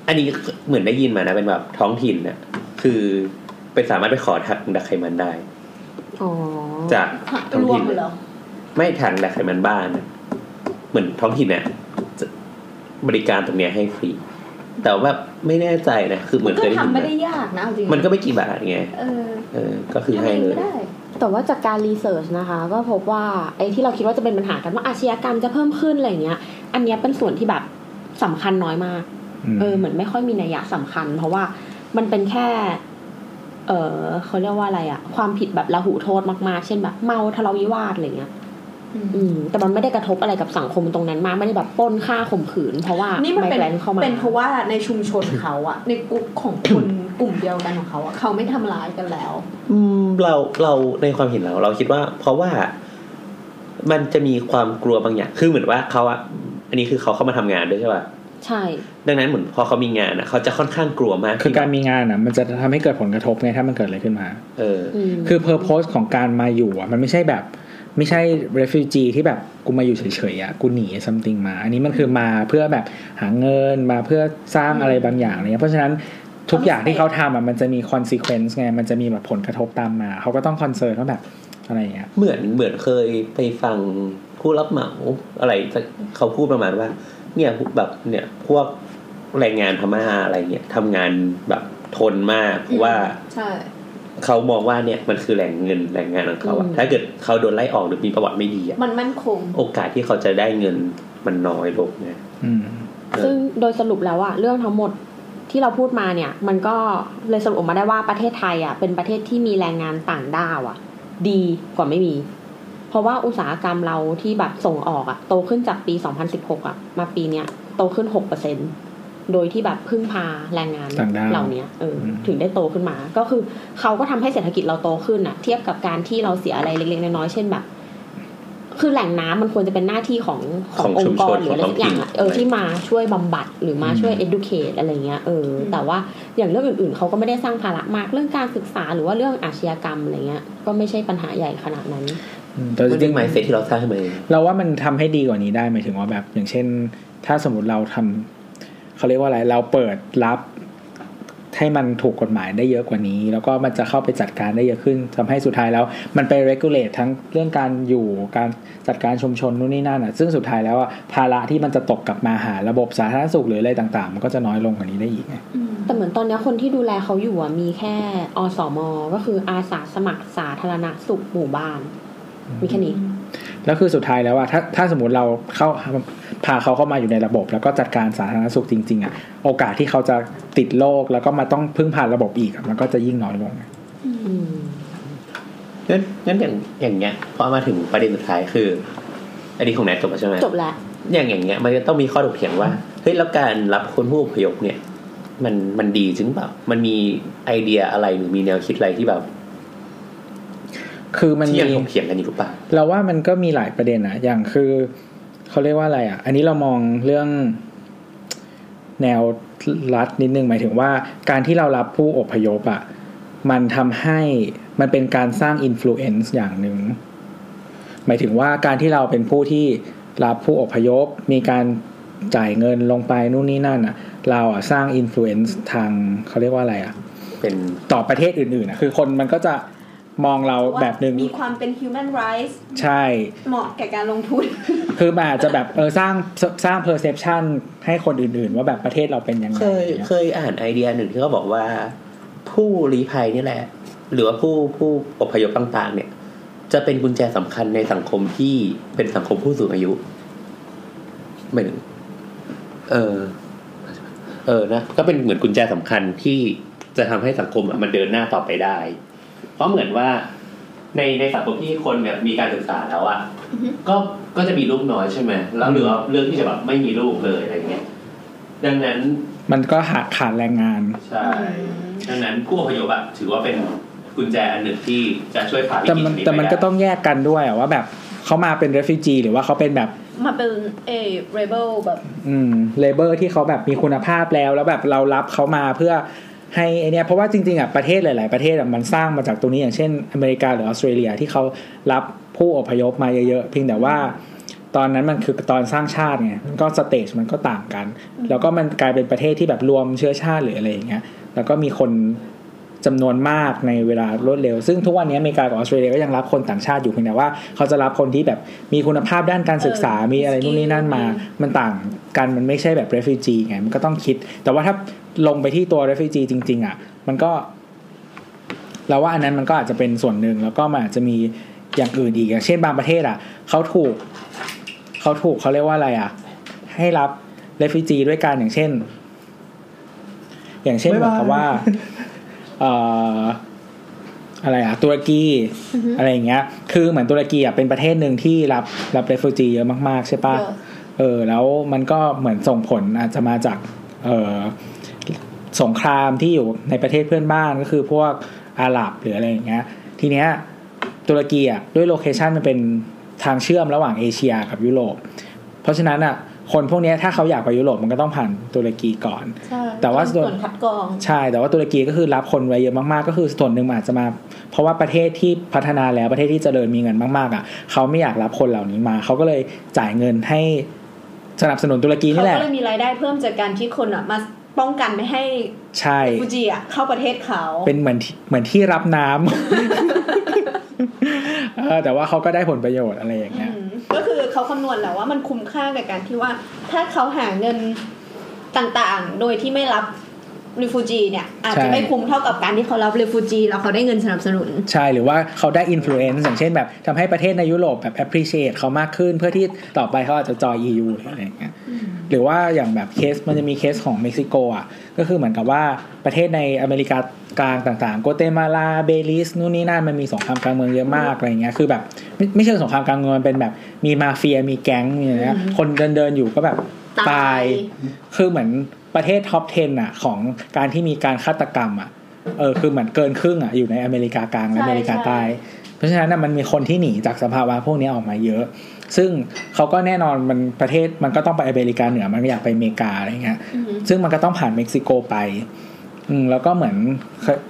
Speaker 7: อันนี้เหมือนได้ยินมานะ เป็นแบบท้องถิ่นน่ะคือเป็นสามารถไปขอถังดักไขมันได้
Speaker 4: ๋อ
Speaker 7: จากท้อง
Speaker 8: รวม
Speaker 7: ถิ่น
Speaker 8: เหรอ
Speaker 7: ไม่ถังดักไขมันบ้านน่ะ
Speaker 2: มือนท้องถิ่นเนี่ยจะบริการตรงเนี้ยให้ฟรี แต่ว่าไม่แน่ใจนะคือเหมือน
Speaker 8: ก็
Speaker 2: เคยได้
Speaker 8: ทำ
Speaker 2: ยินมา
Speaker 8: ไม่ได้ยากนะเอาจริง
Speaker 2: มันก็ไม่กี่บาทไง
Speaker 8: เออ
Speaker 2: เออ ก็คือ
Speaker 8: ทำ
Speaker 2: ให้
Speaker 8: เอง
Speaker 2: เลย
Speaker 8: ก็ได้
Speaker 4: แต่ว่าจากการรีเสิร์ชนะคะ ก็พบว่าไอ้ที่เราคิดว่าจะเป็นปัญหากันว่าอาชญากรรมจะเพิ่มขึ้นอะไรอย่างเงี้ย อันเนี้ยเป็นส่วนที่แบบสำคัญน้อยมาก เออเหมือนไม่ค่อยมีนัยยะสำคัญ เพราะว่ามันเป็นแค่ เออเขาเรียกว่าอะไรอะความผิดแบบละหูโทษมากๆ เช่นแบบเมาทะเลาะวิวาทอะไรเงี้ยอืม แต่มันไม่ได้กระทบอะไรกับสังคมตรงนั้นมาก ไม่ได้แบบปล้นฆ่าข่มขืน เพราะว่า
Speaker 8: นี่
Speaker 4: นี่
Speaker 8: มันเป็น
Speaker 4: แรงเข้ามา
Speaker 8: เป็นเพราะว่าในชุมชนเขาอะ ในกลุ่มของคนกลุ่มเดียวกันของเขาอะเขาไม่ทำร้ายกันแล้ว
Speaker 2: อืมเราเราในความเห็นเราเราคิดว่า เพราะว่ามันจะมีความกลัวบางอย่าง คือเหมือนว่าเขาอะอันนี้คือเขาเข้ามาทำงานด้วยใช่ป่ะ
Speaker 4: ใช่
Speaker 2: ดังนั้นเหมือนพอเขามีงานอะเขาจะค่อนข้างกลัวมาก
Speaker 5: คือการมีงานอ่ะ มันจะทำให้เกิดผลกระทบไงถ้ามันเกิดอะไรขึ้นมา
Speaker 2: เออ
Speaker 4: อืม
Speaker 5: คือเพอร์โพสของการมาอยู่อ่ะมันไม่ใช่แบบ ไม่ใช่ refugee ที่แบบกูมาอยู่เฉยๆอ่ะกูหนี something มา อันนี้มันคือมาเพื่อแบบหาเงินมาเพื่อสร้างอะไรบางอย่างอะไรเงี้ยเพราะฉะนั้นทุกอย่างที่เขาทำอ่ะมันจะมี consequence ไงมันจะมีแบบผลกระทบตามมา เขาก็ต้อง concern ว่าแบบอะไรอย่างเงี้ย
Speaker 2: เหมือนเหมือนเคยไปฟังผู้รับเหมาอะไรสักเขาพูดประมาณว่า เนี่ยแบบเนี่ยพวกแรงงานพม่าอะไรเนี่ยทำงานแบบทนมากเพราะว่า
Speaker 8: ใช่
Speaker 2: เขามองว่าเนี่ยมันคือแหล่งเงินแหล่งงานของเขาอะถ้าเกิดเขาโดนไล่ออกหรือมีประวัติไม่ดีอะ
Speaker 8: มันมั่นคง
Speaker 2: โอกาสที่เขาจะได้เงินมันน้อยลงนะ
Speaker 5: อืม
Speaker 4: ซึ่งโดยสรุปแล้วอะเรื่องทั้งหมดที่เราพูดมาเนี่ย มันก็เลยสรุปออกมาได้ว่าประเทศไทยอะเป็นประเทศที่มีแรงงานต่างด้าวอะดีกว่าไม่มี เพราะว่าอุตสาหกรรมเราที่แบบส่งออกอะโตขึ้นจากปี 2016อะมาปีเนี้ยโตขึ้น 6%โดยที่แบบพึ่งพาแรงงาน
Speaker 5: ต่างด้าว
Speaker 4: เหล่าเนี้ยเอออ
Speaker 5: ม
Speaker 4: ถึงได้โตขึ้นมา ก็คือเขาก็ทำให้เศรษฐกิจเราโตขึ้นอะเทียบกับการที่เราเสียอะไรเล็กๆน้อยๆเช่นแบบ คือแหล่งน้ำมันควรจะเป็นหน้าที่ของข
Speaker 2: ขอ
Speaker 4: อง
Speaker 2: ง
Speaker 4: อ
Speaker 2: ชุ
Speaker 4: ง
Speaker 2: ม
Speaker 4: ค์ก
Speaker 2: ช
Speaker 4: ร
Speaker 2: น
Speaker 4: หรืออะไร
Speaker 2: ของท้อก ง
Speaker 4: สัอย่าง
Speaker 2: ถิ่น
Speaker 4: อะเออที่มาช่วยบำบัดหรือมาช่วย
Speaker 5: อืม
Speaker 4: educate อะไรเงี้ยเอออ แต่ว่าอย่างเรื่องอื่นๆ เขาก็ไม่ได้สร้างภาระมากเรื่องการศึกษาหรือว่าเรื่องอาชญากรรมอะไรเงี้ย ก็ไม่ใช่ปัญหาใหญ่ขนาดนั้น
Speaker 5: อืมแต่จ
Speaker 2: มันเป็
Speaker 5: ริ
Speaker 2: น
Speaker 5: ง
Speaker 2: ไมเซ็ตที่เราสร้างขึ้นมาเอง
Speaker 5: ๆเราว่ามันทำให้ดีกว่านี้ได้หมายถึงว่าแบบ อย่างเช่น ถ้าสมมติเราทำเขาเรียกว่าอะไรเราเปิดรับให้มันถูกกฎหมายได้เยอะกว่านี้ แล้วก็มันจะเข้าไปจัดการได้เยอะขึ้นทำให้สุดท้ายแล้ว มันไป regulate ทั้งเรื่องการอยู่การจัดการชุมชนนู่นนี่นั่นอ่ะซึ่งสุดท้ายแล้วอ่ะภาระที่มันจะตกกลับมาหาระบบสาธารณสุขหรืออะไรต่างๆ มันก็จะน้อยลงกว่านี้ได้อีกไง
Speaker 4: แต่เหมือนตอนเนี้ยคนที่ดูแลเขาอยู่อะมีแค่อสม ก็คืออาสาสมัครสาธารณสุขหมู่บ้าน มีแค่นี้
Speaker 5: แล้วคือสุดท้ายแล้วอ่ะถ้าถ้าสมมติเราเข้าพาเขาเข้ามาอยู่ในระบบ แล้วก็จัดการสาธารณสุขจริงๆอ่ะโอกาสที่เขาจะติดโรคแล้วก็มาต้องพึ่งผ่านระบบอีกอ่ะมันก็จะยิ่งน้อยลงไง
Speaker 4: อืม
Speaker 2: งั้นงั้นอย่างอย่างเงี้ยพอมาถึงประเด็นสุดท้ายคือ อันนี้ของแนทจบแล้วใช่ไหม
Speaker 4: จบแล้ว
Speaker 2: อย่างอย่างเงี้ยมันจะต้องมีข้อถกเถียงว่าเฮ้ยแล้วการรับคนผู้อพยพเนี่ย มันมันดีจริงเปล่ามันมีไอเดียอะไรหรือมีแนวคิดอะไรที่แบบ
Speaker 5: คือมัน
Speaker 2: ที่
Speaker 5: มี
Speaker 2: ยังถกเถียงกันอยู่หรือเปล่า
Speaker 5: เราว่ามันก็มีหลายประเด็นนะอย่างคือเขาเรียกว่าอะไรอ่ะ อันนี้เรามองเรื่องแนวรัฐนิดนึงหมายถึงว่า การที่เรารับผู้อพยพอ่ะมันทำให้มันเป็นการสร้างอิ f l u e n c e อย่างหนึ่ง หมายถึงว่าการที่เราเป็นผู้ที่รับผู้อพยพ มีการจ่ายเงินลงไปนู่นนี่นั่นอ่ะ เราอ่ะสร้างอิ f l u e n c e ทางเขาเรียกว่าอะไรอ่ะ
Speaker 2: เป็น
Speaker 5: ต่อประเทศอื่นๆอ่ะคือคนมันก็จะมองเราแบบหนึ่ง
Speaker 8: มีความเป็น human rights
Speaker 5: ใช่
Speaker 8: เหมาะแก่การลงทุน
Speaker 5: คือมันอาจจะแบบเออสร้างสร้าง perception ให้คนอื่นๆ ว่าแบบประเทศเราเป็นยังไง
Speaker 2: เคย
Speaker 5: นี่
Speaker 2: เคยอ่านไอเดียหนึ่งที่เขาบอกว่า ผู้ลี้ภัยนี่แหละ หรือว่าผู้ผู้อพยพต่างๆ เนี่ย จะเป็นกุญแจสำคัญในสังคมที่เป็นสังคมผู้สูงอายุหมายถึงเออ เออนะก็เป็นเหมือนกุญแจสำคัญที่จะทำให้สังคมอะมันเดินหน้าต่อไปได้ เพราะเหมือนว่าในในสังคมที่คนแบบมีการศึกษาแล้วอะก็ก็จะมีลูกน้อยใช่ไหมแล้วเหลือเรื่องที่จะแบบไม่มีลูกเลยอะไรเงี้ยดังนั้น
Speaker 5: มันก็ขาดขาดแรงงาน
Speaker 2: ใช่ดังนั้นผู้อพยพอะถือว่าเป็นกุญแจอันหนึ่งที่จะช่วยผ่านวิ
Speaker 5: แต่
Speaker 2: กฤ
Speaker 5: มัน
Speaker 2: ตนี้
Speaker 5: แต่
Speaker 2: ไป
Speaker 5: มัน
Speaker 2: ได้
Speaker 5: ก็ต้องแยกกันด้วยอะว่าแบบเขามาเป็น refugee หรือว่าเขาเป็นแบบ
Speaker 10: มาเป็นเอเรเบลแบบ
Speaker 5: อืม labor ที่เขาแบบมีคุณภาพแล้ว แล้วแบบเรารับเขามาเพื่อให้ไอเนี้ยเพราะว่าจริงๆอ่ะประเทศหลายๆประเทศอ่ะมันสร้างมาจากตรงนี้อย่างเช่น อเมริกาหรือออสเตรเลียที่เขารับผู้อพยพมาเยอะๆเพียงแต่ว่า ตอนนั้นมันคือตอนสร้างชาติไงมันก็สเตจมันก็ต่างกัน แล้วก็มันกลายเป็นประเทศที่แบบรวมเชื้อชาติหรืออะไรอย่างเงี้ย แล้วก็มีคน จำนวนมากในเวลารวดเร็ว ซึ่งทุกวันนี้อเมริกากับออสเตรเลียก็ยังรับคนต่างชาติอยู่เพียงแต่ว่าเขาจะรับคนที่แบบมีคุณภาพด้านการศึกษา
Speaker 6: เออ
Speaker 5: มีอะไรนู่นนี่นั่นมา
Speaker 6: อื
Speaker 5: มันต่างกันมันไม่ใช่แบบ refugee ไง มันก็ต้องคิด แต่ว่าถ้าลงไปที่ตัว refugee จริง ๆ อ่ะ มันก็ เราว่าอันนั้นมันก็อาจจะเป็นส่วนหนึ่งแล้วก็มันอาจจะมีอย่างอื่นอีกอย่างเช่นบางประเทศอ่ะเขาถูกเขาถูกเขาเรียกว่าอะไรอ่ะ ให้รับเรฟิจีด้วยกันอย่างเช่น อย่างเช่น
Speaker 3: บ๊า
Speaker 5: แบบ
Speaker 3: ยาย
Speaker 5: บว่าเอ่ออะไรอ่ะตุรกีอะไรอย่างเงี้ย คือเหมือนตุรกีอ่ะเป็นประเทศหนึ่งที่รับรับเรฟิจีเยอะมากๆใช่ปะ
Speaker 6: เยอะ
Speaker 5: เออแล้วมันก็เหมือนส่งผลอาจจะมาจากเออสงครามที่อยู่ในประเทศเพื่อนบ้านก็คือพวกอาหรับหรืออะไรอย่างเงี้ยทีเนี้ยตุรกีอ่ะด้วยโลเคชันมันเป็นทางเชื่อมระหว่างเอเชียกับยุโรป เพราะฉะนั้นอ่ะคนพวกเนี้ยถ้าเขาอยากไปยุโรปมันก็ต้องผ่านตุรกีก่อน
Speaker 8: ใช่
Speaker 5: แต่ว่า
Speaker 8: ส่วนคัดกรอง
Speaker 5: ใช่แต่ว่าตุรกีก็คือรับคนไว้เยอะมากๆ ก็คือส่วนหนึ่งมันอาจจะมา เพราะว่าประเทศที่พัฒนาแล้วประเทศที่เจริญมีเงินมากๆอ่ะเขาไม่อยากรับคนเหล่านี้มา เขาก็เลยจ่ายเงินให้สนับสนุนตุรกี
Speaker 8: เขา
Speaker 5: นี่แหละ
Speaker 8: ก็เลยมีรายได้เพิ่มจากการที่คนอ่ะมาป้องกันไม่ให้
Speaker 5: ใช่
Speaker 8: ฟูจิอ่ะเข้าประเทศเขา
Speaker 5: เป็นเหมือนที่เหมือนที่รับน้ำ เออแต่ว่าเขาก็ได้ผลประโยชน์อะไรอย่างเงี้ย
Speaker 8: อืมก็คือเขาคำนวณแล้วว่ามันคุ้มค่ากับการที่ว่า ถ้าเขาหาเงินต่างๆ โดยที่ไม่รับรีฟูจีเนี่ย อาจ
Speaker 5: ใช่
Speaker 8: จะไม่คุ้มเท่ากับการที่เขารับรีฟูจีแล้วเขาได้เงินสนับสนุน
Speaker 5: ใช่หรือว่าเขาได้อิม l u เ n นซ์อย่างเช่นแบบทำให้ประเทศในยุโรปแบบ appreciate เขามากขึ้น เพื่อที่ต่อไปเขาอาจจะจอย EU หรืออะไรอย่างเงี้ยหรือว่าอย่างแบบเคสมันจะมีเคสของเม็กซิโกอ่ะ ก็คือเหมือนกับว่าประเทศในอเมริกากลางต่างๆ โกเตมาลาเบลิสนู่นนี่นั่นมันมีสงครามกลางเมืองเยอะมากอะไรเงี้ยคือแบบไม่ไม่ใช่สงครามกลางเมืองมันเป็นแบบมีมาเฟียมีแก๊งมีอะไรเงี้ยคนเดินเดินๆอยู่ก็แบบ
Speaker 8: ตา
Speaker 5: ตาย
Speaker 8: ย
Speaker 5: คือเหมือนประเทศท็อป 10อ่ะของการที่มีการฆาตกรรมอ่ะ เออคือเหมือนเกินครึ่งอ่ะอยู่ในอเมริกากลางและ
Speaker 8: ใช่
Speaker 5: อเมริกา
Speaker 8: ใช่
Speaker 5: ใต้เพราะฉะนั้นน่ะมันมีคนที่หนีจากสภาวะพวกนี้ออกมาเยอะ ซึ่งเขาก็แน่นอนมันประเทศมันก็ต้องไปอเมริกาเหนือมันก็อยากไปอเมริกาอะไรเงี้ย
Speaker 8: อือหือ
Speaker 5: ซึ่งมันก็ต้องผ่านเม็กซิโกไป อืมแล้วก็เหมือน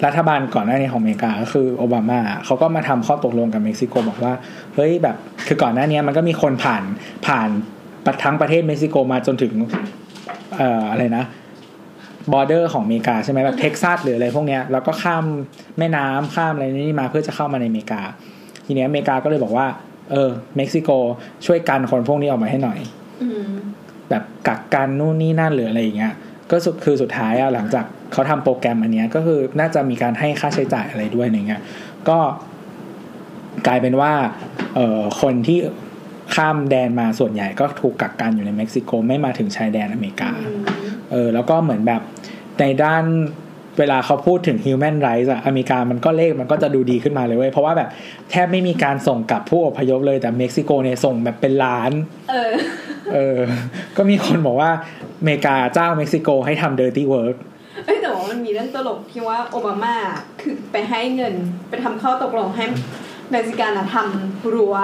Speaker 5: รัฐบาลก่อนหน้านี้ของอเมริกาก็คือโอบามาเขาก็มาทำข้อตกลงกับเม็กซิโกบอกว่าเฮ้ยแบบคือก่อนหน้านี้มันก็มีคนผ่านผ่านทั้งประเทศเม็กซิโกมาจนถึง เอ่ออะไรนะบอร์เดอร์ของอเมริกาใช่ไหมแบบเท็กซัสหรืออะไรพวกเนี้ยแล้วก็ข้ามแม่น้ำข้ามอะไรนี่มาเพื่อจะเข้ามาในอเมริกา ทีเนี้ยอเมริกาก็เลยบอกว่า เออเม็กซิโกช่วยกันคนพวกนี้ออกมาให้หน่อย
Speaker 8: อืม
Speaker 5: แบบกักกันนู่นนี่นั่นหรืออะไรอย่างเงี้ยก็สุดคือสุดท้ายอะหลังจากเขาทำโปรแกรมอันเนี้ยก็คือน่าจะมีการให้ค่าใช้จ่ายอะไรด้วยอะไรเงี้ยก็กลายเป็นว่าเอ่อคนที่ข้ามแดนมาส่วนใหญ่ก็ถูกกักกันอยู่ในเม็กซิโกไม่มาถึงชายแดนอเมริกา
Speaker 8: อืม
Speaker 5: เออแล้วก็เหมือนแบบในด้านเวลาเขาพูดถึง human rights อะอเมริกามันก็เลขมันก็จะดูดีขึ้นมาเลยเว้ย เพราะว่าแบบแทบไม่มีการส่งกลับผู้อพยพเลยแต่เม็กซิโกเนี่ยส่งแบบเป็นล้าน
Speaker 8: เออ
Speaker 5: เออ ก็มีคนบอกว่าอเมริกาจ้างเม็กซิโกให้ทำ dirty work
Speaker 8: เอ้ยแต่ว่ามันมีเรื่องตลกที่ว่าโอบามาคือไปให้เงินไปทำข้อตกลงให้เม็กซิกันอะทำรั้ว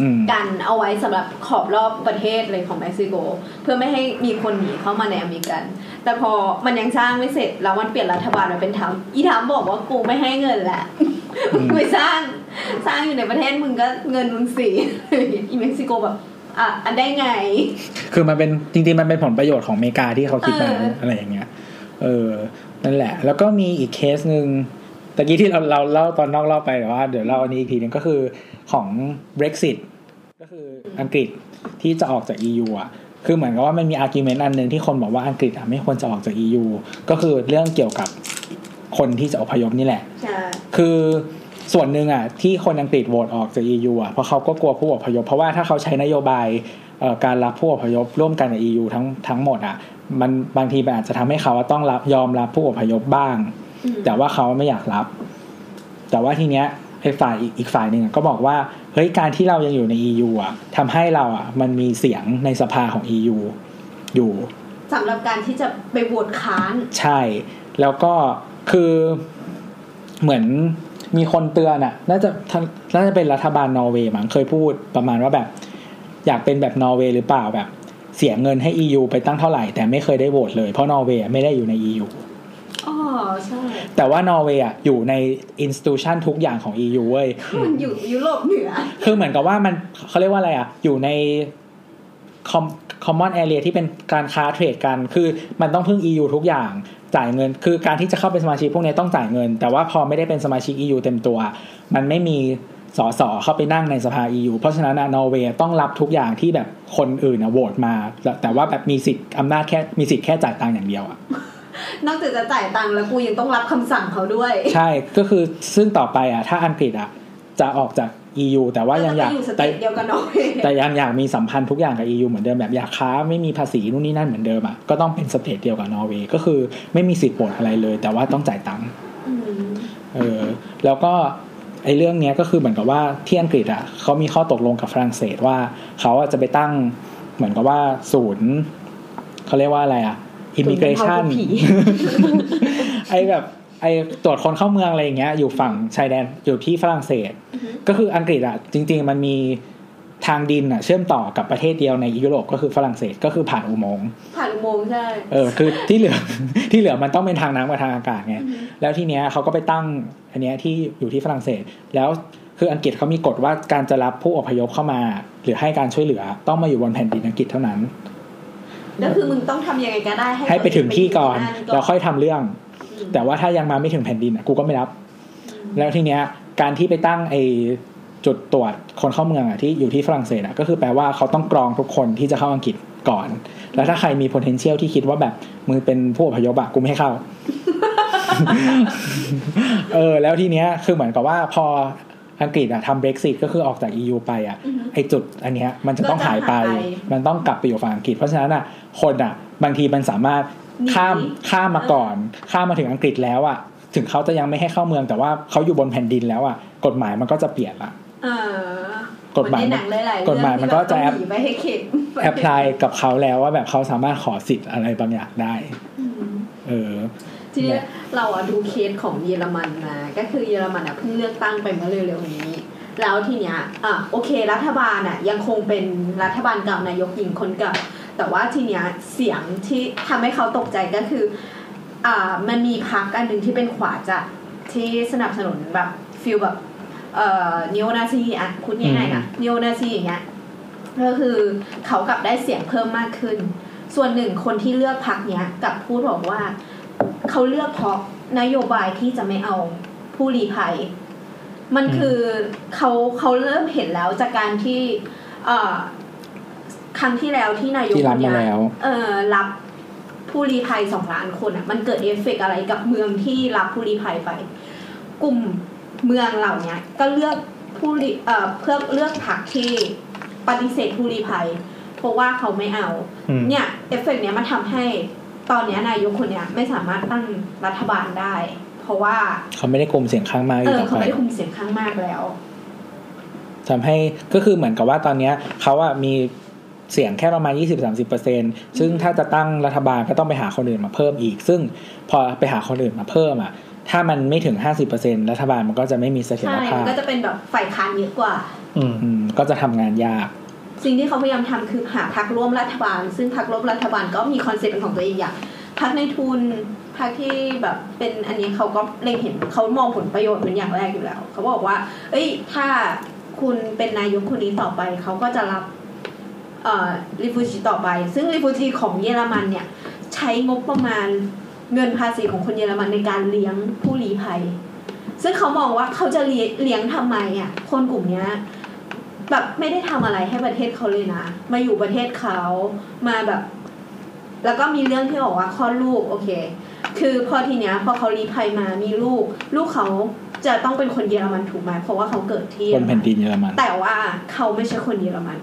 Speaker 5: อืม
Speaker 8: กันเอาไว้สำหรับขอบรอบประเทศเลยของเม็กซิโก เพื่อไม่ให้มีคนหนีเข้ามาในอเมริกัน แต่พอมันยังสร้างไม่เสร็จแล้วมันเปลี่ยนรัฐบาลมาเป็นทรัมป์อีทรัมป์บอกว่ากูไม่ให้เงินแหละ
Speaker 5: อืม
Speaker 8: กูไปสร้างสร้างอยู่ในประเทศมึงก็เงินมึงสีอีเม็กซิโกแบบอ่ะอันได้ไง
Speaker 5: คือมันเป็นจริงๆ มันเป็นผลประโยชน์ของอเมริกาที่เขาคิดมา
Speaker 8: เอออ
Speaker 5: อะไรอย่างเงี้ย เออ นั่นแหละ แล้วก็มีอีกเคสหนึ่งตะกี้ที่เราเราเล่าตอนนอกเล่าไปแต่ว่าเดี๋ยวเล่าอันนี้อีกทีหนึงก็คือของ Brexit ก็คืออังกฤษที่จะออกจาก EU อ่ะ คือเหมือนกับว่ามันมีอาร์กิเมนต์อันหนึ่งที่คนบอกว่าอังกฤษอ่ะไม่ควรจะออกจาก EU ก็คือเรื่องเกี่ยวกับคนที่จะอพยพนี่แหละ
Speaker 8: ใช่
Speaker 5: คือส่วนหนึ่งอ่ะที่คนอังกฤษโหวตออกจาก EU อ่ะเพราะเขาก็กลัวผู้อพยพเพราะว่าถ้าเขาใช้นโยบายเอ่อการรับผู้อพยพร่วมกันกับ EU ทั้งทั้งหมดอ่ะมันบางทีมันอาจจะทำให้เขาอะต้องรับยอมรับผู้อพยพบ้าง
Speaker 8: อืม
Speaker 5: แต่ว่าเขาไม่อยากรับ แต่ว่าทีเนี้ยไอ้ฝ่ายอีกอีกฝ่ายหนึ่งอะก็บอกว่าเฮ้ยการที่เรายังอยู่ใน EU อ่ะทำให้เราอ่ะมันมีเสียงในสภาของ EU อยู่
Speaker 8: สำหรับการที่จะไปโหวตค้าน
Speaker 5: ใช่ แล้วก็คือเหมือนมีคนเตือนอะน่าจะท่านน่าจะเป็นรัฐบาลนอร์เวย์มั้งเคยพูดประมาณว่าแบบ อยากเป็นแบบนอร์เวย์หรือเปล่าแบบ เสียเงินให้ EU ไปตั้งเท่าไหร่ แต่ไม่เคยได้โหวตเลยเพราะนอร์เวย์อะไม่ได้อยู่ใน EU
Speaker 8: อ๋อใช่
Speaker 5: แต่ว่านอร์เวย์อะอยู่ใน institution ทุกอย่างของ EU เว้ย
Speaker 8: มันอยู่ยุโรปเหนือ
Speaker 5: คือเหมือนกับว่ามันเขาเรียกว่าอะไรอ่ะ อยู่ในคอมคอมมอนแอเรียที่เป็นการค้าเทรดกัน คือมันต้องพึ่ง EU ทุกอย่าง จ่ายเงิน คือการที่จะเข้าเป็นสมาชิกพวกนี้ต้องจ่ายเงิน แต่ว่าพอไม่ได้เป็นสมาชิก EU เต็มตัว มันไม่มีสสเข้าไปนั่งในสภา EU เพราะฉะนั้นนะนอร์เวย์ต้องรับทุกอย่างที่แบบคนอื่นนะโหวตมาแต่แต่ว่าแบบมีสิทธิ์อำนาจแค่มีสิทธิ์แค่จ่ายตังค์อย่างเดียวอะ
Speaker 8: นอกจากจะจ่ายตังค์แล้วกูยังต้องรับคำสั่งเขาด้วย
Speaker 5: ใช่ ก็คือซึ่งต่อไปอ่ะ ถ้าอังกฤษอ่ะ จะออกจาก EU แต่ว่ายังอยาก
Speaker 8: จะไปอยู่สเต
Speaker 5: แต่
Speaker 8: จเดียวกันน้อย
Speaker 5: แต่ยังอยากมีสัมพันธ์ทุกอย่างกับ EU เหมือนเดิมแบบอยากค้าไม่มีภาษีนู่นนี่นั่นเหมือนเดิมอ่ะ ก็ต้องเป็นสเตทเดียวกับนอร์เวย์ก็คือไม่มีสิทธิ์โหวตอะไรเลย แต่ว่าต้องจ่ายตังค์
Speaker 8: อืม
Speaker 5: เออแล้วก็ไอ้เรื่องเนี้ยก็คือเหมือนกับว่าที่อังกฤษอ่ะเขามีข้อตกลงกับฝรั่งเศสว่าเขาอ่ะจะไปตั้งเหมือนกับว่าศูนย์เขาเรียกว่าอะไรอ่ะ immigration
Speaker 4: ศูนย์บรรเทาทุกข์ผี
Speaker 5: ไอแบบไอตรวจคนเข้าเมืองอะไรอย่างเงี้ย อยู่ฝั่งชายแดนอยู่ที่ฝรั่งเศส ก็คืออังกฤษอ่ะ จริง ๆ มันมีทางดินอ่ะ เชื่อมต่อกับประเทศเดียวในยุโรปก็คือฝรั่งเศสก็คือผ่านอุโมงค์
Speaker 8: ผ่านอุโมงค์ใช่
Speaker 5: เออคือที่เหลือ ที่เหลือมันต้องเป็นทางน้ำกับทางอากาศไงแล้วทีเนี้ยเขาก็ไปตั้งอันเนี้ยที่อยู่ที่ฝรั่งเศส แล้วคืออังกฤษเขามีกฎว่าการจะรับผู้อพยพเข้ามา หรือให้การช่วยเหลือต้องมาอยู่บนแผ่นดินอังกฤษเท่านั้น
Speaker 8: แล้วคือมึงต้องทำยังไงก็ได้ให้
Speaker 5: ให้ไปถึงที่ก่อน
Speaker 8: ไปถึงที่
Speaker 5: แล้วค่อยทำเรื่อง
Speaker 8: อืม
Speaker 5: แต่ว่าถ้ายังมาไม่ถึงแผ่นดินอ่ะกูก็ไม่รับ แล้วทีเนี้ยการที่ไปตั้งไอจุดตรวจคนเข้าเมืองอ่ะที่อยู่ที่ฝรั่งเศสอ่ะก็คือแปลว่าเขาต้องกรองทุกคนที่จะเข้าอังกฤษก่อน แล้วถ้าใครมี potential ที่คิดว่าแบบมึงเป็นผู้อพยพอะกูไม่ให้เข้า เออแล้วทีเนี้ยคือเหมือนกับว่าพออังกฤษอะทำ Brexit ก็คือออกจาก EU ไปอะไอจุดอันเนี้ยมันจะต้องหายไป
Speaker 8: ก็จะหายไป
Speaker 5: มันต้องกลับไปอยู่ฝั่งอังกฤษ เพราะฉะนั้นอะคนอะบางทีมันสามารถข้าม
Speaker 8: หนี
Speaker 5: ข้ามมาก่อน ข้ามมาถึงอังกฤษแล้วอะถึงเขาจะยังไม่ให้เข้าเมือง แต่ว่าเขาอยู่บนแผ่นดินแล้วอะกฎหมายมันก็จะเปลี่ยนละ
Speaker 8: เออก
Speaker 5: ฎหมาย
Speaker 8: เหอนในนังหลายๆ
Speaker 5: กฎหมายมันก็จะแอ
Speaker 8: แอ
Speaker 5: ป
Speaker 8: ปไปให้เข็ด
Speaker 5: แอพพลายกับเขาแล้วว่าแบบเขาสามารถขอสิทธิ์อะไรบางอย่างได้
Speaker 8: อืม
Speaker 5: เออ
Speaker 8: ทีนี้เราอะดูเคสของเยอรมันมาก็คือเยอรมันอะเพิ่งเลือกตั้งไปเมื่อเร็วๆนี้ แล้วทีเนี้ยอ่ะโอเค รัฐบาลอะยังคงเป็นรัฐบาลเก่านายกหญิงคนเก่าแต่ว่าทีเนี้ยเสียงที่ทำให้เขาตกใจก็คือ อ่ามันมีพรรคอันหนึ่งที่เป็นขวาจัดที่สนับสนุนแบบฟิลแบบเอ่อนิโอนาซีอะคุณยังไงอะนิโอนาซีอย่างเงี้ยก็คือเขากลับได้เสียงเพิ่มมากขึ้น ส่วนหนึ่งคนที่เลือกพรรคเนี้ยกลับพูดบอกว่า เขาเลือกเพราะนโยบายที่จะไม่เอาผู้รีภัย มัน
Speaker 5: อืม
Speaker 8: คือเขาเขาเริ่มเห็นแล้วจากการที่เอ่อครั้งที่แล้วที่นายก
Speaker 5: ที่รับมา
Speaker 8: เนี่ย
Speaker 5: แล้ว
Speaker 8: เอ่อรับผู้ลี้ภัยสองล้านคนอ่ะ มันเกิดเอฟเฟกต์อะไรกับเมืองที่รับผู้ลี้ภัยไป กลุ่มเมืองเหล่าเนี้ย ก็เลือกผู้ลี้เอ่อเพื่อเลือกพรรคที่ปฏิเสธผู้ลี้ภัย เพราะว่าเขาไม่เอา
Speaker 3: อืม
Speaker 8: เนี่ยเอฟเฟกต์เนี้ยมันทำให้ตอนเนี้ยนายกคนเนี้ยไม่สามารถตั้งรัฐบาลได้ เพราะว่า
Speaker 5: เขาไม่ได้กลมเสียงข้างมากอ
Speaker 8: เอยู่ อ
Speaker 5: ต่อ
Speaker 8: เขา
Speaker 5: ไป
Speaker 8: ไม่ได้คุมเสียงข้างมากแล้ว
Speaker 5: ทำให้ก็คือเหมือนกับว่าตอนเนี้ยเขาอะมีเสียงแค่ประมาณ 20-30%ซึ่งถ้าจะตั้งรัฐบาลก็ต้องไปหาคนอื่นมาเพิ่มอีก ซึ่งพอไปหาคนอื่นมาเพิ่มอะถ้ามันไม่ถึง 50%รัฐบาลมันก็จะไม่มีเสถีย
Speaker 8: ใช่
Speaker 5: รภา
Speaker 8: มั
Speaker 5: พ
Speaker 8: นก็จะเป็นแบบฝ่ายค้านเยอะกว่า
Speaker 3: อืม
Speaker 5: อืมก็จะทำงานยาก
Speaker 8: สิ่งที่เขาพยายามทำคือหาพรรคร่วมรัฐบาล ซึ่งพรรคร่วมรัฐบาลก็มีคอนเซ็ปต์เป็นของตัวเองอย่างพรรคในทุนพรรคที่แบบเป็นอันนี้เขาก็เล็งเห็นเขามองผลประโยชน์เป็นอย่างแรกอยู่แล้ว เขาบอกว่า เอ้ย ถ้าคุณเป็นนายกคนนี้ต่อไป เขาก็จะรับเอ่อรีฟูจิต่อไป ซึ่งรีฟูจิของเยอรมันเนี่ย ใช้งบประมาณเงินภาษีของคนเยอรมันในการเลี้ยงผู้ลี้ภัย ซึ่งเขามองว่าเขาจะเลี้ยเลี้ยงทำไมอ่ะคนกลุ่มเนี้ย แบบไม่ได้ทำอะไรให้ประเทศเขาเลยนะ มาอยู่ประเทศเขามาแบบ แล้วก็มีเรื่องที่บอกว่าคลอดลูกโอเค คือพอทีเนี้ยพอเขารีภัยมามีลูก ลูกเขาจะต้องเป็นคนเยอรมันถูกไหมเพราะว่าเขาเกิดที่
Speaker 5: บนแผ่นดินเยอรมัน
Speaker 8: แต่ว่าเขาไม่ใช่คนเยอรมัน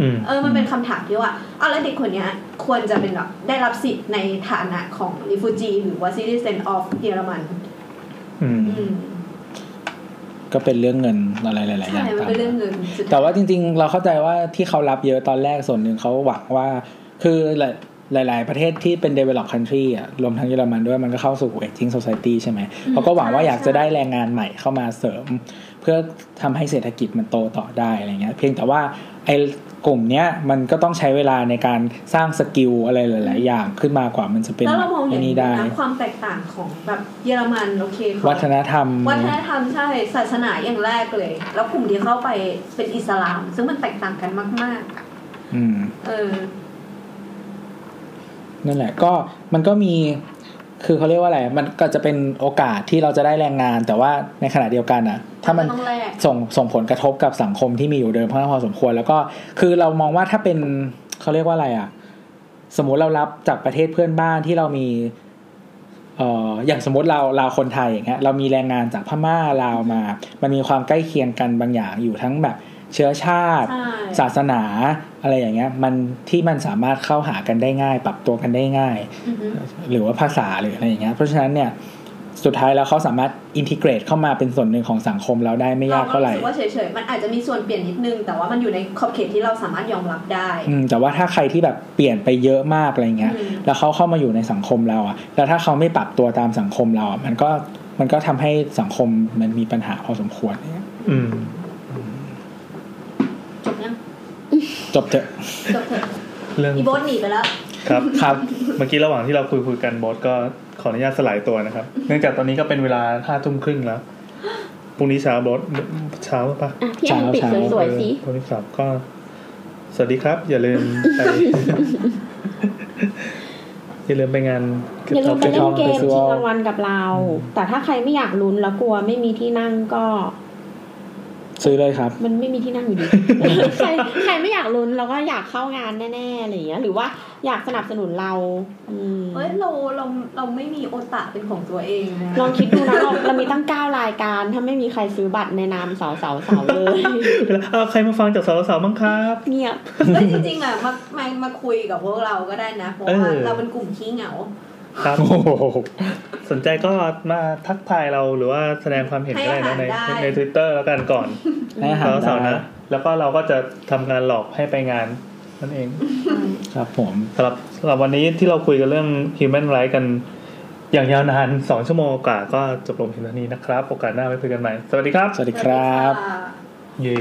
Speaker 3: อืม
Speaker 8: เออ มันเป็นคำถามที่ว่า เอาแล้วเด็กคนเนี้ย ควรจะเป็นแบบได้รับสิทธิ์ในฐานะของ refugee หรือว่า citizen of เยอรมัน
Speaker 5: อืม
Speaker 8: อืม
Speaker 5: ก็เป็นเรื่องเงินอะไรหลายๆอ
Speaker 8: ใช่
Speaker 5: ย่าง
Speaker 8: มัน
Speaker 5: ตาม
Speaker 8: เป็นเรื่อง
Speaker 5: มา
Speaker 8: เงินสุดท้าย
Speaker 5: แต่ว่าจริงๆ เราเข้าใจว่าที่เขารับเยอะตอนแรกส่วนหนึ่งเขาหวังว่า คือหลาย ๆ ประเทศที่เป็น develop country อ่ะรวมทั้งเยอรมันด้วยมันก็เข้าสู่ aging society ใช่ไหมเขาก็หวังว่าอยากจะได้แรงงานใหม่เข้ามาเสริม เพื่อทำให้เศรษฐกิจมันโตต่อได้อะไรเงี้ยเพียงแต่ว่าไอ้กลุ่มเนี้ยมันก็ต้องใช้เวลาในการสร้างสกิลอะไรหลาย ๆ อย่างขึ้นมากว่ามันจะเป็น
Speaker 8: แล้วเรามองอย่างนี้
Speaker 5: ไได้
Speaker 8: นะความแตกต่างของแบบเยอรมันโอเคเขา
Speaker 5: วัฒนธรรม
Speaker 8: วัฒนธรรมใช่ ศาสนาอย่างแรกเลย แล้วกลุ่มที่เข้าไปเป็นอิสลาม ซึ่งมันแตกต่างกันมากๆอะ
Speaker 5: อืม
Speaker 8: เออ
Speaker 5: นั่นแหละก็มันก็มี คือเขาเรียกว่าอะไร มันก็จะเป็นโอกาสที่เราจะได้แรงงาน แต่ว่าในขณะเดียวกันอ่ะ ถ้ามัน
Speaker 8: ต้องแลก
Speaker 5: ส่งส่งผลกระทบกับสังคมที่มีอยู่เดิมพอสมควร แล้วก็คือเรามองว่าถ้าเป็นเขาเรียกว่าอะไรอ่ะ สมมุติเรารับจากประเทศเพื่อนบ้านที่เรามีเอ่ออย่างสมมติเราเราวคนไทยอย่างเงี้ยเรามีแรงงานจากพม่าลาวมา มันมีความใกล้เคียงกันบางอย่างอยู่ทั้งแบบเชื้อชาติ
Speaker 8: ใช่
Speaker 5: ศาสนาอะไรอย่างเงี้ย มันที่มันสามารถเข้าหากันได้ง่าย ปรับตัวกันได้ง่าย
Speaker 8: อือฮึ
Speaker 5: หรือว่าภาษาหรืออะไรอย่างเงี้ย เพราะฉะนั้นเนี่ยสุดท้ายแล้วเขาสามารถอินทิเกรตเข้ามาเป็นส่วนหนึ่งของสังคมเราได้ไม่ยากเท่าไหร่
Speaker 8: สึกว่าเฉยๆ มันอาจจะมีส่วนเปลี่ยนนิดนึง แต่ว่ามันอยู่ในขอบเขตที่เราสามารถยอมรับได้
Speaker 5: อืมแต่ว่าถ้าใครที่แบบเปลี่ยนไปเยอะมากอะไรเงี้ย
Speaker 8: อืม
Speaker 5: แล้วเขาเข้ามาอยู่ในสังคมเราอะแล้วถ้าเขาไม่ปรับตัวตามสังคมเราอะมันก็มันก็ทำให้สังคมมันมีปัญหาพอสมควร
Speaker 3: อืม
Speaker 8: จบยัง
Speaker 5: จบเถอะ
Speaker 8: จบเถอะ
Speaker 3: เรื่อง
Speaker 8: อีโบ๊ทหนีไปแล้ว
Speaker 3: ครับ
Speaker 5: ครับ
Speaker 3: เมื่อกี้ระหว่างที่เราคุยคุยกันโบอสก็ขออนุญาตสลายตัวนะครับ เนื่องจากตอนนี้ก็เป็นเวลาห้าทุ่มครึ่งแล้วพรุ่งนี้เช้าโบอสเช้าปะ
Speaker 4: อ่ะพี่แอนปิดสวยๆสิ
Speaker 3: เออพรุ่งนี้เช้าก็ สวัสดีครับ อย่าลืมไป อย่าลืมไปงาน
Speaker 4: อย่าลืมไปเล่นเกม
Speaker 5: Get Off
Speaker 4: ชิง
Speaker 5: Festival
Speaker 4: รางวัลกับเรา แต่ถ้าใครไม่อยากลุ้นแล้วกลัวไม่มีที่นั่งก็
Speaker 5: ซื้อเลยครับ
Speaker 4: มันไม่มีที่นั่ง อยู่ดี ใครใครไม่อยากลุ้นแล้วก็อยากเข้างานแน่ๆอะไรอย่างเงี้ย หรือว่าอยากสนับสนุนเรา อืม
Speaker 8: เฮ้ยเราเราเราไม่มีโอตะเป็นของตัวเองนะ
Speaker 4: ลองคิดดูนะเราเรามีตั้งเก้ารายการ ถ้าไม่มีใครซื้อบัตรในนามสาวสาวสาวเลย
Speaker 3: เวลาเอาใครมาฟังจากสาวสาวๆบ้างครับ
Speaker 4: เงียบ
Speaker 8: เฮ้ยจริงๆอ่ะมามามาคุยกับพวกเราก็ได้นะ เพราะว่า
Speaker 3: เออ
Speaker 8: เราเป็นกลุ่มขี้เหงา
Speaker 3: ครับ
Speaker 5: โอ้โห
Speaker 3: สนใจก็มาทักทายเราหรือว่าแสดงความเห็นก็ได้นะใน
Speaker 8: ให้อาหารได้
Speaker 3: ในทวิตเตอร์แล้วกันก่อน
Speaker 5: ได้อาหา
Speaker 3: สาร วสาวๆ
Speaker 5: ได้
Speaker 3: นะแล้วก็เราก็จะทำงานหลอกให้ไปงานนั่นเอง
Speaker 5: ครับผม
Speaker 3: สำหรับสำหรับวันนี้ที่เราคุยกันเรื่อง Human Rights กัน อย่างยาวนานสองชั่วโมงกว่าก็จบลงเพียงเท่านี้นะครับ โอกาสหน้าไว้คุยกันใหม่ สวัสดีครับ
Speaker 5: สวัสดีครับ
Speaker 8: สวัสดีค่ะ
Speaker 3: เย่